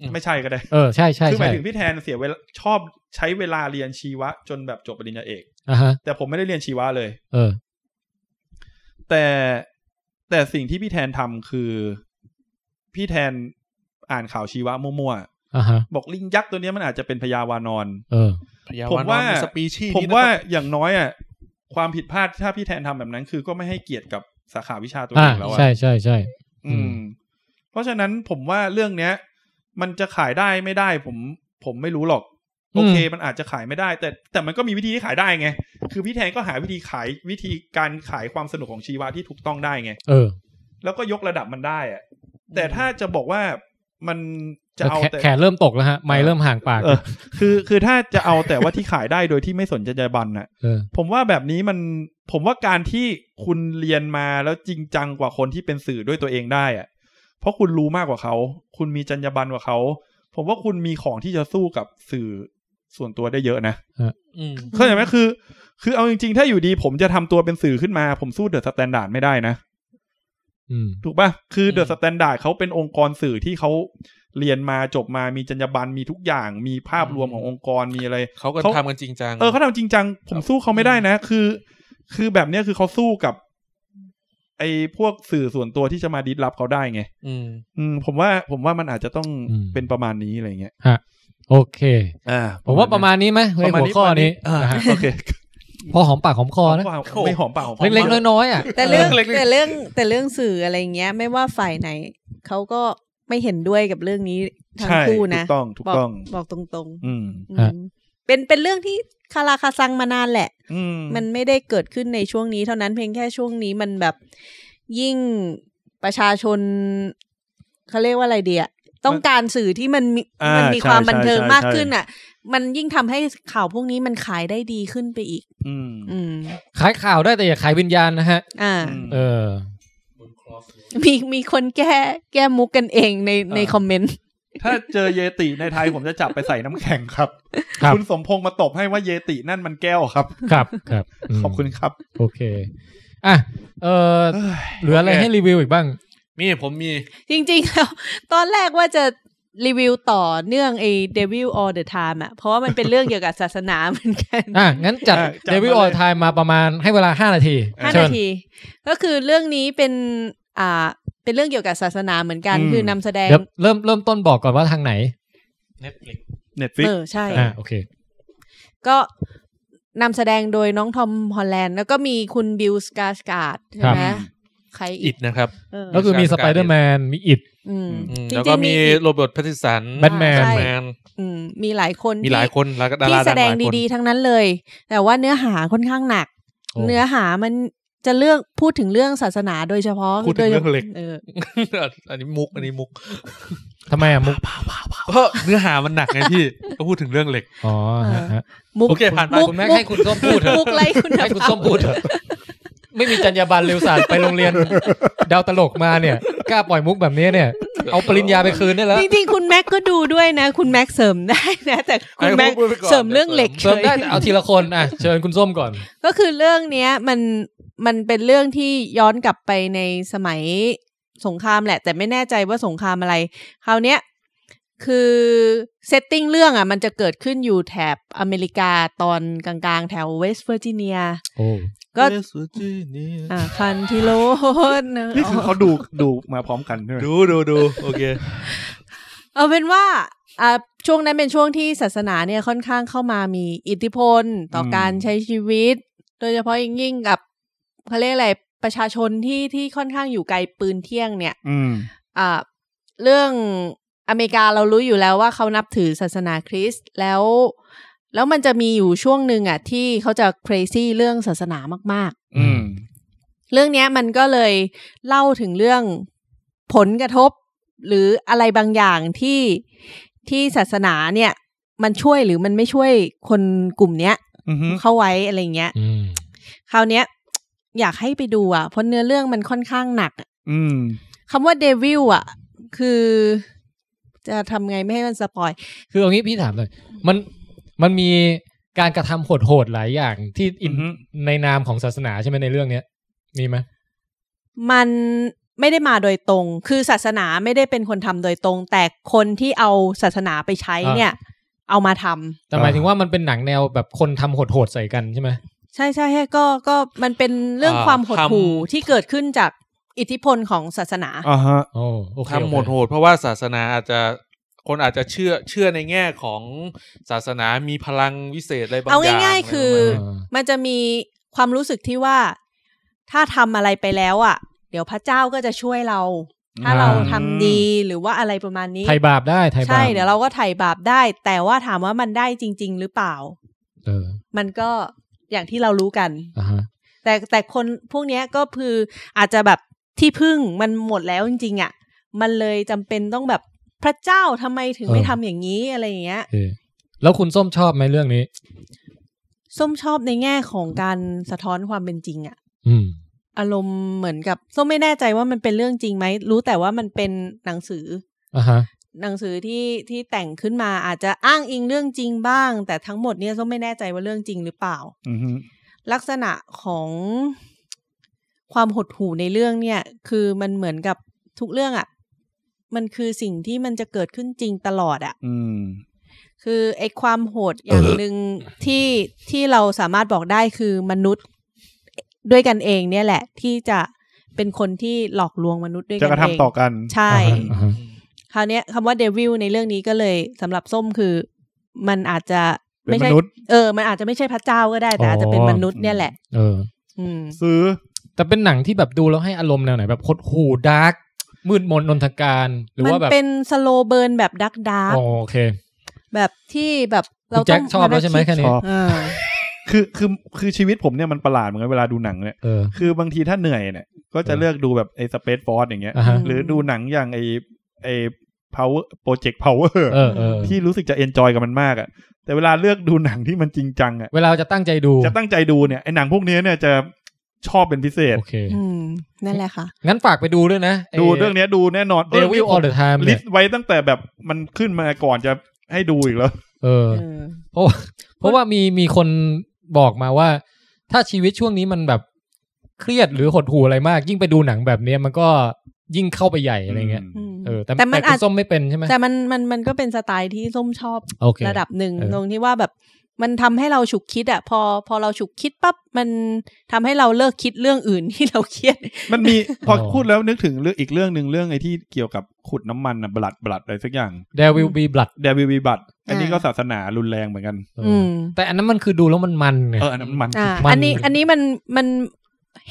Speaker 4: อืม
Speaker 3: ไม่ใช่ก็ได้
Speaker 2: เออ ใช่ใช่
Speaker 3: คือห
Speaker 2: ใช่
Speaker 3: มายถึงพี่แทนเสียเวลาชอบใช้เวลาเรียนชีวะ จนแบบจบปริญญาเอก
Speaker 2: อ่ะฮะ
Speaker 3: แต่ผมไม่ได้เรียนชีวะเลย
Speaker 2: เออ
Speaker 3: แต่แต่สิ่งที่พี่แทนทำคือ พี่แทนอ่านข่าวชีวะมั่ว
Speaker 2: อ่ะฮะ
Speaker 3: ๆ บอกลิงยักษ์ตัวเนี้ยมันอาจจะเป็นพญาวานอน
Speaker 2: เออ
Speaker 4: พยา
Speaker 3: ผม
Speaker 4: วานอ
Speaker 3: ว่า
Speaker 4: นสปีชีส์
Speaker 3: ผม
Speaker 4: นี้นะ
Speaker 3: ว่า
Speaker 4: ครับ
Speaker 3: อย่างน้อยอ่ะความผิดพลาดถ้าพี่แทนทำแบบนั้น คือก็ไม่ให้เกียรติกับสาขาวิชาตัวเอ
Speaker 2: อ่าง
Speaker 3: แล้วอ่ะ
Speaker 2: ใช่ใช่ใช่
Speaker 3: อืม เพราะฉะนั้นผมว่าเรื่องเนี้ย มันจะขายได้ไม่ได้ ผมผมไม่รู้หรอก
Speaker 2: อืม
Speaker 3: โอเค มันอาจจะขายไม่ได้ แต่แต่มันก็มีวิธีที่ขายได้ไง คือพี่แทนก็หาวิธีขายวิธีการขายความสนุกของชีวะที่ถูกต้องได้ไง
Speaker 2: เออ
Speaker 3: แล้วก็ยกระดับมันได้อะแต่ถ้าจะบอกว่ามันจะเอา
Speaker 2: แขน
Speaker 3: แต่
Speaker 2: แขนเริ่มตกแล้วฮะ ไม้เริ่มห่างปาก
Speaker 3: เออคือคือถ้าจะเอาแต่ว่าที่ขายได้โดยที่ไม่สนใจจรรยาบรรณน่ะ
Speaker 2: เออ
Speaker 3: ผมว่าแบบนี้มันผมว่าการที่คุณเรียนมาแล้วจริงจังกว่าคนที่เป็นสื่อด้วยตัวเองได้อะเพราะคุณรู้มากกว่าเขา คุณมีจรรยาบรรณกว่าเขา ผมว่าคุณมีของที่จะสู้กับสื่อส่วนตัวได้เยอะนะ
Speaker 4: อืม
Speaker 3: เข้าใจไหมคือ คือเอาจริงๆ ถ้าอยู่ดี ผมจะทำตัวเป็นสื่อขึ้นมา ผมสู้เดอะสแตนดาร์ดไม่ได้นะ
Speaker 2: อืม
Speaker 3: ถูกปะ่ะ คือเดอะสแตนดาร์ดเขาเป็นองค์กรสื่อที่เขาเรียนมาจบมามีจรรยาบรรณมีทุกอย่าง มีภาพรวมขององค์กรมีอะไร
Speaker 4: เขาก็
Speaker 3: เขา
Speaker 4: ทำกันจริงจัง
Speaker 3: เออเขาทำจริงจัง ผมสู้เขาไม่ได้นะ คือ คือแบบเนี้ยคือเขาสู้กับ ไอ้พวกสื่อส่วนตัวที่จะมาดิสรับเขาได้ไง
Speaker 4: อืม
Speaker 3: อืม ผมว่าผมว่ามันอาจจะต้อง
Speaker 2: อืม
Speaker 3: เป็นประมาณนี้อะไรเงี้ย
Speaker 2: โอเค
Speaker 3: อ่า
Speaker 2: ผมว่าประมาณนี้ไหมในหัวข้อนี้นะฮะ
Speaker 3: โอเค
Speaker 2: พอหอมปากหอมคอ นะ
Speaker 3: ไม่หอมปากหอมคอ
Speaker 2: เล็กๆ น้อยๆอ่ะ
Speaker 6: แต่เรื่อง
Speaker 4: เล็กๆ
Speaker 6: แต่เรื่องแต่เรื่องสื่ออะไรอย่างเงี้ย ไม่ว่าฝ่ายไหนเขาก็ไม่เห็นด้วยกับเรื่องนี้ทั้ง
Speaker 3: ใช่
Speaker 6: คู่นะ
Speaker 3: ถูกต้องถูกต้อง
Speaker 6: บอกบอกตรงๆ
Speaker 3: อืม
Speaker 6: อืมเป็นเป็นเรื่องที่คาราคาซังมานานแหละ
Speaker 3: อืม
Speaker 6: มันไม่ได้เกิดขึ้นในช่วงนี้เท่านั้นเพียงแค่ช่วงนี้มันแบบยิ่งประชาชนเขาเรียกว่าอะไรเดียต้องการสื่อที่มันมี
Speaker 3: อ่
Speaker 6: มันมีความบันเทิง
Speaker 3: ใช่
Speaker 6: มาก
Speaker 3: ใช่
Speaker 6: ขึ้นอ่ะ มันยิ่งทำให้ข่าวพวกนี้มันขายได้ดีขึ้นไปอีก
Speaker 3: อืม
Speaker 6: อืม
Speaker 2: ขายข่าวได้แต่อย่าขายวิญญาณนะฮะ
Speaker 6: อ่า
Speaker 3: ม
Speaker 2: เออ
Speaker 6: มีมีคนแก้แก้มุกกันเองในในคอมเมนต์
Speaker 3: ถ้าเจอเยติในไทยผมจะจับไปใส่น้ำแข็งครับ
Speaker 2: ครับ
Speaker 3: คุณสมพงษ์มาตบให้ว่าเยตินั่นมันแก้วครับ
Speaker 2: ครับครับม
Speaker 3: ขอบคุณครับ
Speaker 2: โอเค อ่ะ เออ
Speaker 3: เอ้ย
Speaker 2: เหลืออะไรให้รีวิวอีกบ้าง
Speaker 4: มีผมมี
Speaker 6: จริงๆ แล้ว ตอนแรกว่าจะรีวิวต่อเนื่องไอ้ Devil All the Time อ่ะเพราะว่ามันเป็นเรื่องเกี่ยวกับศาสนาเหมือนกัน
Speaker 2: อ่ะ งั้นจัด
Speaker 3: ะจัด
Speaker 2: เดวิ l อ
Speaker 3: มา
Speaker 2: อ
Speaker 3: เลย
Speaker 2: ทายมาประมาณให้เวลาห้านาที
Speaker 6: ห้า
Speaker 2: เชิ
Speaker 6: นา
Speaker 2: ญ
Speaker 6: ที ก็คือเรื่องนี้เป็นอ่าเป็นเรื่องเกี่ยวกับศาสนาเหมือนกัน
Speaker 3: อืม
Speaker 6: คือนำแสดง
Speaker 2: เดี๋ยวเริ่มเริ่มต้นบอกก่อนว่าทางไหน
Speaker 4: Netflix
Speaker 3: เน็ตฟิก
Speaker 6: เออใช่
Speaker 2: อ่ะโอเค
Speaker 6: ก็นำแสดงโดยน้องทอมฮอลแลนด์ แล้วก็มีคุณบิลสกาสการ์ดใช่ไหม
Speaker 3: ครับ
Speaker 6: ใคร
Speaker 4: อิ
Speaker 6: อีก
Speaker 4: ดนะครับ
Speaker 6: เออ
Speaker 2: ก็คือมีสไปเดอร์แมนมีอิด
Speaker 6: อืม
Speaker 4: อืม
Speaker 6: จริงๆ
Speaker 4: แล้วก็มี
Speaker 6: อีก
Speaker 4: โรเบิร์ตแพตติสัน
Speaker 2: แบทแมน
Speaker 6: ใช่
Speaker 4: แมน
Speaker 6: อืมมีหลายคน
Speaker 4: มีหลาย
Speaker 6: ที่
Speaker 4: คนแล้วก็ดา
Speaker 6: ที่
Speaker 4: รา
Speaker 6: แสดง
Speaker 4: หลายคน
Speaker 6: ดีๆ ทั้งนั้นเลย แต่ว่าเนื้อหาค่อนข้างหนัก
Speaker 2: โอ้
Speaker 6: เนื้อหามันจะเรื่องพูดถึงเรื่องศาสนาโดยเฉพาะ
Speaker 4: พูดถึงเรื่องเหล็ก
Speaker 6: เออ
Speaker 4: อันนี้ มุก อันนี้มุก
Speaker 2: ทำไมอ่ะมุก
Speaker 4: เพราะเนื้อหามันหนักไงพี่ ก็พูดถึงเรื่องเหล็ก
Speaker 2: อ๋อ
Speaker 6: เออ
Speaker 2: ฮะฮะ
Speaker 6: มุก
Speaker 4: โอเคผ่านไป
Speaker 6: มุก
Speaker 2: คุณแม่ให้คุณส้มพูดเถ
Speaker 6: มุ
Speaker 2: อะ
Speaker 6: กไรคุณ
Speaker 2: ให้คุณ
Speaker 6: ภาพ
Speaker 2: ส้มพูดเถอะไม่มีจรรยาบรรณเร็วศาสตร์ไปโรงเรียน ดาวตลกมาเนี่ย กล้าปล่อยมุกแบบนี้เนี่ย เอาปริญญาไปคืนได้แล้ว
Speaker 6: จริงๆ คุณแม็กก็ดูด้วยนะ คุณแม็กเสริมได้นะ แต่คุณแม็ก
Speaker 4: เอาให้พูดไปก่อน
Speaker 6: เสริมเรื่องเหล็กเฉ
Speaker 2: เสริม
Speaker 6: ย
Speaker 2: ได้แต่เอาทีละคนอ่ะเชิญคุณส้มก่อน
Speaker 6: ก็คือเรื่องเนี้ยมันมันเป็นเรื่องที่ย้อนกลับไปในสมัยสงครามแหละ แต่ไม่แน่ใจว่าสงครามอะไร คราวเนี้ยคือเซตติ้งเรื่องอ่ะ มันจะเกิดขึ้นอยู่แถบอเมริกาตอนกลางๆ แถวเวสต์เวอร์จิเนีย
Speaker 2: โอ้
Speaker 6: ก็
Speaker 4: เวสต์เวอร์จิเนีย
Speaker 6: อ่าคันทิโลนนะ
Speaker 3: นี่คือเขาดู ดูมาพร้อมกันใช่ไหม
Speaker 4: ดูดูดูโอเค
Speaker 6: เอาเป็นว่าอ่าช่วงนั้นเป็นช่วงที่ศาสนาเนี่ยค่อนข้างเข้ามามีอิทธิพลต่อการใช้ชีวิต โดยเฉพาะอย่างยิ่งกับเขาเรียกอะไรประชาชนที่ที่ค่อนข้างอยู่ไกลปืนเที่ยงเนี่ย
Speaker 3: อืม
Speaker 6: อ่าเรื่องอเมริกาเรารู้อยู่แล้วว่าเขานับถือศาสนาคริสต์แล้ว แล้วมันจะมีอยู่ช่วงหนึ่งอ่ะที่เขาจะ crazy เรื่องศาสนามาก ๆ
Speaker 3: อืม
Speaker 6: เรื่องเนี้ยมันก็เลยเล่าถึงเรื่องผลกระทบ หรืออะไรบางอย่างที่ ที่ศาสนาเนี่ย มันช่วยหรือมันไม่ช่วยคนกลุ่มเนี้ย
Speaker 3: อือฮึ
Speaker 6: เข้าไว้อะไรเงี้ย
Speaker 2: อืม
Speaker 6: คราวเนี้ย อยากให้ไปดูอ่ะเพราะเนื้อเรื่องมันค่อนข้างหนักอะ
Speaker 3: อืม
Speaker 6: คำว่าเดวิลอ่ะ คือ จะทำไงไม่ให้มันสปอย
Speaker 2: คือเอางี้พี่ถามเลยมันมันมีการกระทำโหดๆหลายอย่างที่อิน
Speaker 3: อือฮึ
Speaker 2: ในนามของศาสนาใช่ไหมในเรื่องเนี้ยมีไหม
Speaker 6: มันไม่ได้มาโดยตรง คือศาสนาไม่ได้เป็นคนทำโดยตรง แต่คนที่เอาศาสนาไปใช้เนี่ย เอามาทำ
Speaker 2: แต่หมายถึงว่ามันเป็นหนังแนวแบบคนทำโหดๆใส่กันใช่ไหม
Speaker 6: ใช่ใช่ใช่ก็ก็มันเป็นเรื่อง
Speaker 4: อ่า
Speaker 6: ความหด
Speaker 4: ทำ
Speaker 6: หู่ที่เกิดขึ้นจากอิทธิพลของศาสนา
Speaker 3: อ่าฮะ
Speaker 2: โอ้โอเค
Speaker 4: ทำหมดโหดเพราะว่าศาสนาอาจจะคนอาจจะเชื่อเชื่อในแง่ของศาสนามีพลังวิเศษอะไรบางอย่าง
Speaker 6: เอาง่ายๆคือ
Speaker 4: ะไรประมาณนั้น
Speaker 6: มันจะมีความรู้สึกที่ว่า ถ้าทำอะไรไปแล้วอ่ะ เดี๋ยวพระเจ้าก็จะช่วยเรา ถ้าเราทำดีหรือว่าอะไรประมาณนี้
Speaker 2: ไทยบาปได้ไทยบาป
Speaker 6: ใช่เดี๋ยวเราก็ไถ่บาปได้ แต่ว่าถามว่ามันได้จริง ๆ หรือเปล่า
Speaker 2: เออ
Speaker 6: มันก็อย่างที่เรารู้กัน
Speaker 2: อ่าฮะ
Speaker 6: แต่แต่คนพวกเนี้ยก็คืออาจจะแบบที่พึ่งมันหมดแล้วจริงๆอะ่ะ มันเลยจำเป็นต้องแบบพระเจ้าทำไมถึงไม่ทำอย่างนี้อะไรอย่างเงี้ย
Speaker 2: เออแล้วคุณส้มชอบไหมเรื่องนี้
Speaker 6: ส้มชอบในแง่ของการสะท้อนความเป็นจริงอะ่ะ
Speaker 2: อืม
Speaker 6: อารมณ์เหมือนกับส้มไม่แน่ใจว่ามันเป็นเรื่องจริงไหม รู้แต่ว่ามันเป็นหนังสือ
Speaker 2: อ่าฮะ
Speaker 6: หนังสือที่ที่แต่งขึ้นมาอาจจะอ้างอิงเรื่องจริงบ้าง แต่ทั้งหมดเนี่ยส้มไม่แน่ใจว่าเรื่องจริงหรือเปล่า
Speaker 3: อือฮึ
Speaker 6: ลักษณะของความหดหู่ในเรื่องเนี่ย คือมันเหมือนกับทุกเรื่องอะ่ะ มันคือสิ่งที่มันจะเกิดขึ้นจริงตลอดอะ่ะ
Speaker 3: อืม
Speaker 6: คือไอ้ความโหดอย่างหนึ่งที่ที่เราสามารถบอกได้คือมนุษย์ด้วยกันเองเนี่ยแหละ ที่จะเป็นคนที่หลอกลวงมนุษย์ด้วย
Speaker 3: จะ
Speaker 6: กัน
Speaker 3: กระ
Speaker 6: เอง
Speaker 3: ทำต่อกัน
Speaker 6: ใช่
Speaker 2: อ่าฮะ
Speaker 6: คราวเนี้ยคำว่าเดวิลในเรื่องนี้ก็เลยสำหรับส้มคือ มันอาจจะไม่ใช่
Speaker 3: เป็นมนุษย์
Speaker 6: เออ มันอาจจะไม่ใช่พระเจ้าก็ได้ แต่อาจจะเป็นมนุษย์เนี่ยแหละ
Speaker 2: เออ
Speaker 6: อืม
Speaker 3: ซื้อ
Speaker 2: แต่เป็นหนังที่แบบดูแล้วให้อารมณ์แนวไหนแบบโคตรโหดดาร์กมืดมนนนทการหรือ
Speaker 6: มัน
Speaker 2: ว่าแบบ
Speaker 6: เป็นสโลเบิร์นแบบดักดาร์
Speaker 2: อ๋อโอเค
Speaker 6: แบบที่แบบเรา
Speaker 2: คุณแจ็
Speaker 6: ต้อ
Speaker 2: ค
Speaker 6: ง
Speaker 2: ชอบแล้วใช่ไหมแค่นี้
Speaker 3: ชอบ
Speaker 6: อ่า
Speaker 3: คือคือคือชีวิตผมเนี่ยมันประหลาดเหมือนกันเวลาดูหนังเนี่ย
Speaker 2: เออ
Speaker 3: คือบางทีถ้าเหนื่อยเนี่ย ก็จะเลือกดูแบบไอ้สเปซฟอร์สอย่างเงี้ย
Speaker 2: อ่าฮะ
Speaker 3: หรือดูหนังอย่างไอ้ไอ้ power project power
Speaker 2: เออเออ
Speaker 3: ที่รู้สึกจะเอนจอยกับมันมากอะ่ะ แต่เวลาเลือกดูหนังที่มันจริงจังอะ่ะ
Speaker 2: เวลาเราจะตั้งใจดู
Speaker 3: จะตั้งใจดูเนี่ย ไอ้หนังพวกเนี้ยเนี่ยจะชอบเป็นพิเศษ
Speaker 2: โอเค
Speaker 6: อืม นั่นแหละค่ะ
Speaker 2: งั้นฝากไปดูด้วยนะ
Speaker 3: ดูเรื่องเนี้ยดูแน่นอน
Speaker 2: เดวิลออเดอะไทม์
Speaker 3: ลิ
Speaker 2: เนี่ย
Speaker 3: สต์ไว้ตั้งแต่แบบมันขึ้นมาก่อนจะให้ดูอีกแล้ว
Speaker 2: เออ
Speaker 6: เอ
Speaker 2: เพ
Speaker 6: อ
Speaker 2: ราะว่าเพราะว่ามีมีคนบอกมาว่า ถ้าชีวิตช่วงนี้มันแบบเครียดหรือหดหู่อะไรมาก ยิ่งไปดูหนังแบบเนี้ยมันก็ยิ่งเข้าไปใหญ่อะไรเงี้ย
Speaker 6: อืม
Speaker 2: เออแต่
Speaker 6: แต่มัน
Speaker 2: แต่คุ
Speaker 6: อาจ
Speaker 2: ณส้มไม่เป็นใช่ไหม
Speaker 6: แต่มันมันมันก็เป็นสไตล์ที่ส้มชอบ
Speaker 2: โอเค
Speaker 6: ระดับหนึ่ง
Speaker 2: เออ
Speaker 6: ตรงที่ว่าแบบมันทำให้เราฉุกคิดอ่ะ พอพอเราฉุกคิดปั๊บมันทำให้เราเลิกคิดเรื่องอื่นที่เราเครียด
Speaker 3: มัน มีพอ
Speaker 2: อ๋อ
Speaker 3: พูดแล้วนึกถึงเรื่องอีกเรื่องหนึ่งเรื่องไอ้ที่เกี่ยวกับขุดน้ำมันนะบลัดบลัดอะไรสักอย่าง
Speaker 2: There will be blood
Speaker 3: เดวิลบีบัตอันนี้
Speaker 6: อ่า
Speaker 3: ก็ศาสนารุนแรงเหมือนกัน
Speaker 2: เอออ
Speaker 6: อืม
Speaker 2: แต่อันนั้นมันคือดูแล้วมันมันไง
Speaker 3: เอออันนั้นมัน
Speaker 6: อ่า
Speaker 2: มัน
Speaker 6: อันนี้อันนี้มันมัน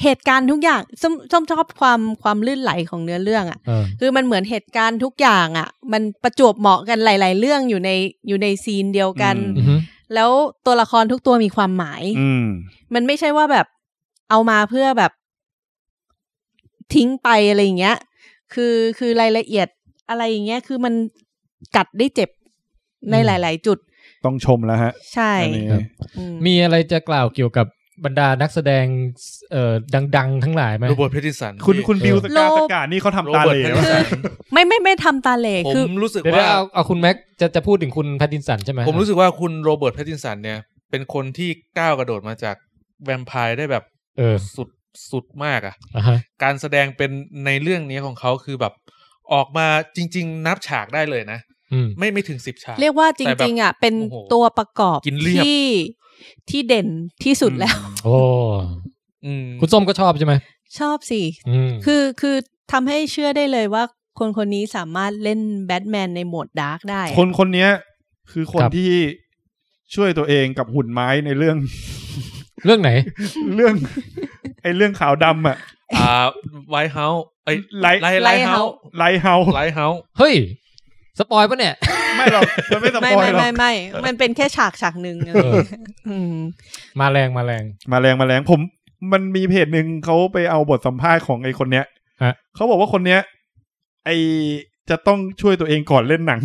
Speaker 6: เหตุการณ์ทุกอย่างส้มส้มชอบความความลื่นไหลของเนื้อเรื่องอ่ะ
Speaker 2: เออ
Speaker 6: คือมันเหมือนเหตุการณ์ทุกอย่างอะ่ะ มันประจวบเหมาะกันหลาย ๆ เรื่องอยู่ในอยู่ในซีนเดียวกัน
Speaker 3: อื
Speaker 2: อื
Speaker 3: ม
Speaker 2: อฮึ
Speaker 6: แล้วตัวละครทุกตัวมีความหมาย
Speaker 3: อืม
Speaker 6: มันไม่ใช่ว่าแบบเอามาเพื่อแบบ ทิ้งไปอะไรอย่างเงี้ย คือคือรายละเอียดอะไรอย่างเงี้ย คือมันกัดได้เจ็บในหลาย ๆ จุด
Speaker 3: ต้องชมแล้วฮะ
Speaker 6: ใช่
Speaker 3: อันนี้
Speaker 6: อืม
Speaker 2: มีอะไรจะกล่าวเกี่ยวกับบรรดานักแสดงเอ่อดัง ๆ ทั้งหลายไหม
Speaker 4: โรเบิร์ตแพตตินสัน
Speaker 3: คุณคุณบิว
Speaker 2: เออ
Speaker 3: สกาสกานี่เขาทำตาเหลว
Speaker 6: คือไม่ไม่ไม่ทำตาเหล
Speaker 4: ผ
Speaker 6: คือ
Speaker 4: มรู้สึก
Speaker 2: เดี๋ยว
Speaker 4: ว่า
Speaker 2: เอาเอาคุณแม็กจะจะพูดถึงคุณแพตตินสันใช่ไหม
Speaker 4: ผมรู้สึกว่าคุณโรเบิร์ตแพตตินสันเนี่ย เป็นคนที่ก้าวกระโดดมาจากแวมไพร์ได้แบบ
Speaker 2: เออ
Speaker 4: สุดสุดมากอะ่ะ
Speaker 2: อ่ะฮะ
Speaker 4: การแสดงเป็นในเรื่องนี้ของเขาคือแบบออกมาจริง ๆ นับฉากได้เลยนะ
Speaker 2: อืม
Speaker 4: ไม่ไม่ถึงสิบฉาก
Speaker 6: เรียกว่าจ
Speaker 4: แต่แบ
Speaker 6: ริ
Speaker 4: บ
Speaker 6: ง ๆ อ่ะ เป็น
Speaker 4: โอ้โห
Speaker 6: ตัวประกอบ
Speaker 4: กินเรียบ
Speaker 6: ที่ที่เด่นที่สุดแล้ว
Speaker 2: โอ้
Speaker 4: อืม
Speaker 2: คุณส้มก็ชอบใช่ไหม
Speaker 6: ชอบสิ
Speaker 2: อืม
Speaker 6: คือคือทำให้เชื่อได้เลยว่าคนคนนี้สามารถเล่นแบทแมนในโหมดดาร์กได้อะ
Speaker 3: คนคนเนี้ย คือคน
Speaker 2: ครับ
Speaker 3: ที่ช่วยตัวเองกับหุ่นไม้ในเรื่อง
Speaker 2: เรื่องไหน
Speaker 3: เรื่อง ไอ้เรื่องขาวดำอะ
Speaker 4: อ่าไวท์เฮาส์ไอ้ย
Speaker 3: ไลท์
Speaker 4: ไลท์ไลท์เฮาส์
Speaker 3: ไลท์เฮา
Speaker 4: ไลท์เฮาส์
Speaker 2: เฮ้ย สปอยปะเนี่ย
Speaker 3: ไม่หรอกมันไม่ส
Speaker 6: ไม่
Speaker 3: ปอย
Speaker 6: ไม่
Speaker 3: หรอก
Speaker 6: ไม่ไม่มันเป็นแค่ฉากฉากหนึ่ง
Speaker 2: เออ
Speaker 6: ม
Speaker 2: มาแรงมาแรง
Speaker 3: มาแรงมาแรงผม มันมีเพจหนึ่งเขาไปเอาบทสัมภาษณ์ของไอ้คนเนี้ย
Speaker 2: ฮะ
Speaker 3: เขาบอกว่าคนเนี้ย ไอจะต้องช่วยตัวเองก่อนเล่นหนัง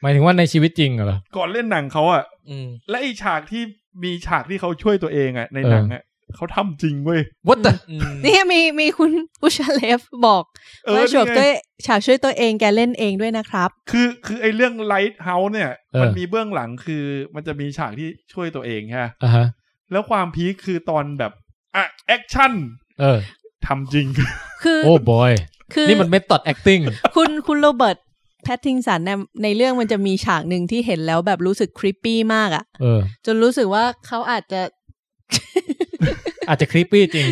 Speaker 2: หมายถึงว่าในชีวิตจริงเหรอ
Speaker 3: ก่อนเล่นหนังเขาอะ
Speaker 4: อืม
Speaker 3: และไอฉากที่มีฉากที่เขาช่วยตัวเองอะในหนังอะเขาทำจริงเว้ย
Speaker 2: What the
Speaker 4: อืม
Speaker 6: นี่มีมีคุณอุชาเลฟบอก
Speaker 3: เออ
Speaker 6: ว่าฉาก
Speaker 3: นี่
Speaker 6: ด้
Speaker 3: ไง
Speaker 6: วยฉากช่วยตัวเองแกเล่นเองด้วยนะครับ
Speaker 3: คือคือไอเรื่องไลท์เฮาส์เนี่ย
Speaker 2: เออ
Speaker 3: มันมีเบื้องหลังคือมันจะมีฉากที่ช่วยตัวเองใช่ปะ
Speaker 2: อ่าฮะ
Speaker 3: แล้วความพีคคือตอนแบบอ่ะแอคชั่น
Speaker 2: เออ
Speaker 3: ทำจริง
Speaker 6: คือ
Speaker 2: โอ้บอย
Speaker 6: คือ
Speaker 2: นี่มันเม t อด acting
Speaker 6: คุณคุณโรเบิร์ตแพตติงสันเนี่ยในเรื่องมันจะมีฉากหนึ่งที่เห็นแล้วแบบรู้สึกคริปปี้มากอะ
Speaker 2: เออ
Speaker 6: จนรู้สึกว่าเขาอาจจะ
Speaker 2: อาจจะคลิปปี้จริ ง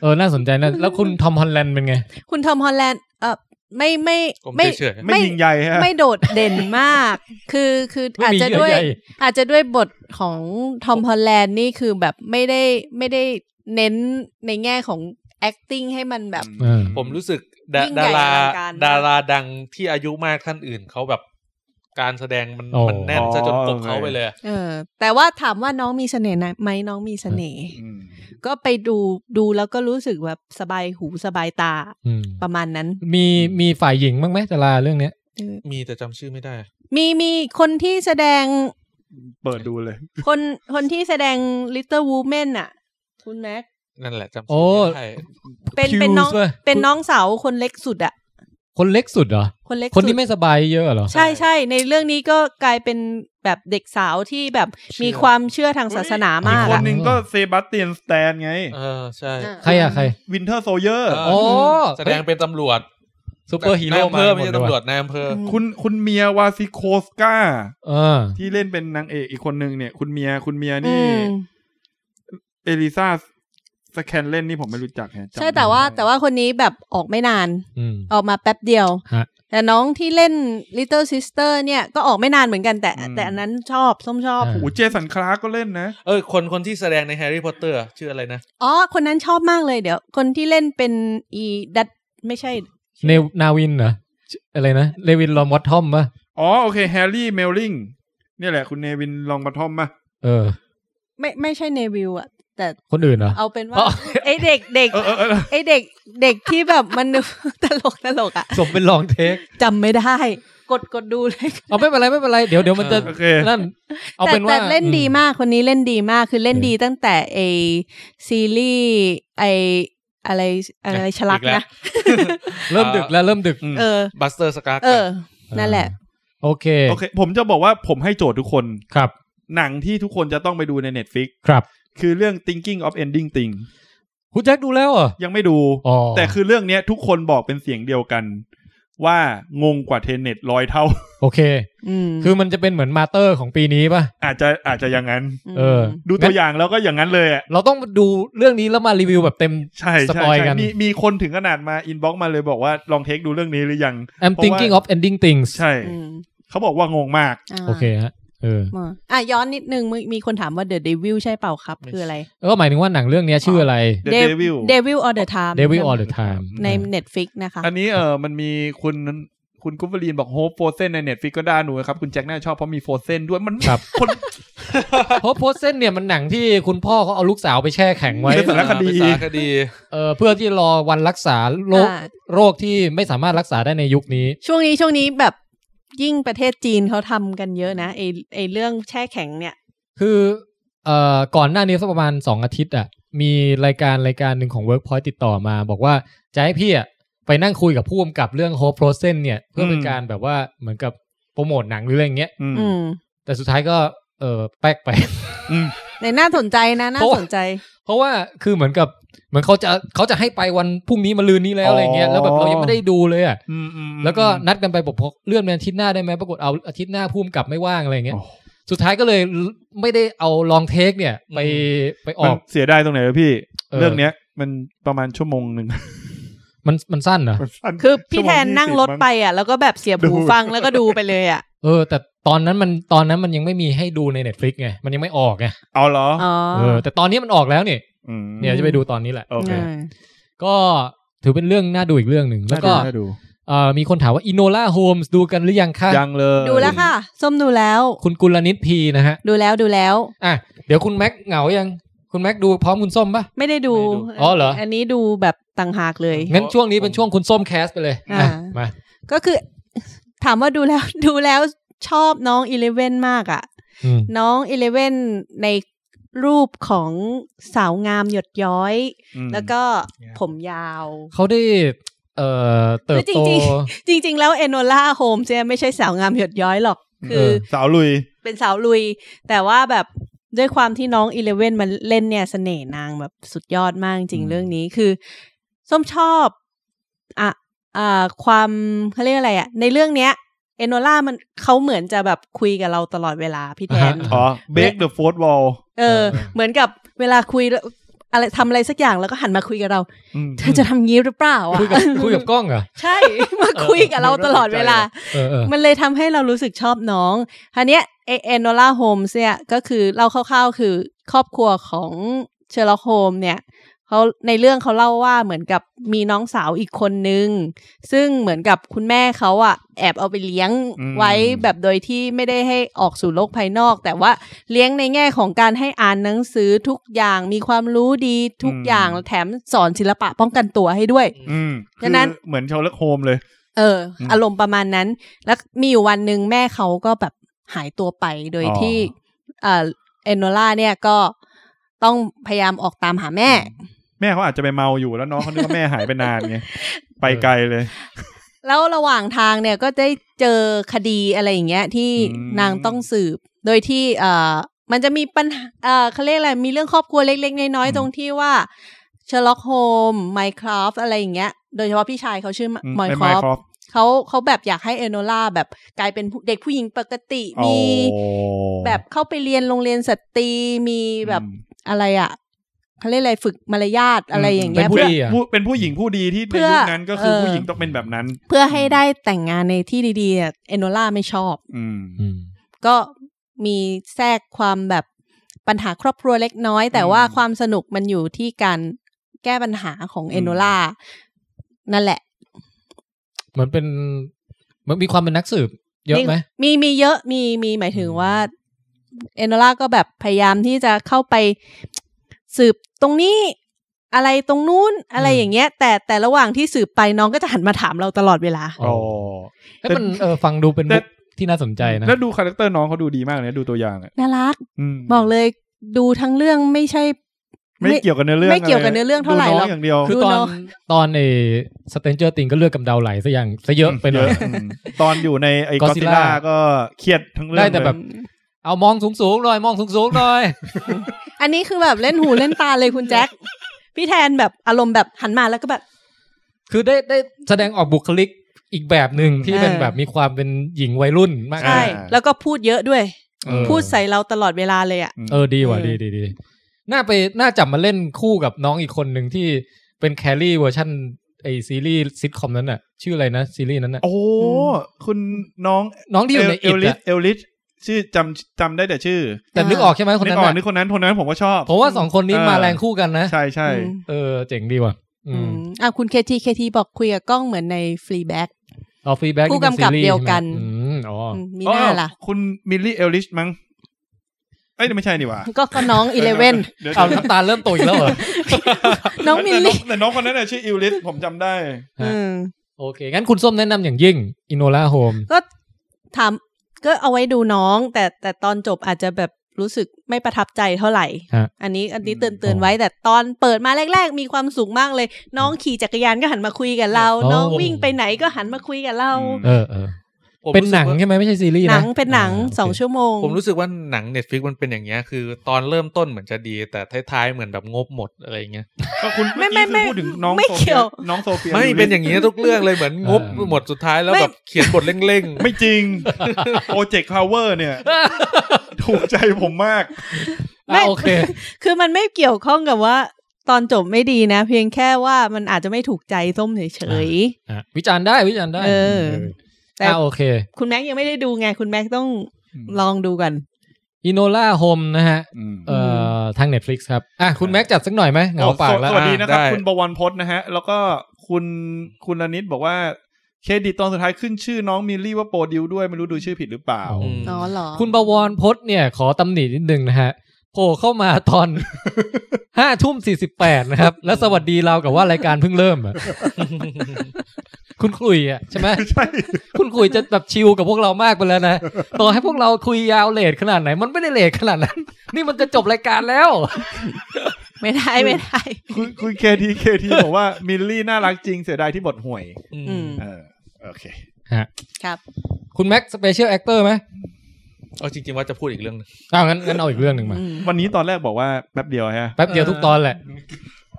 Speaker 2: เออ น่าสนใจนะ แล้วคุณทอมฮอลแลนด์เป็นไง
Speaker 6: คุณทอมฮอลแลนด์เออไม่ไม่
Speaker 4: ผม
Speaker 6: ไม่
Speaker 4: เฉย
Speaker 3: ไม่ยิงใหญ่ฮะ
Speaker 6: ไม่โดดเด่นมาก คือคือ
Speaker 2: ไม่
Speaker 6: อาจ
Speaker 2: มี
Speaker 6: จะ
Speaker 2: เยื่อ
Speaker 6: ด้วย
Speaker 2: ใย
Speaker 6: อาจจะด้วยบทของทอมฮอลแลนด์นี่คือแบบไม่ได้ไม่ได้เน้นในแง่ของ acting ให้มันแบบ
Speaker 2: เออ
Speaker 4: ๆผมรู้สึกดา
Speaker 6: ยิ่งใหญ่
Speaker 4: ดารา
Speaker 6: อลังการมาก
Speaker 4: ดาราดังที่อายุมากท่านอื่นเขาแบบการแสดงมัน
Speaker 2: โอ้
Speaker 4: มันแน่นซะจนกบเขาไปเลย
Speaker 6: เออแต่ว่าถามว่าน้องมีเสน่ห์ไหมน้องมีเสน่ห์
Speaker 3: อืม
Speaker 6: ก็ไปดูดูแล้วก็รู้สึกแบบสบายหูสบายตา
Speaker 2: อืม
Speaker 6: ประมาณนั้น
Speaker 2: มีมีฝ่ายหญิงบ้างไหมดาราเรื่องเนี้ย
Speaker 6: เออ
Speaker 4: มีแต่จำชื่อไม่ได้
Speaker 6: มีมีคนที่แสดง
Speaker 3: เปิดดูเลย
Speaker 6: คนคนที่แสดง Little Women น่ะ คุณแม็ก
Speaker 4: นั่นแหละจำ
Speaker 2: โอ้
Speaker 4: ชื่อไม่ได้
Speaker 6: เป็น
Speaker 2: Pews
Speaker 6: เป็นน้อง
Speaker 2: ว้ย
Speaker 6: เป็นน้องสาวคนเล็กสุดอะ
Speaker 2: คนเล็กสุดเหรอ
Speaker 6: คนเล็กสุด
Speaker 2: คนที่ไม่สบายเยอะเหรอ
Speaker 6: ใช่ใช่ในเรื่องนี้ก็กลายเป็นแบบเด็กสาวที่แบบมีความเชื่อทางศาสนามาก
Speaker 3: คน
Speaker 6: อะ
Speaker 3: หนึ่งก็เซบาสเตียนสแตนไง
Speaker 4: เออใช่
Speaker 2: ใครอะใคร
Speaker 3: วินเทอร์โซเยอร์
Speaker 4: เอ
Speaker 2: อ๋อ
Speaker 4: แสดงเป็นตำรวจ
Speaker 2: ซูเปอร์ฮีโร่
Speaker 4: นายอำ
Speaker 2: มา
Speaker 4: เภอ
Speaker 2: หม
Speaker 4: ไม่
Speaker 2: ด
Speaker 4: ใช่
Speaker 2: เลย
Speaker 4: ตำรว
Speaker 2: ว่ะ
Speaker 4: จนายอำเภอ
Speaker 3: คุณคุณเมียวาซิโคสกา
Speaker 2: เออ
Speaker 3: ที่เล่นเป็นนางเอกอีกคนหนึ่งเนี่ย คุณเมียคุณเมีย
Speaker 6: อื
Speaker 3: นี่
Speaker 6: ม
Speaker 3: เอลิซาสแคนเล่นนี่ผมไม่รู้จักฮะจำไม่
Speaker 6: ใช่แต่ว่า
Speaker 3: ได้
Speaker 6: แต่ว่าคนนี้แบบออกไม่นาน
Speaker 2: อืม
Speaker 6: ออกมาแป๊บเดียว
Speaker 2: ฮะ
Speaker 6: แต่น้องที่เล่น Little Sister เนี่ยก็ออกไม่นานเหมือนกันแต่แต่อันนั้นชอบส้มชอบ
Speaker 2: อ่า
Speaker 3: โอ้เจสันคลาร์กก็เล่นนะ
Speaker 4: เออคนคนที่แสดงในแฮร์รี่พอตเตอร์ชื่ออะไรนะ
Speaker 6: อ๋อ คนนั้นชอบมากเลยเดี๋ยว คนที่เล่นเป็นอีดัตไม่ใช่
Speaker 2: เนวนาวินเหรอชื่ออะไรนะเลวินลอมวอตทอมปะ
Speaker 3: อ๋อโอเคแฮร์รี่เมลลิงเนี่ยแหละคุณเนวินลองมาทอมมา
Speaker 2: เออ
Speaker 6: ไม่ไม่ใช่เนวิลอะแต่
Speaker 2: คนอื่นเหรอ
Speaker 6: เอาเป็น
Speaker 2: อ๋
Speaker 6: ว่า
Speaker 2: อ
Speaker 6: ไอเด็กเด็ก
Speaker 3: เออเออเออ
Speaker 6: ไอเด็กเด็กที่แบบมันดู ตลกตลกอะ
Speaker 2: สมเป็นลองเทค
Speaker 6: จำไม่ได้ กดกดดูเลย
Speaker 2: เอาไม่เป็นไรไม่เป็นไรเดี๋ยวเดี๋ยวมันจะ
Speaker 3: โอเค
Speaker 2: นั่น เอา
Speaker 6: แต่
Speaker 2: เป็นว่า
Speaker 6: แต่เล่นดีมากคนนี้เล่นดีมากคือเล่น
Speaker 2: โอเค
Speaker 6: ดีตั้งแต่ไอซีรีส์ไออะไรอะไรฉลักนะ
Speaker 2: เริ่มดึกแล้วเริ่มดึก
Speaker 3: อืม
Speaker 6: เออ
Speaker 4: บัสเตอร์สกา
Speaker 6: เออ นั่นแหละ
Speaker 2: โอเค
Speaker 3: โอเค ผมจะบอกว่าผมให้โจทย์ทุกคน
Speaker 2: ครับ
Speaker 3: หนังที่ทุกคนจะต้องไปดูใน Netflix
Speaker 2: ครับ
Speaker 3: คือเรื่อง Thinking of Ending Thing
Speaker 2: คุณแจ็คดูแล้วเหรอ
Speaker 3: ยังไม่ดู
Speaker 2: อ๋อ
Speaker 3: แต่คือเรื่องเนี้ยทุกคนบอกเป็นเสียงเดียวกัน ว่างงกว่าเทเน็ตร้อยเท่า
Speaker 2: โอเค
Speaker 6: อืม
Speaker 2: คือมันจะเป็นเหมือนมาเตอร์ของปีนี้ป่ะ
Speaker 3: อาจจะอาจจะอย่างนั้น
Speaker 6: ม
Speaker 2: เออ
Speaker 3: ดูตัวอย่างแล้วก็อย่างนั้นเลยอะ
Speaker 2: เราต้องดูเรื่องนี้แล้วมารีวิวแบบเต็ม
Speaker 3: ใช่
Speaker 2: ส
Speaker 3: ใช่
Speaker 2: ปอย
Speaker 3: ใช่
Speaker 2: กัน
Speaker 3: มีมีคนถึงขนาดมาอินบ็อกมาเลยบอกว่าลองเทคดูเรื่องนี้หรือยัง
Speaker 2: I'm
Speaker 3: เพราะว่า
Speaker 2: thinking of ending things
Speaker 3: ใช่
Speaker 6: อืม
Speaker 3: เขาบอกว่างงมาก
Speaker 6: า
Speaker 2: โอเคฮะเออ
Speaker 6: มาอ่ะย้อนนิดนึงมีมีคนถามว่า The Devil ใช่เปล่าครับ คืออะไร
Speaker 2: แล้วก็หมายถึงว่าหนังเรื่องเนี้ยชื่ออะไร
Speaker 3: The
Speaker 6: Dev-
Speaker 3: Devil
Speaker 6: Devil all the time
Speaker 2: Devil All the Time
Speaker 6: ใน Netflix นะคะ
Speaker 3: อันนี้เออมันมีคุณคุณกุฟเฟรีนบอกโฮปโฟเซนในเน็ตฟิกก็ได้หนูนะครับ คุณแจ็คน่าชอบเพราะมีโฟเซนด้วยมัน
Speaker 2: ครับ
Speaker 3: คน
Speaker 2: เพราะโพสเซนเนี่ยมันหนังที่คุณพ่อเขาเอาลูกสาวไปแช่แข็ง ไว้
Speaker 3: เป็นสารคดี
Speaker 4: สารคดี
Speaker 2: เออเพื่อที่รอวันรักษาโรค
Speaker 6: อ่า
Speaker 2: โรคที่ไม่สามารถรักษาได้ในยุคนี้
Speaker 6: ช่วงนี้ช่วงนี้แบบยิ่งประเทศจีนเขาทำกันเยอะนะไอไอเรื่องแช่แข็งเนี่ย
Speaker 2: คือเอ่อก่อนหน้านี้สักประมาณ 2 อาทิตย์อ่ะมีรายการรายการหนึ่งของ Workpoint ติดต่อมา บอกว่าจะให้พี่อ่ะไปนั่งคุยกับผู้กำกับเรื่อง Hope p r o c e n เนี่ยเพื่อเป็น
Speaker 3: อืม
Speaker 2: การแบบว่าเหมือนกับโปรโมทหนังหรืออะไรอย่างเงี้ย
Speaker 3: อืม
Speaker 6: อืม
Speaker 2: แต่สุดท้ายก็เออแป๊กไป
Speaker 3: อืม
Speaker 6: ในน่าสนใจนะน่าสนใจ
Speaker 2: เพราะว่าคือเหมือนกับเหมือนเขาจะเขาจะให้ไปวันพรุ่งนี้มาลืนนี้แล้วอะไรเงี้ยแล้วแบบเรายังไม่ได้ดูเลยอ่ะ
Speaker 3: อืมอืม
Speaker 2: แล้วก็นัดกันไปบอกพอเลื่อนเป็นอาทิตย์หน้าได้ไหมปรากฏเอาอาทิตย์หน้าผู้กำกับไม่ว่างอะไรอย่างเงี้ย
Speaker 3: โอ้
Speaker 2: สุดท้ายก็เลยไม่ได้เอาลองเทคเนี่ย ไป
Speaker 4: อื
Speaker 2: ไปอ
Speaker 3: มั
Speaker 2: อน ก
Speaker 3: เสียดายตรงไหนวะพี่
Speaker 2: เออ
Speaker 3: เรื่องเนี้ย มันประมาณชั่วโมง หนึ่ง
Speaker 2: มันมันสั้นเหรอ
Speaker 3: มันสั้น
Speaker 6: คือพี่แทนนั่งรถ
Speaker 3: ชั่วโมง20
Speaker 6: ไปอ่ะ แล้วก็แบบเสียบ
Speaker 3: ดู
Speaker 6: หูฟังแล้วก็ดูไปเลยอ่ะ
Speaker 2: เออ แต่ตอนนั้นมันตอนนั้นมันยังไม่มีให้ดูใน Netflix ไง มันยังไม่ออกไง
Speaker 3: เอาเหรอ
Speaker 6: อ๋อ
Speaker 2: เออแต่ตอนนี้มันออกแล้วเนี่ย
Speaker 3: ม
Speaker 2: เนี่ยจะไปดูตอนนี้แหละ
Speaker 3: โอเค
Speaker 2: ก็ถือเป็นเรื่องน่าดูอีกเรื่องหนึ่ง แล้วก็
Speaker 3: น่าดู
Speaker 2: เอ่อมีคนถามว่าอินโนล่าโฮมส์ดูกันหรือยังคะ
Speaker 3: ยังเลย
Speaker 6: ดูแล้วค่ะ ส้มดูแล้ว
Speaker 2: คุณกุลนิตพีนะฮะ
Speaker 6: ดูแล้วดูแล้ว
Speaker 2: อ่ะ เดี๋ยวคุณแม็กเหงายัง คุณแม็กดูพร้อมคุณส้มปะ
Speaker 6: ไม่ได้ดู
Speaker 4: ไม่ได้ดู
Speaker 2: อ๋อเหรออั
Speaker 6: อันนี้ดูแบบต่างหากเลย
Speaker 2: งั้นช่วงนี้เป็นช่วงคุณส้มแคสไปเลยอ่ะ
Speaker 6: อ่า
Speaker 2: มา
Speaker 6: ก็คือ ถามว่าดูแล้ว ดูแล้วชอบน้องอีเลเว่นมากอ่ะ
Speaker 2: อืม
Speaker 6: น้องอีเลเว่นในรูปของสาวงามหยดย้อย
Speaker 3: อืม
Speaker 6: แล้วก็ผมยาว
Speaker 2: เขาได้ เอ่อเติบโต
Speaker 6: จริง จริง ๆ แล้วเอโนล่าโฮมเนี่ยไม่ใช่สาวงามหยดย้อยหรอก คือ
Speaker 2: เออ
Speaker 3: สาวลุย
Speaker 6: เป็นสาวลุย แต่ว่าแบบด้วยความที่น้องอีเลเว่นมันเล่นเนี่ยสเสน่ห์นางแบบสุดยอดมากจริง
Speaker 3: อืม
Speaker 6: เรื่องนี้คือ ส้มชอบอ่ะอ่าความเขาเรียกอะไรอ่ะ ในเรื่องเนี้ยเอโนล่ามันเขาเหมือนจะแบบคุยกับเราตลอดเวลาพี่แทน
Speaker 2: อ่าฮะ
Speaker 3: อ๋อ break the fourth wall
Speaker 6: เออ เหมือนกับเวลาคุยแล้วอะไรทำอะไรสักอย่างแล้วก็หันมาคุยกับเรา
Speaker 3: อืม
Speaker 6: เธอจะทำงี้หรือเปล่าอ่ะ
Speaker 2: คุยกับ คุยกับกล้องเหรอ
Speaker 6: ใช่ มาคุยกับเราตลอดเวลา
Speaker 2: เออเออ
Speaker 6: มันเลยทำให้เรารู้สึกชอบน้องอันเนี้ยเอเอโนล่าโฮมเนี่ยก็คือเล่าคร่าวๆคือครอบครัวของเชอร์ล็อกโฮมเนี่ยเขาในเรื่องเขาเล่าว่าเหมือนกับมีน้องสาวอีกคนนึง ซึ่งเหมือนกับคุณแม่เขาอะแอบเอาไปเลี้ยงไว้แบบโดยที่ไม่ได้ให้ออกสู่โลกภายนอก แต่ว่าเลี้ยงในแง่ของการให้อ่านหนังสือทุกอย่างมีความรู้ดีทุกอย่างแถมสอนศิลปะป้องกันตัวให้ด้วย
Speaker 3: อืม
Speaker 6: ดังนั้น
Speaker 3: คือเหมือนชาวเล็กโฮมเลย
Speaker 6: เอออ
Speaker 3: ม
Speaker 6: อารมณ์ประมาณนั้น แล้วมีอยู่วันหนึ่งแม่เขาก็แบบหายตัวไปโดย
Speaker 3: อ๋อ
Speaker 6: ที่เอ่อเอนโนล่าเนี่ยก็ต้องพยายามออกตามหาแม่
Speaker 3: แม่เขาอาจจะไปเมาอยู่แล้วน้องเขานึก ว่าแม่หายไปนานไงไปไกลเลย
Speaker 6: แล้วระหว่างทางเนี่ยก็ได้เจอคดีอะไรอย่างเงี้ยที่
Speaker 3: อืม
Speaker 6: นางต้องสืบ โดยที่เอ่อมันจะมีปัญหาเอ่อเขาเรียกอะไรมีเรื่องครอบครัวเล็กๆน้อยๆตรงที่ว่าเชอร์ล็อกโฮมไมคราฟอะไรอย่างเงี้ย โดยเฉพาะพี่ชายเขาชื่อ
Speaker 3: อืม
Speaker 6: มอย
Speaker 3: ไม่
Speaker 6: คอ
Speaker 3: ไม่
Speaker 6: ฟ เขาเขาแบบอยากให้เอโนล่าแบบกลายเป็นผู้เด็กผู้หญิงปกติ
Speaker 3: อ๋อ
Speaker 6: มีแบบเข้าไปเรียนโรงเรียนสตรีมีแบบ
Speaker 3: อืม
Speaker 6: อะไรอ่ะเขาเรียกอะไรฝึกมารยาทอะไรอย่าง
Speaker 2: เป็
Speaker 6: เงี้
Speaker 2: น
Speaker 6: ย
Speaker 2: ผู้
Speaker 6: เพื่อ
Speaker 2: ดีอ่ะ
Speaker 3: ผู้เป็นผู้หญิงผู้ดีที่ใน
Speaker 6: เพื่อ
Speaker 3: ยุคนั้นก็คือ
Speaker 6: เออ
Speaker 3: ผู้หญิงต้องเป็นแบบนั้น
Speaker 6: เพื่อให้ได้แต่งงานในที่ดีๆเนี่ยเอโนล่าไม่ชอบ
Speaker 3: อืม
Speaker 2: อืม
Speaker 6: ก็มีแทรกความแบบปัญหาครอบครัวเล็กน้อย แต่
Speaker 3: อืม
Speaker 6: ว่าความสนุกมันอยู่ที่การแก้ปัญหาของ
Speaker 3: อืม
Speaker 6: เอโนล่านั่นแหละ
Speaker 2: เหมือนเป็นเหมือนมีความเป็นนักสืบ เยอะไหม
Speaker 6: มีมีเยอะมีมีหมายถึงว่าเอโนล่าก็แบบพยายามที่จะเข้าไปสืบตรงนี้อะไรตรงนู้นอะไร
Speaker 2: อืม
Speaker 6: อย่างเงี้ย แต่แต่ระหว่างที่สืบไปน้องก็จะหันมาถามเราตลอดเวลา
Speaker 2: อ๋อ
Speaker 3: อ๋อ
Speaker 2: เอ้ยมันเออฟังดูเป็น
Speaker 3: แต่
Speaker 2: มุกที่น่าสนใจนะ
Speaker 3: แล้วดูคาแรคเตอร์น้องเขาดูดีมากเลยนะดูตัวอย่างอ่ะ
Speaker 6: น่ารัก
Speaker 3: อืม
Speaker 6: บอกเลยดูทั้งเรื่องไม่ใช่
Speaker 3: ไม่เกี่ยวกับเนื้อเรื่อง
Speaker 6: ไม่เกี่ยวกับเนื้อเรื่องเท่าไหร่
Speaker 3: ดูน้
Speaker 6: หรอ
Speaker 3: อก งอย่างเดียว
Speaker 2: คือตอน
Speaker 6: ดูเนอะ
Speaker 2: ตอนเอสเตนเจอร์ติงก็เลือกกำเดาไหลซะอย่างซะเยอะไปหน่อย
Speaker 3: อืมตอนอยู่ในไอ้กอ
Speaker 2: Godzilla
Speaker 3: ซิล่าก็เครียดทั้งเรื่อง
Speaker 2: ได้แต่แบบ เอามองสูงสูงๆหน่อยมองสูงสูงๆหน่อย
Speaker 6: อันนี้คือแบบเล่นหูเล่นตาเลยคุณแจ็คพี่แทนแบบอารมณ์แบบหันมาแล้วก็แบบ
Speaker 2: คือได้ได้แสดงออกบุคลิกอีกแบบหนึ่งที่
Speaker 6: เออ
Speaker 2: เป็นแบบมีความเป็นหญิงวัยรุ่นมาก
Speaker 6: ใช่ แล้วก็พูดเยอะด้วย
Speaker 2: เออ
Speaker 6: พูดใส่เราตลอดเวลาเลยอ่ะ
Speaker 2: เออดีว่ะ
Speaker 6: เออ
Speaker 2: ดีดีดีน่าไปน่าจับมาเล่นคู่กับน้องอีกคนหนึ่งที่เป็นแครี่เวอร์ชันไอซีรีส์ซิทคอมนั้นน่ะ ชื่ออะไรนะซีรีส์นั้นน่ะ
Speaker 3: โอ้คุณน้อง
Speaker 2: น้องที่อยู่ใน
Speaker 3: เอ
Speaker 2: อิ
Speaker 3: ล
Speaker 2: ด
Speaker 3: ลิส
Speaker 2: อะ
Speaker 3: เอลลิสชื่อจำจำได้แต่ชื่อ
Speaker 2: แต่นึกออกใช่ไหมคน
Speaker 3: นึ
Speaker 2: นั้
Speaker 3: ก
Speaker 2: น
Speaker 3: ออก
Speaker 2: น่ะ
Speaker 3: นึกคนนั้นคนนั้นผมก็ชอบ
Speaker 2: ผมว่าสองคนนี้
Speaker 3: เออ
Speaker 2: มาแรงคู่กันนะ
Speaker 3: ใช่ใช่
Speaker 6: อืม
Speaker 2: เออเจ๋งดีว่ะ อื
Speaker 6: อื
Speaker 2: ม
Speaker 6: มอ่ะคุณเคทีเคทีบอกคุยกับกล้องเหมือนในฟรีแบ็
Speaker 2: เอาฟีดแบ็ก
Speaker 6: ผู้กำกับเดียวกัน
Speaker 2: อืมอ๋ออ
Speaker 6: อืมมีหน้าล่ะ
Speaker 3: คุณมิลลี่เอลลิสมั้งเอ้ยไม่ใช่นี่หว่า
Speaker 6: ก็ก็น้องอีเลเว่น
Speaker 3: ดี๋ยว
Speaker 2: เอา
Speaker 3: ดี๋ยว
Speaker 2: น้ำตาลเริ่มโตอีกแล้วเหรอ
Speaker 6: น้องมิลลี่
Speaker 3: แต่น้องคนนั้นน่ะชื่ออิลลิสผมจำได้
Speaker 2: ฮะ
Speaker 6: อืม
Speaker 2: โอเค งั้นคุณส้มแนะนำอย่างยิ่งอินโนล่าโฮม
Speaker 6: ก็ถามก็เอาไว้ดูน้อง แต่แต่ตอนจบอาจจะแบบรู้สึกไม่ประทับใจเท่าไหร่
Speaker 2: ฮะ
Speaker 6: อันนี้อันนี้
Speaker 3: อืม
Speaker 6: เตือนเตือนไว้แต่ตอนเปิดมาแรก ๆ มีความสุขมากเลย น้องขี่จักรยานก็หันมาคุยกับเรา
Speaker 2: โอ้
Speaker 6: น้องวิ่งไปไหนก็หันมาคุยกับเรา
Speaker 2: เออเออ
Speaker 4: ผม
Speaker 2: เป็นหนัง
Speaker 4: รู้สึกว่า
Speaker 2: ใช่ไหมไม่ใช่ซีรีส์ะ
Speaker 6: หนังเป็นหนัง
Speaker 2: าโเค
Speaker 6: สองชั่วโมง
Speaker 4: ผมรู้สึกว่าหนังเน็ตฟิกมันเป็นอย่างเงี้ยคือ ตอนเริ่มต้นเหมือนจะดี แต่ท้ายๆเหมือนแบบงบหมดอะไรอย่างเงี้ย
Speaker 3: ก็คุณ
Speaker 6: ไม่ไม่
Speaker 3: เอกี้คุณพูดถึงน้อง
Speaker 6: ไม่
Speaker 3: โซ
Speaker 6: เกี่
Speaker 3: ฟี
Speaker 6: ยว
Speaker 3: น้องโซเฟีย
Speaker 4: ไม่
Speaker 3: อิลลิส
Speaker 4: เป็นอย่างเงี้ยทุกเรื่องเลยเหมือนงบหมดสุดท้ายแล้วแบบเขียนบทเร่งๆ
Speaker 3: ไม่จริง โปรเจกต์พาวเวอร์เนี่ย ถูกใจผมมาก
Speaker 6: ไม่
Speaker 2: อ่ะโอเค
Speaker 6: คือมันไม่เกี่ยวข้องกับว่า ตอนจบไม่ดีนะ เพียงแค่ว่ามันอาจจะไม่ถูกใจส้มเฉย
Speaker 2: อ่ะวิจารณ์ได้วิจารณ์ได้
Speaker 6: เออ
Speaker 2: แต่ะโอเค
Speaker 6: ๆคุณแม็กซ์ยังไม่ได้ดูไงคุณแม็กซ์ต้องลองดูกัน
Speaker 2: อินโนล่าโฮมนะฮะ
Speaker 3: อืม
Speaker 2: เอ่อทาง Netflix ครับ อ่ะ คุณแม็กจัดสักหน่อยไหมเหงาปากแล้ว
Speaker 3: สวัสดีนะครับ
Speaker 4: ได้
Speaker 3: คุณบวรพจน์นะฮะ แล้วก็คุณคุณลนิดบอกว่าเครดิตตอนสุดท้ายขึ้นชื่อน้องมิลลี่ว่าโปรดิวด้วยไม่รู้ดูชื่อผิดหรือเปล่า
Speaker 2: อืม
Speaker 6: อ๋อเหรอ
Speaker 2: คุณบวรพจน์เนี่ย ขอตำหนินิดนึงนะฮะโผล่เข้ามาตอน ห้ าทุ่มสี่สิบแปดนะครับ แล้วสวัสดีเรากับว่ารายการเพิ่งเริ่มอะ คุณคุยอ่ะใช่ไหม
Speaker 3: ใช่
Speaker 2: คุณคุยจะแบบชิลกับพวกเรามากไปแล้วนะ ต่อให้พวกเราคุยยาวเลทขนาดไหน มันไม่ได้เลทขนาดนั้น นี่มันจะจบรายการแล้ว
Speaker 6: ไม่ได้ไม่ได้
Speaker 3: คุณคุณเคทีเคทีบอกว่ามิลลี่น่ารักจริงเสียดายที่บทห่วย
Speaker 6: อืม
Speaker 3: เออโอเค
Speaker 6: ครับ
Speaker 2: คุณแม็กสเปเชียลแอคเตอร์ไหม
Speaker 4: เอาจริง ๆ ว่าจะพูดอีกเรื่องหนึง
Speaker 2: อ้าวงั้นงั้นเอาอีกเรื่องหนึ่งมา
Speaker 6: อืม
Speaker 3: วันนี้ตอนแรกบอกว่าแป๊บเดียวฮะ
Speaker 2: แป๊บเดียวทุกตอนแหละ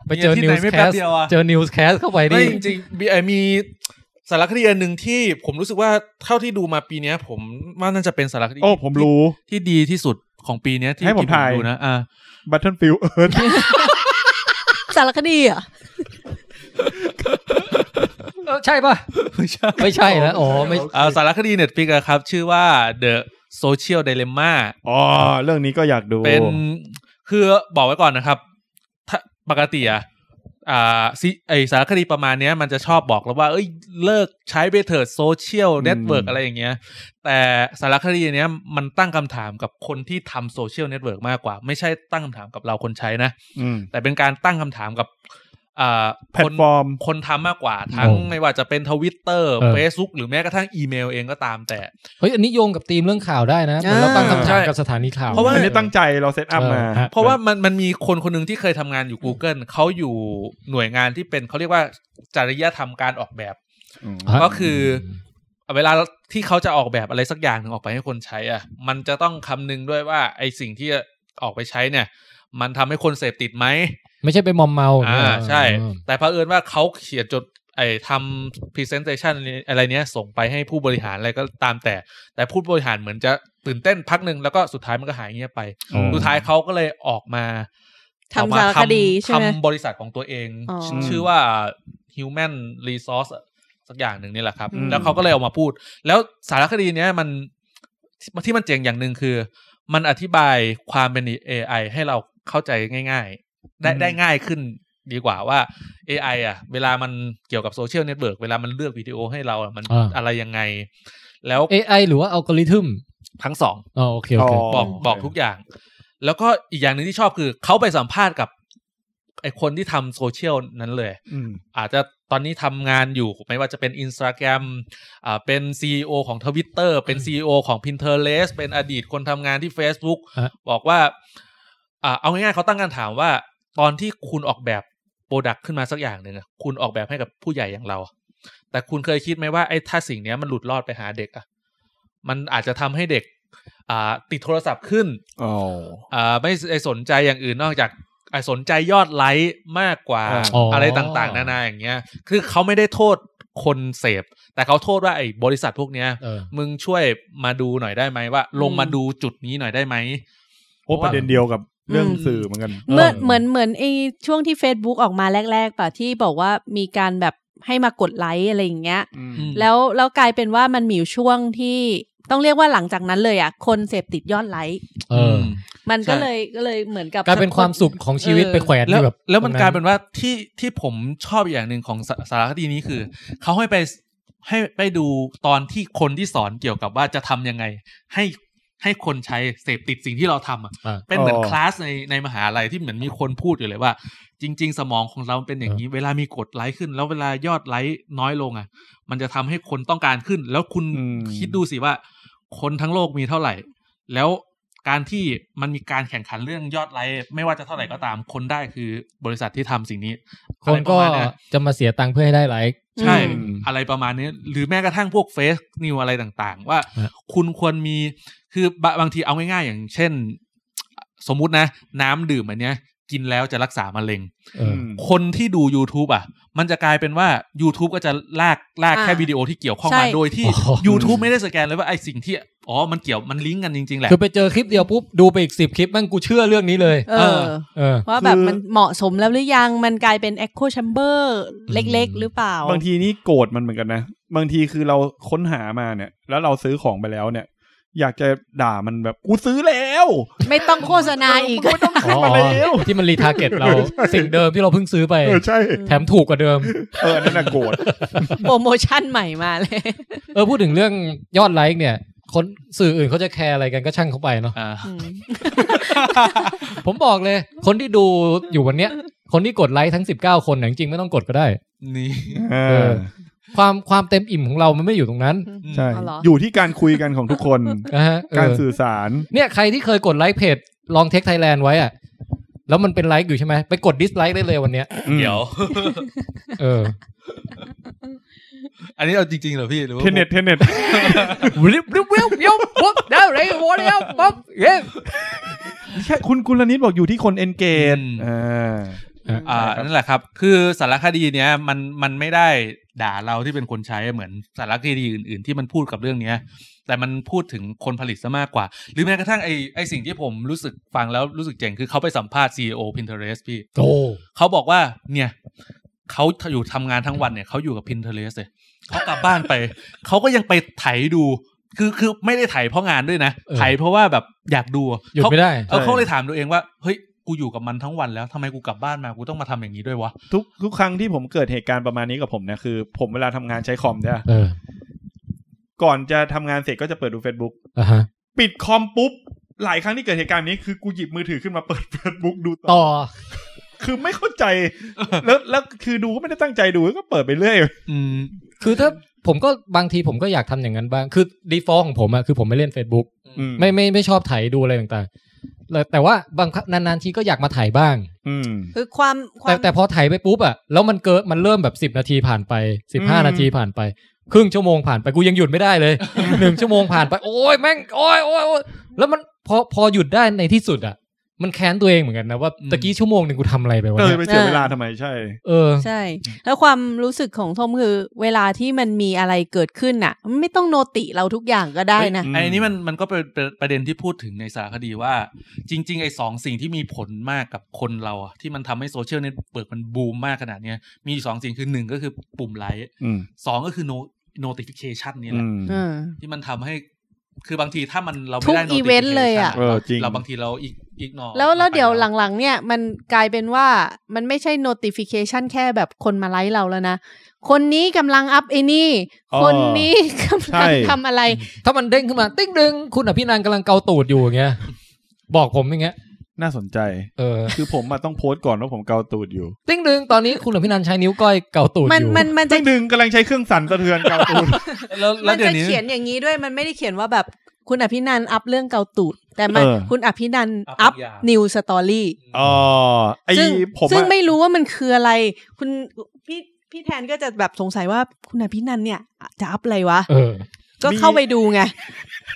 Speaker 2: ไปเจอ
Speaker 4: ที่
Speaker 2: นิ
Speaker 4: ไห
Speaker 2: วน ส์
Speaker 4: ไม่
Speaker 2: แค
Speaker 4: แป๊บ
Speaker 2: ส
Speaker 4: เดียวอะ
Speaker 2: เจอนิวส์แคสเข้าไป
Speaker 4: ไม่
Speaker 2: นี่
Speaker 4: จริงๆมีเอ่อมีสารคดีอันหนึ่งที่ผมรู้สึกว่าเท่าที่ดูมาปีเนี้ย ผมว่าน่าจะเป็นสารคดี
Speaker 3: โอ้ ผมรู้
Speaker 4: ที่ดีที่สุดของปีเนี้ยที่
Speaker 3: ให้ผม
Speaker 4: ที่
Speaker 3: ถ่าย
Speaker 4: ดูนะอ่า
Speaker 3: Battlefield Earth
Speaker 6: สารคดีเหรอ่ะ
Speaker 2: เออใช่ป่ะ
Speaker 4: ไม่ใช่
Speaker 2: ไม่ใช่นะอ๋อไม่
Speaker 4: เอ่อสารคดีเน็ตฟิกครับ ชื่อว่า The Social Dilemma
Speaker 3: อ๋อ เรื่องนี้ก็อยากดู
Speaker 4: เป็นคือบอกไว้ก่อนนะครับถ้าปกติอะอ่าซีไอสารคดีประมาณเนี้ย มันจะชอบบอกแล้วว่า เอ้ยเลิกใช้ไปเถิดโซเชียลเน็ตเวิร์ก
Speaker 3: อืม
Speaker 4: อะไรอย่างเงี้ย แต่สารคดีเนี้ยมันตั้งคำถามกับคนที่ทำโซเชียลเน็ตเวิร์กมากกว่า ไม่ใช่ตั้งคำถามกับเราคนใช้นะ
Speaker 3: อืม
Speaker 4: แต่เป็นการตั้งคำถามกับอ่า
Speaker 3: แพล
Speaker 4: ค
Speaker 3: ต
Speaker 4: น
Speaker 3: ฟอร์ม
Speaker 4: คนทำมากกว่าทั้ง
Speaker 2: โอ้
Speaker 4: ไม่ว่าจะเป็นทวิตเตอร์
Speaker 2: เออ
Speaker 4: เฟซบุ๊กหรือแม้กระทั่งอีเมลเองก็ตามแต่
Speaker 2: เฮ้ยอันนี้โยงกับธีมเรื่องข่าวได้นะเหมือนเราตั้งคำ
Speaker 4: ใช่
Speaker 2: ถามกับสถานีข่าว
Speaker 4: เพราะว่า
Speaker 3: อันนี้ตั้งใจเราเซตอัพมา
Speaker 2: เออฮะ
Speaker 4: เพราะว่ามันมันมีคนคนหนึ่งที่เคยทำงานอยู่ Google เขาอยู่หน่วยงานที่เป็นเขาเรียกว่าจริยธรรมการออกแบบ
Speaker 2: ฮะ
Speaker 4: ก็คือ เวลาที่เขาจะออกแบบอะไรสักอย่างหนึ่งออกไปให้คนใช้อ่ะ มันจะต้องคำนึงด้วยว่าไอสิ่งที่ออกไปใช้เนี่ย มันทำให้คนเสพติดไหม
Speaker 2: ไม่ใช่ไปมอมเมาย่ง
Speaker 4: อ่า
Speaker 2: เงี้ย
Speaker 4: ใช่
Speaker 2: เออ
Speaker 4: แต่เผอิญว่าเขาเขียนจดไอ้ทำ presentation อะไรเนี้ยส่งไปให้ผู้บริหารอะไรก็ตามแต่ แต่ผู้บริหารเหมือนจะตื่นเต้นพักหนึ่งแล้วก็สุดท้ายมันก็หายเงียบไป
Speaker 2: อ๋อ
Speaker 4: สุดท้ายเขาก็เลยออกมา
Speaker 6: ทำ
Speaker 4: ออกม
Speaker 6: สารคดีใช่ไหม
Speaker 4: ทำบริษัทของตัวเอง
Speaker 6: อ๋อ
Speaker 4: ชื่อว่า human resource สักอย่างหนึ่งนี่แหละครับ
Speaker 6: อืม
Speaker 4: แล้วเขาก็เลยออกมาพูด แล้วสารคดีเนี้ยมันที่ที่มันเจ๋งอย่างหนึ่งคือ มันอธิบายความเป็น AI ให้เราเข้าใจง่าย ๆ ได้
Speaker 3: อืม
Speaker 4: ได้ง่ายขึ้นดีกว่าว่า AI อ่ะ เวลามันเกี่ยวกับโซเชียลเน็ตเวิร์กเวลามันเลือกวิดีโอให้เราอะมัน
Speaker 2: อ่า
Speaker 4: อะไรยังไง แล้ว
Speaker 2: เอไอหรือว่าอัลกอริทึม
Speaker 4: ทั้งสอง
Speaker 2: อ๋อโอเคโอเค
Speaker 4: บอกบอกทุกอย่าง แล้วก็อีกอย่างหนึ่งที่ชอบคือ เขาไปสัมภาษณ์กับไอคนที่ทำโซเชียลนั้นเลย
Speaker 3: อืม
Speaker 4: อาจจะตอนนี้ทำงานอยู่ ไม่ว่าจะเป็น Instagram อ่าเป็น CEO ของ Twitter เป็น CEO ของ Pinterest เป็นอดีตคนทำงานที่ Facebook
Speaker 2: ฮะ
Speaker 4: บอกว่าอ่าเอาง่ายๆเขาตั้งคำถามว่า ตอนที่คุณออกแบบโปรดักต์ขึ้นมาสักอย่างหนึ่งอะคุณออกแบบให้กับผู้ใหญ่อย่างเรา แต่คุณเคยคิดไหมว่าไอ้ถ้าสิ่งเนี้ยมันหลุดรอดไปหาเด็กอะมันอาจจะทำให้เด็ก อ่าติดโทรศัพท์ขึ้น
Speaker 3: อ๋อ
Speaker 4: อ่าไม่ได้สนใจอย่างอื่นนอกจากอ่าสนใจยอดไลค์มากกว่า
Speaker 3: อ่า
Speaker 2: อ๋ออ
Speaker 4: อะไรต่างๆ นานาอย่างเงี้ย คือเขาไม่ได้โทษคนเสพ แต่เขาโทษว่าไอ้บริษัทพวกเนี้ย
Speaker 2: เออ
Speaker 4: มึงช่วยมาดูหน่อยได้ไหมว่า ลงมาดูจุดนี้หน่อยได้ไหม
Speaker 3: โอ้ประเด็นเดียวกับเรื่อง
Speaker 6: อืม
Speaker 3: สื่อเหมือนกัน
Speaker 6: เหมือนเหมือนเหมือนไอช่วงที่ Facebook ออกมาแรก ๆ ป่ะ ที่บอกว่ามีการแบบให้มากดไลค์อะไรอย่างเงี้ย
Speaker 3: อืม
Speaker 4: อืม
Speaker 6: แล้วแล้วกลายเป็นว่ามันมีอยู่ช่วงที่ต้องเรียกว่าหลังจากนั้นเลยอ่ะ คนเสพติดยอดไลค์
Speaker 2: เออ
Speaker 4: ม
Speaker 6: มันก็
Speaker 4: ใช่
Speaker 6: เลยก็เลยเหมือนกับ
Speaker 2: กลายเป็นความสุขของชีวิตไปแขวนอ
Speaker 4: แล้ว
Speaker 2: ยู่แบบ
Speaker 4: แล้วมัน
Speaker 2: ตรง
Speaker 4: กลายเป็นว่าที่ที่ผมชอบอย่างหนึ่งของสาสารคดีนี้คือ เขาให้ไปให้ไปดูตอนที่คนที่สอนเกี่ยวกับว่าจะทำยังไง ให้ให้คนใช้เสพติดสิ่งที่เราทำอะ
Speaker 2: อ่า
Speaker 4: เป็นเหมือน
Speaker 3: อ๋อ
Speaker 4: คลาสในในมหาลัยที่เหมือนมีคนพูดอยู่เลยว่า จริง ๆ สมองของเราเป็นอย่างนี้ เวลามีกดไลค์ขึ้น แล้วเวลายอดไลค์น้อยลงอ่ะ มันจะทำให้คนต้องการขึ้น แล้วคุณ
Speaker 3: อืม
Speaker 4: คิดดูสิว่า คนทั้งโลกมีเท่าไหร่ แล้วการที่มันมีการแข่งขันเรื่องยอดไลค์ไม่ว่าจะเท่าไหร่ก็ตาม คนได้คือบริษัทที่ทำสิ่งนี้
Speaker 2: คนก็
Speaker 4: อะไรประมาณเนี้ย
Speaker 2: จะมาเสียตังค์เพื่อให้ได้ไลค์
Speaker 4: ใช่
Speaker 3: อืม
Speaker 4: อะไรประมาณนี้หรือแม้กระทั่งพวกเฟซนิวอะไรต่างๆ ว่า
Speaker 2: ฮะ
Speaker 4: คุณควรมีคือบะบางทีเอาง่ายๆ อย่างเช่น สมมุตินะ น้ำดื่มอันเนี้ย กินแล้วจะรักษามะเร็ง
Speaker 2: เออ
Speaker 4: คนที่ดู YouTube อ่ะ มันจะกลายเป็นว่า YouTube ก็จะลากลาก
Speaker 6: อ่า
Speaker 4: แค่วิดีโอที่เกี่ยวข้อง
Speaker 6: ใช่
Speaker 4: มาโดยที่
Speaker 2: โอ้โห
Speaker 4: YouTube ไม่ได้สแกนเลยว่าไอสิ่งที่ อ๋อ มันเกี่ยวมันลิงก์กันจริง ๆ แหละ
Speaker 2: คือไปเจอคลิปเดียวปุ๊บ ดูไปอีกสิบคลิปแม่งกูเชื่อเรื่องนี้เลย
Speaker 6: เอ
Speaker 4: เอ
Speaker 6: อ
Speaker 4: อ
Speaker 2: เออ
Speaker 6: ว่าแบบมันเหมาะสมแล้วหรือยังมันกลายเป็น echo chamber เล็ก
Speaker 2: อืม
Speaker 6: ๆ หรือเปล่า
Speaker 3: บางทีนี่โกรธมันเหมือนกันนะ บางทีคือเราค้นหามาเนี่ย แล้วเราซื้อของไปแล้วเนี่ย อยากจะด่ามันแบบกูซื้อแล้ว
Speaker 6: ไม่ต้องโฆษณาอีก
Speaker 3: ไม่ต้อง
Speaker 2: อ๋
Speaker 3: ขึ้น
Speaker 2: อ
Speaker 3: มาแล้ว
Speaker 2: ที่มันรีทาร์เก็ตเรา
Speaker 3: เออใช่
Speaker 2: สิ่งเดิมที่เราเพิ่งซื้อไป
Speaker 3: เออใช่
Speaker 2: แถมถูกกว่าเดิม
Speaker 3: เอออันนั่นนะโกรธ
Speaker 6: โปรโมชั่นใหม่มาเลย
Speaker 2: เออ พูดถึงเรื่องยอดไลค์เนี่ย คนสื่ออื่นเขาจะแคร์อะไรกันก็ช่างเขาไปเนาะ
Speaker 4: อ่า
Speaker 2: ผมบอกเลย คนที่ดูอยู่วันเนี้ย คนที่กดไลค์ทั้ง 19 คนเนี่ยจริงๆไม่ต้องกดก็ได้
Speaker 4: นี่
Speaker 3: เอ
Speaker 2: เอ
Speaker 3: อ
Speaker 2: อ ความความเต็มอิ่มของเรามันไม่อยู่ตรงนั้น
Speaker 3: ใช่
Speaker 6: เอาเหรอ
Speaker 3: อยู่ที่การคุยกันของทุกคน
Speaker 2: นะฮะเออ
Speaker 3: การสื่อสาร
Speaker 2: เนี่ยใครที่เคยกดไลค์เพจลองเทคไทยแลนด์ไว้อะแล้วมันเป็นไลค์อยู่ใช่ไหมไปกดดิสไลค์ได้เลยวันเนี้ย
Speaker 3: อืม
Speaker 4: เดี๋ยว
Speaker 2: เออ
Speaker 4: อันนี้เอาจริงๆเหรอพี่หรือว่า
Speaker 3: เทนเน็ตเทนเน็ต
Speaker 2: วิบวิบวิบ ยบปุ๊บได้เลยวอลแล้วปุ๊บเย้
Speaker 3: ใช่คุณกุลนิตบอกอยู่ที่คนเอนเกนอ่า
Speaker 4: อ่านั่นแหละครับ คือสารคดีเนี้ยมันมันไม่ได้ด่าเราที่เป็นคนใช้เหมือนสารคดีอื่น ๆ ที่มันพูดกับเรื่องเนี้ย แต่มันพูดถึงคนผลิตซะมากกว่า หรือแม้กระทั่งไอไอสิ่งที่ผมรู้สึกฟังแล้วรู้สึกเจ๋งคือเขาไปสัมภาษณ์ CEO Pinterest พี่
Speaker 2: โอ้
Speaker 4: เขาบอกว่าเนี่ยเขาอยู่ทำงานทั้งวันเนี่ยเขาอยู่กับ Pinterest เลยเขากลับบ้านไป เขาก็ยังไปไถดู คือคือไม่ได้ไถเพราะงานด้วยนะไถเพราะว่าแบบอยากดูอะ
Speaker 2: หยุด
Speaker 4: เขา
Speaker 2: ไม่ได้
Speaker 4: เออ
Speaker 3: ใช่
Speaker 4: เขาเลยถามตัวเองว่าเฮ้ยกูอยู่กับมันทั้งวันแล้วทำไมกูกลับบ้านมากูต้องมาทำอย่างนี้ด้วยวะ
Speaker 3: ทุกทุกครั้งที่ผมเกิดเหตุการณ์ประมาณนี้กับผมเนี่ยคือ ผมเวลาทำงานใช้คอมใช่ปะ
Speaker 2: เออ
Speaker 3: ก่อนจะทำงานเสร็จก็จะเปิดดู Facebook
Speaker 2: อ่ะฮะ
Speaker 3: ปิดคอมปุ๊บ หลายครั้งที่เกิดเหตุการณ์นี้คือกูหยิบมือถือขึ้นมาเปิด Facebook ดูต่อ
Speaker 2: ต่อ
Speaker 3: คือไม่เข้าใจ แล้วแล้วคือดูก็ไม่ได้ตั้งใจดูก็เปิดไปเรื่อย
Speaker 4: อืม
Speaker 2: คือถ้าผมก็บางทีผมก็อยากทำอย่างนั้นบ้าง คือดีฟอลของผมอะคือผมไม่เล่น Facebook
Speaker 3: อืม
Speaker 2: ไม่ไม่ไม่ชอบไถดูอะไรต่างๆแล้วแต่ว่าบางครั้งนานๆทีก็อยากมาไถบ้าง
Speaker 3: อืม
Speaker 6: คือความควา
Speaker 2: แต่
Speaker 6: ม
Speaker 2: แต่พอไถไปปุ๊บอะแล้วมันเกิดมันเริ่มแบบสิบ10 นาทีผ่านไปสิบห้า
Speaker 3: อืม
Speaker 2: นาทีผ่านไป ครึ่งชั่วโมงผ่านไปกูยังหยุดไม่ได้ เลย หนึ่งชั่วโมงผ่านไป โอ้ยแม่งโอ้ยโอ้ยโอ้ยแล้วมันพอพอหยุดได้ในที่สุดอะมันแค้นตัวเองเหมือนกันนะว่า
Speaker 4: อืม
Speaker 2: ตะกี้ชั่วโมงหนึ่งกูทำอะไรไปวะ
Speaker 3: ก็เลย
Speaker 2: เนี่ย
Speaker 3: ไปเสีย
Speaker 6: อ่า
Speaker 3: เวลาทำไมใช่
Speaker 2: เออ
Speaker 6: ใช่ แล้วความรู้สึกของทอมคือ เวลาที่มันมีอะไรเกิดขึ้นน่ะ มันไม่ต้องโนติเราทุกอย่างก็ได้นะ
Speaker 3: อืม
Speaker 4: ไอ้นี่มันมันก็เป็นเป็นประเด็นที่พูดถึงในสารคดีว่า จริง ๆ ไอ้สองสิ่งที่มีผลมากกับคนเราอะที่มันทำให้โซเชียลเน็ตเวิร์กมันบูมมากขนาดเนี้ยมีอยู่สองสิ่งคือหนึ่งก็คือปุ่มไลค์
Speaker 3: อืม
Speaker 4: สองก็คือ no- notification นี่แห
Speaker 3: อื
Speaker 4: ละ
Speaker 3: ม
Speaker 6: เออ
Speaker 4: ที่มันทำให้คือบางทีถ้ามันเรา
Speaker 6: ทุ
Speaker 4: ไม่
Speaker 6: ก
Speaker 4: ได้
Speaker 6: อีเวนต์
Speaker 4: notification
Speaker 6: เลยอะ
Speaker 4: รา
Speaker 3: เออจริง
Speaker 4: เราบางทีเราอีกอีกนอ
Speaker 6: แล้วแล้วเดี๋ยวหลังๆเนี่ยมันกลายเป็นว่ามันไม่ใช่ notification แค่แบบคนมาไลค์เราแล้วนะ คนนี้กำลังอัพไอ้นี่
Speaker 3: อ๋อ
Speaker 6: คนนี้กำ
Speaker 3: ใช่
Speaker 6: ลังทำอะไร
Speaker 2: ถ้ามันเด้งขึ้นมา ติ๊งดึงคุณอภินันท์กำลังเกาตูดอยู่อย่างเงี้ยบอกผมอย่างเงี้ย
Speaker 3: น่าสนใจ
Speaker 2: เออ
Speaker 3: คือผมมาต้องโพสต์ก่อนว่าผมเกาตูดอยู่
Speaker 2: ติ๊งดึงตอนนี้คุณอภินันท์ใช้นิ้วก้อยเกาตูดอ
Speaker 6: มัน
Speaker 2: ยู่
Speaker 6: มันมันจะ
Speaker 3: เรื่องหนึ่งกำลังใช้เครื่องสั่นสะเทือนเกาตูด
Speaker 4: แล้วแล้
Speaker 6: มั
Speaker 4: วน เดี๋ย
Speaker 6: จะ
Speaker 4: วนี้
Speaker 6: เขียนอย่างนี้ด้วยมันไม่ได้เขียนว่าแบบคุณอภินันท์อัพเรื่องเกาตูด แต่มัน
Speaker 3: เออ
Speaker 6: คุณอภินันท์
Speaker 4: อั
Speaker 6: อั
Speaker 4: พ
Speaker 6: พ
Speaker 4: ทุกอย่าง
Speaker 6: นิวสตอรี่
Speaker 3: อ๋อไอ้
Speaker 6: ซึ่ง
Speaker 3: ผมอะ
Speaker 6: ซึ่งไม่รู้ว่ามันคืออะไร คุณพี่พี่แทนก็จะแบบสงสัยว่าคุณอภินันท์เนี่ย จะอัพอะไรวะ
Speaker 2: เออ
Speaker 6: ก็เข้าไปดูไง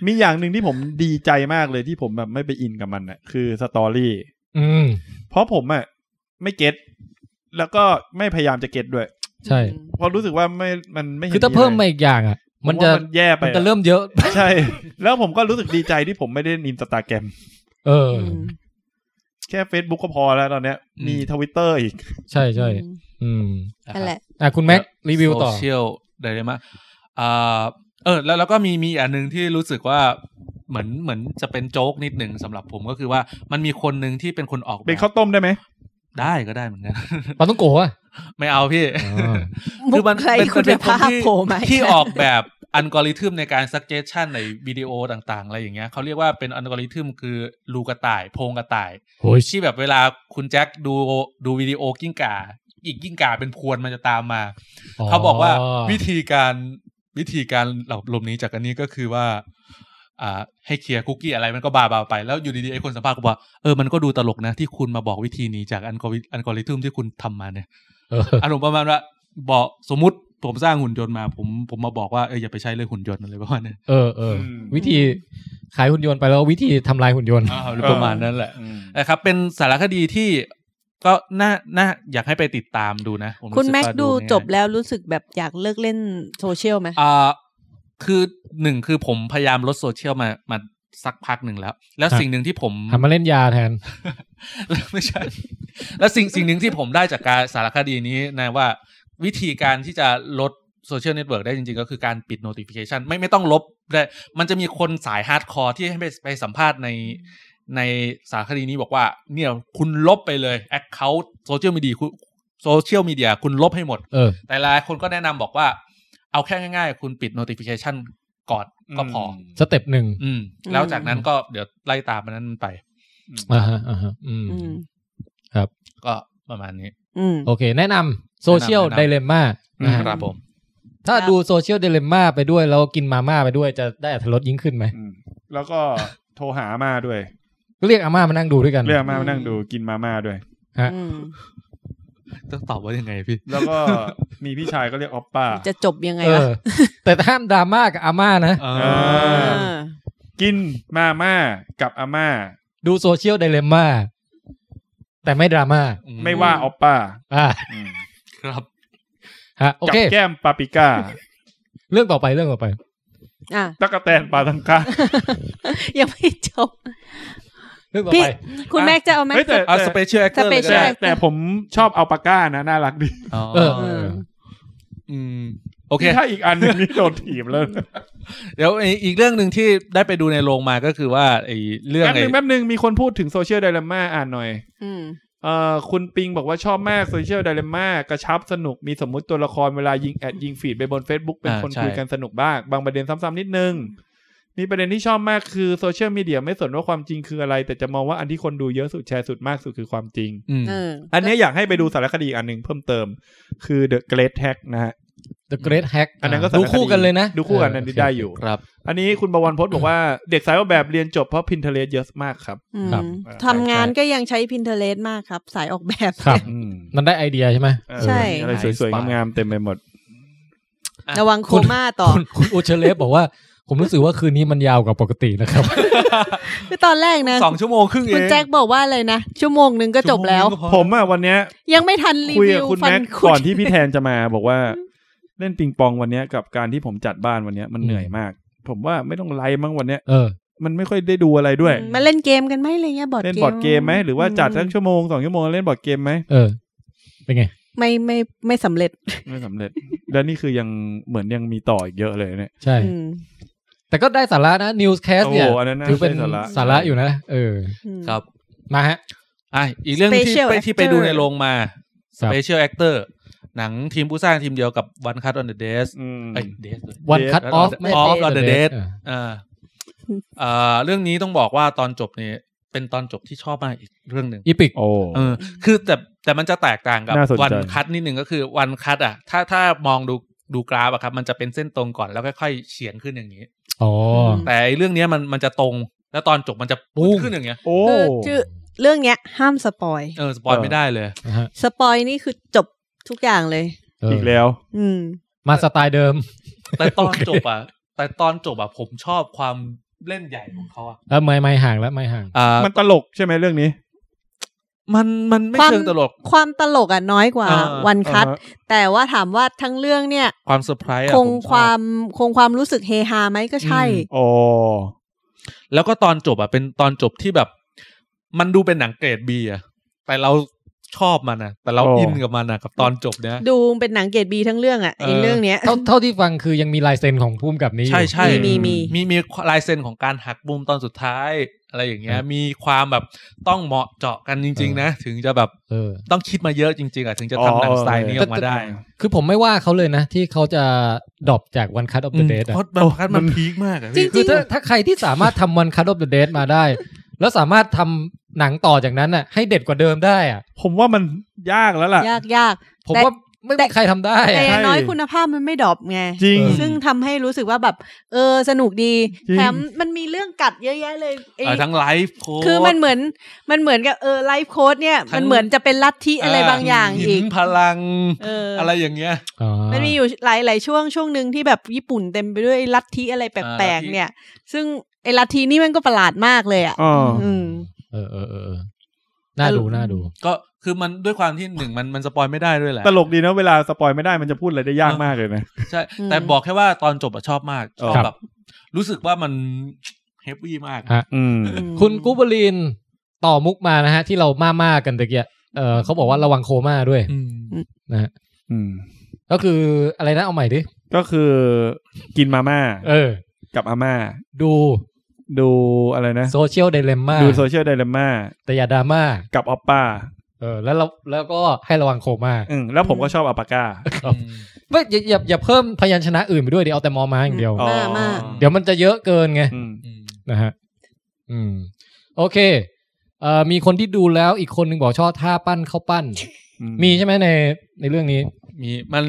Speaker 3: มีอย่างหนึ่งที่ผมดีใจมากเลยที่ผมแบบไม่ไปอินกับมันน่ะคือสตอรี่
Speaker 2: อืม
Speaker 3: เพราะผมอ่ะไม่เก็ตแล้วก็ไม่พยายามจะเก็ตด้วย
Speaker 2: ใช่
Speaker 3: เพราะรู้สึกว่าไม่มันไม่ห็น
Speaker 2: คือถ้าเพิ่มมาอีกอย่างอะ
Speaker 3: ผ
Speaker 2: มัน
Speaker 3: ว่า
Speaker 2: จะ
Speaker 3: มันแย่ไป
Speaker 2: มันจะ
Speaker 3: อะ
Speaker 2: เริ่มเยอะ
Speaker 3: ใช่ แล้วผมก็รู้สึกดีใจที่ผมไม่ได้อินสตาแกรม
Speaker 2: เออ
Speaker 3: แค่ Facebook ก็พอแล้วตอนเนี้ย
Speaker 4: อืม
Speaker 3: มีทวิตเตอร์อีก
Speaker 2: ใช่ใช่อืม
Speaker 4: นะครับ
Speaker 6: นั่นแหละ
Speaker 2: อ่ะคุณแม็กรีวิวต่อ
Speaker 4: โซเชียลไดเรมาอ่าเออแล้วแล้วก็มีมีอีกอันหนึ่งที่รู้สึกว่าเหมือนเหมือนจะเป็นโจ๊กนิดหนึ่งสำหรับผมก็คือว่ามันมีคนหนึ่งที่เป็นคนออกแบ
Speaker 3: เป็นข้า
Speaker 4: บ
Speaker 3: วต้มได้ไหม
Speaker 4: ได้ก็ได้เหมือนกัน
Speaker 2: ปาต้องโกะอ่ะ
Speaker 4: ไม่เอาพี่
Speaker 6: มุกไร
Speaker 4: เป็น
Speaker 6: คุณ
Speaker 4: เป็นค
Speaker 6: ภาน พ
Speaker 4: ที่
Speaker 6: โผล่ มา
Speaker 4: ที่ออกแบบอัลกอริทึมในการ suggestion ในวิดีโอต่างๆ อะไรอย่างเงี้ยเขาเรียกว่าเป็นอัลกอริทึมคือลูกระต่าย โพรงกระต่าย
Speaker 2: โอ้ย
Speaker 4: ที่แบบเวลาคุณแจ็คดูดูวิดีโอกิ้งก่า อีกกิ้งก่าเป็นพวนมันจะตามมา เขาบอกว่าวิธีการวิธีการหลบหลมนี้จากอันนี้ก็คือว่า อ่า ให้เคลียร์คุกกี้อะไรมันก็บาบาๆไปแล้วอยู่ดีๆไอ้คนสัมภาษณ์ก็บอกว่าเออมันก็ดูตลกนะที่คุณมาบอกวิธีนี้จากอันกอริอันกอริทึมที่คุณทำมาเนี่ย
Speaker 2: เออ
Speaker 4: อารมณ์ประมาณว่าบอกสมมติผมสร้างหุ่นยนต์มาผมผมมาบอกว่าเอออย่าไปใช้เลยหุ่นยนต์อะไรประมาณเนี้ย
Speaker 2: เออเอออ
Speaker 3: ม
Speaker 2: วิธีขายหุ่นยนต์ไปแล้ววิธีทำลายหุ่นยนต์
Speaker 4: อ่าประมาณนั้นแหละ
Speaker 3: อืม
Speaker 4: นะครับ เป็นสารคดีที่ก็น่าน่าอยากให้ไปติดตามดูนะผ
Speaker 6: คุณ
Speaker 4: รู้สึ
Speaker 6: แม็ก
Speaker 4: ว่า
Speaker 6: ดู
Speaker 4: ง่าย
Speaker 6: จบแล้วรู้สึกแบบอยากเลิกเล่นโซเชียลไหม
Speaker 4: อ่าคือหนึ่งคือผมพยายามลดโซเชียลมามาสักพักหนึ่งแล้ว แล้ว
Speaker 2: ครับ
Speaker 4: สิ่งหนึ่งที่ผม
Speaker 2: หัน มาเล่นยาแทน
Speaker 4: ไม่ใช่ แล้วสิ่งสิ่งหนึ่งที่ผมได้จากการสารคดีนี้นะว่า วิธีการที่จะลดโซเชียลเน็ตเวิร์กได้จริงๆ ก็คือการปิด notification ไม่ไม่ต้องลบได้มันจะมีคนสายฮาร์ดคอร์ที่ให้ไปไปสัมภาษณ์ในในสารคดีนี้บอกว่า เนี่ยคุณลบไปเลยแอคเคาท์โซเชียลมีเดียโซเชียลมีเดียคุณลบให้หมด
Speaker 2: เออ
Speaker 4: แต่หลายคนก็แนะนำบอกว่า เอาแค่ง่ายๆ คุณปิด notification ก่อนก็พอ
Speaker 2: สเต็ปหนึ่ง
Speaker 4: อืม
Speaker 6: อืม
Speaker 4: แล้วจากนั้นก็เดี๋ยวไล่ตามมันนั้นไป
Speaker 2: อ่าฮะอ่าฮะอืม
Speaker 6: อืม
Speaker 4: ก็ประมาณนี้
Speaker 6: อืม
Speaker 2: โอเค แนะนำโซเชียล
Speaker 4: แนะนำ
Speaker 2: ไดเลม่า
Speaker 4: ครับผม
Speaker 2: ถ้าดูโซเชียลเดลม่าไปด้วยแล้วกินมาม่าไปด้วยจะได้อัตลดยิ่งขึ้นไหม
Speaker 3: อืมแล้วก็โทรหาอามาด้วย
Speaker 2: ก็เรียกอาม่ามานั่งดูด้วยกัน
Speaker 3: เรียกอามามานั่งดูกินมาม่าด้วย
Speaker 6: อืม
Speaker 4: จะตอบว่ายังไงพี่
Speaker 3: แล้วก็ มีพี่ชายก็เรียกออป ป้า
Speaker 6: จะจบยังไง
Speaker 2: เอ
Speaker 6: วะ
Speaker 2: อ แต่ห้ามดราม่ากับอาม่านะ
Speaker 4: เออ
Speaker 3: อ
Speaker 6: เออ
Speaker 3: กินมาม่ากับอาม่า
Speaker 2: ดูโซเชียลเดลม่าแต่ไม่ดราม่า
Speaker 3: ไม่ว่าออปป้า
Speaker 2: อ่า
Speaker 3: อืม
Speaker 4: ครับ
Speaker 2: ฮะโอ
Speaker 3: กับ
Speaker 2: เค
Speaker 3: แก้มปาปริก้า
Speaker 2: เรื่องต่อไปเรื่องต่อไป
Speaker 6: อ่ะ
Speaker 3: ตะกแตนปาตังกา
Speaker 6: ยังไม่จบ
Speaker 2: เรื่องต่อ
Speaker 6: พี่
Speaker 2: ไป
Speaker 6: คุณแม็กจะเอาแม็ก
Speaker 3: เฮ้ยแต่
Speaker 6: ซ์
Speaker 4: เอา
Speaker 3: แต่
Speaker 4: สเปเชียลแอคเตอร์
Speaker 6: Special
Speaker 3: แต่
Speaker 6: Actor
Speaker 3: แต่ผมชอบเอาปาก้านะน่ารักดี
Speaker 2: เออ
Speaker 6: เออ
Speaker 4: อืม โอเค
Speaker 3: ถ้าอีกอันหนึงนี่โดนถีบเลย
Speaker 4: เดี๋ยวไอ้อีกเรื่องหนึ่งที่ได้ไปดูในโรงมาก็คือว่าไอ้เรื่อง
Speaker 3: แป๊บ
Speaker 4: ไอ้
Speaker 3: นึงแป๊บนึงมีคนพูดถึงโซเชียลไดเลม่าอ่านหน่อย
Speaker 6: อืม
Speaker 3: เอ่อคุณปิงบอกว่าชอบมากโซเชียลไดเลม่ากระชับสนุกมีสมมุติตัวละครเวลายิงแอดยิงฟีดไปบน Facebook เป็นคนคุยกันสนุกบ้าง บางประเด็นซ้ำๆนิดนึง มีประเด็นที่ชอบมากคือโซเชียลมีเดียไม่สนว่าความจริงคืออะไร แต่จะมองว่าอันที่คนดูเยอะสุดแชร์สุดมากสุดคือความจริง
Speaker 4: อืม
Speaker 6: เออ
Speaker 3: อันเนี้ยอยากให้ไปดูสารคดีอันหนึ่งเพิ่มเติม คือ The Great Hack นะฮะ
Speaker 2: The Great Hack
Speaker 3: อันนั้นก็สาร
Speaker 2: ดู
Speaker 3: ดี
Speaker 2: คู่กันเลยนะ
Speaker 3: ดูคู่กันอันนี้ได้อยู่
Speaker 4: ครับ
Speaker 3: อันนี้คุณบวรพจน์บอกว่าเด็กสายออกแบบเรียนจบเพราะ Pinterest เยอะมากครับ
Speaker 6: อืม
Speaker 3: ครับ
Speaker 6: ทำงานก็ยังใช้ Pinterest มากครับ สายออกแบบ
Speaker 2: ครับ
Speaker 3: อืม
Speaker 2: มันได้ไอเดียใช่ไหม
Speaker 3: เออ
Speaker 6: ใช่
Speaker 3: มีอะไรสวยๆงามๆเต็มไปหมด
Speaker 6: ระวังโคม่าต่อ
Speaker 2: คุณคุณอุเชเลฟบอกว่า ผมรู้สึกว่าคืนนี้มันยาวกว่าปกตินะครับ
Speaker 6: คือตอนแรกนะ
Speaker 4: สองชั่วโมงครึ่งเอง
Speaker 6: คุณแจ็คบอกว่าอะไรนะ ชั่วโมงหนึ่งก็จบแล้ว
Speaker 4: ชั่วโง
Speaker 3: ผ
Speaker 4: ก็พอ
Speaker 3: มอะวันเนี้ย
Speaker 6: ยังไม่ทันรี
Speaker 3: คุย
Speaker 6: วิ
Speaker 3: กับ
Speaker 6: ว
Speaker 3: คุณ
Speaker 6: ฟั
Speaker 3: แม็ก
Speaker 6: นคุ
Speaker 3: ก่อน
Speaker 6: ณ
Speaker 3: ที่พี่แทนจะมาบอกว่า เล่นปิงปองวันเนี้ยกับการที่ผมจัดบ้านวันเนี้ยมันเหนื่อยมาก ผมว่าไม่ต้องไลฟ์มั้งวันเนี้ย
Speaker 2: เออ
Speaker 3: มันไม่ค่อยได้ดูอะไรด้วย
Speaker 6: มาเล่นเกมกันไหมอะไรเงี้ยบอร์ดเกม
Speaker 3: เล่นบอร์ดเกมไหมหรือว่าจัดสัก
Speaker 6: อืม
Speaker 3: ชั่วโมงสองชั่วโมงแล้วเล่นบอร์ดเกมไหม
Speaker 2: เออ เป็นไง
Speaker 6: ไม่ไม่ไม่สำเร็จ
Speaker 3: ไม่สำเร็จ แล้วนี่คือยังเหมือนยังมีต่ออีกเยอะเลยเนี่ย
Speaker 2: ใช่
Speaker 6: อืม
Speaker 2: แต่ก็ได้สาระนะ Newscast เนี่ย
Speaker 3: โอ้โหอันนั้นน่า
Speaker 2: ถือเป็น
Speaker 3: ใช่สาระ
Speaker 2: สาระอยู่นะ เออ
Speaker 6: อืม
Speaker 4: ครับ
Speaker 2: มาฮะ
Speaker 4: อ่ะอีกเรื่องที่
Speaker 6: Special
Speaker 4: ไปที่ไป
Speaker 6: Actor
Speaker 4: ดูในโรงมา
Speaker 2: ครั
Speaker 4: Special
Speaker 2: บ
Speaker 4: Actor หนังทีมผู้สร้างทีมเดียวกับ One Cut on the Desk
Speaker 3: อืม
Speaker 4: เอ้ย Desk เลย
Speaker 2: One Cut Off ไม่
Speaker 4: Off on the Dead
Speaker 2: เออ
Speaker 4: อ่าเอ่อเรื่องนี้ต้องบอกว่าตอนจบเนี่ยเป็นตอนจบที่ชอบมากอีกเรื่องหนึ่ง
Speaker 2: อีพิก
Speaker 3: โอ้
Speaker 4: เออคือแต่แต่มันจะแตกต่างกับ
Speaker 3: น่าสนใจ
Speaker 4: วันคัดนิดนึงก็คือวันคัดอ่ะ ถ้าถ้ามองดูดูกราฟอะครับ มันจะเป็นเส้นตรงก่อนแล้วค่อยๆเฉียงขึ้นอย่างนี้
Speaker 2: อ๋อ
Speaker 6: อืม
Speaker 4: แต่ไอ้เรื่องเนี้ยมันมันจะตรง แล้วตอนจบมันจะ
Speaker 2: ปุ้
Speaker 4: ปุ้ง
Speaker 2: ง
Speaker 4: ขึ้นอย่างเงี้ย
Speaker 3: โอ้
Speaker 6: คือชื่อเรื่องเนี้ย ห้ามสปอย
Speaker 4: เออสปอย
Speaker 3: เออ
Speaker 4: ไม่ได้เลย
Speaker 2: นะฮะ
Speaker 6: สปอยนี่คือจบทุกอย่างเลย
Speaker 2: เออ
Speaker 3: อีกแล้ว
Speaker 6: อืม
Speaker 2: มาสไตล์เดิม
Speaker 4: แต่ตอ
Speaker 2: โอ
Speaker 4: น
Speaker 2: เค
Speaker 4: จบอ่ะแต่ตอนจบอ่ะผมชอบความเล่นใหญ่ของเขาอ่ะ
Speaker 2: เออไม่ไม่ห่างแล้วไม่ห่าง
Speaker 4: อ่า
Speaker 3: มันตลกใช่ไหมเรื่องนี้
Speaker 4: มันมันไม่
Speaker 6: ความ
Speaker 4: เชิงตลก
Speaker 6: ความตลกอ่ะน้อยกว่า
Speaker 4: อ่า
Speaker 6: วันคัท
Speaker 3: อ่าฮะ
Speaker 6: แต่ว่าถามว่าทั้งเรื่องเนี่ย
Speaker 4: ความเซอร์ไพรส์อ่ะ
Speaker 6: คง
Speaker 4: ผมชอบ
Speaker 6: ความคงความรู้สึกเฮฮาไหมก็ใช่
Speaker 4: อืม
Speaker 3: โอ้
Speaker 4: แล้วก็ตอนจบอ่ะเป็นตอนจบที่แบบ มันดูเป็นหนังเกรดบีอ่ะแต่เราชอบมันนะแต่เรา
Speaker 3: โอ้
Speaker 4: อินกับมันนะกับตอนจบเนี้ย
Speaker 6: ดูเป็นหนังเกรดบีทั้งเรื่องอ่ะไอ
Speaker 4: เออ
Speaker 6: เรื่องเนี้ย
Speaker 2: เท่าเท่าที่ฟังคือยังมีลายเซ็นของพุ่มกับนี้อยู่
Speaker 4: ใช่ใช่
Speaker 6: มีมี
Speaker 4: มีมีลายเซ็นของการหักมุมตอนสุดท้าย อะไรอย่างเงี้ย
Speaker 2: เออ
Speaker 4: มีความแบบต้องเหมาะเจาะกันจริง ๆ นะ ถึงจะแบบ
Speaker 2: เออ
Speaker 4: ต้องคิดมาเยอะจริง ๆอ่ะถึงจะทำหนังสไตล์นี้ออกมาได้
Speaker 2: คือผมไม่ว่าเขาเลยนะ ที่เขาจะดรอปจาก One Cut of
Speaker 4: อื
Speaker 2: the
Speaker 4: ม
Speaker 2: Dead อะ
Speaker 4: เพราะบางครั้งมันพีคมากอะ
Speaker 6: จริ
Speaker 4: พี่
Speaker 6: ง
Speaker 2: คือถ้าถ้าใครที่สามารถทำวันคั t ออฟเดอะเด d มาได้ แล้วสามารถทำหนังต่อจากนั้นน่ะให้เด็ดกว่าเดิมได้อ่ะ
Speaker 3: ผมว่ามันยากแล้วล่ะ
Speaker 6: ยากยาก
Speaker 2: ผม
Speaker 6: แต่
Speaker 2: ว่าไม่มีใครทำได้
Speaker 6: แต่
Speaker 2: อะ
Speaker 6: อย่างน้อย
Speaker 3: ใช่
Speaker 6: คุณภาพมันไม่ดรอปไง
Speaker 3: จริง
Speaker 2: เออ
Speaker 6: ซึ่งทำให้รู้สึกว่าแบบ เออ สนุกดี
Speaker 3: จริง
Speaker 6: แถมมันมีเรื่องกัดเยอะแยะเลยไอ้
Speaker 4: เออทั้งไลฟ์โค้ด
Speaker 6: คือมันเหมือนมันเหมือนกับเออไลฟ์โค้ดเนี่ย
Speaker 4: ทั้ง
Speaker 6: มันเหมือนจะเป็นลัทธิอะไรบางอย่างอี
Speaker 4: หิ
Speaker 6: ก
Speaker 4: นพลัง
Speaker 6: เอออ
Speaker 4: อะไรอย่างเงี้ย
Speaker 2: อ๋อ
Speaker 6: มันมีอยู่หลายหลายช่วงช่วงหนึ่งที่แบบญี่ปุ่นเต็มไปด้วยลัทธิอะไรแปลก
Speaker 4: อ่าลัทธิ
Speaker 6: ๆเนี่ย ซึ่งไอ้ลัทธินี่มันก็ประหลาดมากเลยอ่ะ
Speaker 3: อ๋อ
Speaker 6: อืม
Speaker 2: เออเออเออเออน่าดูน่าดู
Speaker 4: ก็คือมันด้วยความที่หนึ่งมันมันสปอยไม่ได้ด้วยแหละ
Speaker 3: ตลกดีนะเวลาสปอยไม่ได้มันจะพูดอะไรได้ยากมากเลยนะ
Speaker 4: ใช่
Speaker 6: อืม
Speaker 4: แต่บอกแค่ว่าตอนจบอะชอบมาก ชอบ
Speaker 2: ครับ
Speaker 4: แบบ รู้สึกว่ามันเฮฟวี่มาก
Speaker 3: อืม
Speaker 6: อืม
Speaker 2: คุณกูบลินต่อมุกมานะฮะ ที่เราม่าม่าๆกันตะเกียะเออเขาบอกว่าระวังโคม่าด้วย
Speaker 4: อืม
Speaker 3: อืม
Speaker 2: ก็คืออะไรนะเอาใหม่ดิ
Speaker 3: ก็คือกินมาม่า
Speaker 2: เออ
Speaker 3: กับอาม่า
Speaker 2: ดู
Speaker 3: ดูอะไรนะ
Speaker 2: โซเชียลเด e m ม่า
Speaker 3: ดูโซเชียลไดเลม่า
Speaker 2: แต่อย่าดราม่า
Speaker 3: กับออปป้า
Speaker 2: เออแล้วเราแล้วก็ให้ระวังโคม่า
Speaker 3: อืมแล้วผมก็ชอบอัปปาก้า
Speaker 2: ไม่อย่าอย่าอย่าเพิ่มพยัญชนะอื่นไปด้วยเดี๋ยวเอาแต่มอมาอย่างเดียว
Speaker 3: อ๋อ
Speaker 6: มากมาก
Speaker 2: เดี๋ยวมันจะเยอะเกินไง
Speaker 3: อืม
Speaker 4: อืม
Speaker 2: นะฮะ อืม โอเค เอ่อ มีคนที่ดูแล้วอีกคนหนึ่งบอกชอบท่าปั้นเข้าวปั้น
Speaker 3: อื
Speaker 2: มีใช่ไหมในในเรื่องนี้
Speaker 4: มีมัน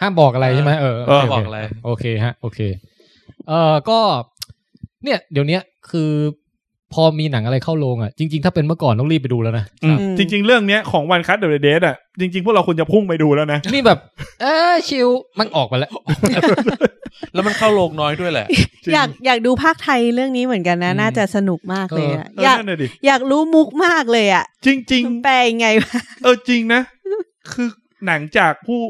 Speaker 2: ห้ามบอกอะไรใช่ไหมเออโค
Speaker 3: เออ
Speaker 2: โค
Speaker 4: บอกอะไร
Speaker 2: โอเคฮะ โอเค เอ่อก็ เนี่ย เดี๋ยวเนี้ยคือพอมีหนังอะไรเข้าโรงอ่ะ จริง ๆ ถ้าเป็นเมื่อก่อนต้องรีบไปดูแล้วนะ
Speaker 3: อืมจริง ๆ เรื่องเนี้ยของวันคัตเดอะเดทอ่ะจริง ๆ พวกเราควรจะพุ่งไปดูแล้วนะ
Speaker 2: นี่แบบ เออชิลมันออกไปแล้ว
Speaker 4: แล้วมันเข้าโรงน้อยด้วยแหละ
Speaker 3: จริง
Speaker 6: อยากอยากดูภาคไทยเรื่องนี้เหมือนกันนะ
Speaker 2: อืม
Speaker 6: น่าจะสนุกมากเลยอะ
Speaker 3: เออ
Speaker 6: อยาก
Speaker 3: นั่นน่ะดิ
Speaker 6: อยากรู้มุกมากเลยอ่ะ
Speaker 3: จริง
Speaker 6: มัน
Speaker 3: ๆ
Speaker 6: แปลยังไงวะ
Speaker 3: เออจริงนะ คือหนังจากผู้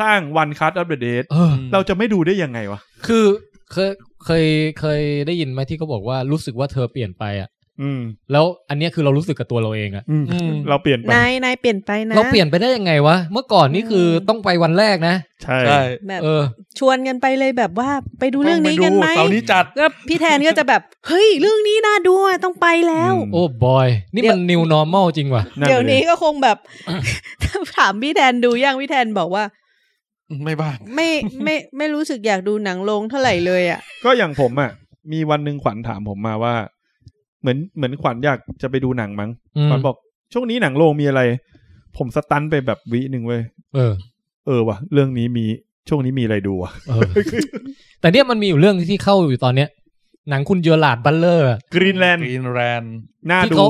Speaker 3: สร้างวันคั t อัปเดต
Speaker 2: เออ
Speaker 3: เราจะไม่ดูได้ยังไงวะ
Speaker 2: คือเคยเคยเคยได้ยินไหมที่เขาบอกว่ารู้สึกว่าเธอเปลี่ยนไปอ่ะ
Speaker 3: อืม
Speaker 2: แล้วอันเนี้ยคือเรารู้สึกกับตัวเราเองอ่ะ
Speaker 3: อืม
Speaker 4: อืม
Speaker 3: เราเปลี่ยนไป
Speaker 6: นายนายเปลี่ยนไปนะ
Speaker 2: เราเปลี่ยนไปได้ยังไงวะ เมื่อก่อนนี่คือ
Speaker 6: อืม
Speaker 2: ต้องไปวันแรกนะ
Speaker 3: ใช่
Speaker 4: ใช่
Speaker 6: แบบ
Speaker 2: เออ
Speaker 6: ชวนกันไปเลยแบบว่าไปดูเรื่องนี้กันไหม
Speaker 4: เสาร์นี้จัด
Speaker 6: ก็พี่แทนก็จะแบบ เฮ้ยเรื่องนี้น่าดูอะต้องไปแล้ว
Speaker 2: โอ้บอย นี่มัน new normal จริงว่ะ
Speaker 3: ะ
Speaker 6: เดี๋ยวนี้
Speaker 3: ดิ
Speaker 6: ก็คงแบบ ถามพี่แทนดูยังพี่แทนบอกว่า
Speaker 4: ไม่บ้าง
Speaker 6: ไม่ไม่ไม่รู้สึกอยากดูหนังโรงเท่าไหร่เลยอ่ะ
Speaker 3: ก็อย่างผมอ่ะ มีวันหนึ่งขวัญถามผมมาว่า เหมือนเหมือนขวัญอยากจะไปดูหนังมั้ง
Speaker 2: อืม
Speaker 3: ขวัญบอกช่วงนี้หนังโรงมีอะไร ผมสตันไปแบบวิหนึ่งเว้ย
Speaker 2: เออ
Speaker 3: เออว่ะเรื่องนี้มีช่วงนี้มีอะไรดูวะ
Speaker 2: เอ อ แต่เนี่ยมันมีอยู่เรื่องที่เข้าอยู่ตอนเนี้ย หนังคุณเจอหลาดบัลเลอร์อะ
Speaker 3: กรีนแลนด์
Speaker 4: กรีนแรน
Speaker 3: น่า
Speaker 2: ที่
Speaker 3: ดู
Speaker 2: เขา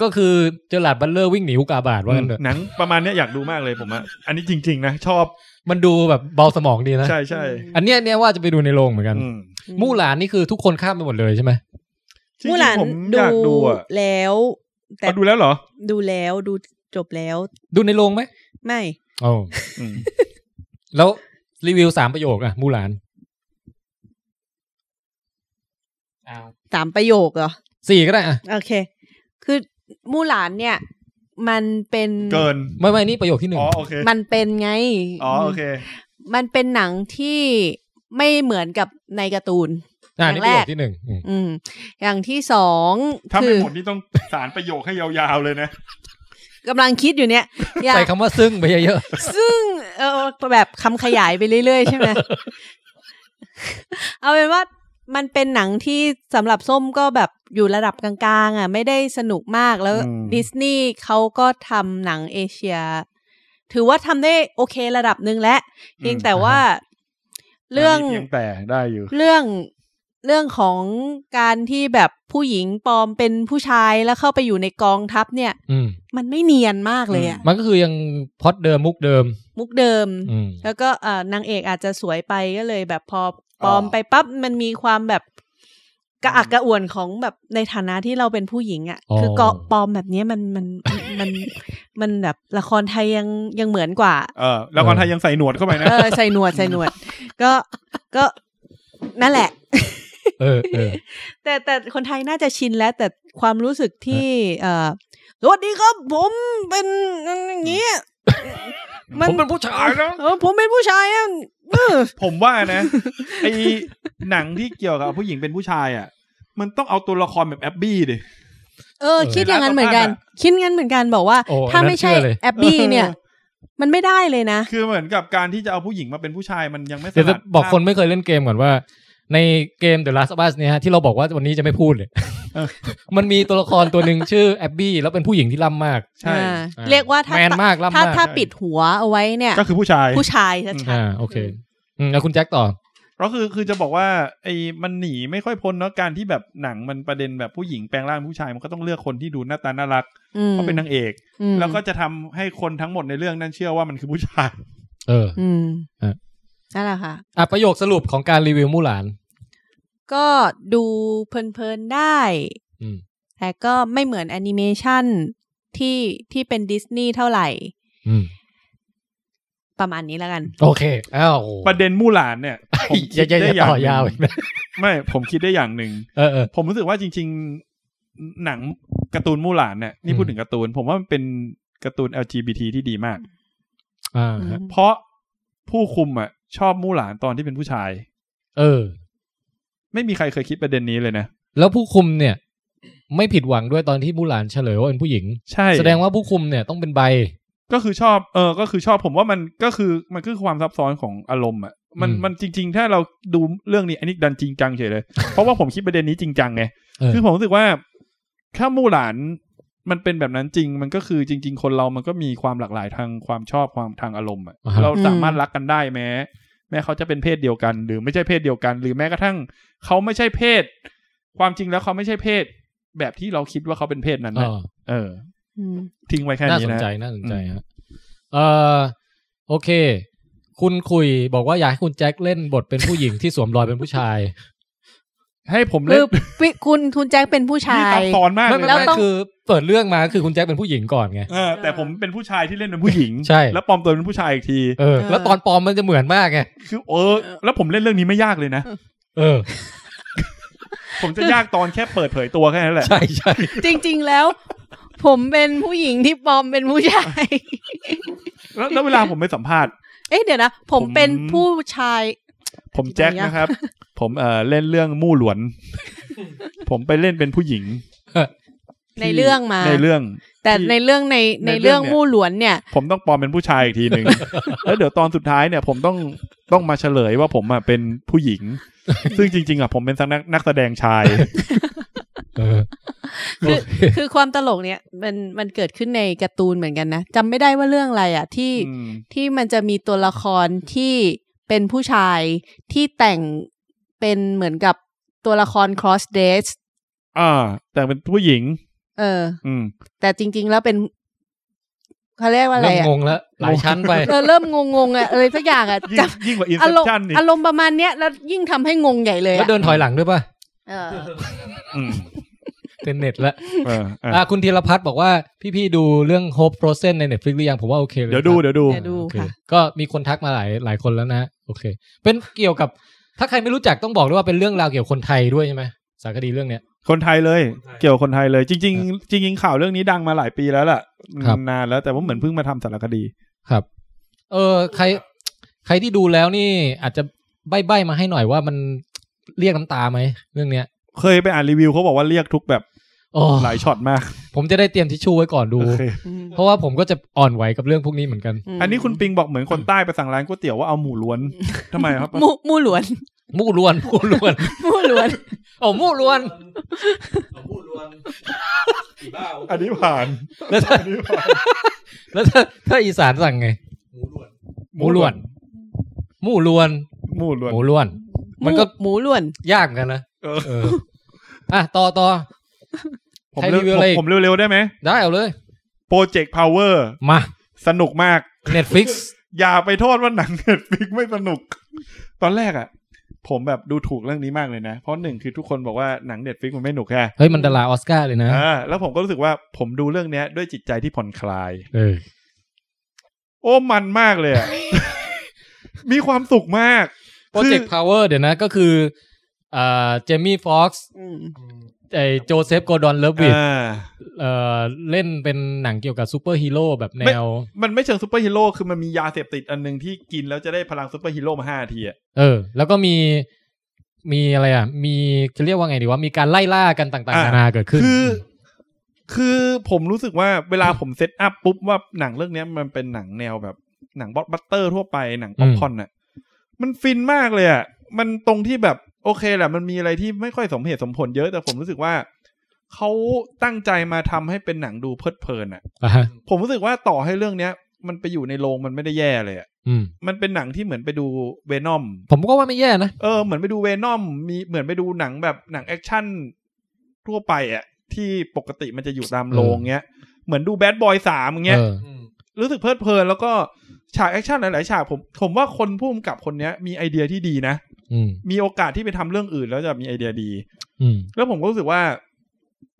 Speaker 2: ก็คือเจอหลาดบัลเลอร์วิ่งหนีอุกกาบาตว่ากันเถอะ
Speaker 3: หนังประมาณเนี้ยอยากดูมากเลยผมอ่ะอันนี้จริง ๆ นะ ชอบ
Speaker 2: มันดูแบบเบาสมองดีนะ
Speaker 3: ใช่ใช่
Speaker 2: อันเนี้ยเนี่ยว่าจะไปดูในโรงเหมือนกัน
Speaker 3: อืม
Speaker 2: มู่หลานนี่คือทุกคนข้ามไปหมดเลยใช่ไหม
Speaker 3: จริง
Speaker 6: มู่หลาน
Speaker 3: ๆผมอยากดูอ่ะ
Speaker 6: แล้ว แต่
Speaker 3: เอาดูแล้วเหรอ
Speaker 6: ดูแล้วดูจบแล้ว
Speaker 2: ดูในโรงไหม
Speaker 6: ไม่
Speaker 2: โอ้
Speaker 3: อืม
Speaker 2: แล้วรีวิวสามประโยคอะมู่หลาน
Speaker 6: สามประโยคเหรอ
Speaker 2: สี่ก็ได้อะ
Speaker 6: โอเค คือมู่หลานเนี่ย มันเป็น
Speaker 3: เกิน
Speaker 2: ไม่ไม่นี่ประโยคที่หนึ่ง
Speaker 3: อ๋อโอเค
Speaker 6: มันเป็นไง
Speaker 3: อ๋อโอเค
Speaker 6: มันเป็นหนังที่ไม่เหมือนกับในการ์ตูน
Speaker 2: อ่านี่ประโยคที่หนึ่งอืม
Speaker 6: อืม อย่างที่สอง
Speaker 3: ถ้า
Speaker 6: คื
Speaker 3: เป็น
Speaker 6: อ
Speaker 3: ผมนี่ต้องสารประโยคให้ยาวๆเลยนะ
Speaker 6: กำลังคิดอยู่เนี่ยอยาก
Speaker 2: ใส่คำว่าซึ่งไปเยอะ
Speaker 6: ซึ่งเออแบบคำขยายไปเรื่อย ๆ ใช่ไหม เอาเป็นว่ามันเป็นหนังที่สำหรับส้มก็แบบอยู่ระดับกลางๆ อ่ะ ไม่ได้สนุกมากแล้ว
Speaker 3: อืม
Speaker 6: ดิสนีย์เขาก็ทำหนังเอเชีย ถือว่าทำได้โอเคระดับหนึ่งแล้วเพียงแต่ว่าเรื่อง
Speaker 3: มีเพียงแต่ได้อยู่
Speaker 6: เรื่องเรื่องของการที่แบบผู้หญิงปลอมเป็นผู้ชายแล้วเข้าไปอยู่ในกองทัพเนี่ย
Speaker 2: ๆอืม
Speaker 6: มันไม่เนียนมากเลยอ่ะ
Speaker 2: มันก็คือยังพล็อดเดิมมุกเดิม
Speaker 6: มุกเดิม
Speaker 2: อืม
Speaker 6: แล้วก็เอ่อนางเอกอาจจะสวยไปก็เลยแบบพอปลอม
Speaker 3: อ๋อ
Speaker 6: ไปปั๊บมันมีความแบบกระอักกระอ่วนของแบบในฐานะที่เราเป็นผู้หญิงอะ่ะ
Speaker 2: อ๋อ
Speaker 6: คือเกาะปลอมแบบเนี้ยมันมันมันมันแบบละครไทยยังยังเหมือนกว่า
Speaker 3: เออแล้วคนไทยยังใส่หนวดเข้าไปนะ
Speaker 6: เออใส่หนวดใส่หนวด ก็ก็นั่นแหละ
Speaker 2: เออเออ
Speaker 6: แต่แต่คนไทยน่าจะชินแล้ว แต่ความรู้สึกที่ เออสวัสดีครับผมเป็นอย่างนี้ยมัน
Speaker 2: ผมเป็นผู้ชายนะ
Speaker 6: เออผมเป็นผู้ชายอะเออ
Speaker 3: ผมว่านะไอหนังที่เกี่ยวกับผู้หญิงเป็นผู้ชายอ่ะ มันต้องเอาตัวละครแบบแอบบี้ดิ
Speaker 6: เออ
Speaker 2: เออ
Speaker 6: คิดอย่างนั้นเหมือนกัน
Speaker 3: ร้านสัมภาษณ์
Speaker 6: คิดงั้นเหมือนกันบอกว่า
Speaker 2: โอ้
Speaker 6: ถ้าไม่ใช่
Speaker 2: น่าเชื่อเลย
Speaker 6: แอบบี้เนี่ย
Speaker 3: เออ
Speaker 6: มันไม่ได้เลยนะ
Speaker 3: คือเหมือนกับการที่จะเอาผู้หญิงมาเป็นผู้ชายมันยังไม่ส
Speaker 2: เดี๋ยวจะ
Speaker 3: ลัด
Speaker 2: บอกคนไม่เคยเล่นเกมก่อนว่า ในเกม The Last of Us เนี่ยฮะที่เราบอกว่าวันนี้จะไม่พูดเลยมันมีตัวละครตัวหนึ่งชื่อแอบบี้แล้วเป็นผู้หญิงที่ล่ำมาก
Speaker 3: ใช่
Speaker 6: อ่า เรียกว่าถ้า
Speaker 2: แมนมากล่ำมาก
Speaker 6: ถ้าถ้าปิดหัวเอาไว้เนี่ย
Speaker 3: ก็คือผู้ชาย
Speaker 6: ผู้ชายชัด
Speaker 2: อ่าโอเคอืมแล้วคุณแจ็คต่อ
Speaker 3: ก็คือคือจะบอกว่า ไอ้มันหนีไม่ค่อยพ้นเนาะการที่แบบหนังมันประเด็นแบบผู้หญิงแปลงร่างเป็นผู้ชายมันก็ต้องเลือกคนที่ดูหน้าตาน่ารัก
Speaker 6: ๆอืม
Speaker 3: เพราะเป็นนางเอก
Speaker 6: อืม
Speaker 3: แล้วก็จะทำให้คนทั้งหมดในเรื่องนั้นเชื่อว่ามันคือผู้ชาย
Speaker 2: เออ
Speaker 6: อืม
Speaker 2: อ่ะ
Speaker 6: นั่นแหละค่ะ
Speaker 2: อ่ะประโยคสรุปของการรีวิวมู่หลาน
Speaker 6: ก็ดูเพลินๆได้
Speaker 2: อืม
Speaker 6: แต่ก็ไม่เหมือนแอนิเมชันที่ที่เป็นดิสนีย์เท่าไหร่
Speaker 2: อืม
Speaker 6: ประมาณนี้แล้วกัน
Speaker 2: โอเค อ้าว
Speaker 3: ประเด็นมู่หลานเนี่ยผม
Speaker 2: อย่าอย่าอย่าต่อ
Speaker 3: หนึ่ง
Speaker 2: ยาวอีกนะ
Speaker 3: ไม่ผมคิดได้อย่างหนึ่ง
Speaker 2: เออเออ
Speaker 3: ผมรู้สึกว่าจริง ๆ หนังการ์ตูนมู่หลานเนี่ยนี่
Speaker 2: อืม
Speaker 3: พูดถึงการ์ตูน ผมว่ามันเป็นการ์ตูน LGBT ที่ดีมาก
Speaker 2: อ่าฮะ
Speaker 3: เพราะผู้คุมอ่ะชอบมู่หลานตอนที่เป็นผู้ชาย
Speaker 2: เออ
Speaker 3: ไม่มีใครเคยคิดประเด็นนี้เลยนะ
Speaker 2: แล้วผู้คุมเนี่ย ไม่ผิดหวังด้วยตอนที่มู่หลานเฉลยว่าเป็นผู้หญิง
Speaker 3: ใช่
Speaker 2: แสดงว่าผู้คุมเนี่ยต้องเป็นใบ
Speaker 3: ก็คือชอบเออก็คือชอบผมว่ามันก็คือมันคือความซับซ้อนของอารมณ์อ่ะมัน
Speaker 2: อืม
Speaker 3: มันจริง ๆ ถ้าเราดูเรื่องนี้อันนี้ดันจริงจังเฉยเลย เพราะว่าผมคิดประเด็นนี้จริงจังไง
Speaker 2: เออ
Speaker 3: คือผมรู้สึกว่าถ้ามู่หลาน มันเป็นแบบนั้นจริง มันก็คือจริง ๆ คนเรามันก็มีความหลากหลายทางความชอบความทางอารมณ์อะ
Speaker 2: อ่าฮะ
Speaker 3: เราสามารถรักกันได้แม้ แม้เขาจะเป็นเพศเดียวกัน หรือไม่ใช่เพศเดียวกัน หรือแม้กระทั่งเขาไม่ใช่เพศ ความจริงแล้วเขาไม่ใช่เพศ แบบที่เราคิดว่าเขาเป็นเพศนั้น
Speaker 2: เอ
Speaker 3: นะ
Speaker 2: อ
Speaker 3: เออ
Speaker 6: อืม
Speaker 3: ทิ้งไว้แค่
Speaker 2: น่า
Speaker 3: นี้
Speaker 2: สน
Speaker 3: นะ
Speaker 2: ใจน่าสนใจฮะเอ่อโอเค คุณคุยบอกว่าอยากให้คุณแจ็คเล่นบทเป็นผู้หญิงที่สวมรอยเป็นผู้ชาย
Speaker 3: ให้ผม
Speaker 6: คื
Speaker 3: เล่
Speaker 6: อน พี่คุณคุณแจ็คเป็นผู้ชา
Speaker 3: นี่
Speaker 6: ย
Speaker 3: ซับซ้อนมาก
Speaker 2: ไม่
Speaker 3: เล
Speaker 2: ไม่
Speaker 3: ย
Speaker 6: แล้ว
Speaker 2: ไม่
Speaker 6: ต้อง
Speaker 2: คือเปิดเรื่องมาคือคุณแจ็คเป็นผู้หญิงก่อนไง
Speaker 3: เออ แต่ผมเป็นผู้ชายที่เล่นเป็นผู้หญิง
Speaker 2: ใช่
Speaker 3: แล้วปลอมตัวเป็นผู้ชายอีกที
Speaker 2: เออ
Speaker 6: เออ
Speaker 2: แล้วตอนปลอมมันจะเหมือนมากไง
Speaker 3: คือเออ แล้วผมเล่นเรื่องนี้ไม่ยากเลยนะ
Speaker 2: เออ
Speaker 3: ผมจะยากตอนแค่เปิดเผยตัวแค่นั้นแหละ
Speaker 2: ใช่ใช่
Speaker 6: จริง ๆ แล้ว ผมเป็นผู้หญิงที่ปลอมเป็นผู้ชาย
Speaker 3: แล้วแล้วเวลาผมไปสัมภาษณ์
Speaker 6: เอ๊ะเดี๋ยวนะ ผม
Speaker 3: ผม
Speaker 6: เป็นผู้ชาย
Speaker 3: ผมแจ็คนะครับ ผมเอ่อเล่นเรื่องมู่หลวน ผมไปเล่นเป็นผู้หญิง
Speaker 6: ในเรื่องมา
Speaker 3: ในเรื่อง
Speaker 6: แต่ในเรื่องในใน
Speaker 3: ในเรื่
Speaker 6: เรื่อ
Speaker 3: อง
Speaker 6: ง
Speaker 3: เนี่ย
Speaker 6: มู่หลวนเนี่ย
Speaker 3: ผมต้องปลอมเป็นผู้ชายอีกที หนึ่ง แล้วเดี๋ยวตอนสุดท้ายเนี่ย ผมต้องต้องมาเฉลยว่าผมอ่ะเป็นผู้หญิง ซึ่งจริง ๆอ่ะผมเป็นนักนักแสดงชาย
Speaker 2: เออ
Speaker 6: คือคือความตลกเนี่ย มันมันเกิดขึ้นในการ์ตูนเหมือนกันนะจำไม่ได้ว่าเรื่องอะไรอ่ะที่
Speaker 3: อืม
Speaker 6: ที่มันจะมีตัวละครที่เป็นผู้ชายที่แต่งเป็นเหมือนกับตัวละคร cross dress
Speaker 3: อ่า แต่เป็นผู้หญิง
Speaker 6: เออ
Speaker 3: อืม
Speaker 6: แต่จริง ๆ แล้วเป็นเขาเรียกว่าอะไร
Speaker 2: เริ่ม
Speaker 6: อ่ะ
Speaker 2: งงแล้ว หลายชั้นไป
Speaker 6: เออเริ่มงงงๆอะอะไรสักอย่างอะ
Speaker 3: ยิ่ง
Speaker 6: จ
Speaker 3: ยิ่งกว่าอิน
Speaker 6: ำ
Speaker 3: เซ
Speaker 6: อาร
Speaker 3: พ
Speaker 6: มณ์
Speaker 3: ชันอีก
Speaker 6: อารมณ์ประมาณเนี้ยแล้วยิ่งทำให้งงใหญ่เลย
Speaker 2: แล้ว
Speaker 6: อะ
Speaker 2: เดินถอยหลังด้วยป่ะ
Speaker 6: เออ
Speaker 3: อืม
Speaker 2: เต็นเน็ตแล้ว
Speaker 3: เออเออ
Speaker 2: อ่ะคุณธีรพัฒน์บอกว่าพี่ๆดูเรื่อง Hope Frozen ใน Netflix หรือยังผมว่าโอเคเลย
Speaker 3: เดี๋ยวดู
Speaker 2: ครับ
Speaker 3: เดี๋ยวดู
Speaker 6: เดี๋ยวดู
Speaker 2: โอเค
Speaker 6: ค่ะ
Speaker 2: ก็มีคนทักมาหลายหลายคนแล้วนะ โอเค เป็นเกี่ยวกับถ้าใครไม่รู้จักต้องบอกด้วยว่าเป็นเรื่องราวเกี่ยวกับคนไทยด้วยใช่ไหมสารคดีเรื่องเนี้ย
Speaker 3: คนไทยเลย
Speaker 7: คนไทย
Speaker 3: เกี่ยวกับคนไทยเลย จริง ๆ จริงๆข่าวเรื่องนี้ดังมาหลายปีแล้วล่ะ
Speaker 2: ครับ
Speaker 3: นานแล้วแต่ว่าเหมือนเพิ่งมาทำสารคดี
Speaker 2: ครับ เออใคร ใครที่ดูแล้วนี่อาจจะใบ้ๆมาให้หน่อยว่ามันเรียกน้ำตาไหมเรื่องเนี้ย
Speaker 3: เคยไปอ่านรีวิวเขาบอกว่าเรียกทุกแบบ
Speaker 2: โอ้
Speaker 3: หลายช็อตมาก
Speaker 2: ผมจะได้เตรียมทิชชู่ไว้ก่อนดู
Speaker 3: โอเค
Speaker 2: เพราะว่าผมก็จะอ่อนไหวกับเรื่องพวกนี้เหมือนกัน
Speaker 3: อันนี้คุณปิงบอกเหมือนคนใต้ไปสั่งร้านก๋วยเตี๋ยวว่าเอาหมูล้วนทำไมครับ
Speaker 6: มู่มู่หลวน
Speaker 2: มู่ล้วน มู่ล้วน
Speaker 6: มู่หลวน
Speaker 2: โอ้มู่ล้วน
Speaker 7: เอาพูดรวนอีบ้า
Speaker 3: อันนี้ผ่าน
Speaker 2: แล้วถ้า
Speaker 3: อันนี้ผ่าน
Speaker 2: แล้วถ้าถ้าอีสานสั่งไง
Speaker 7: หมูรวน
Speaker 2: มู่ล้วน มู่ล้วน
Speaker 3: หมูล้วน
Speaker 2: มู่ล้วน มันก็
Speaker 6: หมูหลวน
Speaker 2: ยากเหมือนกันนะ
Speaker 3: เออ
Speaker 2: เออ อ่ะ ต่อต่อ
Speaker 3: ผม
Speaker 2: ใคร
Speaker 3: เร็
Speaker 2: รี
Speaker 3: ว
Speaker 2: วิวอะไรอีก
Speaker 3: ผมเร็วๆได้ไหม
Speaker 2: ได้เอาเลย
Speaker 3: โปรเจกต์พาวเวอร์
Speaker 2: มา
Speaker 3: สนุกมาก
Speaker 2: Netflix
Speaker 3: อย่าไปโทษว่าหนังเน็ตฟิกไม่สนุก ตอนแรกอะผมแบบดูถูกเรื่องนี้มากเลยนะ เพราะหนึ่งคือทุกคนบอกว่าหนังเน็ตฟิกมันไม่หนุกแค่
Speaker 2: เฮ้ย มันดาราออสการ์เลยนะ
Speaker 3: อ่าแล้วผมก็รู้สึกว่าผมดูเรื่องเนี้ยด้วยจิตใจที่ผ่อนคลาย
Speaker 2: เออ
Speaker 3: โอ้มันมาก เลยอะ มีความสุขมาก
Speaker 2: โปรเจกต์พาวเวอร์เดี๋ยวนะ ก็คืออ่าเจมี่ฟ็อกซ์ไอโจเซฟโกดอนเลิฟวิด
Speaker 3: อ่า
Speaker 2: เอ่อเล่นเป็นหนังเกี่ยวกับซูเปอร์ฮีโร่แบบแนว
Speaker 3: มันไม่เชิงซูเปอร์ฮีโร่คือมันมียาเสพติดอันหนึงที่กินแล้วจะได้พลังซูเปอร์ฮีโร่มาห้าทีอะ
Speaker 2: เออ แล้วก็มี มีอะไรอ่ะ มีจะเรียกว่าไงดีว่า มีการไล่ล่ากันต่างๆนานาเกิดขึ้น
Speaker 3: คือ คือผมรู้สึกว่าเวลาผมเซตอัพปุ๊บว่าหนังเรื่องเนี้ยมันเป็นหนังแนวแบบหนังบล็อสบัตเตอร์ทั่วไปหนังป๊อปคอร์นอะมันฟินมากเลยอะมันตรงที่แบบโอเคแหละ มันมีอะไรที่ไม่ค่อยสมเหตุสมผลเยอะแต่ผมรู้สึกว่าเขาตั้งใจมาทำให้เป็นหนังดูเพลิดเพลินอะ
Speaker 2: อ่ะฮะ
Speaker 3: ผมรู้สึกว่าต่อให้เรื่องเนี้ย มันไปอยู่ในโรงมันไม่ได้แย่เลยอะ
Speaker 2: อืม
Speaker 3: มันเป็นหนังที่เหมือนไปดูเวนอม
Speaker 2: ผมก็ว่าไม่แย่นะ
Speaker 3: เออเหมือนไปดูเวนอมมีเหมือนไปดูหนังแบบหนังแอคชั่นทั่วไปอะที่ปกติมันจะอยู่ตามโรงเงี้ย เหมือนดูแบดบอยสามเงี้
Speaker 2: เอย อ
Speaker 7: อืม
Speaker 3: รู้สึกเพลิดเพลินแล้วก็ฉากแอคชั่นหลาย ๆ ฉากผมผมว่าคนผู้กำกับคนเนี้ยมีไอเดียที่ดีนะ
Speaker 2: อืม
Speaker 3: มีโอกาสที่ไปทำเรื่องอื่นแล้วจะมีไอเดียดี
Speaker 2: อืม
Speaker 3: แล้วผมก็รู้สึกว่า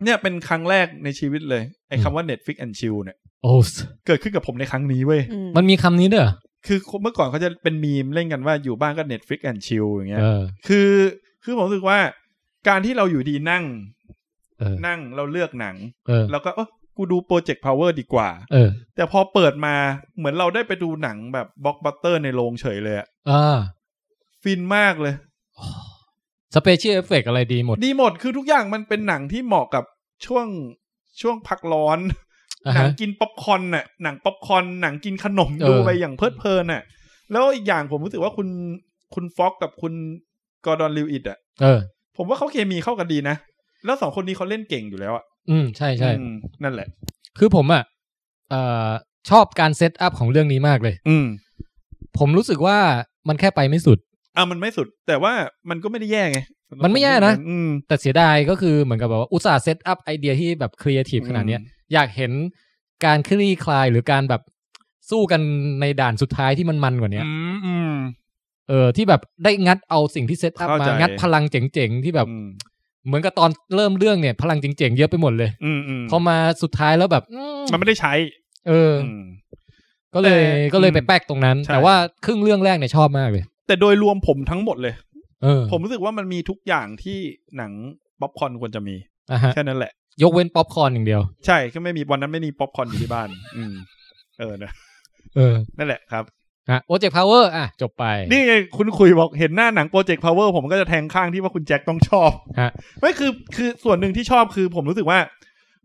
Speaker 3: เนี่ยเป็นครั้งแรกในชีวิตเลยไอ้
Speaker 2: อืม
Speaker 3: คำว่า Netflix and Chill เนี่ย
Speaker 2: โอ้ส
Speaker 3: เกิดขึ้นกับผมในครั้งนี้เว้ย
Speaker 2: มันมีคำนี้ด้วยเหรอ
Speaker 3: คือเมื่อก่อนเขาจะเป็นมีมเล่นกันว่าอยู่บ้านก็ Netflix and chill อย่างเงี้ย
Speaker 2: เออ
Speaker 3: คือคือผมรู้สึกว่าการที่เราอยู่ดีนั่ง
Speaker 2: เออ
Speaker 3: นั่งเราเลือกหนัง
Speaker 2: เออ
Speaker 3: แล้วก็เออกูดูโปรเจกต์พาวเวอร์ดีกว่า
Speaker 2: เออ
Speaker 3: แต่พอเปิดมาเหมือนเราได้ไปดูหนังแบบบล็อกบัตเตอร์ในโรงเฉยเลยอะ
Speaker 2: อ่า
Speaker 3: ฟินมากเลย
Speaker 2: สเปเชียลเอฟเฟกอะไรดีหมด
Speaker 3: ดีหมดคือทุกอย่างมันเป็นหนังที่เหมาะกับช่วงช่วงพักร้อน
Speaker 2: อ่า
Speaker 3: หนัง
Speaker 2: ฮะ
Speaker 3: กินป๊อปคอร์นน่ะหนังป๊อปคอร์นหนังกินขนม
Speaker 2: เออ
Speaker 3: ดูไปอย่างเพลิดเพลินน่ะ แล้วอีกอย่างผมรู้สึกว่าคุณคุณฟ็อกกับคุณกอร์ดอนลิวอิตอ่ะ
Speaker 2: เออ
Speaker 3: ผมว่าเขาเคมีเข้ากันดีนะ แล้วสองคนนี้เขาเล่นเก่งอยู่แล้วอะ
Speaker 2: อืมใช่ใช่
Speaker 3: อืมนั่นแหละ
Speaker 2: คือผมอ่ะเอ่อชอบการเซตอัพของเรื่องนี้มากเลย
Speaker 3: อืม
Speaker 2: ผมรู้สึกว่ามันแค่ไปไม่สุด
Speaker 3: อ่ะมันไม่สุด แต่ว่ามันก็ไม่ได้แย่ไงสำหรับ
Speaker 2: มันไม่แย่นะ
Speaker 3: อืม
Speaker 2: แต่เสียดายก็คือเหมือนกับแบบว่าอุตส่าห์เซตอัพไอเดียที่แบบครีเอทีฟขนาดเนี้ย อยากเห็นการคลี่คลายหรือการแบบสู้กันในด่านสุดท้ายที่มันมันกว่าเนี้ย
Speaker 3: อืมอืม
Speaker 2: เออที่แบบได้งัดเอาสิ่งที่เซตอัพ
Speaker 3: เข้า
Speaker 2: มา
Speaker 3: ใจ
Speaker 2: งัดพลังเจ๋งๆ ที่แบบ
Speaker 3: อืม
Speaker 2: เหมือนกับตอนเริ่มเรื่องเนี่ย พลังเจ๋งๆ เยอะไปหมดเลย
Speaker 3: อืมอืม
Speaker 2: พอมาสุดท้ายแล้วแบบอืม
Speaker 3: มันไม่ได้ใช้
Speaker 2: เอออ
Speaker 3: อืม
Speaker 2: ก็เลย
Speaker 3: แต่
Speaker 2: ก็เลย
Speaker 3: อืม
Speaker 2: ไปแป๊กตรงนั้น
Speaker 3: ใช่
Speaker 2: แต่ว่าครึ่งเรื่องแรกเนี่ยชอบมากเลย
Speaker 3: แต่โดยรวมผมทั้งหมดเลย
Speaker 2: เออ
Speaker 3: ผมรู้สึกว่ามันมีทุกอย่างที่หนังป๊อปคอร์นควรจะมี
Speaker 2: อ่ะฮะ
Speaker 3: แค่นั้นแหละ
Speaker 2: ยกเว้นป๊อปคอร์นอย่างเดียว
Speaker 3: ใช่ก็ไม่มีวันนั้นไม่มีป๊อปคอร์นอยู่ที่บ้าน อืม เออนะ
Speaker 2: เออ
Speaker 3: นั่นแหละครับ
Speaker 2: ฮะโอเจกพาวเวอร์อ่ะ จบไป
Speaker 3: นี่ไงคุณคุยบอกเห็นหน้าหนังโปรเจกต์พาวเวอร์ผมก็จะแทงข้างที่ว่าคุณแจ็คต้องชอบ
Speaker 2: ฮะ
Speaker 3: ไม่คือคือส่วนหนึ่งที่ชอบคือผมรู้สึกว่า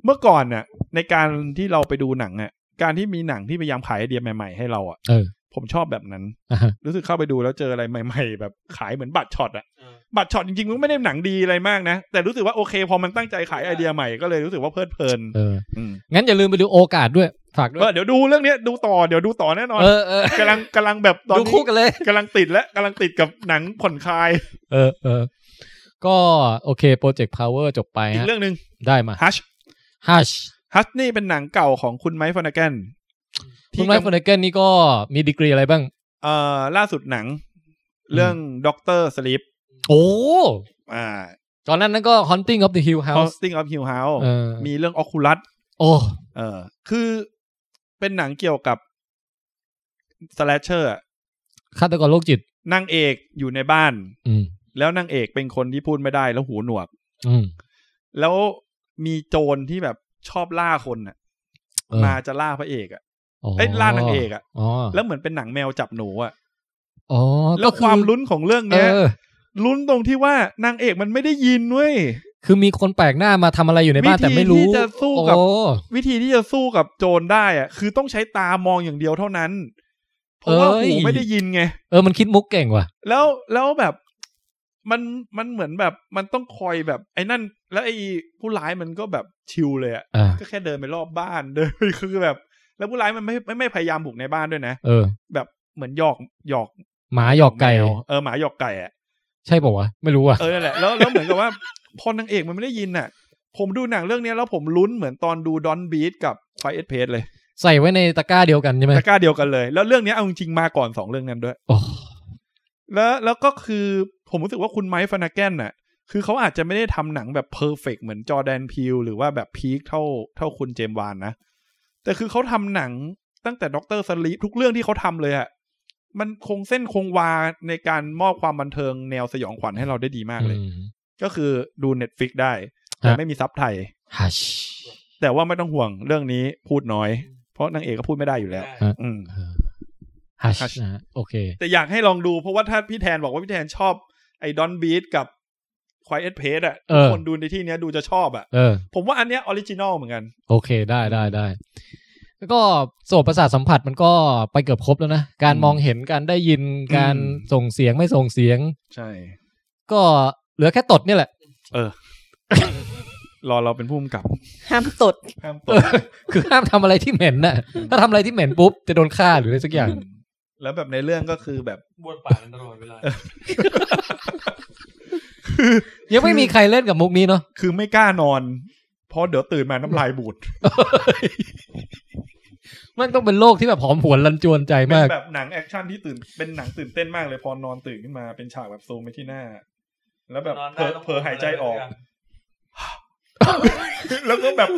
Speaker 3: เมื่อก่อนน่ะ ในการที่เราไปดูหนังอ่ะ การที่มีหนังที่พยายามขายไอเดียใหม่ๆให้เราอ่ะ
Speaker 2: เออ
Speaker 3: ผมชอบแบบนั้น
Speaker 2: อ่ะฮะ
Speaker 3: รู้สึกเข้าไปดูแล้วเจออะไรใหม่ ๆ แบบขายเหมือนบัตรช็อตอ่ะ
Speaker 7: เออ
Speaker 3: บัตรช็อตจริงๆมันไม่ได้หนังดีอะไรมากนะ แต่รู้สึกว่าโอเค พอมันตั้งใจขายไอเดียใหม่ก็เลยรู้สึกว่าเพลิดเพลิน
Speaker 2: เออ
Speaker 3: อืม
Speaker 2: งั้นอย่าลืมไปดูโอกาสด้วย ฝากด้ว
Speaker 3: เอย อเดี๋ยวดูเรื่องเนี้ยดูต่อเดี๋ยวดูต่อแน่นอน
Speaker 2: เออเออก
Speaker 3: ำลังกำลังแบบตอน
Speaker 2: ดู
Speaker 3: นี้
Speaker 2: คู่กันเลย
Speaker 3: กำลังติดและกำลังติดกับหนังผ่อนคลาย
Speaker 2: เออเออก็โอเคโปรเจกต์พาวเวอร์จบไป
Speaker 3: อีก
Speaker 2: ฮะ
Speaker 3: เรื่องหนึ่ง
Speaker 2: ได้มา
Speaker 3: ฮัช
Speaker 2: ฮัช
Speaker 3: ฮัชนี่เป็นหนังเก่าของคุณไมค์ฟอนแกน
Speaker 2: คุณไมค์ฟอนเนเกนนี่ก็มีดีกรีอะไรบ้าง
Speaker 3: เอ่อล่าสุดหนัง เรื่องด็อกเตอร์สลิป
Speaker 2: โอ้
Speaker 3: อ่า
Speaker 2: ตอนนั้นนั่นก็ Hunting of the Hill House
Speaker 3: Hosting of Hill House
Speaker 2: เออ
Speaker 3: มีเรื่องออคูลัส
Speaker 2: โอ้
Speaker 3: เออ คือเป็นหนังเกี่ยวกับสแลชเชอร์
Speaker 2: ฆาตกรโรคจิต
Speaker 3: นางเอกอยู่ในบ้าน
Speaker 2: อืม
Speaker 3: แล้วนางเอกเป็นคนที่พูดไม่ได้แล้วหูหนวก
Speaker 2: อืม
Speaker 3: แล้วมีโจรที่แบบชอบล่าคนน่ะ
Speaker 2: เออ
Speaker 3: มาจะล่าพระเอกอ่ะ
Speaker 2: อ๋อ
Speaker 3: เอ้ยล่านางเอกอ่ะ
Speaker 2: อ๋อ
Speaker 3: แล้วเหมือนเป็นหนังแมวจับหนูอ่ะ
Speaker 2: อ๋อ
Speaker 3: แล้ว
Speaker 2: ก็อ
Speaker 3: ความลุ้นของเรื่อง
Speaker 2: เอ
Speaker 3: เนี้ย
Speaker 2: อ
Speaker 3: ลุ้นตรงที่ว่านางเอกมันไม่ได้ยินเว้ย
Speaker 2: คือมีคนแปลกหน้ามาทำอะไรอยู่ในบ้าน
Speaker 3: วิธี
Speaker 2: แต่ไม่รู้
Speaker 3: ที่จะสู้กับ
Speaker 2: โอ้
Speaker 3: วิธีที่จะสู้กับโจรได้อะคือต้องใช้ตามองอย่างเดียวเท่านั้น เพราะว่า
Speaker 2: เอ้ย
Speaker 3: หูไม่ได้ยินไง
Speaker 2: เออมันคิดมุกเก่งว่ะ
Speaker 3: แล้วแล้วแบบมันมันเหมือนแบบมันต้องคอยแบบ ไอ้นั่น แล้วไอ้ผู้ร้ายมันก็แบบชิลเลยอะ
Speaker 2: อ่า
Speaker 3: ก็แค่เดินไปรอบบ้าน เดิน คือแบบ แล้วผู้ร้ายมันไม่ไม่ไม่พยายามบุกในบ้านด้วยนะ
Speaker 2: เออ
Speaker 3: แบบเหมือนหยอกหยอก
Speaker 2: หมาหยอกไก่
Speaker 3: แมวเออหมาหยอกไก่อะ
Speaker 2: ใช่ป่าวะ ไม่รู้อ่ะ
Speaker 3: เออนั่นแหละแล้วแล้วเหมือนกับว่า พอนางเอกมันไม่ได้ยินน่ะ ผมดูหนังเรื่องเนี้ยแล้วผมลุ้นเหมือนตอนดูดอนบีทกับไฟเอ็ดเพสเลย
Speaker 2: ใส่ไว้ในตะกร้าเดียวกันใช่ไหม
Speaker 3: ตะกร้าเดียวกันเลย แล้วเรื่องเนี้ยเอาจริงๆมาก่อนสองเรื่องนั้นด้วย
Speaker 2: โอ้
Speaker 3: แล้วแล้วก็คือผมรู้สึกว่าคุณไมค์ฟานาแกนน่ะ คือเขาอาจจะไม่ได้ทำหนังแบบเพอร์เฟกเหมือนจอร์แดนพิวหรือว่าแบบพีคเท่าเท่าคุณเจมส์วานนะ แต่คือเขาทำหนังตั้งแต่ด็อกเตอร์สลีปทุกเรื่องที่เขาทำเลยอะมันคงเส้นคงวาในการมอบความบันเทิงแนวสยองขวัญให้เราได้ดีมากเลย
Speaker 2: อืม
Speaker 3: ก็คือดู Netflix ได้ แต่
Speaker 2: ฮะ
Speaker 3: ไม่มีซับไทย
Speaker 2: ฮัช
Speaker 3: แต่ว่าไม่ต้องห่วงเรื่องนี้พูดน้อย เพราะนางเอกก็พูดไม่ได้อยู่แล้ว
Speaker 2: ฮะ
Speaker 3: อืม
Speaker 2: เออฮัช
Speaker 3: Hush
Speaker 2: นะฮะโอเค
Speaker 3: แต่อยากให้ลองดูเพราะว่าถ้าพี่แทนบอกว่าพี่แทนชอบไอ้ดอนบีทกับควายเอ็ดเพสอะ
Speaker 2: เอ
Speaker 3: ทุก
Speaker 2: อ
Speaker 3: คนดูในที่เนี้ยดูจะชอบอะ
Speaker 2: เออ
Speaker 3: ผมว่าอันเนี้ยออริจินอลเหมือนกัน
Speaker 2: โอเคได้ได้ได้แล้วก็โสตประสาทสัมผัสมันก็ไปเกือบครบแล้วนะ การ
Speaker 3: อืม
Speaker 2: มองเห็นการได้ยินการ
Speaker 3: อืม
Speaker 2: ส่งเสียงไม่ส่งเสียง
Speaker 3: ใช่
Speaker 2: ก็เหลือแค่ตดเนี่ยแหละ
Speaker 3: เออ รอเราเป็นผู้กำกับ
Speaker 6: ห้ามตด
Speaker 3: ห้ามต
Speaker 2: เออ
Speaker 3: ก
Speaker 2: คือห้ามทำอะไรที่เหม็นน่ะ ถ้าทำอะไรที่เหม็นปุ๊บ จะโดนฆ่าหรืออะไรสักอย่าง
Speaker 3: แล้วแบบในเรื่องก็คือแบบ
Speaker 7: บ้วนปากกันตลอดเวลา
Speaker 2: ยังไม่มีใครเล่นกับมุกนี้เนาะ
Speaker 3: คือไม่กล้านอน เพราะเดี๋ยวตื่นมาน้ำลายบูด
Speaker 2: มันต้องเป็นโรคที่แบบหอมหวนรันจวนใจ
Speaker 3: เป็น
Speaker 2: มาก
Speaker 3: แบบหนังแอคชั่นที่ตื่นเป็นหนังตื่นเต้นมากเลยพอนอนตื่นขึ้นมาเป็นฉากแบบซูมไปที่หน้า แล้วแบบ
Speaker 7: นอน
Speaker 3: เผล
Speaker 7: ได้
Speaker 3: อ
Speaker 7: ต้อง
Speaker 3: เผลอหายใจออก
Speaker 7: อะไรสักอย่
Speaker 3: แล้วก็แบบ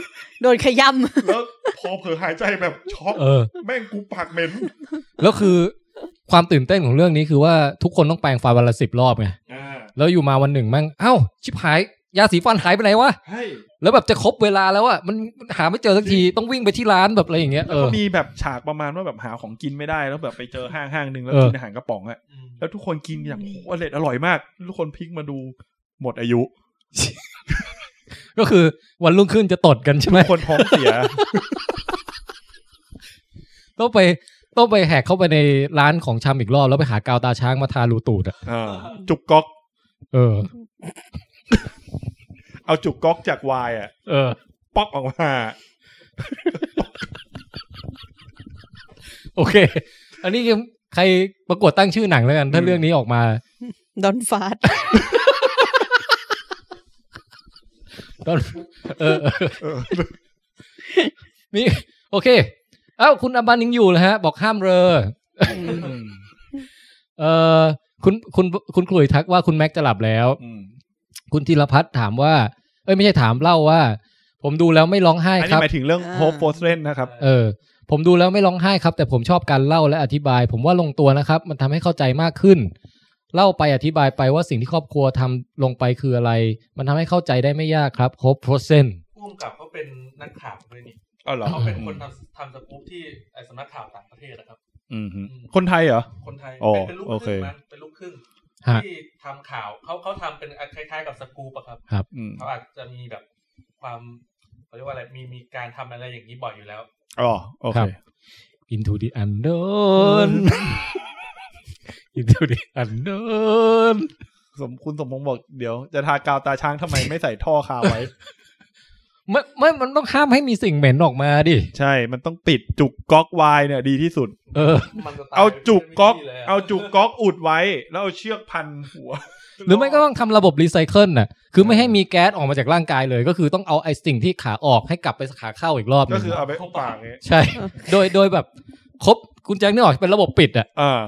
Speaker 6: โดนขย้
Speaker 3: แล้วพอเผลอหายใจแบบช็อก
Speaker 2: เออ
Speaker 3: แม่งกูปากเหม็น
Speaker 2: แล้วคือความตื่นเต้นของเรื่องนี้คือว่าทุกคนต้องแปรงฟันวันละสิบรอบไง
Speaker 3: อ่า
Speaker 2: แล้วอยู่มาวันหนึ่งมั่งเอ้า ชิบหาย ยาสีฟันหายไปไหนวะ
Speaker 3: ให้
Speaker 2: แล้วแบบจะครบเวลาแล้วอะมันมันหาไม่เจอสักทีต้องวิ่งไปที่ร้านแบบอะไรอย่างเงี้ย
Speaker 3: แล้
Speaker 2: เอ
Speaker 3: ว
Speaker 2: อ
Speaker 3: ก็มีแบบฉากประมาณว่าแบบหาของกินไม่ได้แล้วแบบไปเจอห้างห้างหนึ่งแล้ว
Speaker 2: เออ
Speaker 3: กินอาหารกระป๋องอะแล้วทุกคนกินอย่างโอ้โหอร่อยอร่อยมาก ทุกคนพลิกมาดูหมดอายุ
Speaker 2: ก็คือวันรุ่งขึ้นจะตดกันใช่ไหม
Speaker 3: ทุกคนท้องเสีย
Speaker 2: ต้องไปต้องไปแหกเข้าไปในร้านของชำอีกรอบแล้วไปหากาวตาช้างมาทารูตูดอะ
Speaker 3: อ่าจุกก๊อก
Speaker 2: เออ
Speaker 3: เอาจุกก๊อกจากวายอะ
Speaker 2: เออ
Speaker 3: ป๊อกออกมา
Speaker 2: โอเค อันนี้คือใครประกวดตั้งชื่อหนังแล้วกัน ถ้าเรื่องนี้ออกมา
Speaker 6: ดอนฟาด
Speaker 2: ตอนเออเออมีโอเค เอ้าคุณอบันยังอยู่เลยฮะ บอกห้ามเรอ เออคุณคุณคุณขลุยทักว่าคุณแม็กจะหลับแล้ว
Speaker 3: อืม
Speaker 2: คุณธีรพัฒน์ถามว่า เอ้ยไม่ใช่ถามเล่าว่า ผมดูแล้วไม่ร้องไห้
Speaker 3: อัน
Speaker 2: ค
Speaker 3: นี้
Speaker 2: รับ
Speaker 3: หมายถึงเรื่องโฮปโฟสเ e นนะครับ
Speaker 2: เออ ผมดูแล้วไม่ร้องไห้ครับ แต่ผมชอบการเล่าและอธิบาย ผมว่าลงตัวนะครับ มันทำให้เข้าใจมากขึ้น เล่าไปอธิบายไปว่าสิ่งที่ครอบครัวทำลงไปคืออะไร มันทำให้เข้าใจได้ไม่ยากครับครบโปรเซนต์
Speaker 4: พ่วงกับเขาเป็นนักข่าวด้วยนี่
Speaker 3: อ๋อเหรอ
Speaker 4: เขาเป็นคนทำทำสกู๊ปที่ไอ้สำนักข่าวต่างประเทศนะครับ
Speaker 3: อืมฮึคนไทยเหรอ
Speaker 4: คนไทย
Speaker 3: อ๋อ
Speaker 4: เป็นเป็นลูก
Speaker 3: โอ
Speaker 4: ค
Speaker 3: เค
Speaker 4: รึ่งมันเป็นลูกครึ่ง
Speaker 2: ฮะ
Speaker 4: ที่ทำข่าวเขาเขาทำเป็นคล้ายๆกับสกู๊ปอะครับ
Speaker 3: อืม
Speaker 4: เขาอาจจะมีแบบความเขาเรียกว่าอะไรมีมีการทำอะไรอย่างนี้บ่อยอยู่แล้ว
Speaker 3: อ๋อโอ
Speaker 2: ค
Speaker 3: เค
Speaker 2: รับ Into the unknown Into the unknown
Speaker 3: สมคุณสมพงษ์บอกเดี๋ยวจะทากาวตาช้างทำไมไม่ใส่ท่อคาไว้
Speaker 2: ไม่ไม่มันต้องห้ามให้มีสิ่งเหม็นออกมาดิ
Speaker 3: ใช่ มันต้องปิดจุกก๊อกไวายเนี่ยดีที่สุด
Speaker 2: เอ อ
Speaker 4: มันจะตย
Speaker 3: เอาจุกก๊อก
Speaker 4: ไม่มีที่ลยะ
Speaker 3: เอาจุกก๊อกอุดไว้ แล้วเอาเชือกพันหัว
Speaker 2: หรือไม่ก็ต้องทำระบบรีไซเคิลน่ะ คือไม่ให้มีแก๊สออกมาจากร่างกายเลย ก็คือต้องเอาไอ้สิ่งที่ขาออกให้กลับไปขาเข้าอีกรอบห
Speaker 3: ก็
Speaker 2: นึง
Speaker 3: คือเอาไปปากเนี่ย
Speaker 2: ใช่ โดยโดยแบบครบคุณแจ็คนี่ออกเป็นระบบปิดอ่ะ
Speaker 3: อ่า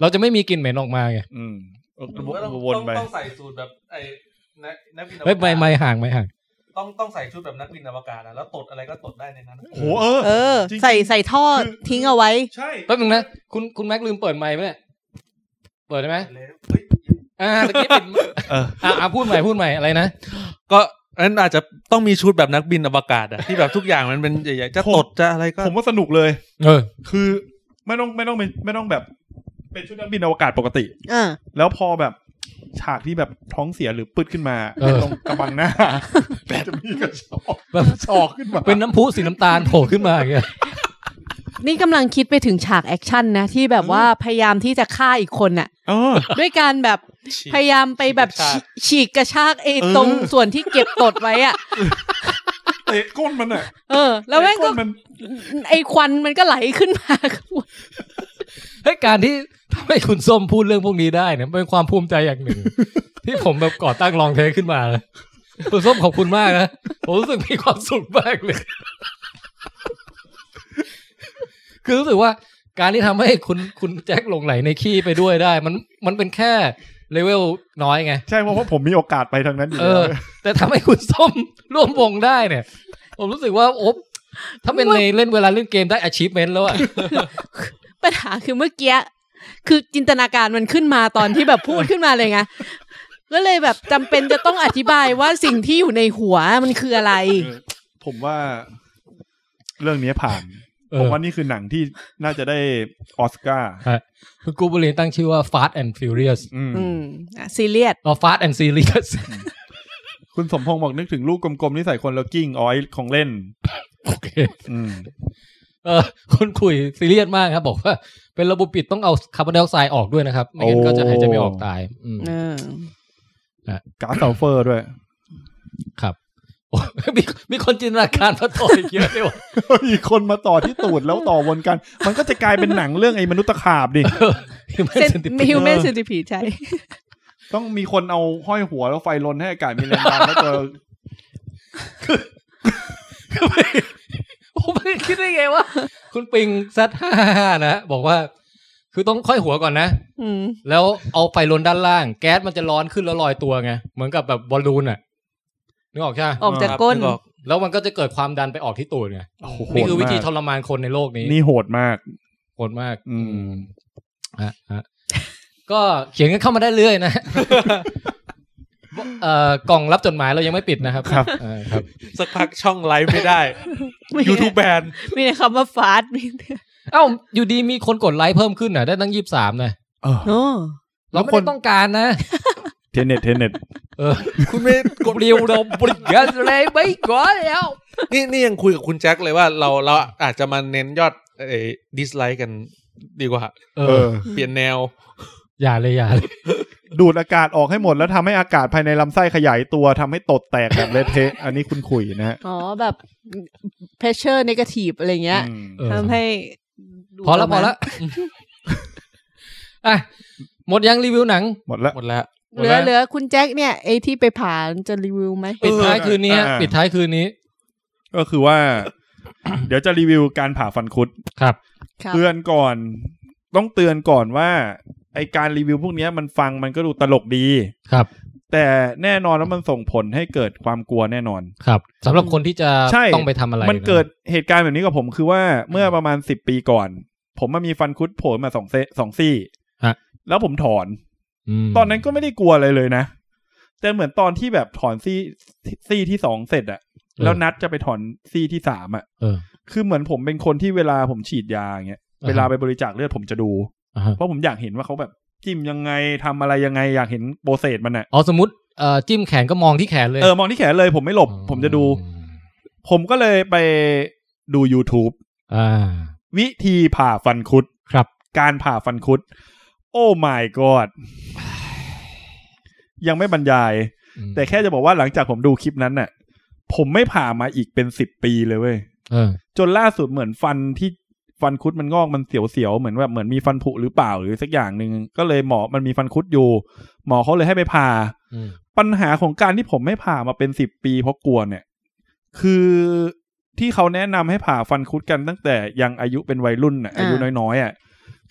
Speaker 2: เราจะไม่มีกลิ่นเหม็นออกมาไง
Speaker 3: อืมเออ
Speaker 4: หรือว่าต้อง
Speaker 3: วน
Speaker 4: ต้อง
Speaker 3: ไป
Speaker 4: ต้องใส่สูตรแบบไอ้นักนักบินอวกาศ
Speaker 2: เฮ้ยไม่ไม่ห่างไม่ห่าง
Speaker 4: ต้องต้องใส่ชุดแบบนักบินอวกาศนะแล้วตดอะไรก็ตดได้ในนั้น
Speaker 3: โหเออ
Speaker 6: เออ
Speaker 3: จริงๆ
Speaker 6: ใส่ใส่ท่อทิ้งเอาไว้
Speaker 3: ใช่
Speaker 2: แป๊บนึงนะ คุณคุณแม็กลืมเปิดไมค์ไหมเนี่ย เปิดได้ไหม
Speaker 4: เลยเฮ้ย
Speaker 2: อ่าตะกี้ปิด
Speaker 3: เออ
Speaker 2: อ่าอ่าพูดใหม่พูดใหม่อะไรนะ
Speaker 4: ก็อันอาจจะต้องมีชุดแบบนักบินอวกาศอะที่แบบทุกอย่างมันเป็นใหญ่ๆจะตดจะอะไรก็
Speaker 3: ผมว่าสนุกเลย
Speaker 2: เออ
Speaker 3: คือไม่ต้องไม่ต้องเป็นไม่ต้องแบบ เป็นชุดนักบินอวกาศปกติ
Speaker 6: เออ
Speaker 3: แล้วพอแบบฉากที่แบบท้องเสียหรือปืดขึ้นมา
Speaker 2: เออ
Speaker 3: ตรงกระบังห น้าแบบจะมีกระชอก
Speaker 2: แบบ
Speaker 3: ชอกขึ้นมา
Speaker 2: เป็นน้ำพุสีน้ำตาลโผล่ขึ้นมาอย่างเงี้ย
Speaker 6: นี่กำลังคิดไปถึงฉากแอคชั่นนะ ที่แบบว่าพยายามที่จะฆ่าอีกคนน่ะ
Speaker 3: เออ
Speaker 6: ด้วยการแบบ
Speaker 4: ฉีก
Speaker 6: พยายามไปแบบ
Speaker 4: ฉีกกระชาก
Speaker 6: ฉีฉีกกระชากไอ้
Speaker 3: เออ
Speaker 6: ตรงส่วนที่เก็บตดไว้อ่ะ
Speaker 3: เตะก้นมันอ่ะ
Speaker 6: เออ แล้วแม่งก็
Speaker 3: เตะนมัน
Speaker 6: ไอ้ควันมันก็ไหลขึ้นมา
Speaker 2: เฮ้ยการที่ทำให้คุณส้มพูดเรื่องพวกนี้ได้เนี่ยเป็นความภูมิใจอย่างหนึ่ง ที่ผมแบบก่อตั้งลองเทคขึ้นมานะคุณส้มขอบคุณมากนะผมรู้สึกมีความสุขมากเลย คือรู้สึกว่าการที่ทำให้คุณคุณแจ็คหลงไหลในขี้ไปด้วยได้ มันมันเป็นแค่เลเวลน้อยไง
Speaker 3: ใช่เพราะว่าผมมีโอกาสไปทางนั้นอยู่
Speaker 2: เอ
Speaker 3: แล้
Speaker 2: อ
Speaker 3: ว
Speaker 2: แต่ทำให้คุณส้มร่วมวงได้เนี่ย ผมรู้สึกว่าโอบถ้าเป็นในเล่นเวลาเล่นเกมได้ achievement แล้วอะ
Speaker 6: ปัญหาคือเมื่อกี้คือจินตนาการมันขึ้นมาตอนที่แบบพูดขึ้นมาเลยไงก็เลยแบบจำเป็นจะต้องอธิบายว่าสิ่งที่อยู่ในหัวมันคืออะไร
Speaker 3: ผมว่า เรื่องนี้ผ่าน
Speaker 2: เออ
Speaker 3: ผมว่านี่คือหนังที่น่าจะได้ออสการ์
Speaker 2: คือกูบริตั้งชื่อว่า Fast and Furious
Speaker 3: อืม
Speaker 6: อืมอ่ะซีเรียส
Speaker 2: อ๋อ Fast and Serious
Speaker 3: คุณสมพงษ์บอกนึกถึงลูกกลมๆที่ใส่คนแล้วกิ้งเอาไว้ของเล่น
Speaker 2: โอเค
Speaker 3: อืม
Speaker 2: เออคนคุยซีเรียสมากครับ บอกว่า เป็นระบบปิดต้องเอาคาร์บอนไดออกไซด์ออกด้วยนะครับ ไม่งั้นก็จะหายใจไม่ออกตาย อืม
Speaker 6: เออ
Speaker 3: ก๊าซซัลเฟอร์ด้วย
Speaker 2: ครับ โอ้มีมีคนจินตนาการมาต่อยเยอะเลยว่ะ
Speaker 3: มีคนมาต่อที่ตูดแล้วต่อวนกัน มันก็จะกลายเป็นหนังเรื่องไอ้มนุษย์ตะขาบดิ
Speaker 6: เซน ฮิวแมน
Speaker 3: เออ
Speaker 6: เซนติพีใช่
Speaker 3: ต้องมีคนเอาห้อยหัวแล้วไฟลนให้อากาศมีแรงดันแล้วเจอ
Speaker 2: ผมไม่คิดได้ไงวะคุณปิงแซดห้านะ บอกว่า คือต้องค่อยหัวก่อนนะ
Speaker 6: อืม
Speaker 2: แล้วเอาไฟลนด้านล่าง แก๊สมันจะร้อนขึ้นแล้วลอยตัวไง เหมือนกับแบบบอลลูนอ่ะนึกออกใช่ไหม
Speaker 6: ออกจากก้น
Speaker 4: ครับ
Speaker 2: แล้วมันก็จะเกิดความดันไปออกที่ตูดไง
Speaker 3: โอ้โห
Speaker 2: นี่คือวิธี
Speaker 3: โห
Speaker 2: ทรมานคนในโลกนี้
Speaker 3: ดมากนี่โหดมาก
Speaker 2: โหดมาก
Speaker 3: อืม
Speaker 2: ฮะฮะก็เขียนกันเข้ามาได้เรื่อยนะ เอ่อกล่องรับจดหมายเรายังไม่ปิดนะครับ
Speaker 3: ครับ
Speaker 2: เออครับ
Speaker 4: สักพักช่องไลฟ์ไม่ได้
Speaker 6: ไม่
Speaker 4: YouTube แบน
Speaker 6: มีแต่คำว่าฟาสต์มีแต่
Speaker 2: เอ้าอยู่ดีมีคนกดไลค์เพิ่มขึ้นน่ะ ได้ตั้งยี่สิบสามนะ
Speaker 3: เออ
Speaker 6: โอ้
Speaker 2: เราไม่
Speaker 3: แล้วค
Speaker 2: ได้
Speaker 3: น
Speaker 2: ต้องการนะ
Speaker 3: เทนเน็ตเทนเน็ต
Speaker 2: เออ คุณไม่กดเรียว เราบริการเลยไม่ก่อนแล้ว
Speaker 4: นี่นี่ยังคุยกับคุณแจ็คเลยว่าเราเราอาจจะมาเน้นยอดเอดิสไลค์กันดีกว่า
Speaker 2: เอ
Speaker 3: เอ
Speaker 2: อ
Speaker 3: อ
Speaker 4: เปลี่ยนแนว
Speaker 2: อย่าเลยอย่าเลย
Speaker 3: ดูดอากาศออกให้หมดแล้วทำให้อากาศภายในลำไส้ขยายตัวทำให้ตดแตกแบบเละเทะ อันนี้คุณคุยนะฮะ
Speaker 6: อ๋อแบบ pressure negative อะไรเงี้ย
Speaker 3: อืม
Speaker 2: เออ
Speaker 6: ทำให้ดู
Speaker 2: พอแล้วพ
Speaker 6: ป
Speaker 2: อ
Speaker 6: ระมา
Speaker 2: แล้
Speaker 6: ณ
Speaker 2: วอ่ะหมดยังรีวิวหนัง
Speaker 3: หมดละ
Speaker 4: หมดแล้ว
Speaker 6: เหลือเหลือคุณแจ็คเนี่ยไอที่ไปผ่านจะรีวิวไหม
Speaker 2: ปิดท้ายคืนนี้ฮะ
Speaker 3: อ่า
Speaker 2: ปิดท้ายคืนนี้
Speaker 3: ก็คือว่า เดี๋ยวจะรีวิวการผ่าฟันคุด
Speaker 2: ครับ
Speaker 6: ครับ
Speaker 3: เตือนก่อนต้องเตือนก่อนว่า ไอการรีวิวพวกเนี้ยมันฟังมันก็ดูตลกดี
Speaker 2: ครับ
Speaker 3: แต่แน่นอนแล้วมันส่งผลให้เกิดความกลัวแน่นอน
Speaker 2: ครับสำหรับคนที่จะ
Speaker 3: ใช่
Speaker 2: ต้องไปทำอะไร
Speaker 3: มันเกิดเหตุการณ์แบบนี้กับผมคือว่าเมื่อประมาณสิบปีก่อน ผมมันมีฟันคุดโผล่มาสองเซสองซี่
Speaker 2: ฮะ
Speaker 3: แล้วผมถอน
Speaker 2: ม
Speaker 3: ตอนนั้นก็ไม่ได้กลัวอะไรเลยนะ แต่เหมือนตอนที่แบบถอนซี่ซี่ที่สองเสร็จอะแล้วนัดจะไปถอนซี่ที่สามอะ
Speaker 2: เออ
Speaker 3: คือเหมือนผมเป็นคนที่เวลาผมฉีดยาอย่างเงี้ย
Speaker 2: อ่าฮะ
Speaker 3: เวลาไปบริจาคเลือดผมจะดู
Speaker 2: อ่าฮะ
Speaker 3: เพราะผมอยากเห็นว่าเขาแบบจิ้มยังไงทำอะไรยังไงอยากเห็นโปรเซสมันอะ
Speaker 2: อ๋อสมมติเอ่อจิ้มแขนก็มองที่แขนเลย
Speaker 3: เออมองที่แขนเลยผมไม่หลบ ผมจะดู ผมก็เลยไปดู YouTube
Speaker 2: อ่า
Speaker 3: วิธีผ่าฟันคุด
Speaker 2: ครับ
Speaker 3: การผ่าฟันคุด โอ้ my god ยังไม่บรรยาย
Speaker 2: อืม
Speaker 3: แต่แค่จะบอกว่าหลังจากผมดูคลิปนั้นน่ะ ผมไม่ผ่ามาอีกเป็นสิบปีเลยเว้ย
Speaker 2: เออ
Speaker 3: จนล่าสุดเหมือนฟันที่ฟันคุดมันงอกมันเสียวๆ เหมือนแบบเหมือนมีฟันผุหรือเปล่าหรือสักอย่างหนึ่งก็เลยหมอมันมีฟันคุดอยู่ หมอเขาเลยให้ไปผ่า
Speaker 2: อืม
Speaker 3: ปัญหาของการที่ผมไม่ผ่ามาเป็นสิบปีเพราะกลัวเนี่ย คือที่เขาแนะนำให้ผ่าฟันคุดกันตั้งแต่ยังอายุเป็นวัยรุ่นน่ะ
Speaker 6: อ่า
Speaker 3: อายุน้อยๆอ่ะ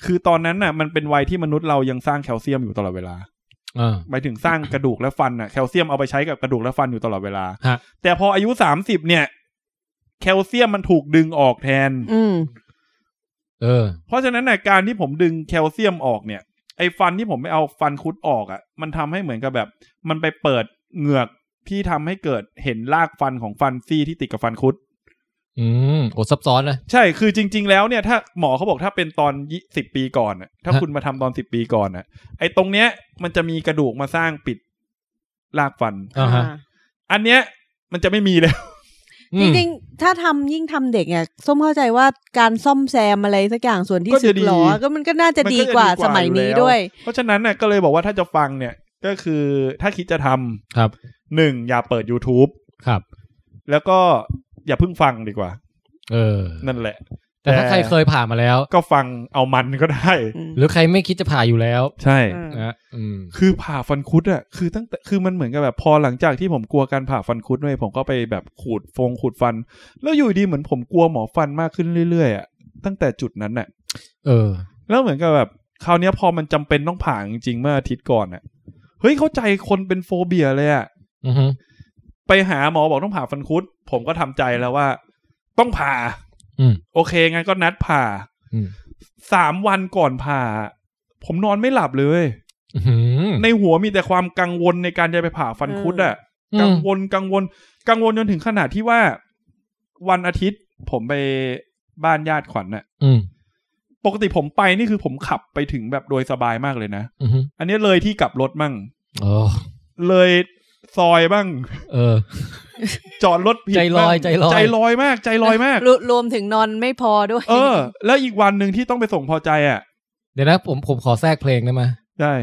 Speaker 3: คือตอนนั้นน่ะ มันเป็นวัยที่มนุษย์เรายังสร้างแคลเซียมอยู่ตลอดเวลา
Speaker 2: เออ
Speaker 3: หมายถึงสร้างกระดูกและฟันน่ะแคลเซียมเอาไปใช้กับกระดูกและฟันอยู่ตลอดเวลา
Speaker 2: ฮะ
Speaker 3: แต่พออายุสามสิบเนี่ย แคลเซียมมันถูกดึงออกแทน
Speaker 6: อืม
Speaker 2: เออ
Speaker 3: เพราะฉะนั้นน่ะการที่ผมดึงแคลเซียมออกเนี่ย ไอ้ฟันที่ผมไม่เอาฟันคุดออกอะ่ะ มันทำให้เหมือนกับแบบ มันไปเปิดเหงือกที่ทำให้เกิดเห็นรากฟันของฟันซี่ที่ติดกับฟันคุด
Speaker 2: อืมโอซับซ้อนนะ
Speaker 3: ใช่คือจริง ๆ แล้วเนี่ย ถ้าหมอเขาบอกถ้าเป็นตอนสิบปีก่อนน่ะถ้า
Speaker 2: ฮะ
Speaker 3: คุณมาทำตอนสิบปีก่อนน่ะ ไอ้ตรงเนี้ย มันจะมีกระดูกมาสร้างปิดรากฟัน
Speaker 2: อ่าฮะ
Speaker 3: อันเนี้ย มันจะไม่มีแล้ว
Speaker 2: อื
Speaker 6: จ
Speaker 2: ม
Speaker 6: ริงๆ ถ้าทำยิ่งทำเด็กเนี่ยส้มเข้าใจว่าการซ่อมแซมอะไรสักอย่างส่วนที่
Speaker 3: ก็
Speaker 6: สึ
Speaker 3: จะ
Speaker 6: ก
Speaker 3: ดี
Speaker 6: หรอ ก็มันก็น่าจะ
Speaker 3: มันก็
Speaker 6: ดี
Speaker 3: จะดี
Speaker 6: กว่าสมัย
Speaker 3: กว่าอยู่
Speaker 6: นี้
Speaker 3: แล้ว
Speaker 6: ด้วย
Speaker 3: เพราะฉะนั้นน่ะก็เลยบอกว่าถ้าจะฟังเนี่ยก็คือถ้าคิดจะทำ
Speaker 2: ครับ
Speaker 3: หนึ่งอย่าเปิด YouTube
Speaker 2: ครับ
Speaker 3: แล้วก็อย่าเพิ่งฟังดีกว่า
Speaker 2: เออ
Speaker 3: นั่นแหละ
Speaker 2: แต่ถ้าใครเคยผ่ามาแล้ว
Speaker 3: ก็ฟังเอามันก็ได้
Speaker 2: หรือใครไม่คิดจะผ่าอยู่แล้ว
Speaker 3: ใช่
Speaker 6: อืม
Speaker 2: นะอืม
Speaker 3: คือผ่าฟันคุดอะคือตั้งแต่คือมันเหมือนกับแบบพอหลังจากที่ผมกลัวการผ่าฟันคุดด้วยผมก็ไปแบบขูดฟงขูดฟัน แล้วอยู่ดีเหมือนผมกลัวหมอฟันมากขึ้นเรื่อยๆอะตั้งแต่จุดนั้นน่ะ
Speaker 2: เออ
Speaker 3: แล้วเหมือนกับแบบคราวเนี้ยพอมันจำเป็นต้องผ่าจริงๆเมื่ออาทิตย์ก่อนอะเฮ้ยเข้าใจคนเป็นโฟเบียเลยอะ
Speaker 2: อือฮึ
Speaker 3: ไปหาหมอบอกต้องผ่าฟันคุด ผมก็ทำใจแล้วว่า ต้องผ่า
Speaker 2: อืม
Speaker 3: โอเคงั้นก็นัดผ่า
Speaker 2: อืม
Speaker 3: สามวันก่อนผ่า ผมนอนไม่หลับเลย
Speaker 2: อื้อหือ
Speaker 3: ในหัวมีแต่ความกังวลในการจะไปผ่าฟันคุดอะ
Speaker 2: อื
Speaker 3: กั
Speaker 2: ม
Speaker 3: งวลกังวล กังวลจนถึงขนาดที่ว่า วันอาทิตย์ ผมไปบ้านญาติขวัญน่ะ
Speaker 2: อืม
Speaker 3: ปกติผมไปนี่คือผมขับไปถึงแบบโดยสบายมากเลยนะ
Speaker 2: อือฮึ
Speaker 3: อันนี้เลยที่กลับรถมั่ง
Speaker 2: อ๋อ
Speaker 3: เลยซอยบ้าง
Speaker 2: เออ
Speaker 3: จอดรถผิด
Speaker 2: ใจลอยใจลอย
Speaker 3: ใจลอยมาก ใจลอย มาก
Speaker 6: รวรวมถึงนอนไม่พอด้วย
Speaker 3: เออ แล้วอีกวันหนึ่งที่ต้องไปส่งพอใจอ่ะ
Speaker 2: เดี๋ยวนะผมผมขอแทรกเพลงได้ไหม
Speaker 3: ได้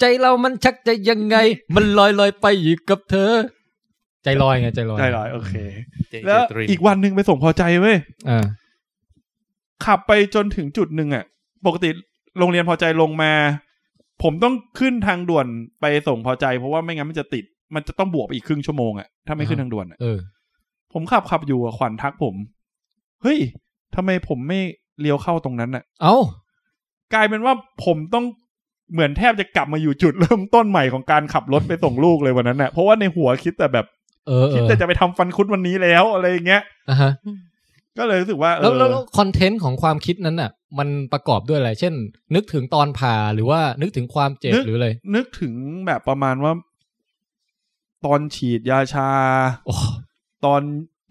Speaker 2: ใจเรามันชักจะยังไง มันลอยลอยไปอยู่กับเธอ ใจลอยไงใจลอย
Speaker 3: ใจลอยโอเค
Speaker 4: เจเจ
Speaker 3: แล้ว
Speaker 4: ตรี
Speaker 3: อีกวันหนึ่งไปส่งพอใจเว้ย
Speaker 2: อ่า
Speaker 3: ขับไปจนถึงจุดหนึ่งอ่ะ ปกติโรงเรียนพอใจลงมา ผมต้องขึ้นทางด่วนไปส่งพอใจเพราะว่าไม่งั้นมันจะติด มันจะต้องบวกไปอีกครึ่งชั่วโมงอ่ะถ้าไม่ขึ้นทางด่วนอะ
Speaker 2: เออ
Speaker 3: ผมขับขับอยู่อะขวัญทักผมเฮ้ยทำไมผมไม่เลี้ยวเข้าตรงนั้นอ่ะ
Speaker 2: เอ้าก
Speaker 3: ลายเป็นว่าผมต้องเหมือนแทบจะกลับมาอยู่จุดเริ่มต้นใหม่ของการขับรถไปส่งลูกเลยวันนั้นน่ะเพราะว่าในหัวคิดแต่แบบ
Speaker 2: เออเอ
Speaker 3: คิด
Speaker 2: อ
Speaker 3: แต่จะไปทำฟันคุดวันนี้แล้วอะไรอย่างเงี้ย
Speaker 2: อ่ะฮะ
Speaker 3: ก็เลยรู้สึกว่าเอ
Speaker 2: แล้ว
Speaker 3: อ
Speaker 2: แล้วคอนเทนต์ของความคิดนั้นอ่ะ มันประกอบด้วยอะไร เช่น นึกถึงตอนผ่าหรือว่านึกถึงความเจ็บ
Speaker 3: นึก
Speaker 2: หรืออะไร
Speaker 3: นึกถึงแบบประมาณว่า ตอนฉีดยาชา
Speaker 2: โอ้
Speaker 3: ตอน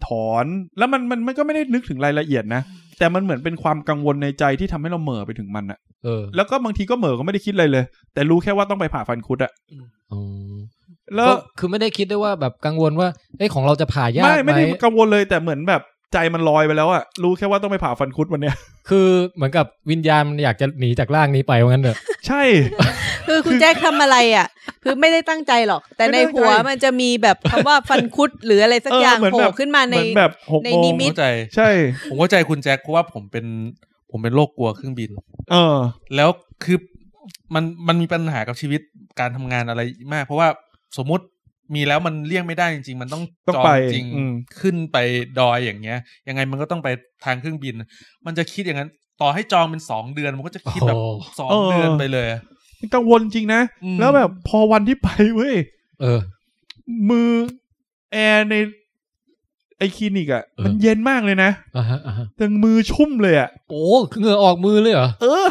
Speaker 3: ถอนแล้วมันมันมันก็ไม่ได้นึกถึงรายละเอียดนะ แต่มันเหมือนเป็นความกังวลในใจที่ทำให้เราเหม่อไปถึงมันอะ
Speaker 2: เออ
Speaker 3: แล้วก็บางทีก็เหม่อก็ไม่ได้คิดอะไรเลย แต่รู้แค่ว่าต้องไปผ่าฟันคุดอะ
Speaker 2: อ๋อ
Speaker 3: แล้ว
Speaker 2: ก็คือไม่ได้คิดด้วยว่าแบบกังวลว่าเอ้ยของเราจะผ่ายาก
Speaker 3: ไม่
Speaker 2: ไหม
Speaker 3: ไม่ได้กังวลเลย แต่เหมือนแบบใจมันลอยไปแล้วอะรู้แค่ว่าต้องไปผ่าฟันคุดวันเนี้ย
Speaker 2: คือเหมือนกับวิญญาณมันอยากจะหนีจากร่างนี้ไปว่างั้นเถอะ
Speaker 3: ใช่
Speaker 6: คือคุณแจ็คทำอะไรอ่ะ คือไม่ได้ตั้งใจหรอก แต่ในหัวมันจะมีแบบคำว่าฟันคุดหรืออะไร สักอย่า
Speaker 3: เอ
Speaker 6: ง
Speaker 3: อเหมือน
Speaker 6: โผ
Speaker 3: แบ
Speaker 6: ล่
Speaker 3: บ
Speaker 6: ขึ้นมาใน
Speaker 3: เหมือนแบบหก
Speaker 6: ใน
Speaker 3: โม
Speaker 6: นิ
Speaker 3: ง
Speaker 6: มิต
Speaker 4: เข้าใจ
Speaker 3: ใช่
Speaker 4: ผมเข้าใจคุณแจ็คเพราะว่าผมเป็นผมเป็นโรคกลัวเครื่องบิน
Speaker 3: เออ
Speaker 4: แล้วคือมันมันมีปัญหากับชีวิตการทำงานอะไรมาก เพราะว่าสมมุติมีแล้วมันเลี่ยงไม่ได้จริง ๆ มันต้อง
Speaker 3: ต้อง
Speaker 4: จอง
Speaker 3: ไป
Speaker 4: จริง
Speaker 3: อืม
Speaker 4: ขึ้นไปดอยอย่างเงี้ย ยังไงมันก็ต้องไปทางเครื่องบิน มันจะคิดอย่างนั้น ต่อให้จองเป็นสองเดือนมันก็จะคิดแบบ
Speaker 2: โอ้
Speaker 4: สองเดือนไปเลย
Speaker 3: กังวลจริงนะ
Speaker 4: อืม
Speaker 3: แล้วแบบพอวันที่ไปเว้ย
Speaker 2: เออ
Speaker 3: มือแอร์ในไอคลินิกอ่ะ
Speaker 2: เออ
Speaker 3: มันเย็นมากเลยนะ
Speaker 2: อ่าฮะอ่าฮะ
Speaker 3: แต่มือชุ่มเลยอ่ะ
Speaker 2: โอ้เหงื่อออกมือเลยเหรอ
Speaker 3: เออ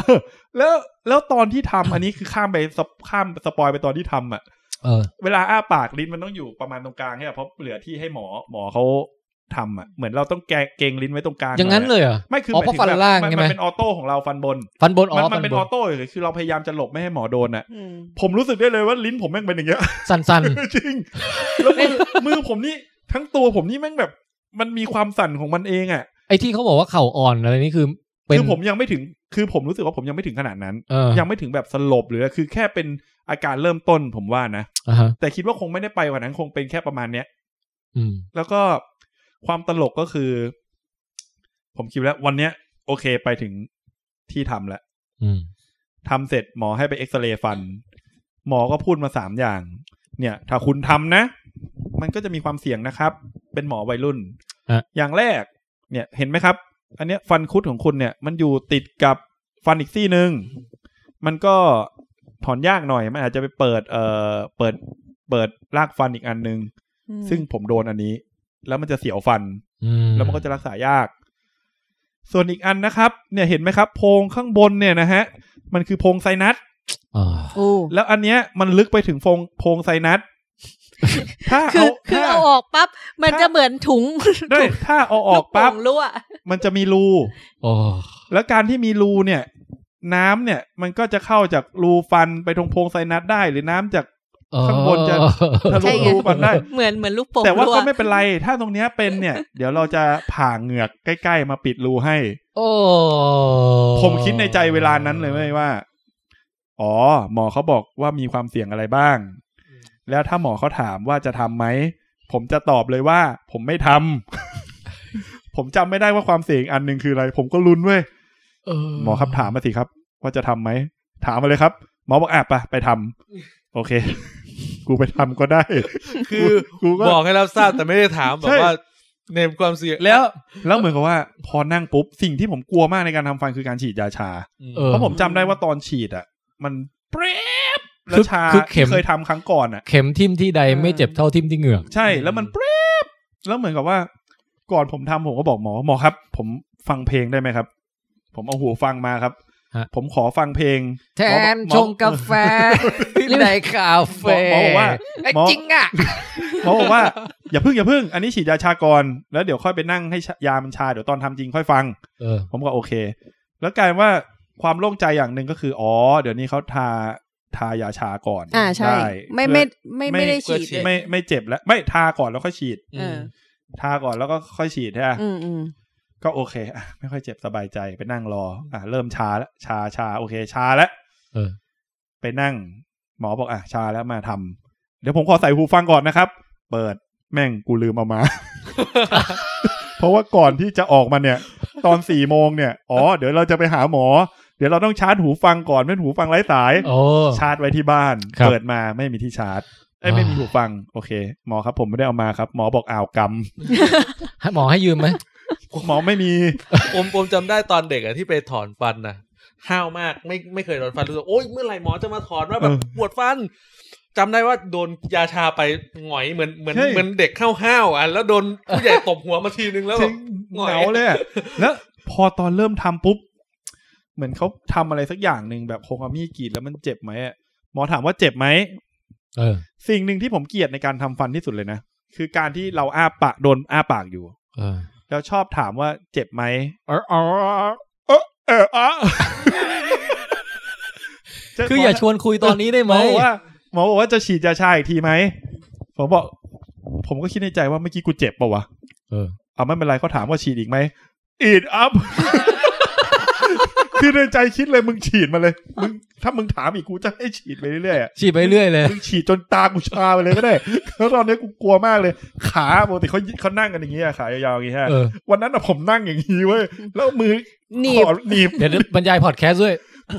Speaker 3: แล้วแล้วตอนที่ทำ อันนี้คือข้ามไปสปข้ามสปอยไปตอนที่ทำอ่ะ
Speaker 2: เออ
Speaker 3: เวลาอ้าปากลิ้นมันต้องอยู่ประมาณตรงกลางใช่ป่ะเพราะเหลือที่ให้หมอหมอเขาทำอ่ะ เหมือนเราต้องแกะเกรงลิ้นไว้ตรงกลาง
Speaker 2: อย่างนั้น
Speaker 3: ห
Speaker 2: เลยเหรอ
Speaker 3: ไม่คือ
Speaker 2: อ
Speaker 3: หมย
Speaker 2: เพราะ
Speaker 3: ถึ
Speaker 2: ฟัน
Speaker 3: แบบ
Speaker 2: ล่าง
Speaker 3: มั
Speaker 2: ใช่ไหม
Speaker 3: มันเป็นออโต้ของเราฟันบน
Speaker 2: ฟันบนอ๋
Speaker 3: มัน
Speaker 2: อ
Speaker 3: มั
Speaker 2: ฟั
Speaker 3: น
Speaker 2: น
Speaker 3: เป็น
Speaker 2: บ
Speaker 3: ออน โต้เลยคือเราพยายามจะหลบไม่ให้หมอโดนอ่ะ
Speaker 6: อืม
Speaker 3: ผมรู้สึกได้เลยว่าลิ้นผมแม่งเป็นอย่างเงี้ย
Speaker 2: สั่น
Speaker 3: จริง แล้วมือมือผมนี่ทั้งตัวผมนี่แม่งแบบ มันมีความสั่นของมันเองอ่ะ
Speaker 2: ๆ ไอ้ที่เขาบอกว่าเข่าอ่อนอะไรนี่คือ เป็น
Speaker 3: คือผมยังไม่ถึง คือผมรู้สึกว่าผมยังไม่ถึงขนาดนั้น
Speaker 2: เออ
Speaker 3: ยังไม่ถึงแบบสลบหรืออะไรคือแค่เป็นอาการเริ่มต้นผมว่านะ
Speaker 2: อ่าฮะ
Speaker 3: แต่คิดว่าคงไม่ได้ไปกว่านั้นคงเป็นแค่ประมาณเนี้ย
Speaker 2: อืม
Speaker 3: แล้วก็ความตลกก็คือ ผมคิดแล้ววันเนี้ย โอเคไปถึงที่ทำแล้ว
Speaker 2: อืม
Speaker 3: ทำเสร็จหมอให้ไปเอ็กซเรย์ฟัน หมอก็พูดมาสามอย่าง เนี่ย ถ้าคุณทำนะ มันก็จะมีความเสี่ยงนะครับ เป็นหมอวัยรุ่น
Speaker 2: ฮะ
Speaker 3: อย่างแรก เนี่ย เห็นไหมครับ อันเนี้ยฟันคุดของคุณเนี่ย มันอยู่ติดกับฟันอีกซี่หนึ่งมันก็ถอนยากหน่อยมันอาจจะไปเปิด เอ่อเปิดเปิดรากฟันอีกอันหนึ่ง
Speaker 6: อืม
Speaker 3: ซึ่งผมโดนอันนี้ แล้วมันจะเสียวฟัน
Speaker 2: อืม
Speaker 3: แล้วมันก็จะรักษายาก ส่วนอีกอันนะครับ เนี่ยเห็นไหมครับ โพรงข้างบนเนี่ยนะฮะ มันคือโพรงไซนัส
Speaker 2: อ่า
Speaker 6: โอ้
Speaker 3: แล้วอันเนี้ยมันลึกไปถึงโพรงโพรงไซนั ส ถ้า
Speaker 6: คื
Speaker 3: เอา
Speaker 6: อคือ
Speaker 3: ถ้า
Speaker 6: เอาออกปั๊บมัน
Speaker 3: ถ้า
Speaker 6: จะเหมือนถุง
Speaker 3: ได้ถ้าเอาออกปั๊บ
Speaker 6: ลูโป่งรั่ว
Speaker 3: มันจะมีรู
Speaker 2: โอ้
Speaker 3: แล้วการที่มีรูเนี่ย น้ำเนี่ย มันก็จะเข้าจากรูฟันไปตรงโพรงไซนัสได้ หรือน้ำจาก ข้างบนจะ ทะลุรูฟันได้
Speaker 6: เหมือนเหมือนลูกโป่ง
Speaker 3: แต่ว่า
Speaker 6: รั่
Speaker 3: ก็ไม่เป็นไร ถ้าตรงเนี้ยเป็นเนี่ย เดี๋ยวเราจะผ่าเหงือกใกล้ ๆ มาปิดรูให้
Speaker 2: โอ้
Speaker 3: ผมคิดในใจเวลานั้นเลยเว้ยว่า อ๋อ หมอเขาบอกว่ามีความเสี่ยงอะไรบ้าง แล้วถ้าหมอเขาถามว่าจะทำไหม ผมจะตอบเลยว่า ผมไม่ทำ ผมจำ ไม่ได้ว่าความเสี่ยงอันหนึ่งคืออะไร ผมก็ลุ้นเว้ย
Speaker 2: เห
Speaker 3: มอครับถามมาสิครับ ว่าจะทำไหม ถามมาเลยครับ หมอบอกอ่ะไปะไปทำโอเค กูไปทำก็ได้
Speaker 4: คือ
Speaker 3: กูก็
Speaker 4: บอกให้รับ ทราบแต่ไม่ได้ถามแบ
Speaker 3: ใช่
Speaker 4: บว่าเนมความเสี่ยงแล้ว
Speaker 3: แล้วเหมือนกับว่า พอนั่งปุ๊บสิ่งที่ผมกลัวมากในการทำฟันคือการฉีดยาชา
Speaker 2: เออ
Speaker 3: เพราะผมจำได้ว่าตอนฉีดอ่ะ มันเปรียบแล้วชา
Speaker 2: คือเข็ม
Speaker 3: ที่เคยทำครั้งก่อนอ่ะ
Speaker 2: เข็มทิ่มที่ใดไม่เจ็บเท่าทิ่มที่เหงือก
Speaker 3: ใช่แล้วมันเปรียบแล้วเหมือนกับว่า ก่อนผมทำผมก็บอกหมอหมอครับ ผมฟังเพลงได้ไหมครับ ผมเอาหูฟังมาครับ
Speaker 2: ฮะ
Speaker 3: ผมขอฟังเพลง
Speaker 2: แท
Speaker 3: หมอบอก
Speaker 2: น
Speaker 3: หมอ
Speaker 2: ชงกา แฟในคาเฟ่
Speaker 3: หมอบอกว่า
Speaker 2: ไอ้
Speaker 3: หมอ
Speaker 2: จริงอ่ะ
Speaker 3: หมอบอกว่า อย่าพึ่งอย่าพึ่ง อันนี้ฉีดยาชาก่อนแล้วเดี๋ยวค่อยไปนั่งให้ชายามันชาเดี๋ยวตอนทำจริงค่อยฟัง
Speaker 2: เออ
Speaker 3: ผมก็โอเค แล้วกลายว่าความโล่งใจอย่างหนึ่งก็คืออ๋อเดี๋ยวนี้เขาทาทายาชาก่อน
Speaker 6: อ่าใช่
Speaker 3: ด้
Speaker 6: ไม่ไม่ไม่
Speaker 3: เพื่อ
Speaker 6: ไม่ได้ฉีดเลย
Speaker 3: ไม่ไม่เจ็บแล้วไม่ทาก่อนแล้วค่อยฉีด
Speaker 6: เออ
Speaker 3: ทาก่อนแล้วก็ค่อยฉีดใช่ไหม
Speaker 6: อืมอืม
Speaker 3: ก็โอเคอ่ะไม่ค่อยเจ็บสบายใจไปนั่งรอ อ่ะเริ่มชาแล้วชาชาโอเค ชาแล้ว
Speaker 2: เออ
Speaker 3: ไปนั่ง หมอบอกอ่ะชาแล้วมาทำเดี๋ยวผมขอใส่หูฟังก่อนนะครับ เปิดแม่งกูลืมเอามา เพราะว่าก่อนที่จะออกมาเนี่ย ตอนสี่โมงเนี่ยอ๋อเดี๋ยวเราจะไปหาหมอ เดี๋ยวเราต้องชาร์จหูฟังก่อนเป็นหูฟังไร้สาย
Speaker 2: โอ้
Speaker 3: ชาร์จไว้ที่บ้าน
Speaker 2: ครับ
Speaker 3: เปิดมาไม่มีที่ชาร์จเอ้ยไม่มี
Speaker 2: อ่า
Speaker 3: หูฟัง โอเค หมอครับ ผมไม่ได้เอามาครับ หมอบอกอ้าวกำ
Speaker 2: ให้หมอให้ยืมไหม
Speaker 3: หมอไม่มี
Speaker 4: ผมผมจำได้ตอนเด็กอะที่ไปถอนฟันนะห้าวมากไม่ไม่เคยถอนฟันรู้สึกโอ๊ยเมื่อไหร่หมอจะมาถอนว่าแบบ
Speaker 3: เออ
Speaker 4: ปวดฟันจำได้ว่าโดนยาชาไปหงอยเหมือนเหมือน
Speaker 3: ใช่
Speaker 4: เหมือนเด็กข้าวห้าวๆอ่ะแล้วโดนผู้ใหญ่ตบหัวมาทีนึงแล้ว
Speaker 3: จ
Speaker 4: แบ
Speaker 3: ริ
Speaker 4: บ
Speaker 3: ง
Speaker 4: ห
Speaker 3: เห
Speaker 4: งอย
Speaker 3: งาเลย อะแล้วพอตอนเริ่มทำปุ๊บ เหมือนเขาทำอะไรสักอย่างหนึ่งแบบคงเอามีดกรีดแล้วมันเจ็บไหมอะหมอถามว่าเจ็บไหม
Speaker 2: เออ
Speaker 3: สิ่งหนึ่งที่ผมเกลียดในการทำฟันที่สุดเลยนะ คือการที่เราอ้าปากโดนอ้าปากอยู่
Speaker 2: เออ
Speaker 3: แล้วชอบถามว่าเจ็บไหมเออเออเออเออเออ
Speaker 2: คืออย่าชวนคุยตอนนี้ได้
Speaker 3: ห
Speaker 2: ไห
Speaker 3: ม
Speaker 2: ม
Speaker 3: อบอกว่าหมอบอกว่าจะฉีดยาชาอีกทีไหมผมบอก ผมก็คิดในใจว่าเมื่อกี้กูเจ็บปะวะ
Speaker 2: เออ
Speaker 3: เอาไม่เป็นไรเขาถามว่าฉีดอีกไหมอีดอัพ คือในใจคิดเลยมึงฉีดมาเลยมึงถ้ามึงถามอีกกูจะให้ฉีดไปเรื่อยๆอะ
Speaker 2: ฉีดไปเรื่อยเลย
Speaker 3: มึงฉีดจนตากูชาไปเลยก็ได้แล้วตอนนี้กูกลัวมากเลย ขาปกติเขาเขานั่งกันอย่างงี้อะขายาวๆอย่างงี้ฮะ
Speaker 2: เออ
Speaker 3: วันนั้นอะผมนั่งอย่างงี้เว้ยแล้วมือ
Speaker 6: หนีบ
Speaker 3: ขอหนีบ
Speaker 2: เดี๋ยวบรรยายพอดแคสต์ด้วย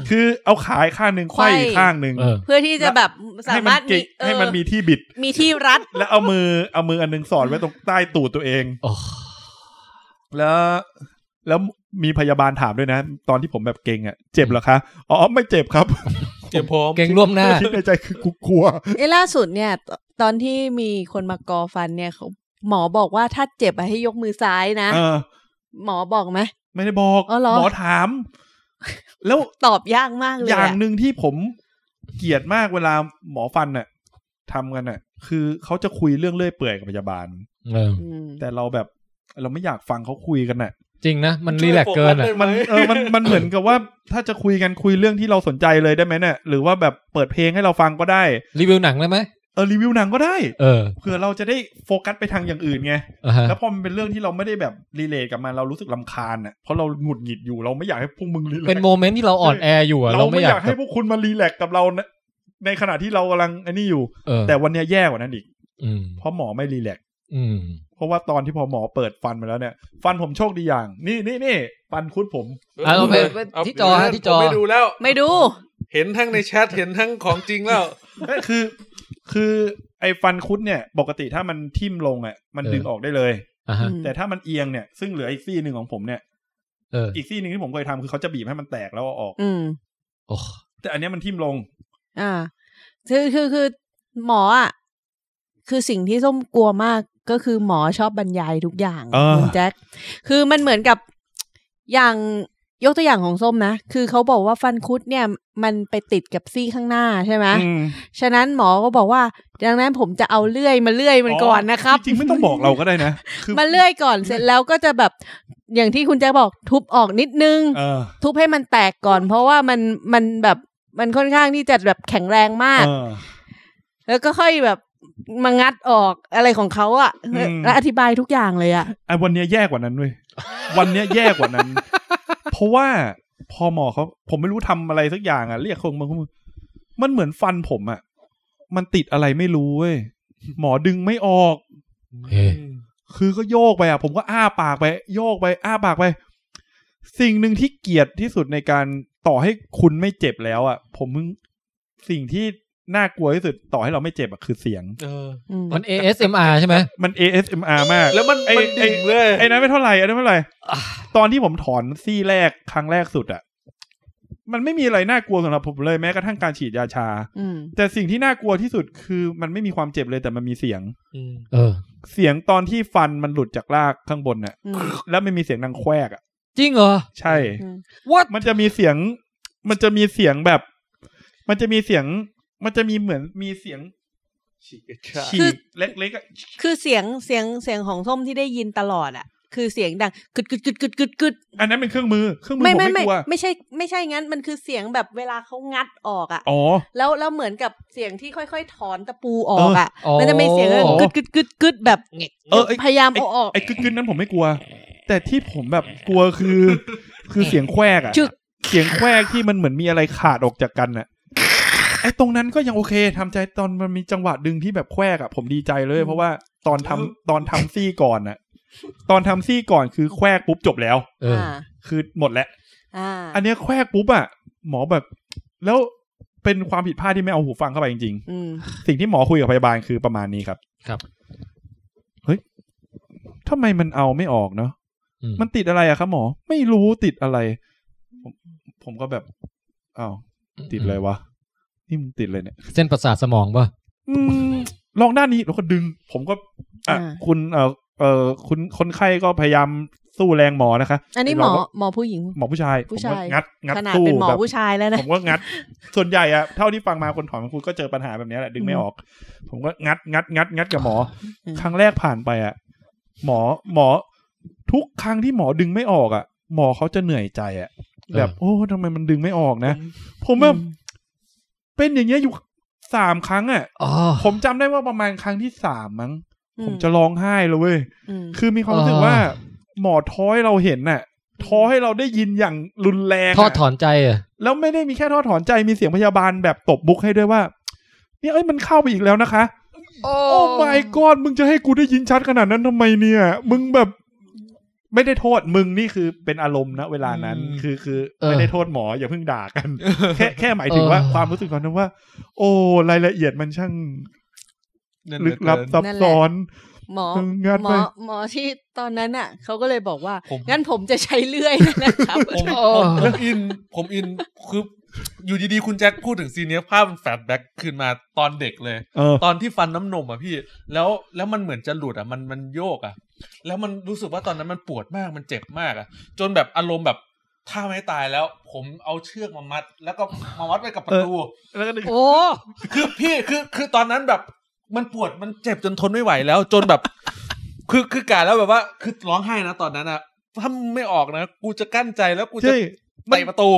Speaker 3: คือเอาขาอีกข้างหนึ่งไขว้อีกข้างหนึ่ง
Speaker 2: เออ
Speaker 6: เพื่อที่จะแบบสา
Speaker 3: ให้มั
Speaker 6: มาน รถ
Speaker 3: เก่ง
Speaker 6: เออ
Speaker 3: ให้มันมีที่บิด
Speaker 6: มีที่รัด
Speaker 3: แล้วเอามือเอามืออันหนึงสอดไว้ตรงใต้ตูดตัวเอง
Speaker 2: โอ้
Speaker 3: แล้ว แล้วมีพยาบาลถามด้วยนะ ตอนที่ผมแบบเก่งอะเจ็บเหรอคะอ๋อไม่เจ็บครับ
Speaker 4: เตรียมพร้อม
Speaker 2: เก่งร่วมหน้า
Speaker 3: คิดในใจคือกูกลัว
Speaker 6: เอยล่าสุดเนี่ยตตอนที่มีคนมากอฟันเนี่ยเขาหมอบอกว่าถ้าเจ็บอะให้ยกมือซ้ายนะ
Speaker 3: เออ
Speaker 6: หมอบอกไหม
Speaker 3: ไม่ได้บอก
Speaker 6: อ๋อเหรอ
Speaker 3: หมอถาม แล้ว
Speaker 6: ตอบยากมากเลย
Speaker 3: อ
Speaker 6: อะ
Speaker 3: ย่างหนึ่งที่ผมเกลียดมากเวลาหมอฟันน่ะทำกันน่ะ คือเขาจะคุยเรื่องเลื่อยเปื่อยกับพยาบาล
Speaker 2: เออ
Speaker 6: อืม
Speaker 3: แต่เราแบบ เราไม่อยากฟังเขาคุยกันน่ะ
Speaker 2: จริงนะ มันรีแลกซ์เกินอ่ะ
Speaker 3: มันเออมันมันเหมือนกับว่าถ้าจะคุยกันคุยเรื่องที่เราสนใจเลยได้ไหมเนี่ยหรือว่าแบบเปิดเพลงให้เราฟังก็ได้
Speaker 2: รีวิวหนังได้ไหม
Speaker 3: เออรีวิวหนังก็ได้
Speaker 2: เออ
Speaker 3: เผื่อเราจะได้โฟกัสไปทางอย่างอื่นไง
Speaker 2: อ่าฮะ
Speaker 3: แล้วพอมันเป็นเรื่องที่เราไม่ได้แบบรีเลทกับมันเรารู้สึกลำคาญอ่ะเพราะเราหงุดหงิดอยู่เราไม่อยากให้พวกมึงรีเลท
Speaker 2: เป็นโมเมนต์ที่เราอ่อนแออยู่อะ
Speaker 3: เรา
Speaker 2: เรา
Speaker 3: ไม่
Speaker 2: ไม่อยาย
Speaker 3: อาก กให้พวกคุณมารีแลกกับเรานะในขณะที่เรากำลังไอ้นี่อยู่
Speaker 2: เออ
Speaker 3: แต่วันเนี้ยแย่กว่านั้นอีก
Speaker 2: อืม
Speaker 3: เพราะหมอไม่รีแลก
Speaker 2: อืม
Speaker 3: เพราะว่าตอนที่พอหมอเปิดฟันมาแล้วเนี่ย ฟันผมโชคดีอย่าง นี่นี่นี่ฟันคุดผม
Speaker 2: อ่ะเอาไป
Speaker 4: เอา
Speaker 2: ที่จอฮะที่จอ
Speaker 4: ผมไม่ดูแล้ว
Speaker 6: ไม่ดู
Speaker 4: เห็นทั้งในแชทเห็นทั้งของจริงแล้ว
Speaker 3: เอ้ยคือคือไอ้ฟันคุดเนี่ย ปกติถ้ามันทิ่มลงอ่ะมัน
Speaker 2: เออ
Speaker 3: ดึงออกได้เลย
Speaker 2: อ่ะฮะ
Speaker 3: แต่ถ้ามันเอียงเนี่ยซึ่งเหลืออีกซี่หนึ่งของผมเนี่ย
Speaker 2: เออ
Speaker 3: อีกซี่หนึ่งที่ผมเคยทำคือเขาจะบีบให้มันแตกแล้วเอาออก
Speaker 6: อืม
Speaker 2: โอ้
Speaker 3: แต่อันเนี้ยมันทิ่มลง
Speaker 6: อ่า คือคือคือหมออ่ะ คือสิ่งที่ส้มกลัวมากก็คือหมอชอบบรรยายทุกอย่าง
Speaker 3: เออ
Speaker 6: คุณแจ็ค คือมันเหมือนกับอย่างยกตัวอย่างของส้มนะ คือเขาบอกว่าฟันคุดเนี่ย มันไปติดกับซี่ข้างหน้าใช่ไหม
Speaker 3: อืม
Speaker 6: ฉะนั้นหมอก็บอกว่า ดังนั้นผมจะเอาเลื่อยมาเลื่อยมันก่อนนะครับ
Speaker 3: จริงๆไม่ต้องบอกเราก็ได้นะ คือ
Speaker 6: มาเลื่อยก่อนเสร็จแล้วก็จะแบบอย่างที่คุณแจ็คบอกทุบออกนิดนึง
Speaker 3: เออ
Speaker 6: ทุบให้มันแตกก่อน เพราะว่ามันมันแบบมันค่อนข้างที่จะแบบแข็งแรงมาก
Speaker 3: เออ
Speaker 6: แล้วก็ค่อยแบบมางัดออกอะไรของเขาอะ
Speaker 3: อืม
Speaker 6: แล้วอธิบายทุกอย่างเลยอะ
Speaker 3: ไอ้วันเนี้ยแย่กว่านั้นเว้ยวันเนี้ยแย่กว่านั้น เพราะว่าพอหมอเขาผมไม่รู้ทำอะไรสักอย่างอ่ะเรียกคงมันมันเหมือนฟันผมอ่ะมันติดอะไรไม่รู้เว้ยหมอดึงไม่ออก
Speaker 2: เฮ้ย
Speaker 3: คือก็โยกไปอ่ะผมก็อ้าปากไป โยกไป อ้าปากไป สิ่งหนึ่งที่เกลียดที่สุดในการต่อให้คุณไม่เจ็บแล้วอ่ะ ผมมึงสิ่งที่น่ากลัวที่สุดต่อให้เราไม่เจ็บอ่ะคือเสียง
Speaker 4: เออ
Speaker 6: อืม
Speaker 2: มัน ASMR ใช่ไหม
Speaker 3: มัน ASMR มาก
Speaker 4: แล้วมัน
Speaker 3: ไอ้
Speaker 4: มันดิ่งเลย
Speaker 3: ไอ้นั้นไม่เท่าไหร่ไอ้นั้นไม่เท่าไหร่ตอนที่ผมถอนซี่แรกครั้งแรกสุดอ่ะมันไม่มีอะไรน่ากลัวสำหรับผมเลยแม้กระทั่งการฉีดยาชา
Speaker 6: อืม
Speaker 3: แต่สิ่งที่น่ากลัวที่สุดคือมันไม่มีความเจ็บเลยแต่มันมีเสียง
Speaker 2: เออ
Speaker 3: เสียงตอนที่ฟันมันหลุดจากรากข้างบนน่ะ
Speaker 6: อืม
Speaker 3: แล้วไม่มีเสียงดังแควกอ่ะ
Speaker 2: จริงเหรอ
Speaker 3: ใช่
Speaker 6: อืม
Speaker 2: What?
Speaker 3: มันจะมีเสียง มันจะมีเสียงแบบ มันจะมีเสียง มันจะมีเหมือนมีเสียงฉี
Speaker 6: คือ
Speaker 3: กเล็กๆอะ
Speaker 6: คือเสียงเสียงเสียงของส้มที่ได้ยินตลอดอะคือเสียงดังกึดกึดกึดกึดกึดกึด
Speaker 3: อันนั้นเป็นเครื่องมือ เครื่องมือ
Speaker 6: ไม่
Speaker 3: ผม
Speaker 6: ไม่ไม่
Speaker 3: ไม่กลัว
Speaker 6: ไม่ใช่ไม่ใช่งั้นมันคือเสียงแบบเวลาเขางัดออกอะ
Speaker 3: อ๋อ
Speaker 6: แล้วแล้วเหมือนกับเสียงที่ค่อย ๆ ถอนตะปูออกอะ
Speaker 2: เอออ๋อ
Speaker 6: มันจะไม่เสียงกึดกึดกึดกึดแบบ
Speaker 3: เออไอ้
Speaker 6: พยายามเอาออก
Speaker 3: ไอ้กึกๆนั้นผมไม่กลัว แต่ที่ผมแบบกลัวคือ คือเสียงแควกอะ
Speaker 6: จึก
Speaker 3: เสียงแควกที่มันเหมือนมีอะไรขาดออกจากกันน่ะ ไอ้ตรงนั้นก็ยังโอเคทำใจตอนมันมีจังหวะดึงที่แบบแควกอะผมดีใจเลย เพราะว่าตอนทำตอนทำซี่ก่อนน่ะ ตอนทำซี่ก่อนคือแควกปุ๊บจบแล้ว
Speaker 2: เออ
Speaker 3: คือหมดแล้ว
Speaker 6: อ่า
Speaker 3: อันเนี้ยแควกปุ๊บอะหมอแบบ แล้วเป็นความผิดพลาดที่ไม่เอาหูฟังเข้าไปจริง
Speaker 6: อืม
Speaker 3: ๆ สิ่งที่หมอคุยกับพยาบาลคือประมาณนี้ครับ
Speaker 2: ครับ
Speaker 3: เฮ้ยทำไมมันเอาไม่ออกเนาะ
Speaker 2: อืม
Speaker 3: มันติดอะไรอะครับหมอ ไม่รู้ติดอะไรผมผมก็แบบอ้าวติดอะไรวะนี่มึงติดเลยเนี่ย
Speaker 2: เส้นประสาทสมองป่ะ
Speaker 3: อืมลองด้านนี้แล้วก็ดึง ผมก็อ่ะ
Speaker 6: า
Speaker 3: คุณเอ่อเอ่อคุณคนไข้ก็พยายามสู้แรงหมอนะคะ
Speaker 6: อันนี้หมอ
Speaker 3: เราก็
Speaker 6: หมอผู้หญิง
Speaker 3: หมอผู้ชายผ
Speaker 6: ผู้
Speaker 3: มก็
Speaker 6: ชาย
Speaker 3: งัดงัด
Speaker 6: ขนาด
Speaker 3: สู้
Speaker 6: เป็นหมอ
Speaker 3: แบบ
Speaker 6: ผู้ชายแล้วนะ
Speaker 3: ผมก็งัด ส่วนใหญ่อะเท่าที่ฟังมาคนถอนมังคุดก็เจอปัญหาแบบนี้แหละดึงไม่ออก ผมก็งัดงัดงัดงัดกับหมอ
Speaker 6: อืม
Speaker 3: ครั้งแรกผ่านไปอะหมอหมอ ทุกครั้งที่หมอดึงไม่ออกอะหมอเขาจะเหนื่อยใจอะ
Speaker 2: ออ
Speaker 3: แบบโอ้ทำไมมันดึงไม่ออกนะ ผมแบบเป็นอย่างเงี้ยอยู่สามครั้งอะ
Speaker 2: อ๋อ
Speaker 3: ผมจำได้ว่าประมาณครั้งที่สามมั้ง
Speaker 6: อื
Speaker 3: ผมจะร้องไห้เลยเว้ย
Speaker 6: อืม
Speaker 3: คือมีความรู้สึกว่า หมอท้อยเราเห็นน่ะ ท้อให้เราได้ยินอย่างรุนแรงะ
Speaker 2: ทอดถอนใจอ่ะ
Speaker 3: แล้วไม่ได้มีแค่ทอดถอนใจมีเสียงพยาบาลแบบตบมุกให้ด้วยว่า เนี่ยเอ้ยมันเข้าไปอีกแล้วนะคะ
Speaker 8: โอ้
Speaker 3: โอ้ my god มึงจะให้กูได้ยินชัดขนาดนั้นทำไมเนี่ย มึงแบบ ไม่ได้โทษมึงนี่คือเป็นอารมณ์นะเวลานั้น
Speaker 4: อืม
Speaker 3: คือคือ
Speaker 2: เออ
Speaker 3: ไม่ได้โทษหมออย่าเพิ่งด่ากัน แค่แค่หมายถึงว่า
Speaker 2: เออ
Speaker 3: ความรู้สึกตอนนั้นว่า โอ้รายละเอียดมันช่าง
Speaker 4: นั่นเห
Speaker 3: ลึ
Speaker 4: อก เน
Speaker 3: ลับซับ
Speaker 6: นั่นแหละ
Speaker 3: ซ้อน
Speaker 6: หมอ
Speaker 3: ทำงาน
Speaker 6: หม
Speaker 3: ไป
Speaker 6: อหมอที่ตอนนั้นอ่ะเขาก็เลยบอกว่า
Speaker 4: ผม
Speaker 6: งั้นผมจะใช้เลื่อยนะครับ
Speaker 4: ผม
Speaker 2: โอ้
Speaker 4: ผมผมอิน ผมอินคืออยู่ดีๆ คุณแจ็คพูดถึงซีนเนี้ยภาพมันแฟลชแบ็กขึ้นมาตอนเด็กเลย
Speaker 3: เออ
Speaker 4: ตอนที่ฟันน้ำนมอ่ะพี่ แล้วแล้วมันเหมือนจะหลุดอ่ะมันมันโยกอ่ะ แล้วมันรู้สึกว่าตอนนั้นมันปวดมากมันเจ็บมากอ่ะ จนแบบอารมณ์แบบถ้าไม่ตายแล้ว ผมเอาเชือกมามัด แล้วก็มาวัดไว้กับประตู
Speaker 3: แล้วก็นึก
Speaker 6: โอ้
Speaker 4: คือพี่คือคือตอนนั้นแบบมันปวดมันเจ็บจนทนไม่ไหวแล้ว จนแบบ คือคือกะแล้วแบบว่า คือร้องไห้นะตอนนั้นอะถ้าไม่ออกนะกูจะกั้นใจแล้วกูจะ
Speaker 3: ใช่
Speaker 4: เตะประตู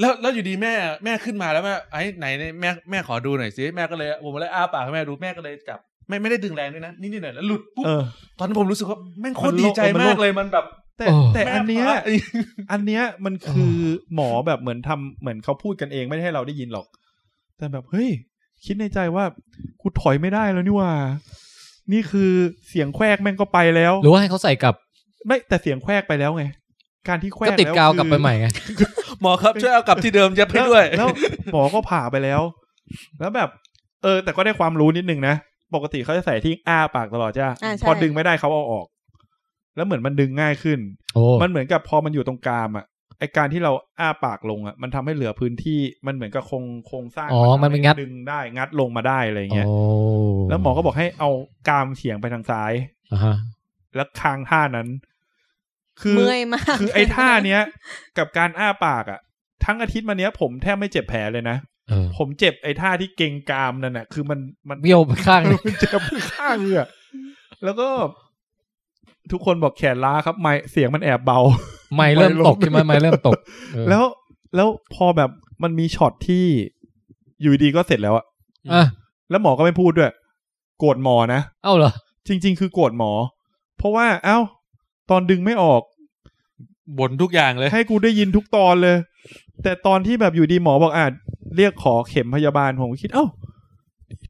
Speaker 4: แล้วแล้วอยู่ดีแม่แม่ขึ้นมาแล้วแม่ไอ้ไหนเนี่ยแม่แม่ขอดูหน่อยสิแม่ก็เลยผมเลยอ้าปากให้แม่ดูแม่ก็เลยจับไม่ไม่ได้ดึงแรงด้วยนะนิดๆหน่อยๆแล้วหลุดปุ๊บ
Speaker 3: เออ
Speaker 4: ตอนนั้นผมรู้สึกว่าแม่งโคต
Speaker 3: มัน
Speaker 4: ร
Speaker 3: โล่ง
Speaker 4: ดีใจ
Speaker 3: มันโล่
Speaker 4: มาง กเลยมันแบบ
Speaker 3: แต่
Speaker 2: โอ้
Speaker 3: แต่อัน
Speaker 4: แม่
Speaker 3: เนี้ย
Speaker 4: พระไอ้
Speaker 3: อันเนี้ยมันคือ หมอแบบเหมือนทำเหมือนเขาพูดกันเองไม่ได้ให้เราได้ยินหรอก แต่แบบเฮ้ย คิดในใจว่ากูถอยไม่ได้แล้วนี่หว่า นี่คือเสียงแควกแม่งก็ไปแล้ว
Speaker 2: หรือว่าให้เขาใส่กลับ
Speaker 3: ไม่แต่เสียงแควกไปแล้วไง การที่แควก
Speaker 2: ก็ติ
Speaker 3: แวคือก
Speaker 2: ดาวกลับไปใหม่ไง
Speaker 4: หมอครับช่วยเอากลับที่เดิมเย็บให้
Speaker 3: แล้ว
Speaker 4: ด้วย
Speaker 3: แล้วหมอก็ผ่าไปแล้ว แล้วแบบ เออ แต่ก็ได้ความรู้นิดนึงนะ ปกติเขาจะใส่ที่อ้าปากตลอดจ้ะ
Speaker 6: อ่าใช่
Speaker 3: พอดึงไม่ได้เขาเอาออก แล้วเหมือนมันดึงง่ายขึ้น
Speaker 2: โอ้
Speaker 3: มันเหมือนกับพอมันอยู่ตรงกรามอ่ะไอการที่เราอ้าปากลงอ่ะมันทำให้เหลือพื้นที่มันเหมือนกับโครงโครงสร้าง
Speaker 2: อ๋อมันเป็นงัด
Speaker 3: ดึงได้งัดลงมาได้อะไรเงี้ย
Speaker 2: โอ้
Speaker 3: แล้วหมอก็บอกให้เอากรามเฉียงไปทางซ้าย
Speaker 2: อ่าฮะ
Speaker 3: แล้วคางท่านั้น คือ
Speaker 6: เมื่อยมาก
Speaker 3: คือไอท่าเนี้ย กับการอ้าปากอ่ะ ทั้งอาทิตย์มาเนี้ย ผมแทบไม่เจ็บแผลเลยนะ
Speaker 2: เออ
Speaker 3: ผมเจ็บไอท่าที่เกรงกรามนั่นแหะคือมันมัน
Speaker 2: เบี้ยวไปข้างหนึ่ง
Speaker 3: มันเจ็บข้างเลยอะแล้วก็ทุกคนบอกแขนล้าครับไม่เสียงมันแอบเบา
Speaker 2: ไม่เริ่มตกใช่ไหมไม่เริ่มตกเออ
Speaker 3: แล้วแล้วพอแบบมันมีช็อตที่อยู่ดีก็เสร็จแล้วอะ
Speaker 2: อ่ะ
Speaker 3: แล้วหมอก็ไม่พูดด้วย โกรธหมอนะ
Speaker 2: เอ้าเหรอ
Speaker 3: จริง ๆ คือโกรธหมอ เพราะว่าเอ้า ตอนดึงไม่ออก
Speaker 4: บนทุกอย่างเลย
Speaker 3: ให้กูได้ยินทุกตอนเลย แต่ตอนที่แบบอยู่ดีหมอบอกอ่ะเรียกขอเข็มพยาบาลผมก็คิด เอ้า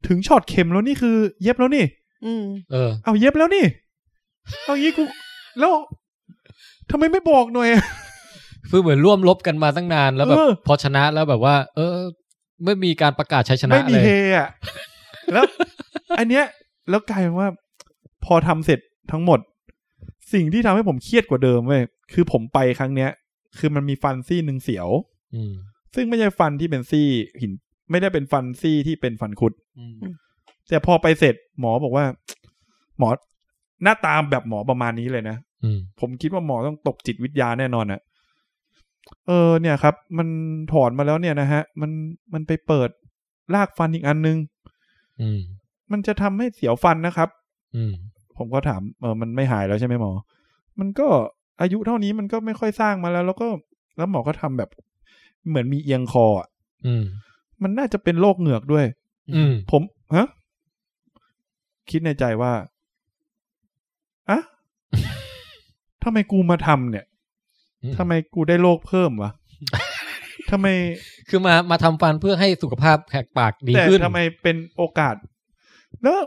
Speaker 3: ถึงช็อตเข็มแล้วนี่คือ เย็บแล้วนี่
Speaker 6: อืม
Speaker 2: เออ
Speaker 3: เอาเย็บแล้วนี่ เอางี้กู แล้วทำไมไม่บอกหน่อยอะ
Speaker 2: คือเหมือนร่วมรบกันมาตั้งนานแล้วแบบ
Speaker 3: เออ
Speaker 2: พอชนะแล้วแบบว่า เออ ไม่มีการประกาศชัยชนะ
Speaker 3: ไม่มี
Speaker 2: เลย
Speaker 3: เฮอ่ะ แล้ว อันเนี้ย แล้วกลายเป็นว่า พอทำเสร็จทั้งหมด สิ่งที่ทำให้ผมเครียดกว่าเดิมเว้ยคือผมไปครั้งเนี้ย คือมันมีฟันซี่หนึ่งเสียว
Speaker 2: อืม
Speaker 3: ซึ่งไม่ใช่ฟันที่เป็นซี่หิน ไม่ได้เป็นฟันซี่ที่เป็นฟันคุด แต่พอไปเสร็จหมอบอกว่า หมอหน้าตามแบบหมอประมาณนี้เลยนะ
Speaker 2: อืม
Speaker 3: ผมคิดว่าหมอต้องตกจิตวิทยาแน่นอนอะเออเนี่ยครับ มันถอนมาแล้วเนี่ยนะฮะ มันมันไปเปิดลากฟันอีกอันนึง
Speaker 2: อืม
Speaker 3: มันจะทำให้เสียวฟันนะครับ
Speaker 2: อืม
Speaker 3: ผมก็ถามเออมันไม่หายแล้วใช่ไหมหมอ มันก็อายุเท่านี้มันก็ไม่ค่อยสร้างมาแล้ว แล้วก็แล้วหมอก็ทำแบบ เหมือนมีเอียงคออะ
Speaker 2: อืม
Speaker 3: มันน่าจะเป็นโรคเหงือกด้วย
Speaker 2: อืม
Speaker 3: ผมฮะคิดในใจว่าอะทำไมกูมาทำเนี่ย ทำไมกูได้โรคเพิ่มวะ ทำไม
Speaker 2: คือมา มาทำฟันเพื่อให้สุขภาพแหกปากดี
Speaker 3: แต่
Speaker 2: ขึ้น
Speaker 3: ทำไมเป็นโอกาส แล้ว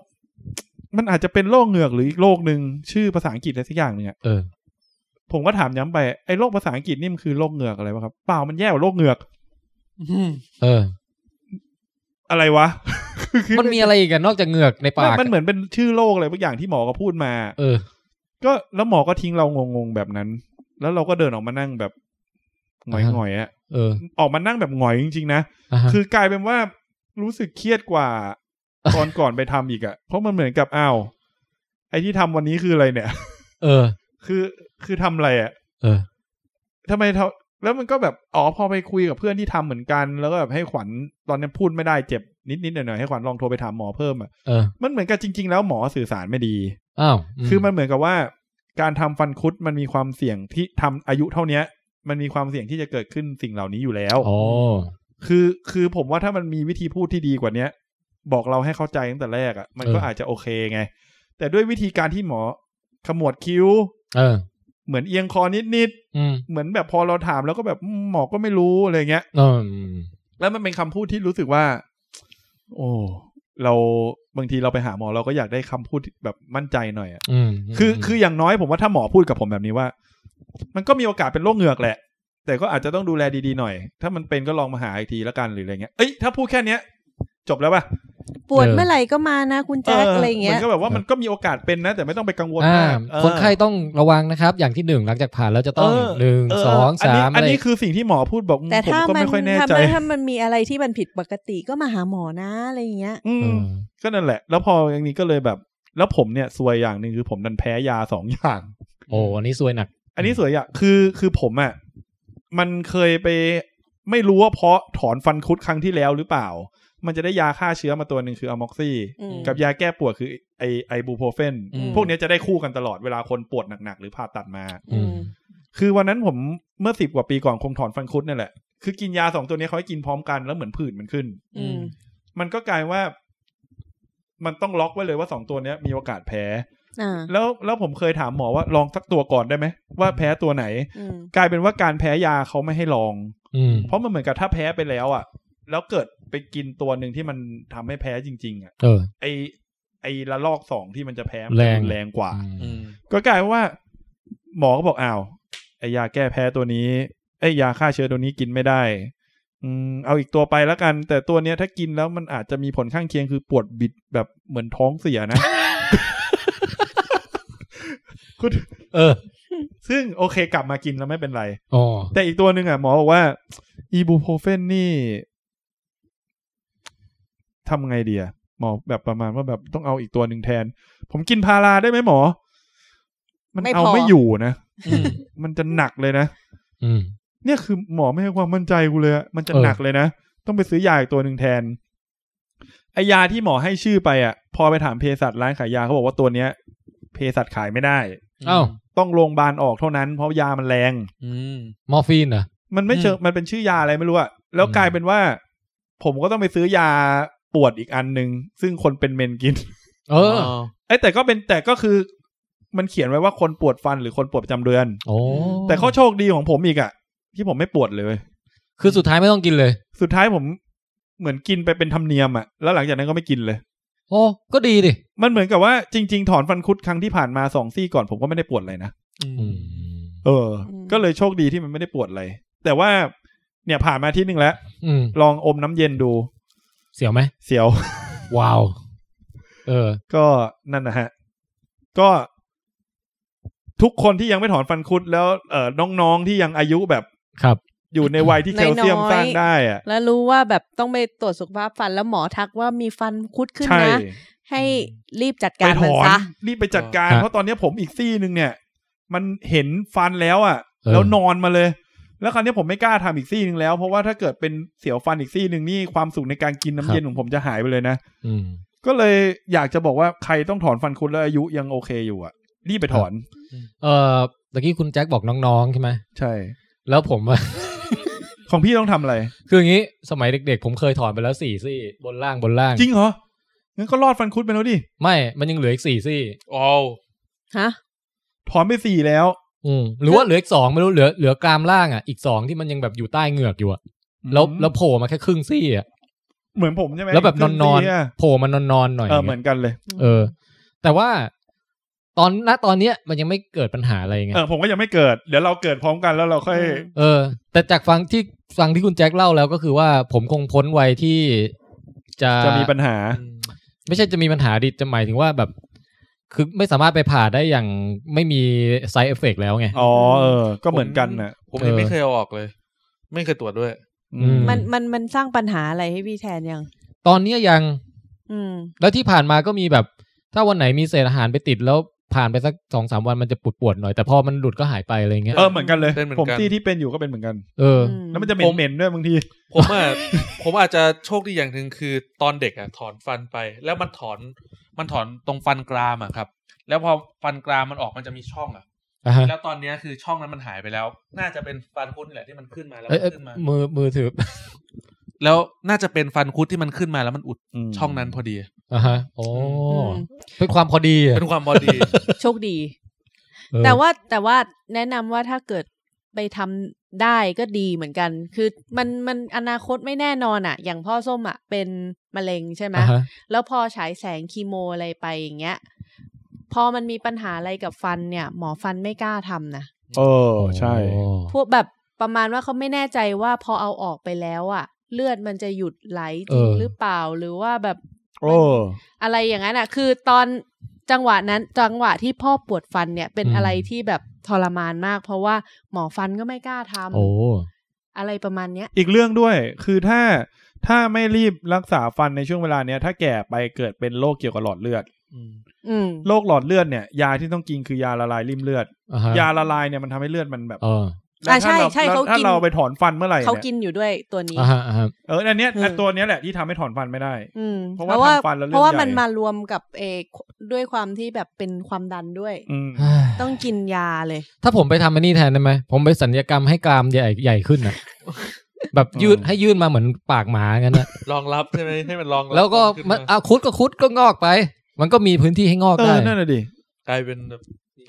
Speaker 3: มันอาจจะเป็นโรคเหงือกหรืออีกโรคหนึ่งชื่อภาษาอังกฤษอะไรสักอย่างหนึ่งอะ
Speaker 2: เออ
Speaker 3: ผมก็ถามย้ำไปไอ้โรคภาษาอังกฤษนี่มันคือโรคเหงือกอะไรวะครับ เปล่ามันแย่กว่าโรคเหงือก
Speaker 2: เออ
Speaker 3: อะไรวะ คือ
Speaker 2: มันมีอะไรอีกอะนอกจากเหงือกในปาก
Speaker 3: มันเหมือนเป็นชื่อโรคอะไรบางอย่างที่หมอก็พูดมา
Speaker 2: เออ
Speaker 3: ก็แล้วหมอก็ทิ้งเรางงๆแบบนั้น แล้วเราก็เดินออกมานั่งแบบห
Speaker 2: อ่าฮะ
Speaker 3: งอยๆอะ
Speaker 2: เออ
Speaker 3: ออกมานั่งแบบหงอยจริงๆนะ
Speaker 2: อ่ะฮะ
Speaker 3: คือกลายเป็นว่ารู้สึกเครียดกว่า ตอนก่อนไปทำอีกอะเพราะมันเหมือนกับอ้าวไอ้ที่ทำวันนี้คืออะไรเนี่ย
Speaker 2: เออ
Speaker 3: คือคือทำอะไรอะ
Speaker 2: เออ
Speaker 3: ทำไมเท่าแล้วมันก็แบบอ๋อพอไปคุยกับเพื่อนที่ทำเหมือนกัน แล้วก็แบบให้ขวัญตอนนี้พูดไม่ได้เจ็บนิดนิดๆหน่อยหน่อยๆให้ขวัญลองโทรไปถามหมอเพิ่มอะ
Speaker 2: เออ
Speaker 3: มันเหมือนกับจริง ๆ แล้วหมอสื่อสารไม่ดี
Speaker 2: อ้าว
Speaker 3: คือมันเหมือนกับว่า การทำฟันคุดมันมีความเสี่ยงที่ทำอายุเท่าเนี้ย มันมีความเสี่ยงที่จะเกิดขึ้นสิ่งเหล่านี้อยู่แล้ว
Speaker 2: อ๋อ
Speaker 3: คือคือผมว่าถ้ามันมีวิธีพูดที่ดีกว่าเนี้ย บอกเราให้เข้าใจตั้งแต่แรกอะ่ะ มันก็
Speaker 2: เอออ
Speaker 3: อาจจะโอเคไง แต่ด้วยวิธีการที่หมอขมวดคิ้ว
Speaker 2: เออ
Speaker 3: เหมือนเอียงคอนิด
Speaker 2: อืม
Speaker 3: ๆเหมือนแบบพอเราถามแล้วก็แบบอืมหมอก็ไม่รู้อะไรเงี้ย
Speaker 2: อืม
Speaker 3: แล้วมันเป็นคำพูดที่รู้สึกว่า โอ้เราบางทีเราไปหาหมอเราก็อยากได้คำพูดที่แบบมั่นใจหน่อยอะ
Speaker 2: อืม
Speaker 3: คือคืออย่างน้อยผมว่าถ้าหมอพูดกับผมแบบนี้ว่า มันก็มีโอกาสเป็นโรคเหงือกแหละ แต่ก็อาจจะต้องดูแลดีๆหน่อย ถ้ามันเป็นก็ลองมาหาอีกทีละกันหรืออะไรเงี้ยเอ้ยถ้าพูดแค่เนี้ย จบแล้วป่ะ
Speaker 6: ปวดเมื่อไหร่ก็มานะคุณแจ๊คอะไรอย่าง
Speaker 3: มั
Speaker 6: เงี้ย
Speaker 3: นก็แบบว่ามันก็มีโอกาสเป็นนะ แต่ไม่ต้องไปกังวล
Speaker 2: อ่าม
Speaker 3: ากเออ
Speaker 2: คนไข้ต้องระวังนะครับ อย่างที่หนึ่งหลังจากผ่านแล้วจะต้อง
Speaker 3: เอ
Speaker 2: หนึ่ง
Speaker 3: เ
Speaker 2: สอง
Speaker 3: น
Speaker 2: สา
Speaker 3: นี้
Speaker 2: ม
Speaker 3: อัน
Speaker 2: อะไร
Speaker 3: นี้คือสิ่งที่หมอพูดบอกอืม
Speaker 6: แต่
Speaker 3: ผม
Speaker 6: ถ้า
Speaker 3: ก็
Speaker 6: มัน
Speaker 3: ไม่ค่อยแน่ใจ
Speaker 6: ถ้ามันถ้ามันมีอะไรที่มันผิดปกติก็มาหาหมอนะอะไรอย่างเงี้ย
Speaker 3: อื
Speaker 2: อื
Speaker 3: ม
Speaker 2: ม
Speaker 3: ก็นั่นแหละ แล้วพออย่างนี้ก็เลยแบบ แล้วผมเนี่ยซวยอย่างหนึ่งคือผมดันแพ้ยาสองอย่าง
Speaker 2: โอ้อันนี้ซวยหนัก
Speaker 3: อันนี้สวยอย่างคือคือผมอะ่ะมันเคยไปไม่รู้ว่าเพราะถอนฟันคุดครั้งที่แล้วหรือเปล่า มันจะได้ยาฆ่าเชื้อมาตัวหนึ่งคืออะม็อกซี่
Speaker 6: อืม
Speaker 3: กับยาแก้ปวดคือไอไอบูโพรเฟน
Speaker 2: อืม
Speaker 3: พวกเนี้ยจะได้คู่กันตลอดเวลาคนปวดหนักๆหรือผ่าตัดมา
Speaker 2: อืม
Speaker 3: คือวันนั้นผมเมื่อสิบกว่าปีก่อนคงถอนฟันคุดนี่แหละคือกินยาสองตัวเนี้ยเขาให้กินพร้อมกันแล้วเหมือนผื่นมันขึ้น
Speaker 6: อืม
Speaker 3: มันก็กลายว่า มันต้องล็อกไว้เลยว่าสองตัวเนี้ยมีโอกาสแพ้
Speaker 6: อ่า
Speaker 3: แล้วแล้วผมเคยถามหมอว่าลองสักตัวก่อนได้ไหมว่าแพ้ตัวไหน
Speaker 6: อืม
Speaker 3: กลายเป็นว่าการแพ้ยาเขาไม่ให้ลอง
Speaker 2: อืม
Speaker 3: เพราะมันเหมือนกับถ้าแพ้ไปแล้วอ่ะ แล้วเกิดไปกินตัวหนึ่งที่มันทำให้แพ้จริง ๆ อ่ะ
Speaker 2: เออ
Speaker 3: ไอไอละลอกสองที่มันจะแพ้มัน
Speaker 2: แรง
Speaker 3: แรงกว่า
Speaker 2: อืม
Speaker 3: ก็กลายว่า หมอก็บอกอ้าวไอยาแก้แพ้ตัวนี้ไอยาฆ่าเชื้อตัวนี้กินไม่ได้ อืมเอาอีกตัวไปแล้วกัน แต่ตัวเนี้ยถ้ากินแล้วมันอาจจะมีผลข้างเคียงคือปวดบิดแบบเหมือนท้องเสียนะ คุณ
Speaker 2: เออ
Speaker 3: ซึ่งโอเคกลับมากินแล้วไม่เป็นไร
Speaker 2: อ๋อ
Speaker 3: แต่อีกตัวหนึ่งอ่ะหมอบอกว่า อีบูโพรเฟนนี่ทำไงดีอ่ะหมอแบบประมาณว่าแบบต้องเอาอีกตัวหนึ่งแทน ผมกินพาราได้ไหมหมอ มันเอาไม่อยู่นะมันจะหนักเลยนะ
Speaker 2: อืม
Speaker 3: เนี่ยคือหมอไม่ให้ความมั่นใจกูเลยอะมันจะหนักเลยนะต้องไปซื้อยาอีกตัวหนึ่งแทนไอยาที่หมอให้ชื่อไปอ่ะ พอไปถามเภสัชร้านขายยาเขาบอกว่าตัวเนี้ยเภสัชขายไม่ได้
Speaker 2: เอ้า
Speaker 3: ต้องโรงพยาบาลออกเท่านั้น เพราะยามันแรง
Speaker 4: อืม
Speaker 2: มอร์ฟีนเหรอ
Speaker 3: มันไม่เชิงมันเป็นชื่อยาอะไรไม่รู้อะแล้ว
Speaker 2: อืม
Speaker 3: กลายเป็นว่า ผมก็ต้องไปซื้อยาปวดอีกอันหนึ่งซึ่งคนเป็นเมนกิน
Speaker 2: เออ
Speaker 3: ไอ้ยแต่ก็เป็นแต่ก็คือ มันเขียนไว้ว่าคนปวดฟันหรือคนปวดประจำเดือน
Speaker 2: โอ้
Speaker 3: แต่เขาโชคดีของผมอีกอะที่ผมไม่ปวดเลย
Speaker 2: คือสุดท้ายไม่ต้องกินเลย
Speaker 3: สุดท้ายผมเหมือนกินไปเป็นธรรมเนียมอะแล้วหลังจากนั้นก็ไม่กินเลย
Speaker 2: โอ้ก็ดีดิ
Speaker 3: มันเหมือนกับว่าจริง ๆ ถอนฟันคุดครั้งที่ผ่านมาสองซี่ก่อนผมก็ไม่ได้ปวดอะไรนะ
Speaker 2: อืม
Speaker 3: เออ ก็เลยโชคดีที่มันไม่ได้ปวดอะไร แต่ว่าเนี่ยผ่านมาอาที่หนึ่งแล้ว
Speaker 2: อืม
Speaker 3: ลองอมน้ำเย็นดู
Speaker 2: เสียวไหม
Speaker 3: เสียว
Speaker 2: ว้าว เออ
Speaker 3: ก็นั่นนะฮะ ก็ทุกคนที่ยังไม่ถอนฟันคุดแล้วเออน้องๆที่ยังอายุแบบ
Speaker 2: ครับ
Speaker 3: อยู่ในวัยที่แคลเซียม
Speaker 6: น้อยๆ
Speaker 3: สร้างได้อะ
Speaker 6: แล้วรู้ว่าแบบต้องไปตรวจสุขภาพฟันแล้วหมอทักว่ามีฟันคุดขึ้น
Speaker 3: ใช่
Speaker 6: นะ ให้รีบจัด
Speaker 3: ไป
Speaker 6: การ
Speaker 3: ถ
Speaker 6: มัน
Speaker 3: อน
Speaker 6: ซะ
Speaker 3: รีบไปจัดการ
Speaker 2: ฮะ
Speaker 3: เพราะตอนเนี้ยผมอีกซี่หนึ่งเนี่ย มันเห็นฟันแล้วอ่ะ
Speaker 2: เออ
Speaker 3: แล้วนอนมาเลย แล้วคราวเนี้ยผมไม่กล้าทำอีกซี่หนึ่งแล้ว เพราะว่าถ้าเกิดเป็นเสียวฟันอีกซี่หนึ่งนี่ความสุขในการกินน้ำเย็นของผมจะหายไปเลยนะ
Speaker 2: อืม
Speaker 3: ก็เลยอยากจะบอกว่าใครต้องถอนฟันคุดแล้วอายุยังโอเคอยู่อ่ะรีบไปถอน
Speaker 2: เออตะกี้คุณแจ็คบอกน้องๆใช่ไหม
Speaker 3: ใช่
Speaker 2: แล้วผมอะ
Speaker 3: ของพี่ต้องทำอะไร
Speaker 2: คืออย่างนี้สมัยเด็กๆ ผมเคยถอนไปแล้วสี่ซี่บนล่างบนล่าง
Speaker 3: จริงเหรอ งั้นก็รอดฟันคุดไปแล้วดิ
Speaker 2: ไม่มันยังเหลืออีกสี่ซี่
Speaker 6: ฮะ
Speaker 3: ถอนไปสี่แล้ว
Speaker 2: อืมหรือว่าเหลืออีกสองไม่รู้เหลือเหลือกรามล่างอ่ะอีกสองที่มันยังแบบอยู่ใต้เหงือกอยู่อะแล้ว
Speaker 3: อืม
Speaker 2: แล้วโผล่มาแค่ครึ่งซี่อ่ะ
Speaker 3: เหมือนผมใช่ไหม
Speaker 2: แล้วแบบนอนนอน
Speaker 3: ขึ้ซี่ะ
Speaker 2: ๆโผล่มานอนนอนๆหน่อย
Speaker 3: เออเหมือนกันเลย
Speaker 2: เออ แต่ว่าตอนณตอนเนี้ยมันยังไม่เกิดปัญหาอะไรไง
Speaker 3: เออผมก็ยังไม่เกิด เดี๋ยวเราเกิดพร้อมกันแล้วเราค่อย
Speaker 2: เออ แต่จากฟังที่ฟังที่คุณแจ็คเล่าแล้วก็คือว่าผมคงพ้นวัยที่จะ
Speaker 3: จะมีปัญหา
Speaker 2: ไม่ใช่จะมีปัญหาดิจะหมายถึงว่าแบบ คือไม่สามารถไปผ่าได้อย่างไม่มี side effect แล้วไง
Speaker 3: อ๋อเออ ก็เหมือนกันน่ะ
Speaker 4: ผมยัง
Speaker 2: เออ
Speaker 4: ไม่เคยเอาออกเลย ไม่เคยตรวจด้วย
Speaker 2: อืม
Speaker 6: มันมันมันสร้างปัญหาอะไรให้พี่แทนยัง
Speaker 2: ตอนเนี้ยยัง
Speaker 6: อืม
Speaker 2: แล้วที่ผ่านมาก็มีแบบ ถ้าวันไหนมีเศษอาหารไปติดแล้วผ่านไปสักสองสามวันมันจะปวดปวดๆหน่อย แต่พอมันหลุดก็หายไปอะไรเงี้ย
Speaker 3: เออเหมือนกันเลย
Speaker 4: เป็นเหมือนกั
Speaker 3: ผ
Speaker 4: น
Speaker 3: มที่ที่เป็นอยู่ก็เป็นเหมือนกัน
Speaker 2: เออ
Speaker 3: แล้วมันจะเหม็นเหม็นๆด้วยบางที
Speaker 4: ผมอ่ะ ผมอาจ จะโชคดีอย่างหนึ่งคือตอนเด็กอ่ะถอนฟันไป แล้วมันถอนมันถอนตรงฟันกรามอ่ะครับ แล้วพอฟันกรามมันออกมันจะมีช่องอ่ะ
Speaker 2: อ่ะฮะ
Speaker 4: แล้วตอนเนี้ยคือช่องนั้นมันหายไปแล้ว น่าจะเป็นฟันคุดนี่แหละที่มันขึ้นมาแล้ว
Speaker 2: เอ้ย
Speaker 4: มัน
Speaker 2: เอ้ย
Speaker 4: ขึ้นมา
Speaker 2: มือมือถื อ
Speaker 4: แล้วน่าจะเป็นฟันคุดที่มันขึ้นมาแล้วมันอุด
Speaker 3: อืม
Speaker 4: ช่องนั้นพอดี
Speaker 2: อ่ะฮะโอ้
Speaker 6: อืม
Speaker 2: เป็นความพอดีอะ
Speaker 4: เป็นความพอดี
Speaker 6: โชคดี
Speaker 2: เออ
Speaker 6: แต่ว่าแต่ว่าแนะนำว่าถ้าเกิดไปทำได้ก็ดีเหมือนกัน คือมันมันอนาคตไม่แน่นอนอะ่ะ อย่างพ่อส้มอะ่ะ เป็นมะเร็งใช่ไหม
Speaker 2: อ่าฮะ
Speaker 6: แล้วพอฉายแสงคีโมอะไรไปอย่างเงี้ย พอมันมีปัญหาอะไรกับฟันเนี่ย หมอฟันไม่กล้าทำนะ
Speaker 3: เออ ใช่
Speaker 2: โอ้
Speaker 6: พวกแบบประมาณว่าเขาไม่แน่ใจว่าพอเอาออกไปแล้วอะ่ะ เลือดมันจะหยุดไหลจริงหรือเปล่าหรือว่าแบบ
Speaker 3: โอ้
Speaker 6: อะไรอย่างนั้นอ่ะ คือตอนจังหวะนั้นจังหวะที่พ่อปวดฟันเนี่ยเป็นอะไรที่แบบทรมานมาก เพราะว่าหมอฟันก็ไม่กล้าทำ
Speaker 2: โอ้
Speaker 6: อะไรประมาณเนี้ย
Speaker 3: อีกเรื่องด้วย คือถ้าถ้าไม่รีบรักษาฟันในช่วงเวลาเนี้ย ถ้าแก่ไปเกิดเป็นโรคเกี่ยวกับหลอดเลือด
Speaker 6: อืม
Speaker 3: โรคหลอดเลือดเนี่ย ยาที่ต้องกินคือยาละลายริ่มเลือด
Speaker 2: อ่าฮะ
Speaker 3: ยาละลายเนี่ยมันทำให้เลือดมันแบบ
Speaker 2: เออ
Speaker 3: แล้ว
Speaker 6: อ่าใช่
Speaker 3: ถ้ร
Speaker 6: ใช่
Speaker 3: แล้ว
Speaker 6: เขา
Speaker 3: ถ้า
Speaker 6: กิน
Speaker 3: เราไปถอนฟันเมื่อไหร่
Speaker 6: เขา
Speaker 3: เนี่ย
Speaker 6: กินอยู่ด้วยตัวนี้
Speaker 2: อ่าฮะอ่าฮะ
Speaker 3: เอออันเนี้ย
Speaker 6: อืม
Speaker 3: อันตัวเนี้ยแหละที่ทำให้ถอนฟันไม่ได้
Speaker 6: อืม
Speaker 3: เพราะว่าทำฟันแล้วเลือด
Speaker 6: เพราะว่า
Speaker 3: ใหญ่
Speaker 6: มันมารวมกับเออด้วยความที่แบบเป็นความดันด้วย
Speaker 3: อืม
Speaker 6: ต้องกินยาเลย
Speaker 2: ถ้าผมไปทำอันนี้แทนได้ไหม ผมไปสัญญกรรมให้กรามใหญ่ใหญ่ขึ้น นะ แบบยืด
Speaker 3: เออ
Speaker 2: ให้ยืดมาเหมือนปากหมางั้น นะ
Speaker 4: รองรับใช่ไหมให้มันรองรับ
Speaker 2: แล้วก็
Speaker 4: ขึ้
Speaker 2: มัน
Speaker 4: มา
Speaker 2: อ่ะคุดก็คุดก็งอกไป มันก็มีพื้นที่ให้งอก
Speaker 3: เอ
Speaker 2: ได้
Speaker 3: อนั่นน่ะดิ
Speaker 4: กลายเป็นแบบ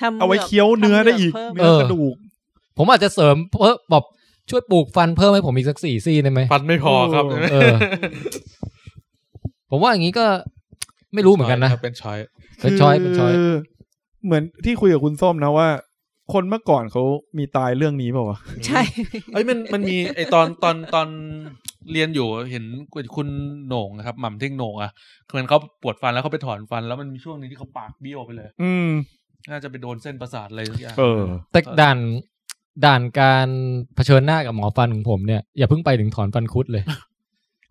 Speaker 6: ทำ
Speaker 3: เอาไว้
Speaker 6: หลื
Speaker 3: เคี้ยวเนื้อได้อีก
Speaker 6: ทำเหลื
Speaker 3: เนื้
Speaker 2: เอ
Speaker 3: อ
Speaker 2: อ
Speaker 3: กระดูก
Speaker 2: ผมอาจจะเสริมเพิ่มแบบช่วยปลูกฟันเพิ่มให้ผมอีกสักสี่ซี่ได้ไหม
Speaker 4: ฟันไม่พอครับใช่ไหม
Speaker 2: เออ ผมว่าอย่างนี้ก็ไม่รู้เหมือนกันนะ
Speaker 4: ครับเป็นช้อย
Speaker 2: เป็นช้อยเป็นช้อย
Speaker 3: คือเหมือนที่คุยกับคุณส้มนะว่า คนเมื่อก่อนเขามีตายเรื่องนี้เปล่าวะ
Speaker 6: ใช่
Speaker 4: เอ้ยมันมันมีไอตอนตอนตอนเรียนอยู่เห็นคุณคุณโหน่งนะครับหม่ำเท่งโหน่งอ่ะคือมันเขาปวดฟันแล้วเขาไปถอนฟัน แล้วมันมีช่วงหนึงที่เขาปากเบี้ยวไปเลย
Speaker 3: อืม
Speaker 4: น่าจะไปโดนเส้นประสาทอะไรสักอย่าง
Speaker 3: เออ
Speaker 2: แต่ด่านด่านการเผชิญหน้ากับหมอฟันของผมเนี่ยอย่าเพิ่งไปถึงถอนฟันคุดเลย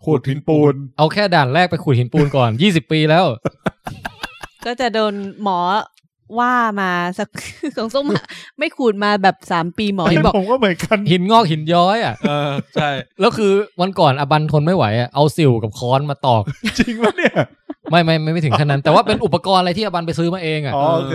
Speaker 3: ขูดพินปูน
Speaker 2: เอาแค่ด่านแรกไปขูดหินปูนก่อนยี่สิบปีแล้ว
Speaker 6: ก็จะโดนหมอว่ามาสัก ของส้มอะไม่ขูดมาแบบสามปีหมอยังบอก
Speaker 3: ผมก็เหมือนกัน
Speaker 2: หินงอกหินย้อยอ่ะ
Speaker 4: เออใช่
Speaker 2: แล้วคือวันก่อนอบันทนไม่ไหวอะเอาสิวกับค้อนมาตอก
Speaker 3: จริงวะเนี่ย
Speaker 2: ไม่ไม่ไม่ไม่ถึงขนาดนั้น แต่ว่าเป็นอุปกรณ์อะไรที่อบันไปซื้อมาเองอะ
Speaker 3: อ๋อโอเค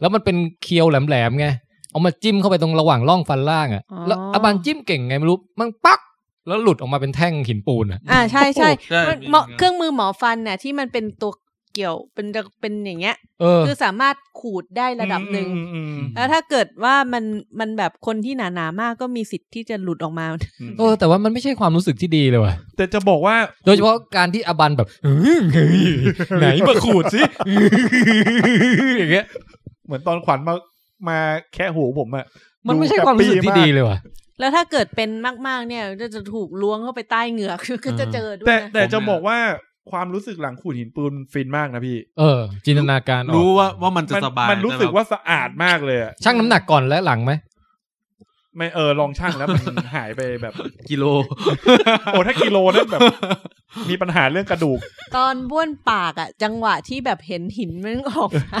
Speaker 2: แล้วมันเป็นเคียวแหลมๆไงเอามาจิ้มเข้าไปตรงระหว่างร่องฟันล่างอะ
Speaker 6: อ๋อ
Speaker 2: แล้วอบันจิ้มเก่งไงไม่รู้มันปักแล้วหลุดออกมาเป็นแท่งหินปูนอะ
Speaker 6: อ่าใช่ใช่
Speaker 4: ใช่
Speaker 6: มันเหมาะเครื่องมือหมอฟันน่ะที่มันเป็นตัวเกี่ยวเป็นเป็นอย่างเงี้ย
Speaker 2: เออ
Speaker 6: คือสามารถขูดได้ระดับหนึ่ง
Speaker 3: อืมอืมอืม
Speaker 6: แล้วถ้าเกิดว่ามันมันแบบคนที่หนาหนามากก็มีสิทธิ์ที่จะหลุดออกมา
Speaker 2: เออ แต่ว่ามันไม่ใช่ความรู้สึกที่ดีเลยว่ะ
Speaker 3: แต่จะบอกว่า
Speaker 2: โดยเฉพาะการที่อบันแบบ ไหนมาขูดสิอย่างเงี้ย
Speaker 3: เหมือนตอนขวัญมา มาแค่หูผมอะ
Speaker 2: มันไม่ใช่ความรู้สึกที่ดีเลยว่ะ
Speaker 6: แล้วถ้าเกิดเป็นมากๆเนี่ยก็จะถูกล้วงเข้าไปใต้เหงือก ก็จะเจอด้ว
Speaker 3: แต่
Speaker 6: ยนะ
Speaker 3: แต่จะบอกว่าความรู้สึกหลังขูดหินปูนฟินมากนะพี่
Speaker 2: เออ จินตนาการออก
Speaker 4: รู้ว่าว่ามันจะ
Speaker 3: มัน
Speaker 4: สบาย
Speaker 3: มันรู้สึกว่าสะอาดมากเลยอะ
Speaker 2: ชั่งน้ำหนักก่อนและหลังไหม
Speaker 3: ไม่เออลองช่างแล้วมัน หายไปแบบ
Speaker 4: กิโล
Speaker 3: โอ้ถ้ากิโลนั่นแบบ มีปัญหาเรื่องกระดูก
Speaker 6: ตอนบ้วนปากอ่ะ จังหวะที่แบบเห็นหินมันออกมา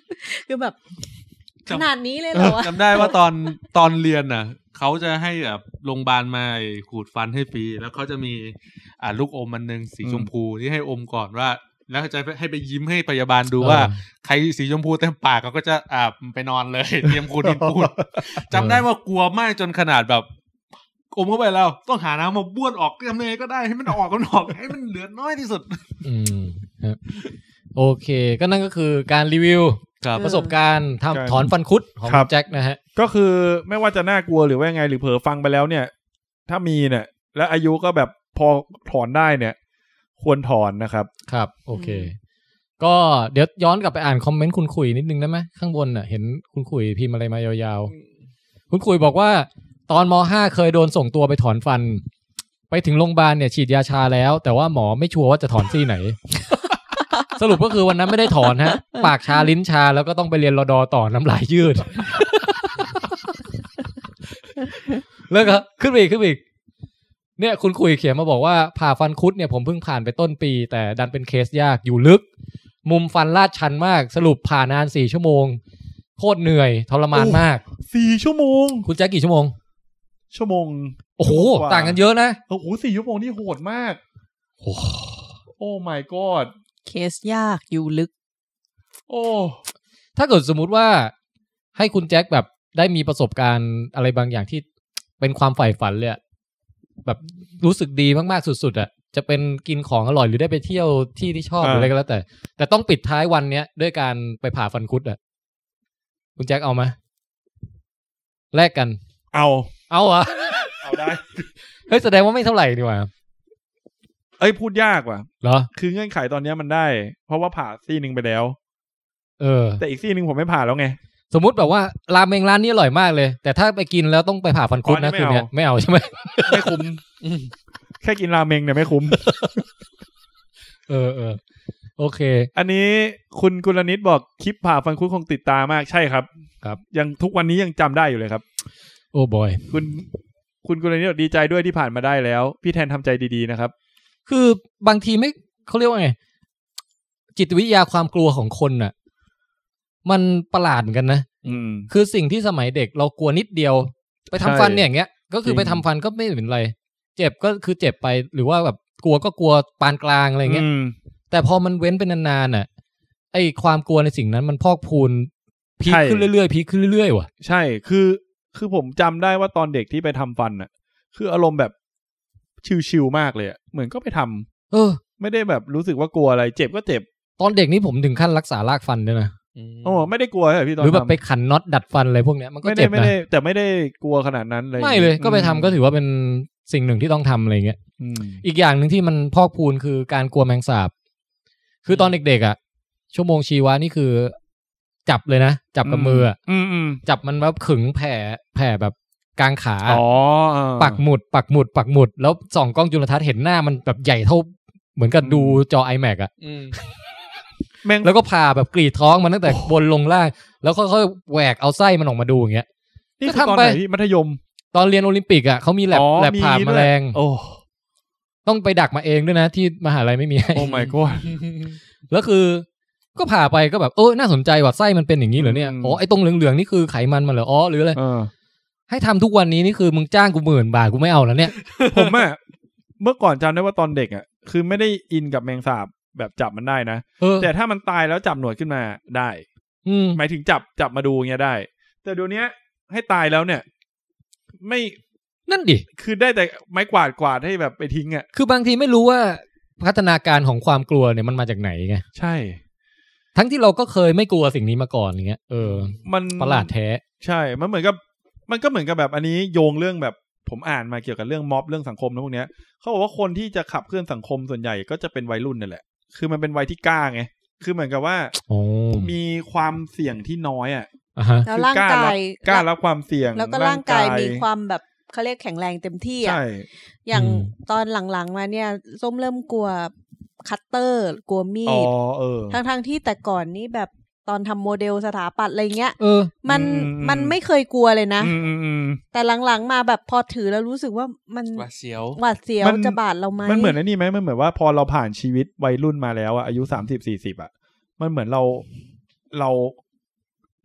Speaker 6: คือแบบ
Speaker 4: จำ
Speaker 6: ขนาดนี้เลยเหรอวะ
Speaker 4: จำได้ว่าตอนตอนเรียนน่ะเขาจะให้แบบโรงพยาบาลมาขูดฟันให้ฟรีแล้วเขาจะมีอ่าลูกอมมันหนึ่งสี
Speaker 3: อืม
Speaker 4: ชมพูที่ให้อมก่อนว่า แล้วจะให้ไปยิ้มให้พยาบาลดูว่า
Speaker 2: เออ
Speaker 4: ใครสีชมพูเต็มปากเขาก็จะอ่าไปนอนเลย เตรียมคูดินปูนจำได้ว่ากลัวมากจนขนาดแบบอมเข้าไปแล้ว ต้องหาน้ำมาบ้วนออกทำยังไงก็ได้ให้มันออกก็ออกให้มันเหลือน้อยที่สุด
Speaker 2: อืมฮะโอเค ก็นั่นก็คือการรีวิว
Speaker 4: ครับ
Speaker 2: ประสบการณ์
Speaker 3: ใช่
Speaker 2: ทำถอนฟันคุดของ
Speaker 3: ครับ
Speaker 2: แจ็คนะฮะ
Speaker 3: ก็คือไม่ว่าจะน่ากลัวหรือว่ายังไงหรือเผลอฟังไปแล้วเนี่ย ถ้ามีเนี่ย และอายุก็แบบพอถอนได้เนี่ย ควรถอนนะครับ
Speaker 2: ครับ โอเค ก็เดี๋ยวย้อนกลับไปอ่านคอมเมนต์คุณขุยนิดนึงได้ไหมข้างบนน่ะเห็นคุณขุยพิมพ์อะไรมายาวๆ คุณขุยบอกว่า ตอนม .5 เคยโดนส่งตัวไปถอนฟัน ไปถึงโรงพยาบาลเนี่ยฉีดยาชาแล้ว แต่ว่าหมอไม่ชัวร์ว่าจะถอนซี่ไหน สรุปก็คือวันนั้นไม่ได้ถอน ฮะ ปากชาลิ้นชาแล้วก็ต้องไปเรียนรอดอต่อน้ำลายยืด แล้วก็ขึ้นไปอีกขึ้นไปอีก เนี่ยคุณคุยเขียนมาบอกว่าผ่าฟันคุดเนี่ยผมเพิ่งผ่านไปต้นปี แต่ดันเป็นเคสยากอยู่ลึก มุมฟันลาดชันมาก สรุปผ่านานสี่ชั่วโมง โคตรเหนื่อยทรมานมาก
Speaker 3: สี่ชั่วโมง
Speaker 2: คุณแจ็คกี่ชั่วโมง
Speaker 3: ชั่วโมง
Speaker 2: โอ้โห
Speaker 3: ว่
Speaker 2: ต่างกันเยอะนะ
Speaker 3: โอ้โหสี่ชั่วโมงนี่โหดมาก
Speaker 2: โอ้โห
Speaker 3: โอ้ my god
Speaker 6: เคสยากอยู่ลึก
Speaker 3: โอ้
Speaker 2: ถ้าเกิดสมมุติว่าให้คุณแจ็คแบบได้มีประสบการณ์อะไรบางอย่างที่เป็นความใฝ่ฝันเลยอะแบบรู้สึกดีมากๆสุดๆอะจะเป็นกินของอร่อยหรือได้ไปเที่ยวที่ที่ชอบหรืออะไรก็แล้วแต่ แต่ต้องปิดท้ายวันเนี้ยด้วยการไปผ่าฟันคุดอะ คุณแจ็คเอาไหมแลกกัน
Speaker 3: เอา
Speaker 2: เอาเหรอ
Speaker 3: เอาได้
Speaker 2: เฮ้ยแสดงว่าไม่เท่าไหร่ดีกว่า
Speaker 3: เอ้ยพูดยากว่ะ
Speaker 2: เหรอ
Speaker 3: คือเงื่อนไขตอนเนี้ยมันได้ เพราะว่าผ่าซี่หนึ่งไปแล้ว
Speaker 2: เออ
Speaker 3: แต่อีกซี่หนึ่งผมไม่ผ่าแล้วไง
Speaker 2: สมมติแบบว่าราเมงร้านนี้อร่อยมากเลย แต่ถ้าไปกินแล้วต้องไปผ่าฟันคุดนะ
Speaker 3: อ๋อนี่
Speaker 2: คืน
Speaker 3: ไม่เอา
Speaker 2: เนี้ยไม่เอาใช่ไหม
Speaker 3: ไม่ คุ้ม แค่กินราเมงเนี่ยไม่คุ้ม
Speaker 2: เออเออโอเค
Speaker 3: อันนี้คุณกุลนิตบอกคลิปผ่าฟันคุดคงติดตามากใช่ครับ
Speaker 2: ครับ
Speaker 3: ยังทุกวันนี้ยังจำได้อยู่เลยครับ
Speaker 2: โอ้บอย
Speaker 3: คุณคุณกุลนิตบอกดีใจด้วยที่ผ่านมาได้แล้ว พี่แทนทำใจดีๆนะครับ
Speaker 2: คือบางทีไม่เขาเรียกว่าไง จิตวิทยาความกลัวของคนน่ะ มันประหลาดเหมือนกันนะ
Speaker 3: อืม
Speaker 2: คือสิ่งที่สมัยเด็กเรากลัวนิดเดียว ไปทำ
Speaker 3: ใช่
Speaker 2: ฟันเนี่ยอย่างเงี้ย ก็คือ
Speaker 3: จริง
Speaker 2: ไปทำฟันก็ไม่เป็นไร เจ็บก็คือเจ็บไปหรือว่าแบบกลัวก็กลัวปานกลางอะไรเงี้ย
Speaker 3: อืม
Speaker 2: แต่พอมันเว้นเป็นนานๆน่ะ ไอความกลัวในสิ่งนั้นมันพอกพูนพีคขึ้นเรื่อยๆพีคขึ้นเรื่อยๆว่ะ
Speaker 3: ใช่ คือคือผมจำได้ว่าตอนเด็กที่ไปทำฟันอ่ะ คืออารมณ์แบบชิวๆมากเลยอะเหมือนก็ไปทำ
Speaker 2: เออ
Speaker 3: ไม่ได้แบบรู้สึกว่ากลัวอะไร เจ็บก็เจ็บ
Speaker 2: ตอนเด็กนี่ผมถึงขั้นรักษารากฟันด้วยนะ
Speaker 3: โอ้ไม่ได้กลัวเลยพี่ตอ
Speaker 2: ห
Speaker 3: น
Speaker 2: รือแบบ
Speaker 3: ทำ
Speaker 2: ไปขันน็อตดัดฟันอะไรพวกเนี้ยมันก็
Speaker 3: ไม่ได้
Speaker 2: เจ็บ
Speaker 3: ไม่
Speaker 2: นะ
Speaker 3: ได้ แต่ไม่ได้กลัวขนาดนั้นเลย
Speaker 2: ไม่เลยก็ไปทำก็ถือว่าเป็นสิ่งหนึ่งที่ต้องทำอะไรเงี้ย
Speaker 3: อืม
Speaker 2: อีกอย่างหนึ่งที่มันพอกพูนคือการกลัวแมงสาบ คือตอนเด็กๆอ่ะ ชั่วโมงชีวะนี่คือ จับเลยนะ จับกับมืออะ
Speaker 3: อืมอืม
Speaker 2: จับมันแบบขึงแผ่แผ่แบบกลางขา
Speaker 3: อ๋อ
Speaker 2: ปักหมุด ปักหมุด ปักหมุด แล้วส่องกล้องจุลทรรศน์เห็นหน้ามันแบบใหญ่เท่า เหมือนกับดูจอ iMac อ่ะ
Speaker 1: อืม
Speaker 3: แม่ง
Speaker 2: แล้วก็ผ่าแบบกรีดท้องมันตั้งแต่บนลงล่าง แล้วค่อยๆแหวกเอาไส้มันออกมาดูอย่างเงี้ย
Speaker 3: นี่
Speaker 2: ก็
Speaker 3: คือ
Speaker 2: ทำ
Speaker 3: ตอน
Speaker 2: ไป
Speaker 3: ไหนพี่มัธยม
Speaker 2: ตอนเรียนโอลิมปิกอ่ะเขามีแลบ
Speaker 3: อ๋อ
Speaker 2: แลบผ่า
Speaker 3: ด้
Speaker 2: แม
Speaker 3: วย
Speaker 2: ลง
Speaker 3: โอ้
Speaker 2: ต้องไปดักมาเองด้วยนะที่มหาลัยไม่มีให้
Speaker 3: โอ้ my god
Speaker 2: แล้วคือก็ผ่าไปก็แบบเออน่าสนใจว่ะไส้มันเป็นอย่างนี้เหรอเนี่ย
Speaker 3: อืม
Speaker 2: อ๋อไอ้ตรงเหลืองๆนี่คือไขมันมันเหรออ๋อหรืออะไร
Speaker 3: เออ
Speaker 2: ให้ทำทุกวันนี้นี่คือมึงจ้างกูหมื่นบาทกูไม่เอาแล้วเนี่ย
Speaker 3: ผมอะเมื่อก่อนจำได้ว่าตอนเด็กอะคือไม่ได้อินกับแมงสาบแบบจับมันได้นะ
Speaker 2: เออ
Speaker 3: แต่ถ้ามันตายแล้วจับหนวดขึ้นมาได้
Speaker 2: อืม
Speaker 3: หมายถึงจับจับมาดูเงี้ยได้ แต่เดี๋ยวนี้ให้ตายแล้วเนี่ย ไม่
Speaker 2: นั่นดิ
Speaker 3: คือได้แต่ไม้กวาดกวาดให้แบบไปทิ้งอะ
Speaker 2: คือบางทีไม่รู้ว่าพัฒนาการของความกลัวเนี่ยมันมาจากไหนไง
Speaker 3: ใช่
Speaker 2: ทั้งที่เราก็เคยไม่กลัวสิ่งนี้มาก่อนอย่างเงี้ยเออ
Speaker 3: มัน
Speaker 2: ประหลาดแท้
Speaker 3: ใช่ มันเหมือนกับมันก็เหมือนกับแบบอันนี้โยงเรื่องแบบผมอ่านมาเกี่ยวกับเรื่องม็อบเรื่องสังคมนะพวกเนี้ยเขาบอกว่าคนที่จะขับเคลื่อนสังคมส่วนใหญ่ก็จะเป็นวัยรุ่นนั่นแหละ คือมันเป็นวัยที่กล้าไงคือเหมือนกับว่า
Speaker 2: โอ้
Speaker 3: มีความเสี่ยงที่น้อยอ่ะ
Speaker 2: อ่ะฮะ
Speaker 3: คื
Speaker 6: แล้ว
Speaker 3: อ
Speaker 6: ร่างกาย
Speaker 3: กล้ารับกล้ารับความเสี่ยง
Speaker 6: แล้วก็ร่างกายมีความแบบเขาเรียกแข็งแรงเต็มที่อ่ะ
Speaker 3: ใช่
Speaker 6: อย่าง
Speaker 2: อืม
Speaker 6: ตอนหลังๆมาเนี่ยส้มเริ่มกลัวคัตเตอร์ กลัวมี
Speaker 3: อ๋อ
Speaker 6: ด
Speaker 3: เออ
Speaker 6: ทั้งๆที่แต่ก่อนนี่แบบตอนทำโมเดลสถาปัตย์อะไรเงี้ย
Speaker 2: เออ
Speaker 6: มัน
Speaker 3: อืมอืม
Speaker 6: มันไม่เคยกลัวเลยนะ
Speaker 3: อืมอืมอืม
Speaker 6: แต่หลังๆมาแบบพอถือแล้วรู้สึกว่ามัน
Speaker 1: ว่าเสียว
Speaker 6: หวาดเสียว
Speaker 3: มัน
Speaker 6: จะบาดเราไหม
Speaker 3: มันเหมือนไอ้นี่ไหมมันเหมือนว่าพอเราผ่านชีวิตวัยรุ่นมาแล้วอะอายุสามสิบสี่สิบอะมันเหมือนเราเรา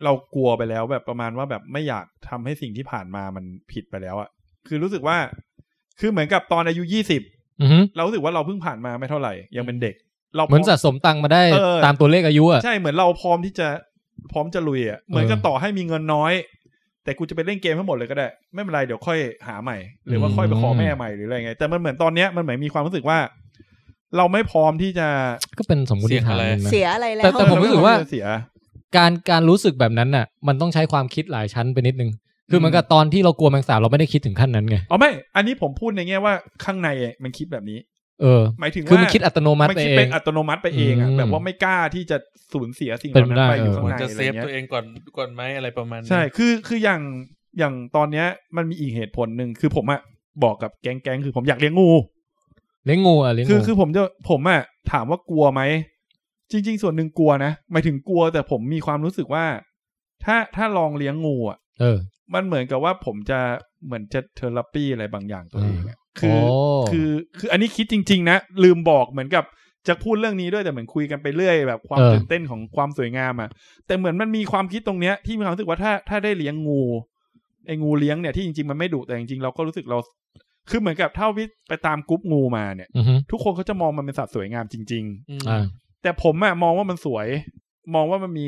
Speaker 3: เรากลัวไปแล้ว แบบประมาณว่าแบบไม่อยากทำให้สิ่งที่ผ่านมามันผิดไปแล้วอะคือรู้สึกว่า คือเหมือนกับตอนอายุยี่สิบ
Speaker 2: อือหือ
Speaker 3: เรารู้สึกว่าเราเพิ่งผ่านมาไม่เท่าไหร่ ยังเป็นเด็ก เรา
Speaker 2: เหมือนสะสมตังค์มาได้
Speaker 3: เออ
Speaker 2: ตามตัวเลขอายุอ่ะ
Speaker 3: ใช่เหมือนเราพร้อมที่จะพร้อมจะลุยอ่ะเหมือนกับ
Speaker 2: เออ
Speaker 3: ต่อให้มีเงินน้อย แต่กูจะไปเล่นเกมทั้งหมดเลยก็ได้ ไม่เป็นไรเดี๋ยวค่อยหาใหม่ หรือว่า
Speaker 2: อืม
Speaker 3: ค่อยไปขอแม่ใหม่หรืออะไรไง แต่มันเหมือนตอนเนี้ยมันเหมือนมีความรู้สึกว่า เราไม่พร้อมที่จะ
Speaker 2: ก็เป็นสมมติ
Speaker 1: เสี่
Speaker 2: ฐาน
Speaker 1: ยงอะไร
Speaker 2: หนึ่งนะ
Speaker 6: เสียอะไรแล้ว
Speaker 2: แต่แต่ผม
Speaker 3: เออ
Speaker 2: รู้สึกว่า
Speaker 3: เรไพอมที่จะเสีย
Speaker 2: การการรู้สึกแบบนั้นน่ะ มันต้องใช้ความคิดหลายชั้นไปนิดนึง คือเหมือนกับตอนที่เรากลัวแมงสาบเราไม่ได้คิดถึงขั้นนั้นไง
Speaker 3: อ๋อไม่ อันนี้ผมพูดในแง่ว่าข้างในมันคิดแบบนี้
Speaker 2: เออ
Speaker 3: หมายถึงว่า
Speaker 2: คือมันคิดอัตโนมัติ
Speaker 3: มัน
Speaker 2: ไป
Speaker 3: คิด
Speaker 2: เอ
Speaker 3: เป็
Speaker 2: ง
Speaker 3: นอัตโนมัติไปเองอะ
Speaker 2: อืม
Speaker 3: แบบว่าไม่กล้าที่จะสูญเสียสิ่งเหล่านั้นไป
Speaker 2: เป็นไปได้
Speaker 3: อยู่
Speaker 1: ค
Speaker 3: ข้าง
Speaker 1: วร
Speaker 3: ใน
Speaker 1: จะ
Speaker 3: อะ
Speaker 1: เซ
Speaker 3: ไร
Speaker 1: ฟ
Speaker 3: เงี้ย
Speaker 1: ตัวเองก่อนก่อนไหมอะไรประมาณนี้
Speaker 3: ใช่ คือ คือ อย่าง อย่าง ตอน เนี้ย มัน มี อีก เหตุผลหนึ่ง คือผมอะบอกกับ แก๊งแก๊งคือ ผม อยาก เลี้ยง งู
Speaker 2: เลี้ยงงูอ่ะเลี้ยง
Speaker 3: คือ
Speaker 2: งู
Speaker 3: คือ ผม จะ ผมอะถามว่า กลัวไหม จริง ๆ ส่วนหนึ่งกลัว นะ หมายถึง กลัว แต่ผม มี ความ รู้สึก ว่า ถ้า ถ้า ลอง เลี้ยง งูอะ
Speaker 2: เออ
Speaker 3: มัน เหมือน กับ ว่า ผม จะ เหมือน จะเทอราปีอะไร บาง อย่าง ตัวเองอะคือ
Speaker 2: โอ้
Speaker 3: คือ คือ อันนี้ คิด จริง ๆ นะ ลืม บอก เหมือนกับ จะ พูด เรื่อง นี้ ด้วย แต่ เหมือน คุย กัน ไป เรื่อย แบบ ความ
Speaker 2: เออ
Speaker 3: ตื่นเต้น ของ ความ สวยงามอะ แต่เหมือนมันมีความคิดตรงเนี้ยที่มีความรู้สึกว่าถ้าถ้าได้เลี้ยงงูไอ้งูเลี้ยงเนี่ยที่จริงๆมันไม่ดุแต่จริงๆเราก็รู้สึกเรา คือเหมือนกับเท่าที่ไปตามกรุ๊ปงูมาเนี่ย
Speaker 2: อือฮึ
Speaker 3: ทุกคนเขาจะมองมันเป็นสัตว์สวยงามจริง
Speaker 1: อืม
Speaker 2: อ่า
Speaker 3: ๆ แต่ผมอะมองว่ามันสวย มองว่ามันมี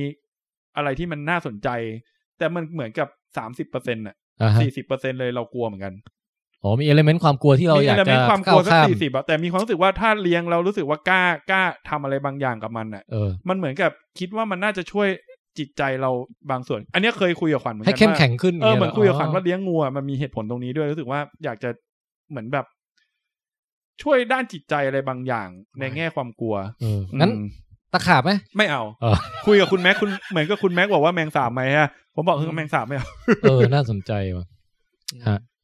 Speaker 3: อะไรที่มันน่าสนใจ แต่มันเหมือนกับสามสิบเปอร์เซ็นต์อะ
Speaker 2: อ่าฮะ
Speaker 3: สี่สิบเปอร์เซ็นเลยเรากลัวเหมือนกัน
Speaker 2: อ๋อมีเอลเมนต์ความกลัวที่เรา
Speaker 3: มี
Speaker 2: อยาก
Speaker 3: เอลเม
Speaker 2: จะ
Speaker 3: นต์ความก
Speaker 2: ก้า
Speaker 3: ลั
Speaker 2: ว
Speaker 3: วสัก
Speaker 2: ข้าม
Speaker 3: สี่สิบอะแต่มีความรู้สึกว่าถ้าเลี้ยงเรารู้สึกว่ากล้ากล้าทำอะไรบางอย่างกับมันอะ
Speaker 2: เออ
Speaker 3: มันเหมือนกับคิดว่ามันน่าจะช่วย จิตใจเราบางส่วน อันเนี้ยเคยคุยกับขวัญเหมือนกั
Speaker 2: ให้
Speaker 3: น
Speaker 2: เข้ม
Speaker 3: ว่า
Speaker 2: แข็งขึ้น
Speaker 3: เออเหมือนคุยกับขวัญว่า
Speaker 2: อ๋อ
Speaker 3: เลี้ยงงูอะมันมีเหตุผลตรงนี้ด้วยรู้สึกว่าอยากจะเหมือนแบบ ช่วยด้านจิตใจอะไรบางอย่าง ในแง่ความกลัว
Speaker 2: เอองั้น
Speaker 3: อืม
Speaker 2: ตะขาบไหม
Speaker 3: ไม่เอา
Speaker 2: เออ
Speaker 3: คุยกับคุณแม็กคุณเหมือนกับคุณแม็กบอกว่าแมงสาบไหมฮะผมบอกเออแมงสาบไม่เอา
Speaker 2: เออ น่าสนใจว่ะ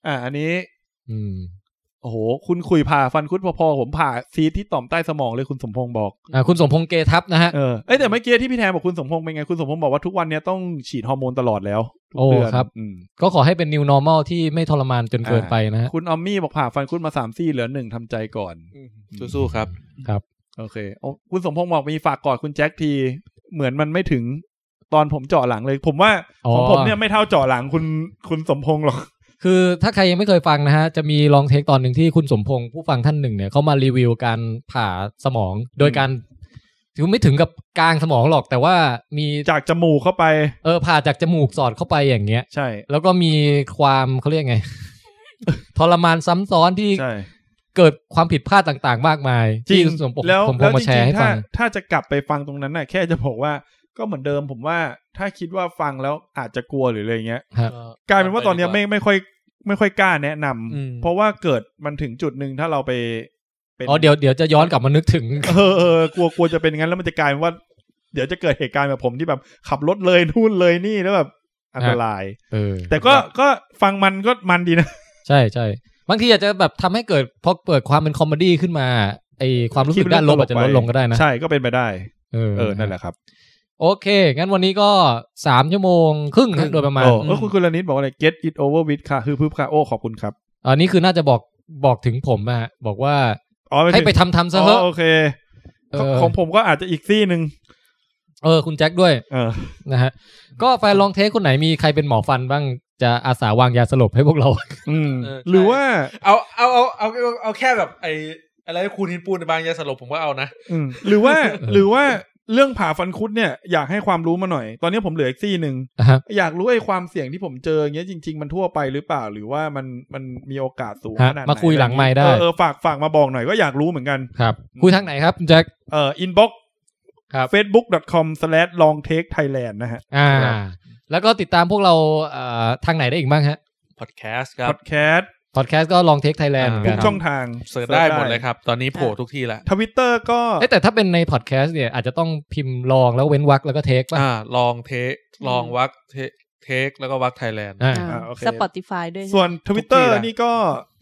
Speaker 3: อ่า อันนี้
Speaker 2: อืม
Speaker 3: โอ้โห คุณคุยผ่าฟันคุดพอๆผมผ่าซีดที่ต่อมใต้สมองเลยคุณสมพงษ์บอก
Speaker 2: อ่า คุณสมพงษ์เกทับนะฮะ
Speaker 3: เออเอ้ยแต่เมื่อกี้ที่พี่แทนบอกคุณสมพงษ์เป็นไงคุณสมพงษ์บอกว่าทุกวันเนี้ยต้องฉีดฮอร์โมนตลอดแล้วทุก
Speaker 2: โอ้
Speaker 3: เดือน
Speaker 2: ครับ
Speaker 3: อืม
Speaker 2: ก็ขอให้เป็น new normal ที่ไม่ทรมานจนเกินไปนะฮะ
Speaker 3: คุณออมมี่บอกผ่าฟันคุดมาสามซี่เหลือหนึ่งทำใจก่อน
Speaker 4: สู้ๆครับ
Speaker 3: โอเคโอ้คุณสมพงษ์บอกมีฝากกอดคุณแจ็คที เหมือนมันไม่ถึงตอนผมเจาะหลังเลย ผมว่า
Speaker 2: อ๋อ
Speaker 3: ของผมเนี่ยไม่เท่าเจาะหลังคุณคุณสมพงษ์หรอก
Speaker 2: คือถ้าใครยังไม่เคยฟังนะฮะ จะมีลองเทคตอนหนึ่งที่คุณสมพงษ์ผู้ฟังท่านหนึ่งเนี่ยเขามารีวิวการผ่าสมอง โดยการถือไม่ถึงกับกลางสมองหรอก แต่ว่ามี
Speaker 3: จากจมูกเข้าไป
Speaker 2: เออผ่าจากจมูกสอดเข้าไปอย่างเงี้ย
Speaker 3: ใช่
Speaker 2: แล้วก็มีความเขาเรียกไง ทรมานซ้ำซ้อนที่
Speaker 3: ใช่
Speaker 2: เกิดความผิดพลาดต่างๆ มากมาย
Speaker 3: จริ
Speaker 2: ที่
Speaker 3: ง
Speaker 2: คุณสมพงษ์
Speaker 3: แล้ว
Speaker 2: สมพ
Speaker 3: แล้
Speaker 2: ง
Speaker 3: ว
Speaker 2: ษ์มา
Speaker 3: จ
Speaker 2: แช
Speaker 3: ริ
Speaker 2: ร์
Speaker 3: ง
Speaker 2: ให้
Speaker 3: ๆ
Speaker 2: ฟั
Speaker 3: ถ้าง ถ้าจะกลับไปฟังตรงนั้นน่ะ แค่จะบอกว่าก็เหมือนเดิมผมว่าถ้าคิดว่าฟังแล้วอาจจะกลัวหรืออะไรเงี้ย กลายเป็นว่าตอนเนี้ยไม่ไม่ค่อยไม่ค่อยกล้าแนะนำ
Speaker 4: อืม
Speaker 3: เพราะว่าเกิดมันถึงจุดหนึ่งถ้าเราไป ป็น
Speaker 2: อ๋อเดี๋ยวเดี๋ยวจะย้อนกลับมานึกถึง
Speaker 3: เออเออกลัวกลัวจะเป็นงั้นแล้วมันจะกลายเป็นว่า เดี๋ยวจะเกิดเหตุการณ์แบบผมที่แบบขับรถเลยนู่นเลยนี่แล้วแบบอันตราย
Speaker 2: เออ
Speaker 3: แต่ก็ก็ฟังมันก็มันดีนะ
Speaker 2: ใช่ใช่บางทีอาจจะแบบทำให้เกิดพอเปิดความเป็นคอมเมดี้ขึ้นมาไอความรู้สึกด้านลบอาจจะลดลงก็ได้นะ
Speaker 3: ใช่ก็เป็นไปได้
Speaker 2: เออ
Speaker 3: เออนั่นแหละครับ
Speaker 2: โอเค งั้นวันนี้ก็สามชั่วโมงครึ่งนะโดยประมาณ
Speaker 3: โอ้เออคุณคุณลนิดบอกว่าอะไร get it over with ค่ะคือพึบค่ะโอ้ขอบคุณครับ
Speaker 2: อันนี้คือน่าจะบอกบอกถึงผมอะฮะบอกว่า
Speaker 3: อ๋อม่
Speaker 2: ให้
Speaker 3: ถึง
Speaker 2: ไปทำทำซะ
Speaker 3: อ๋
Speaker 2: เถ
Speaker 3: อ
Speaker 2: อะ
Speaker 3: โอเค
Speaker 2: เออ
Speaker 3: ของผมก็อาจจะอีกซี่หนึ่ง
Speaker 2: เออคุณแจ็คด้วย
Speaker 3: เออ
Speaker 2: นะฮะก็แฟนลองเทสคนไหนมีใครเป็นหมอฟันบ้างจะอาสาวางยาสลบให้พวกเรา
Speaker 3: อืม
Speaker 4: เออใช่
Speaker 3: หรือว่า
Speaker 7: เอาเอาเอาเอาเอาเอาแค่แบบไออะไรคูณหินปูนในบางยาสลบผมก็เอานะ
Speaker 3: อืมหรือว่า หรือว่าเรื่องผ่าฟันคุดเนี่ยอยากให้ความรู้มาหน่อย ตอนนี้ผมเหลืออีกซี่หนึ่ง
Speaker 2: นะฮะ
Speaker 3: อยากรู้ไอ้ความเสี่ยงที่ผมเจออย่างเงี้ยจริง ๆ มันทั่วไปหรือเปล่า หรือว่ามันมันมีโอกาสสูง
Speaker 2: ฮะ
Speaker 3: ขนาดไหน
Speaker 2: มาคุยหลังไมค์ได้
Speaker 3: เออเออฝากฝากมาบอกหน่อยก็อยากรู้เหมือนกัน
Speaker 2: ครับคุยทางไหนครับคุณแจ็ค
Speaker 3: เอ่อ inbox
Speaker 2: ครับ
Speaker 3: facebook.com/longtakethailand นะฮะ
Speaker 2: อ่า
Speaker 3: ครับ
Speaker 2: แล้วก็ติดตามพวกเราเอ่อทางไหนได้อีกบ้างฮะ
Speaker 4: พอดแคสต์ครับ
Speaker 3: podcast
Speaker 2: พอดแคสต์ก็ลองเทคไทยแลนด์
Speaker 4: อ่า
Speaker 2: เหมือน
Speaker 3: ทุ
Speaker 2: กั
Speaker 3: ก
Speaker 2: น
Speaker 3: ช่องทาง
Speaker 4: เสิร์ชได้หมดเลยครับ ตอนนี้โผล่ทุกที่ละ
Speaker 3: ทวิตเตอร์ก็
Speaker 2: เอ้ยแต่ถ้าเป็นในพอดแคสต์เนี่ยอาจจะต้องพิมพ์ลองแล้วเว้นวรรคแล้วก็เทคป่ะ
Speaker 4: อ่า ลองเทคลองวักเทเทคแล้วก็วักไทยแลนด์
Speaker 2: อ่า
Speaker 3: าโอเค
Speaker 6: สปอติฟายด้วย
Speaker 3: ส่วนทวิตเตอร์
Speaker 4: ทุกที่ละ
Speaker 3: นี่ก็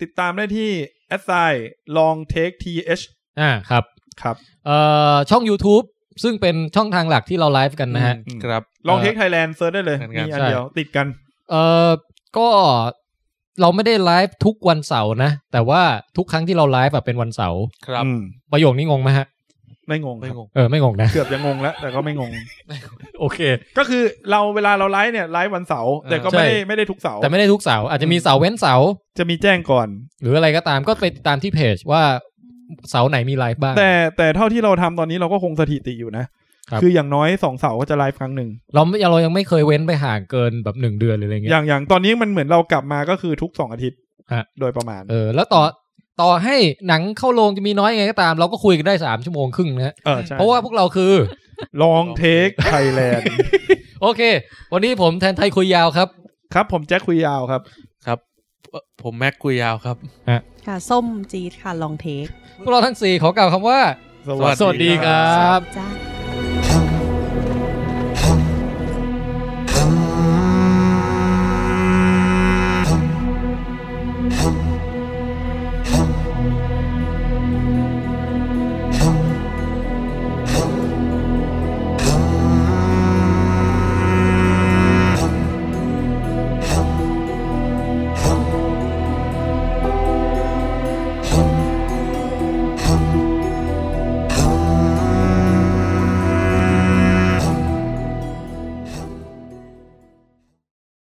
Speaker 3: ติดตามได้ที่ a s i long take th
Speaker 2: อ่าครับ
Speaker 3: ครับ
Speaker 2: เอ่อช่อง YouTube ซึ่งเป็นช่องทางหลักที่เราไลฟ์กันนะฮะ
Speaker 4: ครับ
Speaker 3: ลองเทคไทยแลนด์เซิร์ชได้เลย
Speaker 4: เหมือนกั
Speaker 3: มี
Speaker 4: น
Speaker 3: อัน
Speaker 2: ใช่
Speaker 3: เดียวติดกัน
Speaker 2: เอ่อก็เราไม่ได้ไลฟ์ทุกวันเสาร์นะ แต่ว่าทุกครั้งที่เราไลฟ์อะเป็นวันเสาร์
Speaker 4: ครับ
Speaker 3: อืม
Speaker 2: ประโยคนี้งงไหมฮะ
Speaker 3: ไม่งงค
Speaker 4: ไม่
Speaker 3: รับ
Speaker 4: งง
Speaker 2: เออไม่งง นะ
Speaker 3: เกือบจะงงแล้ว แต่ก็ไม่งง
Speaker 2: โอเค
Speaker 3: ก็คือเราเวลาเราไลฟ์เนี่ยไลฟ์วันเสาร์แต่ก็
Speaker 2: ใช่
Speaker 3: ไม่ได้ไม่ได้ทุกเสาร์
Speaker 2: แต่ไม่ได้ทุกเสาร์อาจจะมีเสาร์เว้นเสาร์
Speaker 3: จะมีแจ้งก่อน
Speaker 2: หรืออะไรก็ตามก็ไปติดตามที่เพจว่าเสาร์ไหนมีไลฟ์บ้าง
Speaker 3: แต่แต่เท่าที่เราทำตอนนี้เราก็คงสถิติอยู่นะครับ คืออย่างน้อยสองเสาร์ก็จะไลฟ์ครั้งหนึ่ง
Speaker 2: เราไม่เรายังไม่เคยเว้นไปห่างเกินแบบหนึ่งเดือนหรืออะไรเงี้ย
Speaker 3: อย่างอย่างตอนนี้มันเหมือนเรากลับมาก็คือทุกสองอาทิตย์
Speaker 2: ฮะ
Speaker 3: โดยประมาณ
Speaker 2: เออแล้วต่อต่อให้หนังเข้าโรงจะมีน้อยยังไงก็ตาม เราก็คุยกันได้สามชั่วโมงครึ่งนะฮะ
Speaker 3: เออใช่
Speaker 2: เพราะว่าพวกเราคือ
Speaker 3: ลองเทคไทยแลนด์
Speaker 2: โอเค วันนี้ผมแทนไทยคุยยาวครับ
Speaker 3: ครับ ผมแจ็คคุยยาวครับ
Speaker 4: ครับเอ่อผมแม็กกุยยาวครับ
Speaker 6: ค่ะส้มจีดค่ะลองเทค
Speaker 2: พวกเราทั้งสี่ขอกล่าวคำว่า
Speaker 4: สวัสดี
Speaker 2: สวัสดีครับ
Speaker 6: จ้า